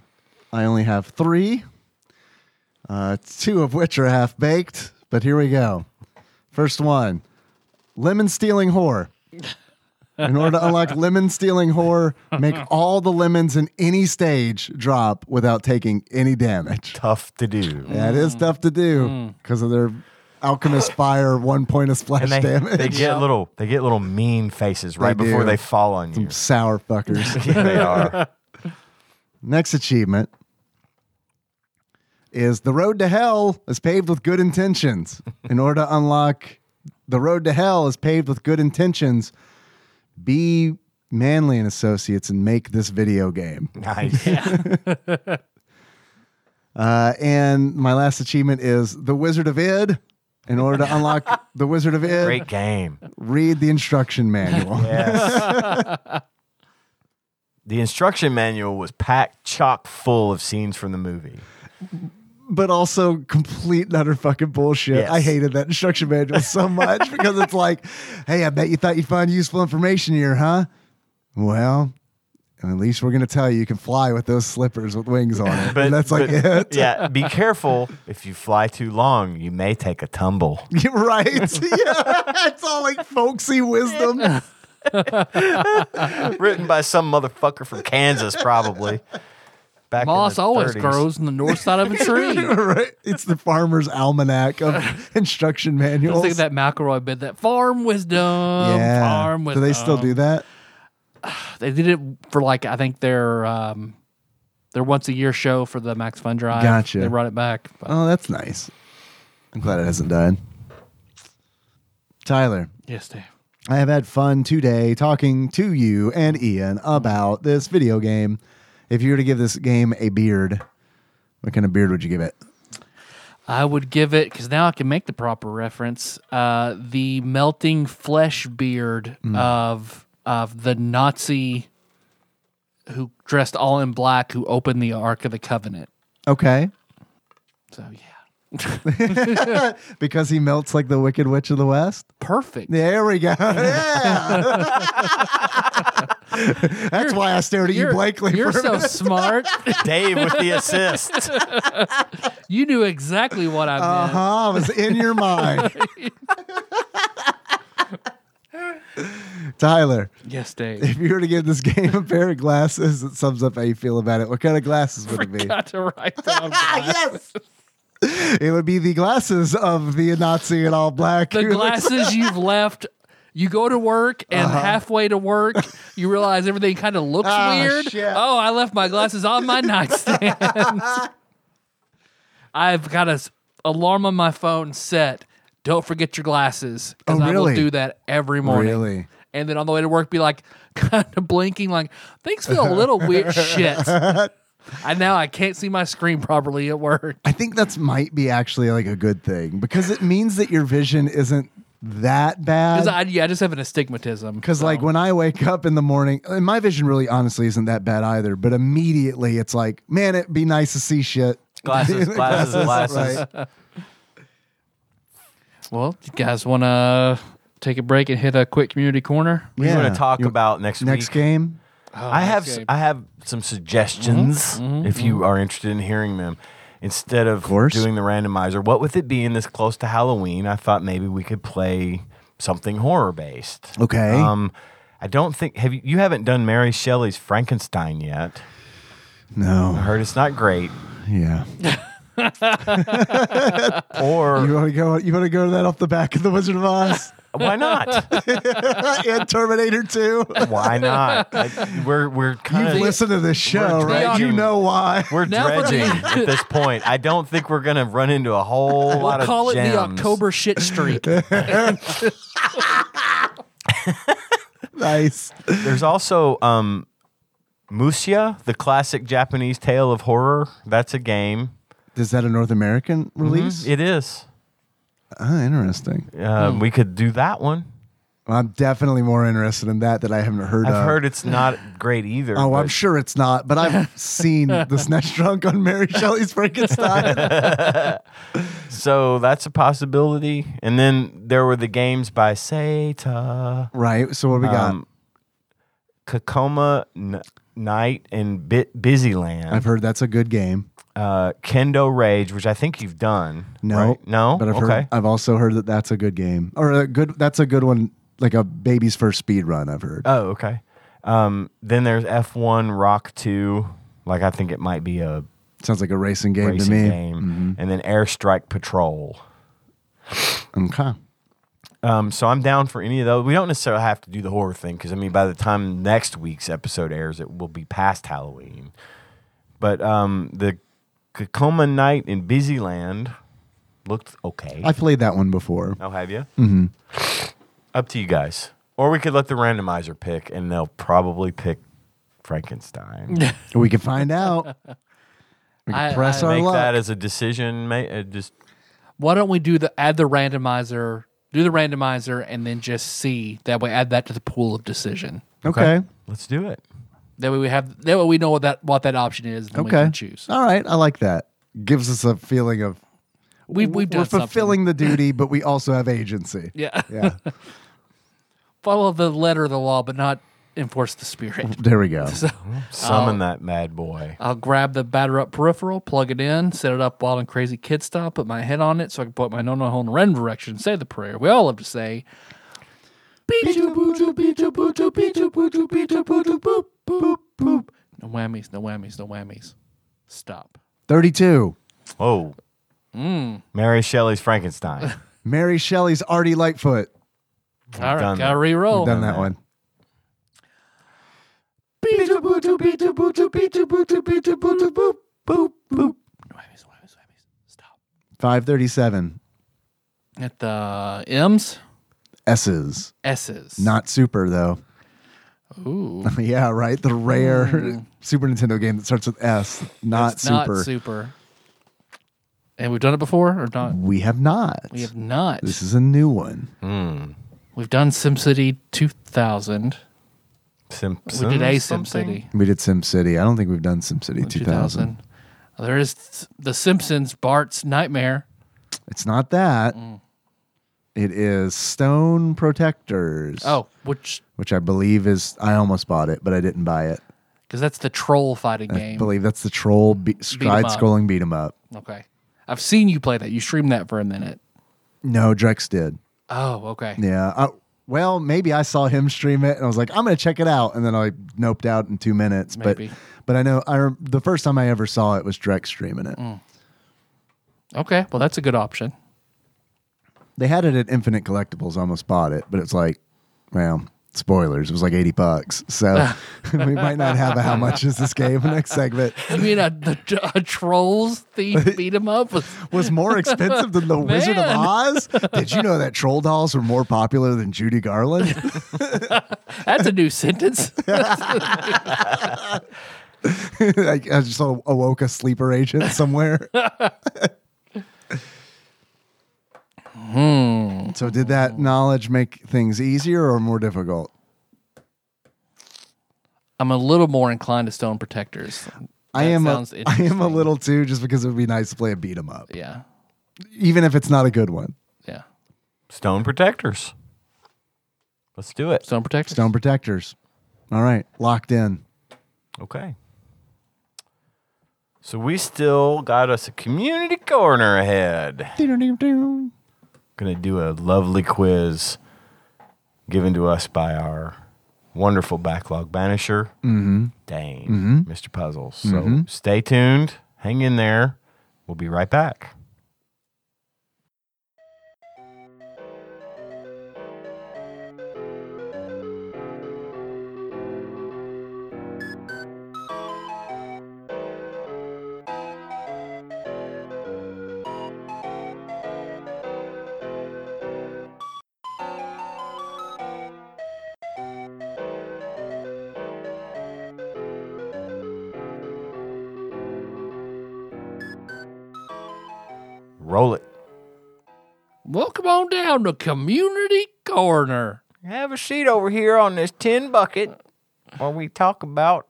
Speaker 3: I only have three, uh, two of which are half baked, but here we go. First one Lemon Stealing Whore. In order to unlock Lemon Stealing Whore, make all the lemons in any stage drop without taking any damage.
Speaker 1: Tough to do.
Speaker 3: That is tough to do because of their alchemist fire one point of splash
Speaker 1: and they,
Speaker 3: damage.
Speaker 1: they get little they get little mean faces right
Speaker 3: They
Speaker 1: before
Speaker 3: do.
Speaker 1: they fall on
Speaker 3: [laughs]
Speaker 1: you.
Speaker 3: Sour fuckers.
Speaker 1: Yeah, they are.
Speaker 3: Next achievement is the road to hell is paved with good intentions. In order to unlock the road to hell is paved with good intentions, be manly and associates and make this video game.
Speaker 1: Nice.
Speaker 3: Uh, and my last achievement is the Wizard of Id. In order to unlock the Wizard of Id,
Speaker 1: Great game.
Speaker 3: read the instruction manual.
Speaker 1: Yes. [laughs] the instruction manual was packed chock full of scenes from the movie.
Speaker 3: but also complete and utter fucking bullshit.
Speaker 1: Yes.
Speaker 3: I hated that instruction manual
Speaker 1: [laughs]
Speaker 3: so much because it's like, hey, I bet you thought you'd find useful information here, huh? Well, at least we're gonna tell you you can fly with those slippers with wings on it. and that's like
Speaker 1: but-
Speaker 3: [laughs] it.
Speaker 1: [laughs] yeah, be careful. If you fly too long, you may take a
Speaker 3: [laughs]
Speaker 1: tumble.
Speaker 3: You're right. yeah, it's all like folksy wisdom.
Speaker 1: [laughs] Written by some motherfucker from Kansas, probably. back in
Speaker 2: Moss
Speaker 1: the
Speaker 2: always
Speaker 1: 30s.
Speaker 2: grows in the north side of a tree.
Speaker 3: right? It's the farmer's almanac
Speaker 1: [laughs]
Speaker 3: of instruction manuals.
Speaker 2: Let's think of that McElroy bit. That farm wisdom.
Speaker 3: yeah.
Speaker 2: Farm
Speaker 3: do
Speaker 2: wisdom.
Speaker 3: they still do that?
Speaker 2: They did it for like I think their um, their once a year show for the Max Fun Drive.
Speaker 3: Gotcha.
Speaker 2: They brought it back. But
Speaker 3: Oh, that's nice. I'm glad it hasn't died. Tyler,
Speaker 2: yes, Dave.
Speaker 3: I have had fun today talking to you and Ian about this video game. If you were to give this game a beard, what kind of beard would you give it?
Speaker 2: I would give it because now I can make the proper reference. Uh, the melting flesh beard
Speaker 3: Mm.
Speaker 2: of of the Nazi who dressed all in black who opened the Ark of the Covenant.
Speaker 3: Okay.
Speaker 2: So yeah,
Speaker 3: Because he melts like the Wicked Witch of the West?
Speaker 2: perfect.
Speaker 3: There we go. [laughs] Yeah. That's why I stared at you
Speaker 2: You're-
Speaker 3: blankly
Speaker 2: You're
Speaker 3: for a
Speaker 2: so
Speaker 3: minute.
Speaker 2: smart.
Speaker 1: [laughs] Dave with the assist.
Speaker 2: You knew exactly what I meant.
Speaker 3: Uh-huh. It was in [laughs] your mind. Tyler,
Speaker 2: Yes, Dave.
Speaker 3: if you were to give this game a pair of glasses that sums up how you feel about it, what kind of glasses would it be?
Speaker 2: Got to write down
Speaker 3: yes. It would be the glasses of the Nazi in all black.
Speaker 2: the
Speaker 3: who looks-
Speaker 2: glasses you've left. You go to work and halfway to work, you realize everything kind of looks
Speaker 3: Uh-huh. Ah,
Speaker 2: weird.
Speaker 3: shit.
Speaker 2: Oh, I left my glasses on my
Speaker 3: [laughs]
Speaker 2: nightstand. I've got a s- alarm on my phone set. Don't forget your glasses. 'cause
Speaker 3: Oh,
Speaker 2: I will
Speaker 3: really?
Speaker 2: do that every morning.
Speaker 3: Really?
Speaker 2: And then on the way to work, be like, [laughs] kind of blinking, like things feel a little weird. Shit.
Speaker 3: [laughs]
Speaker 2: I now I can't see my screen properly at work.
Speaker 3: I think that's might be actually like a good thing because it means that your vision isn't that bad.
Speaker 2: Because I, yeah, I just have an astigmatism.
Speaker 3: Because like when I wake up in the morning, and my vision really honestly isn't that bad either. But immediately it's like, man, it'd be nice to see shit. [laughs]
Speaker 1: Glasses, glasses, glasses.
Speaker 3: Right.
Speaker 2: Well, you guys want to take a break and hit a quick community corner?
Speaker 1: We're going to talk
Speaker 3: You-
Speaker 1: about next week.
Speaker 3: next game.
Speaker 1: I have s-
Speaker 2: game.
Speaker 1: I have some suggestions
Speaker 2: Mm-hmm.
Speaker 1: if you are interested in hearing them. Instead of
Speaker 3: course.
Speaker 1: doing the randomizer, what with it being this close to Halloween, I thought maybe we could play something horror based.
Speaker 3: Okay.
Speaker 1: Um, I don't think have you, you haven't done Mary Shelley's Frankenstein yet. I
Speaker 3: No.
Speaker 1: heard it's not great.
Speaker 3: Yeah. You
Speaker 1: Or
Speaker 3: want to go? [laughs] You want to go to that off the back of the Wizard of Oz
Speaker 1: why not?
Speaker 3: and Terminator Two?
Speaker 1: why not? I, we're we're kind
Speaker 3: You've
Speaker 1: of
Speaker 3: listened to this show,
Speaker 1: we're
Speaker 3: right? You
Speaker 1: dredging.
Speaker 3: know why.
Speaker 1: We're
Speaker 2: Now for the-
Speaker 1: dredging at this point. I don't think we're gonna run into a whole lot
Speaker 2: [laughs] We'll
Speaker 1: of
Speaker 2: call it
Speaker 1: gems.
Speaker 2: the October
Speaker 1: [laughs]
Speaker 2: shit streak.
Speaker 3: [laughs] nice.
Speaker 1: There's also um, Musia, the classic Japanese tale of horror. That's a game.
Speaker 3: Is that a North American
Speaker 1: Mm-hmm.
Speaker 3: release?
Speaker 1: It is.
Speaker 3: Ah, interesting.
Speaker 1: Uh, We could do that one.
Speaker 3: Well, I'm definitely more interested in that that I haven't heard.
Speaker 1: I've
Speaker 3: of.
Speaker 1: heard it's not great either.
Speaker 3: Uh, Oh, I'm
Speaker 1: but-
Speaker 3: sure it's not,
Speaker 1: [laughs]
Speaker 3: but I've seen the snatch drunk on Mary Shelley's Frankenstein.
Speaker 1: [laughs] So that's a possibility. And then there were the games by Seta,
Speaker 3: right. So what we got?
Speaker 1: um, Kakoma N- Night, and Bit Busy
Speaker 3: I've
Speaker 1: Land.
Speaker 3: heard that's a good game.
Speaker 1: Uh, Kendo Rage, which I think you've done.
Speaker 3: No,
Speaker 1: right? no,
Speaker 3: But I've
Speaker 1: okay.
Speaker 3: heard. I've also heard that that's a good game, or a good. That's a good one, like a baby's first speed run. I've heard.
Speaker 1: Oh, okay. Um, then there's F1 Rock 2. Like I think it might be a
Speaker 3: Sounds like a racing game
Speaker 1: racing
Speaker 3: to me. Mm-hmm.
Speaker 1: game, and then Airstrike Patrol.
Speaker 3: Okay.
Speaker 1: Um, so I'm down for any of those. We don't necessarily have to do the horror thing because I mean, by the time next week's episode airs, it will be past Halloween. But um, the Kakoma Night in Busyland looked okay.
Speaker 3: I played that one before.
Speaker 1: I'll have you. Mm-hmm. Up to you guys, or we could let the randomizer pick, and they'll probably pick
Speaker 3: [laughs]
Speaker 1: Frankenstein.
Speaker 3: We can find out.
Speaker 1: [laughs]
Speaker 3: We can
Speaker 2: I-
Speaker 3: press
Speaker 2: I-
Speaker 3: our
Speaker 1: Make
Speaker 3: luck.
Speaker 1: that as a decision. May, uh, just
Speaker 2: Why don't we do the add the randomizer, do the randomizer, and then just see that way. Add that to the pool of decision.
Speaker 3: okay.
Speaker 1: let's do it.
Speaker 2: That way we have that way we know what that what that option is. And
Speaker 3: Okay.
Speaker 2: we can choose.
Speaker 3: All right. I like that. Gives us a feeling of
Speaker 2: We've we've done
Speaker 3: we're fulfilling the duty, but we also
Speaker 2: [laughs]
Speaker 3: have agency.
Speaker 2: something. Yeah,
Speaker 3: Yeah.
Speaker 2: follow the letter of the law, but not enforce the [laughs] spirit.
Speaker 3: There we go.
Speaker 1: Summon that mad boy.
Speaker 2: I'll grab the batter up peripheral, plug it in, set it up wild and crazy kid style, put my head on it so I can put my no no hole in the random direction, and say the prayer. We all love to say. Beechu, boochu, beechu, boochu, beechu, boochu, beechu, boochu, boop, boop, boop. No whammies, no whammies, no whammies. Stop.
Speaker 3: 32.
Speaker 1: Oh. Mary Shelley's Frankenstein.
Speaker 3: Mary Shelley's Artie Lightfoot.
Speaker 2: All right,
Speaker 1: done
Speaker 2: gotta
Speaker 1: that.
Speaker 2: re-roll.
Speaker 3: Done that one.
Speaker 2: Whammies, whammies, whammies. Stop.
Speaker 3: 537.
Speaker 2: At the M's,
Speaker 3: S's.
Speaker 2: S's.
Speaker 3: Not super, though. [laughs]
Speaker 2: Ooh.
Speaker 3: Yeah, right. The rare [laughs] Super Nintendo game that starts with S. Not
Speaker 2: It's
Speaker 3: super.
Speaker 2: Mm. Not super. And we've done it before or not?
Speaker 3: We have not.
Speaker 2: We have not.
Speaker 3: This is a new one.
Speaker 2: We've done SimCity 2000.
Speaker 1: Simpsons.
Speaker 2: We did a
Speaker 1: something?
Speaker 2: SimCity.
Speaker 3: We did SimCity. I don't think we've done SimCity 2000.
Speaker 2: There is The Simpsons Bart's Nightmare.
Speaker 3: It's not that.
Speaker 2: Mm.
Speaker 3: It is Stone Protectors.
Speaker 2: Oh, which,
Speaker 3: Which I believe is, I almost bought it, but I didn't buy it.
Speaker 2: because that's the troll fighting
Speaker 3: I
Speaker 2: game.
Speaker 3: believe that's the troll be- stride
Speaker 2: up.
Speaker 3: scrolling beat 'em up.
Speaker 2: Okay. I've seen you play that. You streamed that for a minute.
Speaker 3: No, Drex did.
Speaker 2: Oh, okay.
Speaker 3: Yeah. I, well, maybe I saw him stream it and I was like, I'm going to check it out. And then I noped out in two minutes.
Speaker 2: Maybe.
Speaker 3: But but I know I rem- the first time I ever saw it was Drex streaming
Speaker 2: Mm.
Speaker 3: it.
Speaker 2: Okay. Well, that's a good option.
Speaker 3: They had it at Infinite Collectibles. I almost bought it, but it's like, well, spoilers. It was like 80 bucks.
Speaker 2: [laughs]
Speaker 3: So [laughs] we might not have a how much is this game [laughs] next segment.
Speaker 2: You mean a, the, a trolls
Speaker 3: [laughs]
Speaker 2: thief beat 'em up? Was,
Speaker 3: Was more expensive than The Wizard of
Speaker 2: Man. [laughs]
Speaker 3: Oz? Did you know that troll dolls were more popular than Judy Garland?
Speaker 2: [laughs]
Speaker 3: [laughs]
Speaker 2: that's a new sentence. [laughs]
Speaker 3: like, I just awoke a sleeper agent
Speaker 2: [laughs]
Speaker 3: somewhere. Hmm. So, did
Speaker 2: Hmm.
Speaker 3: that knowledge make things easier or more difficult?
Speaker 2: I'm a little more inclined to Stone Protectors.
Speaker 3: I
Speaker 2: That
Speaker 3: am. A,
Speaker 2: sounds
Speaker 3: [laughs] I am a
Speaker 2: interesting.
Speaker 3: little too, just because it would be nice to play a beat 'em up,
Speaker 2: Yeah.
Speaker 3: even if it's not a good one.
Speaker 2: Yeah.
Speaker 1: Stone Protectors. Let's do it.
Speaker 2: Stone Protectors.
Speaker 3: Stone protectors. All right, locked in.
Speaker 1: Okay. So we still got us a community corner ahead. Gonna do a lovely quiz given to us by our wonderful backlog banisher, Dane, Mr. Puzzle. So stay tuned, hang in there. We'll be right back. Roll it.
Speaker 2: Welcome on down to Community Corner.
Speaker 1: Have a seat over here on this tin bucket while we talk about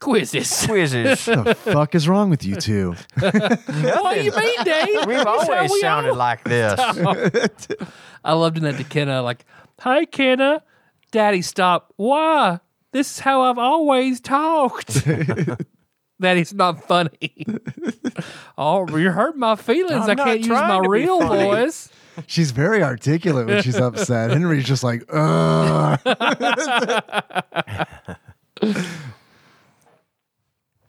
Speaker 2: Quizzes. [laughs]
Speaker 1: quizzes.
Speaker 3: The fuck is wrong with you two? [laughs]
Speaker 2: what do you mean,
Speaker 1: [laughs]
Speaker 2: Dave?
Speaker 1: We've
Speaker 2: That's how
Speaker 1: always
Speaker 2: we
Speaker 1: sounded
Speaker 2: are.
Speaker 1: like
Speaker 2: [laughs]
Speaker 1: this.
Speaker 2: I loved doing that to Kenna. Like, hi, Kenna. Daddy, stop. Why? This is how I've
Speaker 1: [laughs]
Speaker 2: always talked. that is not funny. oh, you hurt my feelings.
Speaker 1: I'm
Speaker 2: I
Speaker 1: not
Speaker 2: can't use my
Speaker 1: trying to be
Speaker 2: real
Speaker 1: funny.
Speaker 2: voice.
Speaker 3: She's very articulate when she's upset. Henry's just like, ugh.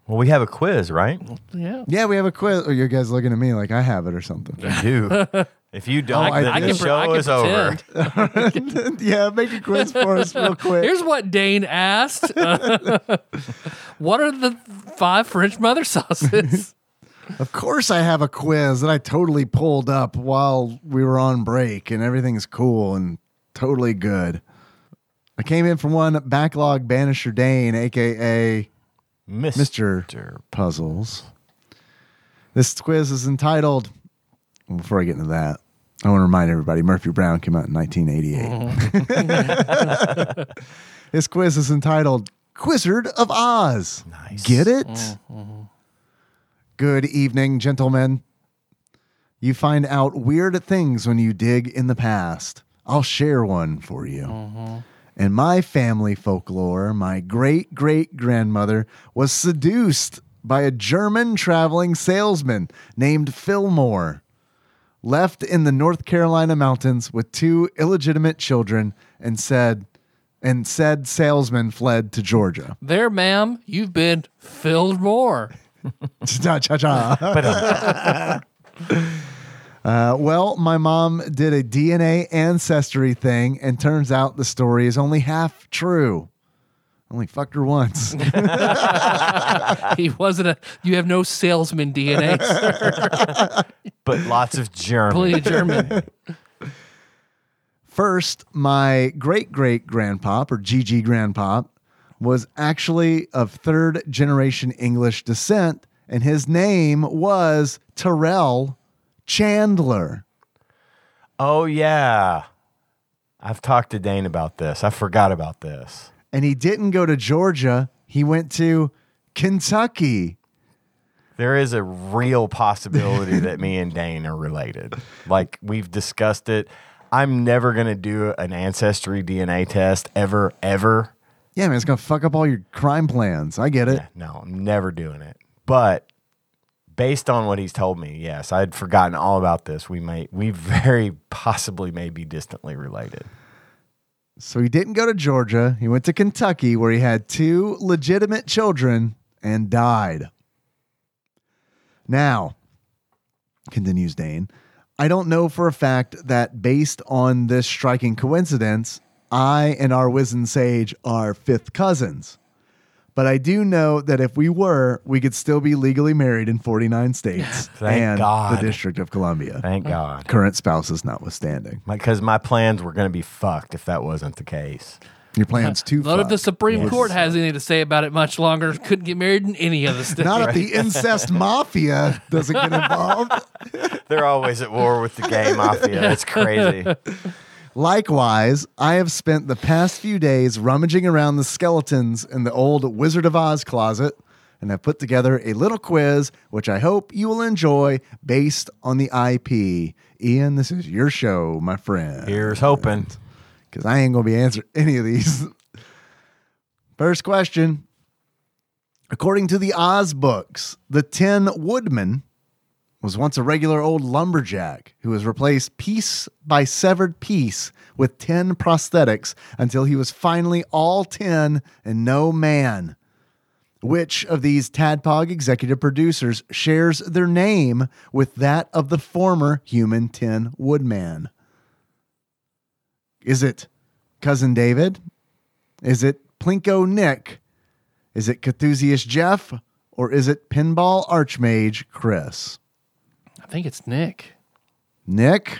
Speaker 1: Well, we have a quiz, right?
Speaker 2: Yeah.
Speaker 3: Yeah, we have a quiz. Or you guys looking at me like I have it or something.
Speaker 1: You
Speaker 2: [laughs]
Speaker 1: do. if you don't,
Speaker 3: Oh, I
Speaker 1: then
Speaker 3: do.
Speaker 1: the
Speaker 3: I
Speaker 1: show is over.
Speaker 2: pretend.
Speaker 3: [laughs] yeah, make a quiz for us real quick.
Speaker 2: Here's what Dane
Speaker 1: [laughs]
Speaker 2: asked. [laughs] what are the five French mother [laughs] sauces?
Speaker 3: of course, I have a quiz that I totally pulled up while we were on break, and everything's cool and totally good. I came in for one backlog banisher Dane, aka
Speaker 1: Mr.
Speaker 3: Mr. Puzzles. This quiz is entitled. well, Before I get into that, I want to remind everybody Murphy Brown came out in 1988. [laughs] this quiz is entitled Quizzard of Oz.
Speaker 1: Nice.
Speaker 3: Get it? Good evening, gentlemen. You find out weird things when you dig in the past. I'll share one for you. In my family folklore, my great great grandmother was seduced by a German traveling salesman named Fillmore, left in the North Carolina mountains with two illegitimate children, and said, and said salesman fled to Georgia. [laughs]
Speaker 2: there, ma'am, you've been filled more.
Speaker 3: Cha cha cha.
Speaker 1: But um,
Speaker 3: [laughs] Uh, well, my mom did a DNA ancestry thing, and turns out the story is only half true. Only fucked her once.
Speaker 2: he wasn't a. You have no salesman DNA, sir.
Speaker 1: but lots of germs.
Speaker 2: Completely
Speaker 3: [laughs]
Speaker 2: German.
Speaker 3: First, my great great grandpop or GG grandpop was actually of third generation English descent, and his name was Terrell Chandler.
Speaker 1: [laughs] Oh yeah. I've talked to Dane about this. I forgot about this.
Speaker 3: And he didn't go to Georgia, he went to Kentucky.
Speaker 1: There is a real possibility that me and Dane are related. Like we've discussed it. I'm never going to do an ancestry DNA test ever ever.
Speaker 3: Yeah, man, it's gonna fuck up all your crime plans. I get it.
Speaker 1: [laughs] No, I'm never doing it. But based on what he's told me, yes, I'd forgotten all about this. We may we very [laughs] possibly may be distantly related.
Speaker 3: So he didn't go to Georgia. He went to Kentucky, where he had two legitimate children and died. Now, continues Dane, I don't know for a fact that based on this striking coincidence, I and our wizened sage are fifth cousins. But I do know that if we were, we could still be legally married in 49 states
Speaker 1: [laughs] Thank
Speaker 3: and
Speaker 1: God.
Speaker 3: the District of Columbia,
Speaker 1: Thank God.
Speaker 3: current spouses notwithstanding.
Speaker 1: because my plans were going to be fucked if that wasn't the case.
Speaker 2: [laughs]
Speaker 3: Your plan's too
Speaker 2: None of the
Speaker 3: fucked.
Speaker 2: Supreme
Speaker 1: Yes.
Speaker 2: Court has anything to say about it much longer. Couldn't get married in any of the states.
Speaker 3: [laughs] Not if the incest mafia doesn't get involved.
Speaker 1: [laughs] They're always at war with the gay mafia. [laughs] It's crazy.
Speaker 3: Likewise, I have spent the past few days rummaging around the skeletons in the old Wizard of Oz closet and have put together a little quiz which I hope you will enjoy based on the IP. Ian, this is your show, my friend,
Speaker 1: Here's hoping.
Speaker 3: because I ain't going to be answering [laughs] any of these. First question. According to the Oz books, the Tin Woodman was once a regular old lumberjack who was replaced piece by severed piece with 10 prosthetics until he was finally all 10 and no man. Which of these Tadpog executive producers shares their name with that of the former human Tin Woodman? Is it Cousin David? Is it Plinko Nick? Is it Cthusiast Jeff? Or is it Pinball Archmage Chris?
Speaker 2: I think it's Nick.
Speaker 3: Nick.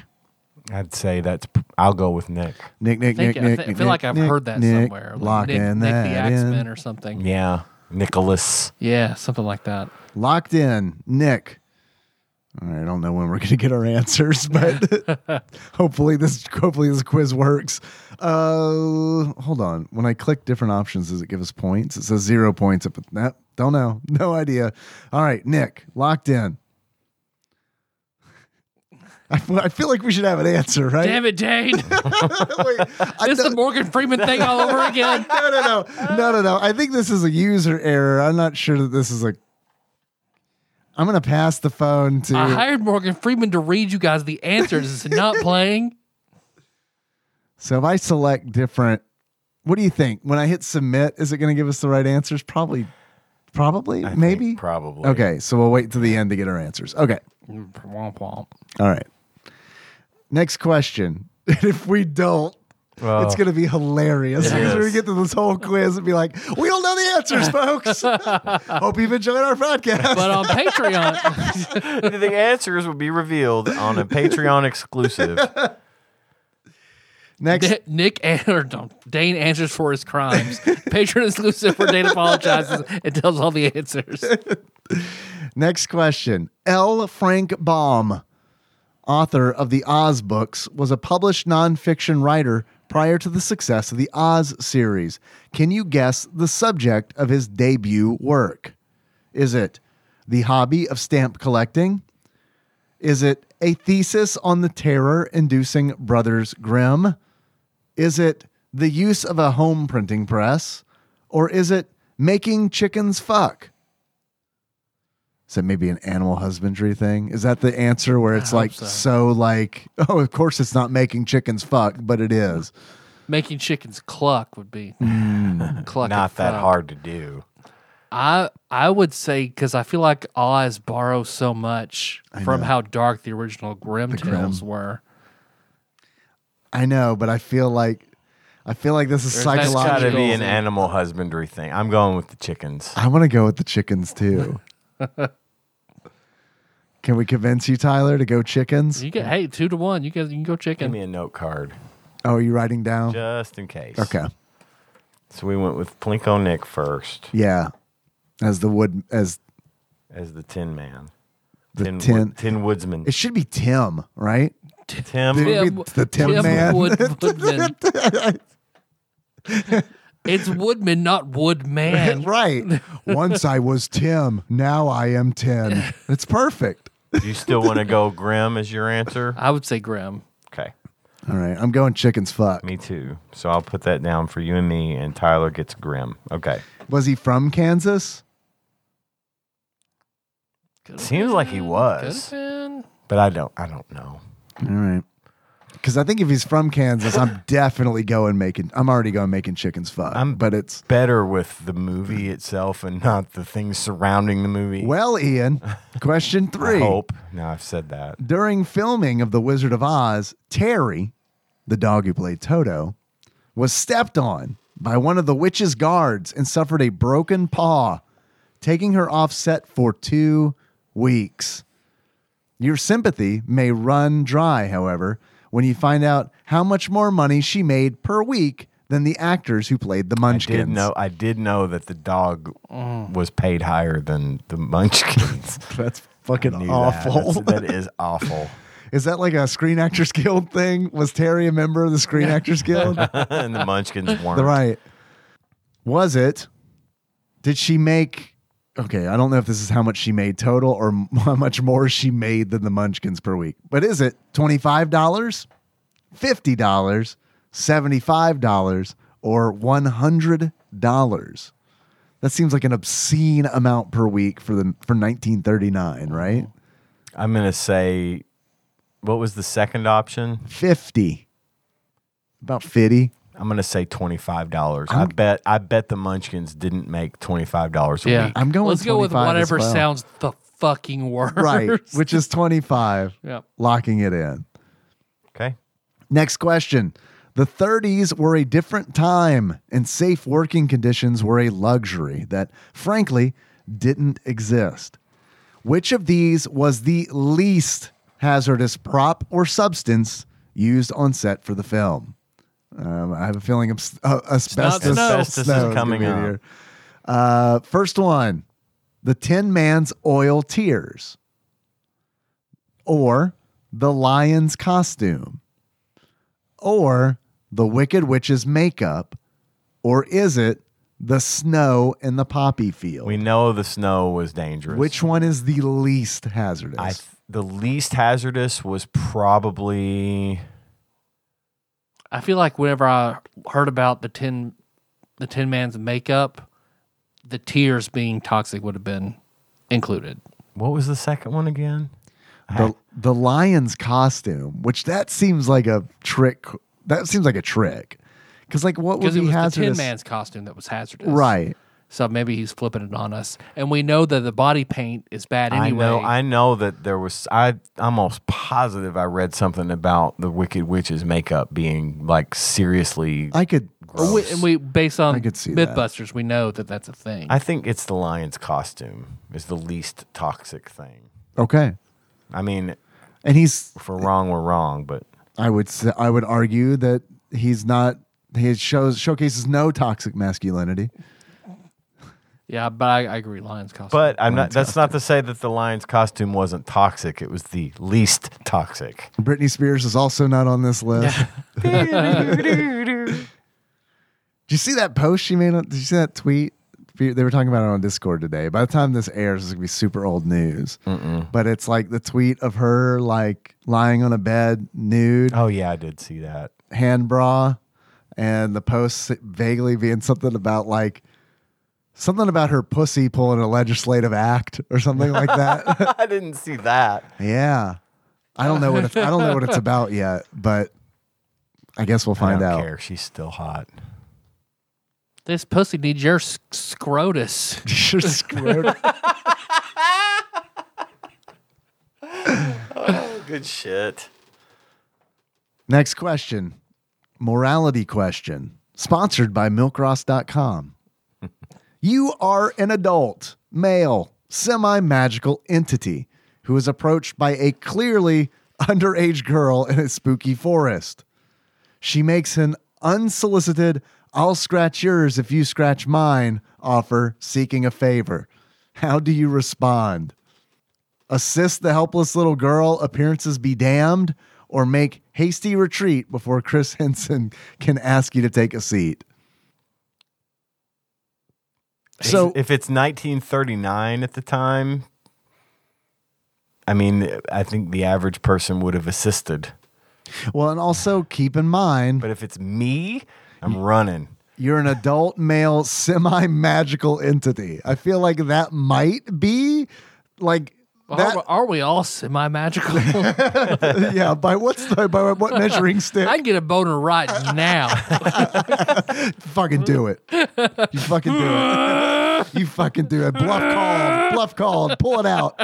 Speaker 1: I'd say that's. I'll go with Nick.
Speaker 3: Nick, Nick,
Speaker 2: I, think,
Speaker 3: Nick,
Speaker 2: I,
Speaker 3: Nick,
Speaker 2: thi- I
Speaker 3: Nick,
Speaker 2: feel like
Speaker 3: Nick,
Speaker 2: I've
Speaker 3: Nick,
Speaker 2: heard that
Speaker 3: Nick,
Speaker 2: somewhere. Like
Speaker 3: Lock
Speaker 2: Nick,
Speaker 3: in
Speaker 2: Nick
Speaker 3: that
Speaker 2: the Axeman
Speaker 3: in.
Speaker 2: or something.
Speaker 1: Yeah, Nicholas.
Speaker 2: Yeah, something like that.
Speaker 3: Locked in. Nick. All right, I don't know when we're going to get our answers, [laughs] but hopefully this hopefully this quiz works. Uh, hold on. When I click different options, does it give us points? It says zero points. But no, don't know. [laughs] No idea. All right, Nick. Locked in. I feel- I feel like we should have an answer, right? [laughs]
Speaker 2: Damn it, Dane! it's [laughs]
Speaker 3: Wait, I
Speaker 2: the
Speaker 3: don't-
Speaker 2: Morgan Freeman thing all
Speaker 3: [laughs]
Speaker 2: over again.
Speaker 3: no, no, no, no, no, no. I think this is a user error. I'm not sure that this is a. I'm gonna pass the phone to.
Speaker 2: I hired Morgan Freeman to read you guys the answers. It's not playing.
Speaker 3: so if I select different, what do you think? When I hit submit, is it gonna give us the right answers? Probably, probably,
Speaker 1: I think
Speaker 3: maybe.
Speaker 1: Probably.
Speaker 3: Okay, so we'll wait to the end to get our answers. Okay,
Speaker 2: Womp womp.
Speaker 3: all right. Next question. [laughs] if we don't.
Speaker 1: Well,
Speaker 3: it's gonna be hilarious. Because we're gonna
Speaker 1: is.
Speaker 3: get to this whole quiz and be like, we don't know the answers, folks.
Speaker 1: [laughs]
Speaker 3: Hope you've enjoyed our podcast.
Speaker 2: But on
Speaker 3: [laughs]
Speaker 2: Patreon,
Speaker 1: the answers will be revealed on a Patreon exclusive.
Speaker 3: Next
Speaker 2: Nick- Nick an- or no, Dane answers for his
Speaker 3: [laughs]
Speaker 2: crimes. Patron exclusive for Dane apologizes and tells all the answers.
Speaker 3: Next question. L. Frank Baum, author of the Oz books, was a published nonfiction writer prior to the success of the Oz series. Can you guess the subject of his debut work? Is it the hobby of stamp collecting? Is it a thesis on the terror inducing Brothers Grimm? Is it the use of a home printing press? Or is it making chickens fuck? Is that maybe an animal husbandry thing? Is that the answer where it's like so.
Speaker 2: so.
Speaker 3: like, [laughs] oh, of course it's not making chickens fuck, but it is. Hmm.
Speaker 2: Making chickens cluck would be cluck. and
Speaker 1: Not that
Speaker 2: fuck.
Speaker 1: hard to do.
Speaker 2: I I would say because I feel like all eyes borrow so much from how dark the original Grim Tales were.
Speaker 3: I know, but I feel like I feel like this is
Speaker 2: gotta
Speaker 1: It's got to
Speaker 3: psychological.
Speaker 1: be an animal husbandry thing. I'm going with the chickens.
Speaker 3: I want to go with the chickens
Speaker 1: [laughs]
Speaker 3: too. Can we convince you, Tyler, to go chickens?
Speaker 2: You get hey two to one. You guys you can go
Speaker 1: Give
Speaker 2: chicken.
Speaker 1: me a note card
Speaker 3: Oh, are you writing down?
Speaker 1: just in case.
Speaker 3: Okay.
Speaker 1: So we went with Plinko Nick first
Speaker 3: Yeah. As the wood as
Speaker 1: as the Tin Man.
Speaker 3: The
Speaker 1: tin,
Speaker 3: Tin-
Speaker 1: Wood- tin Woodsman.
Speaker 3: it should be Tim, right?
Speaker 1: Tim.
Speaker 3: Tim. Maybe it's the Tim Man. [laughs]
Speaker 2: Wood, Woodman. it's Woodman, not Woodman.
Speaker 3: [laughs]
Speaker 1: [laughs]
Speaker 3: right. Once I was Tim, now I
Speaker 1: [laughs]
Speaker 3: am Tim. It's perfect.
Speaker 1: Do you still want to go Grim as your answer?
Speaker 3: [laughs]
Speaker 2: I would say Grim.
Speaker 1: Okay.
Speaker 3: All right. I'm going chickens fuck.
Speaker 1: Me too. So I'll put that down for you and me, and Tyler gets Grim. Okay.
Speaker 3: Was he from Kansas?
Speaker 2: Could've
Speaker 1: Seems like he
Speaker 2: been,
Speaker 1: was.
Speaker 2: could've been.
Speaker 1: But I don't. I don't know.
Speaker 3: All right. Because I think if he's from Kansas, I'm [laughs] definitely going making. I'm already going making chickens fuck.
Speaker 1: I'm-
Speaker 3: but it's
Speaker 1: Better with the movie itself and not the things surrounding the movie.
Speaker 3: well, Ian. Question
Speaker 1: I
Speaker 3: three.
Speaker 1: hope. No, I've said that.
Speaker 3: During filming of The Wizard of Oz, Terry, the dog who played Toto, was stepped on by one of the witch's guards and suffered a broken paw, taking her off set for two weeks. Your sympathy may run dry, however, when you find out how much more money she made per week than the actors who played the
Speaker 1: I
Speaker 3: Munchkins. Mm.
Speaker 1: did know. I did know that the dog was paid higher than the Munchkins.
Speaker 3: [laughs] That's
Speaker 1: I knew
Speaker 3: [laughs] fucking
Speaker 1: that.
Speaker 3: awful. [laughs]
Speaker 1: That's- That is awful.
Speaker 3: Is that like a Screen Actors Guild thing? Was Terry a member of the Screen Actors Guild? [laughs]
Speaker 1: and the Munchkins weren't.
Speaker 3: The right. Was it? Did she make? Okay, I don't know if this is how much she made total or m- [laughs] how much more she made than the Munchkins per week. But is it twenty five dollars, fifty dollars, seventy five dollars, or one hundred dollars? That seems like an obscene amount per week for the for nineteen thirty nine, right?
Speaker 1: I'm gonna say, what was the second option?
Speaker 3: Fifty, about fifty.
Speaker 1: I'm gonna say twenty five dollars. I bet. I bet the Munchkins didn't make twenty five dollars a
Speaker 2: Yeah.
Speaker 1: week.
Speaker 3: I'm going
Speaker 2: Let's go with
Speaker 3: 25 as
Speaker 2: whatever
Speaker 3: well.
Speaker 2: sounds the fucking worst. [laughs]
Speaker 3: Right, which is twenty five.
Speaker 2: Yep.
Speaker 3: Locking it in.
Speaker 1: Okay.
Speaker 3: Next question. The 30s were a different time, and safe working conditions were a luxury that, frankly, didn't exist. Which of these was the least hazardous prop or substance used on set for the film? Um, I have a feeling obs- uh, asbestos,
Speaker 2: snow.
Speaker 1: Asbestos is
Speaker 3: gonna
Speaker 1: coming
Speaker 3: be
Speaker 1: up.
Speaker 3: here. Uh, first one The Tin Man's Oil Tears, or The Lion's Costume or the Wicked Witch's makeup, or is it the snow in the poppy field?
Speaker 1: We know the snow was dangerous.
Speaker 3: Which one is the least hazardous?
Speaker 1: I th- the least hazardous was probably
Speaker 2: I feel like whenever I heard about the tin, the Tin Man's makeup, the tears being toxic would have been included.
Speaker 1: what was the second one again?
Speaker 3: the the lion's costume, which that seems like a trick. That seems like a trick, because like what would
Speaker 2: Because it
Speaker 3: be
Speaker 2: was the Tin
Speaker 3: hazardous?
Speaker 2: Man's costume that was hazardous,
Speaker 3: right.
Speaker 2: So maybe he's flipping it on us, and we know that the body paint is bad anyway.
Speaker 1: I know. I know that there was. I I'm almost positive I read something about the Wicked Witch's makeup being like seriously. I,
Speaker 3: I could.
Speaker 2: Or we, and we based on
Speaker 3: could see that.
Speaker 2: MythBusters, we know that that's a thing.
Speaker 1: think it's the lion's costume is the least toxic thing.
Speaker 3: Okay,
Speaker 1: I mean,
Speaker 3: and he's.
Speaker 1: if we're wrong, we're wrong. But
Speaker 3: I would. s- I would argue that he's not. He shows showcases no toxic masculinity.
Speaker 2: yeah, but I, I agree. Lion's costume.
Speaker 1: but I'm not. That's not to say that the lion's costume wasn't toxic. It was the least toxic.
Speaker 3: Britney Spears is also not on this list. [laughs] Did you see that post she made? On, did you see that tweet? They were talking about it on Discord today. By the time this airs, it's gonna be super old news. But it's like the tweet of her like lying on a bed, nude,
Speaker 1: Oh yeah, I did see that.
Speaker 3: hand bra, and the post vaguely being something about like something about her pussy pulling a legislative act or something like that.
Speaker 1: [laughs] I didn't see that.
Speaker 3: yeah, I don't know what it's, I don't know what it's about yet, but I guess we'll
Speaker 1: I
Speaker 3: find [laughs]
Speaker 1: don't
Speaker 3: out.
Speaker 1: care. She's still hot.
Speaker 2: This pussy needs your sc- scrotus.
Speaker 1: Good shit.
Speaker 3: Next question. Morality question. Sponsored
Speaker 1: [laughs]
Speaker 3: by milkross.com. you are an adult, male, semi magical entity who is approached by a clearly underage girl in a spooky forest. She makes an unsolicited, I'll scratch yours if you scratch mine offer seeking a favor. How do you respond? assist the helpless little girl, appearances be damned, or make hasty retreat before Chris [laughs] Henson can ask you to take a seat. So,
Speaker 1: if it's 1939 at the time, I mean, I think the average person would have assisted.
Speaker 3: well, and also keep in mind,
Speaker 1: But if it's me, I'm running.
Speaker 3: you're an adult male semi magical entity. I feel like that might be like that.
Speaker 2: are, are we all semi
Speaker 3: [laughs]
Speaker 2: magical? [laughs] I
Speaker 3: yeah, by what's the, by what measuring stick?
Speaker 2: can get a boner right now.
Speaker 3: fucking do it. You fucking do it. You fucking do it. Bluff called. Bluff called. Pull it out.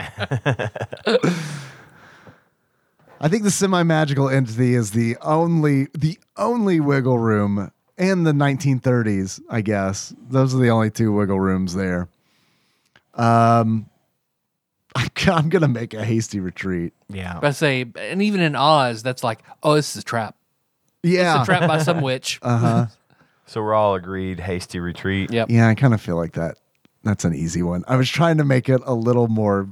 Speaker 3: I think the semi-magical entity is the only the only wiggle room in the 1930s, I guess. Those are the only two wiggle rooms there. Um [laughs] I'm going to make a hasty retreat.
Speaker 1: Yeah.
Speaker 2: I say, and even in Oz, that's like, oh, this is a trap.
Speaker 3: Yeah.
Speaker 2: It's a trap by some
Speaker 3: [laughs]
Speaker 2: witch.
Speaker 3: Uh.
Speaker 1: So we're all agreed hasty retreat.
Speaker 2: Yep.
Speaker 3: Yeah, I kind of feel like that. That's an easy one. I was trying to make it a little more.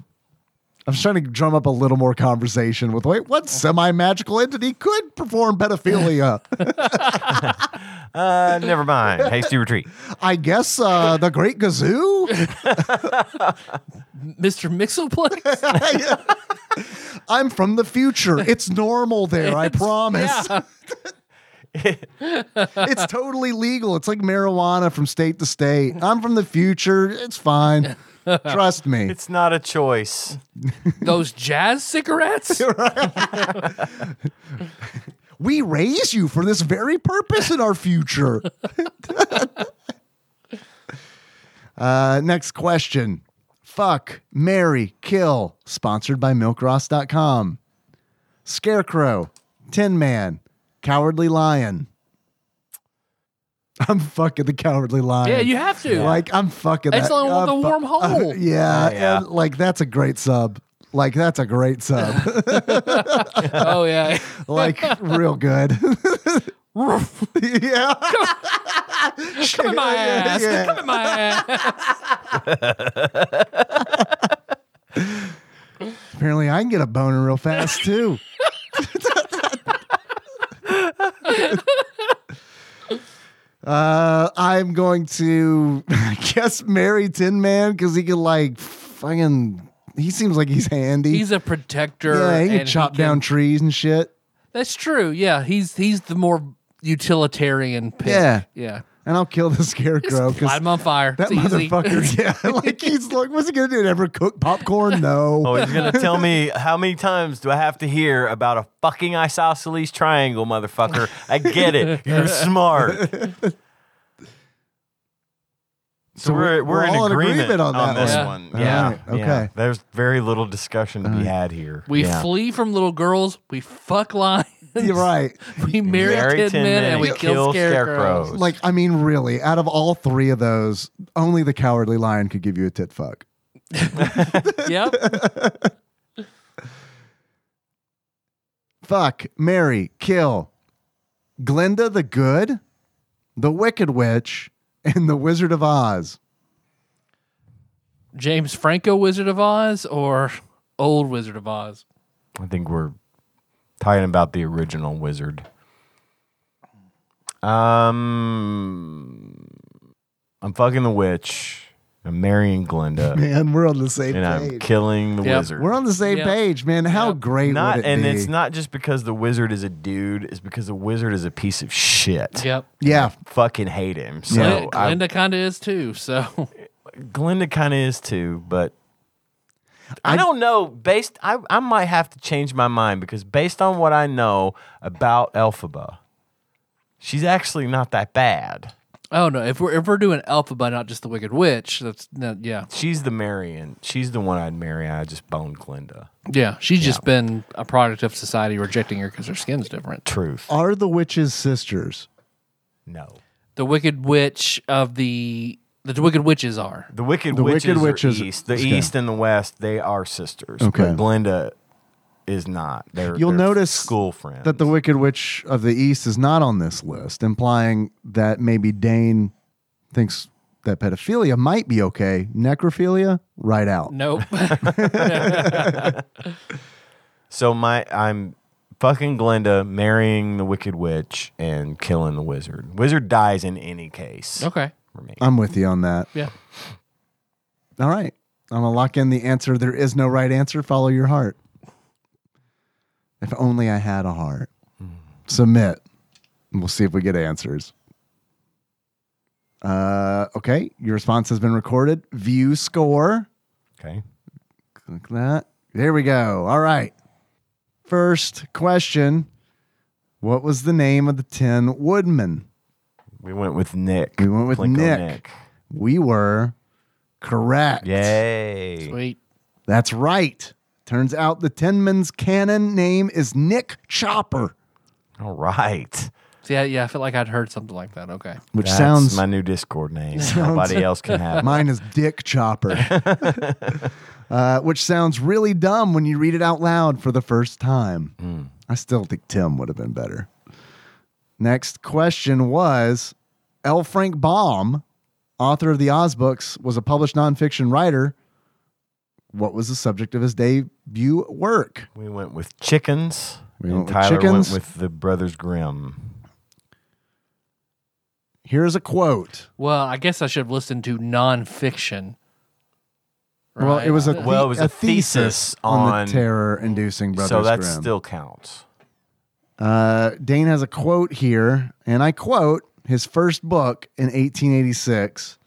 Speaker 3: I was trying to drum up a little more conversation with wait, what semi magical entity could perform pedophilia?
Speaker 1: Uh, never mind. Hasty retreat.
Speaker 3: I guess uh, the Great Gazoo. [laughs]
Speaker 2: Mr. Mixelplex?
Speaker 3: [laughs] I'm from the future. It's normal there. I promise.
Speaker 2: yeah.
Speaker 3: [laughs] It's totally legal. It's like marijuana from state to state. I'm from the future. It's fine. Trust me.
Speaker 1: It's not a choice.
Speaker 2: Those jazz
Speaker 3: [laughs]
Speaker 2: cigarettes?
Speaker 3: We raise you for this very purpose in our future. [laughs] uh, next question. Fuck, Mary, Kill, sponsored by milkross.com. Scarecrow, Tin Man, Cowardly Lion. [laughs] I'm fucking the Cowardly Lion.
Speaker 2: Yeah, you have to.
Speaker 3: Like, I'm fucking
Speaker 2: That's the
Speaker 3: that-
Speaker 2: only one
Speaker 3: I'm
Speaker 2: with the warm hole.
Speaker 3: [laughs] yeah,
Speaker 1: Yeah.
Speaker 3: and, like, that's a great sub. Like, that's a great sub. [laughs]
Speaker 2: Oh, yeah. [laughs]
Speaker 3: like, real good. [laughs] yeah.
Speaker 2: Come in my
Speaker 3: Yeah,
Speaker 2: ass.
Speaker 3: yeah.
Speaker 2: Come in my
Speaker 3: [laughs]
Speaker 2: ass.
Speaker 3: Apparently, I can get a boner real fast too. [laughs] uh, I'm going to, I guess, marry Tin Man because he can like fucking. He seems like he's handy.
Speaker 2: He's a protector.
Speaker 3: yeah, he can
Speaker 2: and
Speaker 3: chop
Speaker 2: he can-
Speaker 3: down trees and shit.
Speaker 2: [laughs] That's true. Yeah, he's he's the more utilitarian pick.
Speaker 3: Yeah.
Speaker 2: yeah.
Speaker 3: And I'll kill the scarecrow
Speaker 2: Light
Speaker 3: because
Speaker 2: him on fire.
Speaker 3: that
Speaker 2: it's easy. [laughs]
Speaker 3: motherfucker. Yeah, like he's like, what's he gonna do? Ever cook popcorn? No.
Speaker 1: Oh, he's going to tell me how many times do I have to hear about a fucking isosceles triangle, motherfucker. I get it. You're smart. So we're, we're, in,
Speaker 3: all
Speaker 1: agreement
Speaker 3: on, that
Speaker 1: this
Speaker 3: one.
Speaker 1: one.
Speaker 3: All
Speaker 1: Yeah.
Speaker 3: right,
Speaker 1: yeah.
Speaker 3: okay.
Speaker 1: There's very little discussion to be had here.
Speaker 2: We
Speaker 1: yeah.
Speaker 2: flee from little girls. We fuck [laughs] lions.
Speaker 3: You're right.
Speaker 2: We marry, tin, men, and we kill, scarecrows.
Speaker 3: Like, I mean, really, out of all three of those, only the cowardly lion could give you a tit fuck.
Speaker 2: [laughs] yep.
Speaker 3: Fuck, marry, kill. Glinda the Good, the Wicked Witch, and the Wizard of Oz.
Speaker 2: James Franco, Wizard of Oz, or old Wizard of Oz.
Speaker 1: I think we're talking about the original wizard. Um, I'm fucking the witch. I'm marrying
Speaker 3: [laughs]
Speaker 1: Glinda,
Speaker 3: Man, we're on the same
Speaker 1: and I'm
Speaker 3: page.
Speaker 1: killing the
Speaker 2: Yep.
Speaker 1: wizard.
Speaker 3: we're on the same
Speaker 2: Yep.
Speaker 3: page, man. How
Speaker 2: Yep.
Speaker 3: great
Speaker 1: not,
Speaker 3: would it
Speaker 1: and
Speaker 3: be?
Speaker 1: it's not just because the wizard is a dude. It's because the wizard is a piece of shit.
Speaker 2: Yep.
Speaker 3: yeah,
Speaker 1: Fucking hate him. So
Speaker 2: Glinda,
Speaker 1: I-
Speaker 2: Glinda kind of is too. So [laughs]
Speaker 1: Glinda kind of is too, but I, don't know. Based, I, I might have to change my mind because based on what I know about Elphaba, she's actually not that bad.
Speaker 2: Oh no! If we're if we're doing Elphaba, not just the Wicked Witch, that's no, yeah,
Speaker 1: She's the Marion. She's the one I'd marry. I just boned Glinda.
Speaker 2: yeah. She's just been a product of society rejecting her because her skin's different.
Speaker 1: Truth.
Speaker 3: Are the witches sisters?
Speaker 1: No.
Speaker 2: The Wicked Witch of the the Wicked Witches are.
Speaker 1: The Wicked
Speaker 3: The
Speaker 1: Witches,
Speaker 3: Wicked
Speaker 1: are
Speaker 3: Witches-
Speaker 1: East. The
Speaker 3: okay.
Speaker 1: East and the West, they are sisters.
Speaker 3: Okay.
Speaker 1: But Glinda is not. They're,
Speaker 3: You'll
Speaker 1: they're
Speaker 3: notice
Speaker 1: school friends.
Speaker 3: That the Wicked Witch of the East is not on this list, implying that maybe Dane thinks that pedophilia might be okay. Necrophilia, right out.
Speaker 2: Nope. [laughs]
Speaker 1: so my I'm fucking Glinda, marrying the Wicked Witch, and killing the wizard. Wizard dies in any case.
Speaker 2: okay.
Speaker 1: For me.
Speaker 3: I'm with you on that.
Speaker 2: Yeah.
Speaker 3: All right. I'm going to lock in the answer. There is no right answer. Follow your heart. If only I had a heart. Submit. And we'll see if we get answers. Uh, okay. Your response has been recorded. View score.
Speaker 1: Okay.
Speaker 3: Click that. There we go. All right. First question What was the name of the Tin Woodman?
Speaker 1: We went with Nick.
Speaker 3: We went with
Speaker 1: Plinko
Speaker 3: Nick. We were correct.
Speaker 1: Yay.
Speaker 2: Sweet.
Speaker 3: That's right. Turns out the Tinman's canon name is Nick Chopper,
Speaker 1: All right.
Speaker 2: See, yeah, yeah. I feel like I'd heard something like that. Okay.
Speaker 3: which
Speaker 1: That's
Speaker 3: sounds
Speaker 1: my new Discord name. Nobody else can have it.
Speaker 3: [laughs] mine is
Speaker 1: [laughs]
Speaker 3: Dick Chopper, uh, which sounds really dumb when you read it out loud for the first time.
Speaker 1: Hmm.
Speaker 3: I still think Tim would have been better. Next question was L. Frank Baum, author of the Oz books, was a published nonfiction writer. What was the subject of his debut work?
Speaker 1: We went with chickens.
Speaker 3: We
Speaker 1: and
Speaker 3: went with
Speaker 1: Tyler
Speaker 3: chickens.
Speaker 1: went with the Brothers Grimm.
Speaker 3: Here's a quote.
Speaker 2: Well, I guess I should have listened to nonfiction.
Speaker 3: Well, it was a
Speaker 2: Right.
Speaker 1: Well, it was a
Speaker 3: thesis,
Speaker 1: thesis
Speaker 3: on,
Speaker 1: on-
Speaker 3: the terror-inducing Brothers
Speaker 1: so that
Speaker 3: Grimm.
Speaker 1: still counts.
Speaker 3: uh, Dane has a quote here, and I quote his first book in 1886.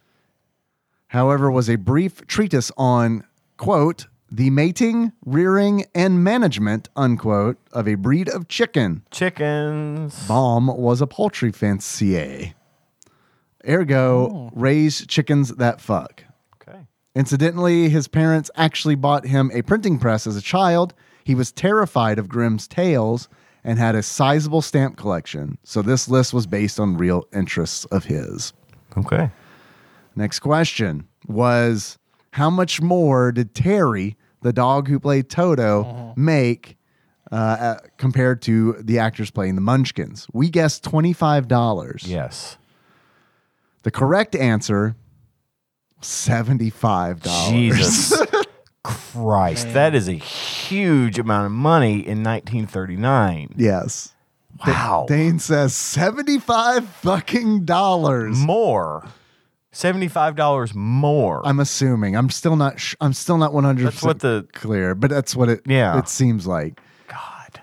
Speaker 3: However, was a brief treatise on quote the mating, rearing, and management unquote of a breed of chicken.
Speaker 1: Chickens.
Speaker 3: Baum was a poultry fancier. Ergo, raised chickens that fuck.
Speaker 1: Okay.
Speaker 3: Incidentally, his parents actually bought him a printing press as a child. He was terrified of Grimm's tales and had a sizable stamp collection. So this list was based on real interests of his.
Speaker 1: Okay.
Speaker 3: Next question was how much more did Terry, the dog who played Toto, make uh, uh, compared to the actors playing the Munchkins? We guessed $25.
Speaker 1: Yes.
Speaker 3: The correct answer
Speaker 1: [laughs]
Speaker 3: $75.
Speaker 1: Jesus Christ. That is a huge amount of money in 1939.
Speaker 3: Yes.
Speaker 1: Wow.
Speaker 3: Dane says 75 fucking dollars.
Speaker 1: More. $75 more.
Speaker 3: I'm assuming. I'm still not sh- I'm still not 100%
Speaker 1: That's what the.
Speaker 3: clear, but that's what it
Speaker 1: Yeah.
Speaker 3: it seems like.
Speaker 1: God.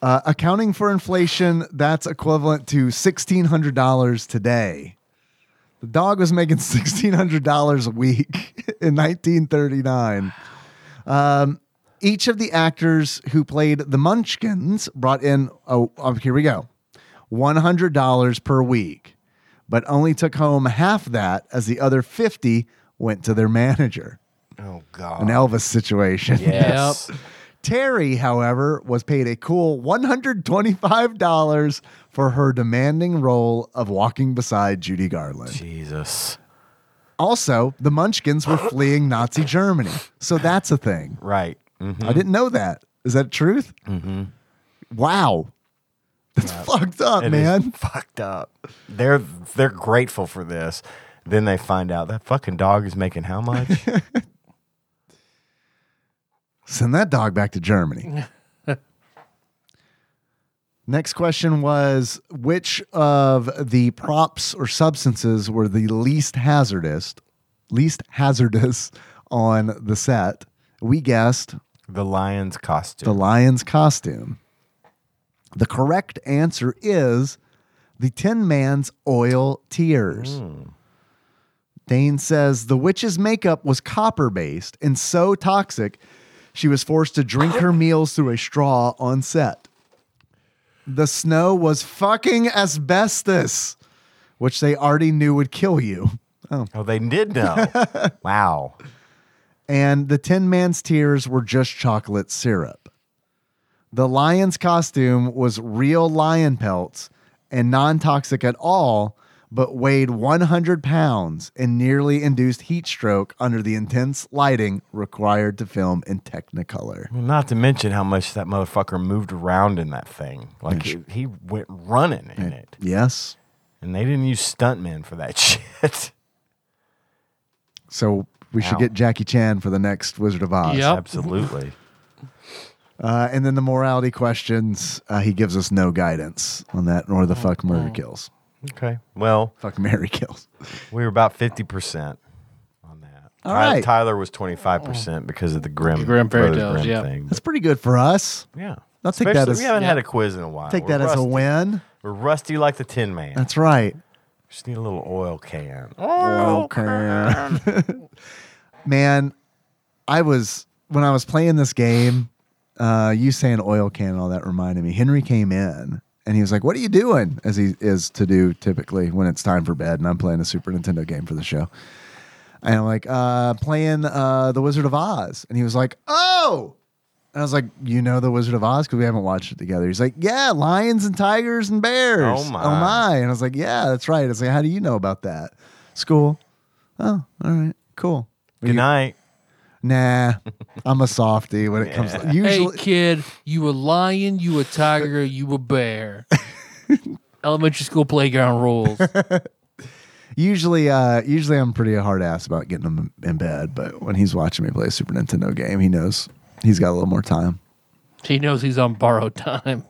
Speaker 3: Uh, accounting for inflation, that's equivalent to $1600 today. The dog was making [laughs] $1600 a week [laughs] in 1939. each of the actors who played the Munchkins brought in oh, oh, here we go, one hundred dollars per week, but only took home half that as the other fifty went to their manager.
Speaker 1: Oh,
Speaker 3: An
Speaker 1: God.
Speaker 3: Elvis situation.
Speaker 1: [laughs] Yes.
Speaker 3: Terry, however, was paid a cool one hundred twenty-five dollars for her demanding role of walking beside Judy Garland.
Speaker 1: Jesus.
Speaker 3: Also, the
Speaker 1: [laughs]
Speaker 3: Munchkins were fleeing Nazi Germany, so that's a thing.
Speaker 1: Right. Mhm.
Speaker 3: I didn't know that. Is that truth? Mm-hmm. Wow. That's fucked up,
Speaker 1: It is [laughs]
Speaker 3: man.
Speaker 1: fucked up. They're they're grateful for this. Then they find out that fucking dog is making how [laughs] much?
Speaker 3: Send that dog back to Germany. Next question was which of the props or substances were the least hazardous, least hazardous on the set? We guessed
Speaker 1: the lion's
Speaker 3: the
Speaker 1: costume.
Speaker 3: lion's costume. The correct answer is the Tin Man's oil tears. Dane says the witch's makeup was copper based and so toxic, she was forced to drink her meals through a straw on set. The snow was fucking asbestos, which they already knew would kill you.
Speaker 1: Oh, they did [laughs] know. wow.
Speaker 3: and the Tin Man's tears were just chocolate syrup. The lion's costume was real lion pelts and non toxic at all, but weighed 100 pounds and nearly induced heat stroke under the intense lighting required to film in Technicolor.
Speaker 1: Well, not to mention how much that motherfucker moved around in that thing. Like he, he went running in it,
Speaker 3: Yes.
Speaker 1: and they didn't use stuntmen for that [laughs] shit.
Speaker 3: So we
Speaker 1: Wow.
Speaker 3: should get Jackie Chan for the next Wizard of Oz.
Speaker 2: Yep.
Speaker 1: Absolutely.
Speaker 3: Uh, and then the morality questions, uh, he gives us no guidance on that, nor the fuck murder kills.
Speaker 1: Okay. Well,
Speaker 3: Fuck Mary kills.
Speaker 1: we were about fifty percent on that.
Speaker 3: All
Speaker 1: Ty-
Speaker 3: right.
Speaker 1: Tyler was twenty five percent because of the Grim
Speaker 2: Grimm fairy
Speaker 1: Brothers
Speaker 2: tales,
Speaker 1: Grimm
Speaker 2: yeah.
Speaker 1: thing.
Speaker 3: That's pretty good for us.
Speaker 1: but yeah.
Speaker 3: I'll take that
Speaker 1: Especially-
Speaker 3: as-
Speaker 1: we haven't had
Speaker 2: Yeah.
Speaker 1: a quiz in a while.
Speaker 3: Take
Speaker 1: We're
Speaker 3: that as a
Speaker 1: rusty.
Speaker 3: win.
Speaker 1: We're rusty like the Tin Man.
Speaker 3: That's right.
Speaker 1: Just need a little oil can.
Speaker 3: Okay. Man, I was when I was playing this game, uh, you saying oil can and all that reminded me. Henry came in and he was like, What are you doing? As he is to do typically when it's time for bed and I'm playing a Super Nintendo game for the show. And I'm like, uh, playing uh, The Wizard of Oz. And he was like, Oh, and I was like, you know the Wizard of Oz because we haven't watched it together. He's like, yeah, lions and tigers and bears.
Speaker 1: Oh, my.
Speaker 3: Oh my! And I was like, yeah, that's right. I was like, how do you know about that? School. Oh, all right, cool.
Speaker 1: Good night.
Speaker 3: Nah, I'm a softy when it comes. to Usually,
Speaker 2: hey kid, you a lion, you a tiger, you a
Speaker 3: [laughs]
Speaker 2: bear. Elementary school playground rules.
Speaker 3: usually, uh, usually I'm pretty hard ass about getting him in bed. But when he's watching me play a Super Nintendo game, he knows he's got a little more time.
Speaker 2: he knows he's on borrowed
Speaker 3: [laughs]
Speaker 2: time.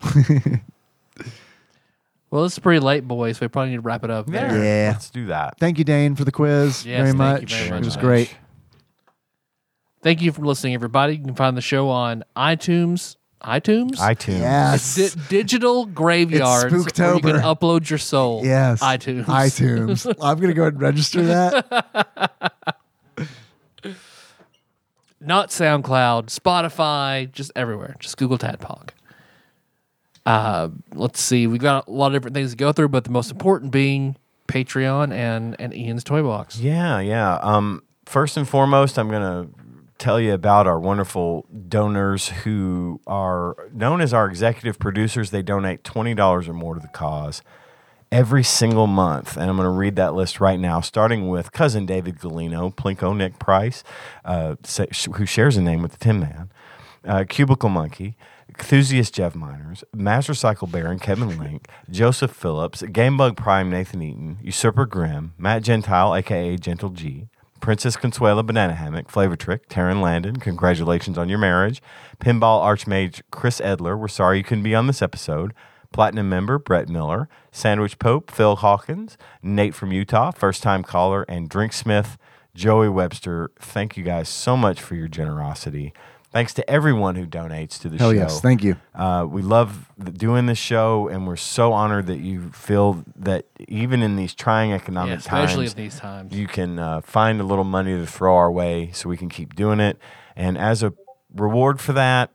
Speaker 2: well, it's pretty late, boys. So we probably need to wrap it up. there.
Speaker 3: Yeah.
Speaker 1: Let's do that.
Speaker 3: Thank you, Dane, for the quiz.
Speaker 2: Yes, thank you
Speaker 3: very, much.
Speaker 2: very
Speaker 3: It was
Speaker 2: much.
Speaker 3: great.
Speaker 2: Thank you for listening, everybody. You can find the show on iTunes. iTunes?
Speaker 1: iTunes.
Speaker 3: Yes.
Speaker 2: Di- digital graveyards
Speaker 3: It's
Speaker 2: where you can
Speaker 3: Spooktober.
Speaker 2: upload your soul.
Speaker 3: Yes.
Speaker 2: iTunes. [laughs]
Speaker 3: iTunes. I'm going to go ahead and register
Speaker 1: [laughs]
Speaker 3: that.
Speaker 2: Not SoundCloud, Spotify, just everywhere. Just Google Tadpog. Uh, let's see. We've got a lot of different things to go through, but the most important being Patreon and, and Ian's Toy Box.
Speaker 1: Yeah, yeah. Um, first and foremost, I'm going to tell you about our wonderful donors who are known as our executive producers. They donate $20 or more to the cause every single month. And I'm going to read that list right now, starting with cousin David Galino, Plinko Nick Price, uh, sa- sh- who shares a name with the Tin Man, uh, Cubicle Monkey, Enthusiast Jeff Miners, Master Cycle Baron Kevin Link, Joseph Phillips, Gamebug Prime Nathan Eaton, Usurper Grimm, Matt Gentile, aka Gentle G, Princess Consuela Banana Hammock, Flavor Trick, Taryn Landon, congratulations on your marriage, Pinball Archmage Chris Edler, we're sorry you couldn't be on this episode, Platinum member Brett Miller, Sandwich Pope Phil Hawkins, Nate from Utah, first time caller, and Drink Smith Joey Webster. Thank you guys so much for your generosity. Thanks to everyone who donates to the
Speaker 3: Hell
Speaker 1: show.
Speaker 3: yes. Thank you.
Speaker 1: Uh, we love th- doing this show, and we're so honored that you feel that even in these trying economic
Speaker 2: Yeah, especially
Speaker 1: times,
Speaker 2: at these times.
Speaker 1: you can uh, find a little money to throw our way so we can keep doing it. And as a reward for that,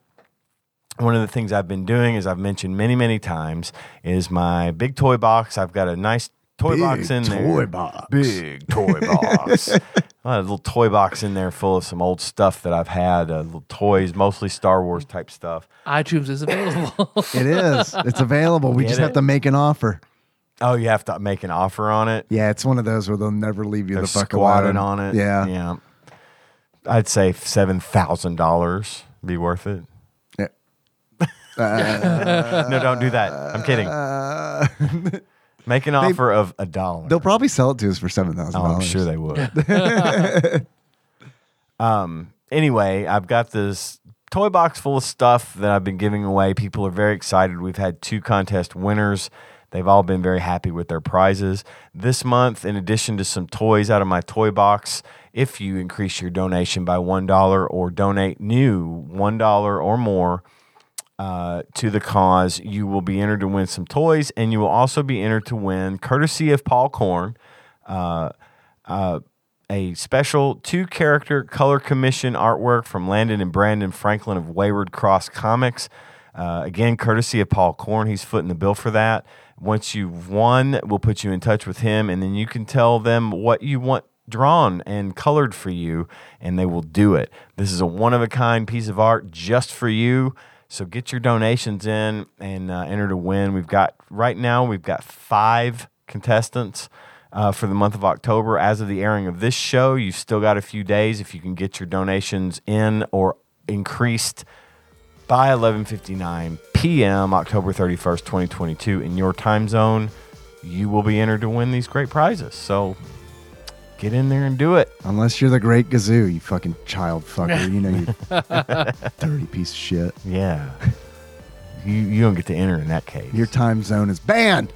Speaker 1: one of the things I've been doing, as I've mentioned many, many times, is my big toy box. I've got a nice toy box in there.
Speaker 3: toy box.
Speaker 1: Big
Speaker 3: [laughs]
Speaker 1: toy box. I had a little toy box in there full of some old stuff that I've had, uh, little toys, mostly Star Wars type stuff.
Speaker 2: iTunes is available. [laughs]
Speaker 3: It is. It's available. We
Speaker 1: Get
Speaker 3: just
Speaker 1: it?
Speaker 3: have to make an offer.
Speaker 1: Oh, you have to make an offer on it.
Speaker 3: Yeah, it's one of those where they'll never leave you
Speaker 1: They're
Speaker 3: the fuck
Speaker 1: squatted
Speaker 3: alone.
Speaker 1: on it.
Speaker 3: Yeah.
Speaker 1: yeah. I'd say seven thousand dollars be worth it.
Speaker 3: Yeah. [laughs] Uh,
Speaker 1: no, don't do that. I'm kidding.
Speaker 3: [laughs]
Speaker 1: Make an offer of a dollar.
Speaker 3: They'll probably sell it to us for seven thousand
Speaker 1: Oh, I'm
Speaker 3: dollars.
Speaker 1: sure they would. um. [laughs] Anyway, I've got this toy box full of stuff that I've been giving away. People are very excited. We've had two contest winners. They've all been very happy with their prizes. This month, in addition to some toys out of my toy box, if you increase your donation by $1 or donate new $1 or more, uh, to the cause. You will be entered to win some toys, and you will also be entered to win, courtesy of Paul Korn, uh, uh, a special two character color commission artwork from Landon and Brandon Franklin of Wayward Cross Comics. Uh, again, courtesy of Paul Korn, he's footing the bill for that. Once you've won, we'll put you in touch with him, and then you can tell them what you want drawn and colored for you, and they will do it. This is a one of a kind piece of art just for you. So get your donations in and uh, enter to win. We've got right now we've got five contestants uh, for the month of October. As of the airing of this show, you've still got a few days if you can get your donations in or increased by 11:59 p.m. October 31st, 2022 in your time zone. You will be entered to win these great prizes. So get in there and do it.
Speaker 3: Unless you're the great Gazoo, you fucking child fucker. You know you
Speaker 2: [laughs]
Speaker 3: dirty piece of shit.
Speaker 1: Yeah. [laughs] You, you don't get to enter in that case.
Speaker 3: Your time zone is banned.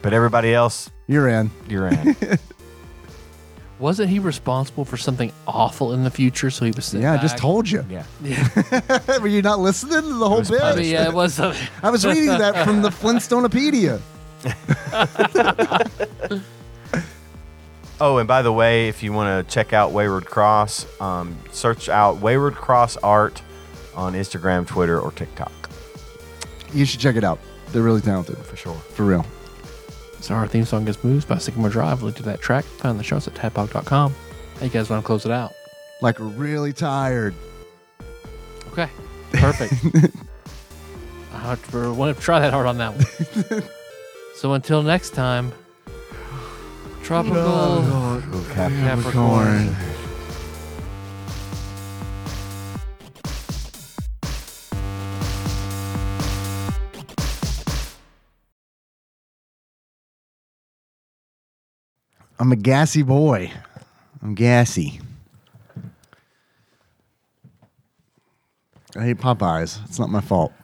Speaker 1: but everybody else,
Speaker 3: You're in.
Speaker 1: you're in.
Speaker 2: Wasn't he responsible for something awful in the future? So he was sent
Speaker 3: Yeah, I just
Speaker 2: back?
Speaker 3: told you.
Speaker 1: yeah.
Speaker 3: Were you not listening to the whole
Speaker 1: was
Speaker 2: I
Speaker 3: bit?
Speaker 2: mean, yeah, it was. uh,
Speaker 3: I was reading that from the Flintstonopedia.
Speaker 1: Oh, and by the way, if you want to check out Wayward Cross, um, search out Wayward Cross Art on Instagram, Twitter, or TikTok
Speaker 3: You should check it out. They're really talented,
Speaker 1: for sure.
Speaker 3: for real.
Speaker 2: [laughs] so our theme song is "Moves" by Sycamore Drive. Look to that track. Find the shows at tadpog.com. Hey guys, want to close it out?
Speaker 3: Like really tired.
Speaker 2: Okay, perfect. I want to try that hard on that one. so until next time, tropical. Capricorn.
Speaker 3: I'm a gassy boy. I'm gassy. I hate Popeyes. It's not my fault.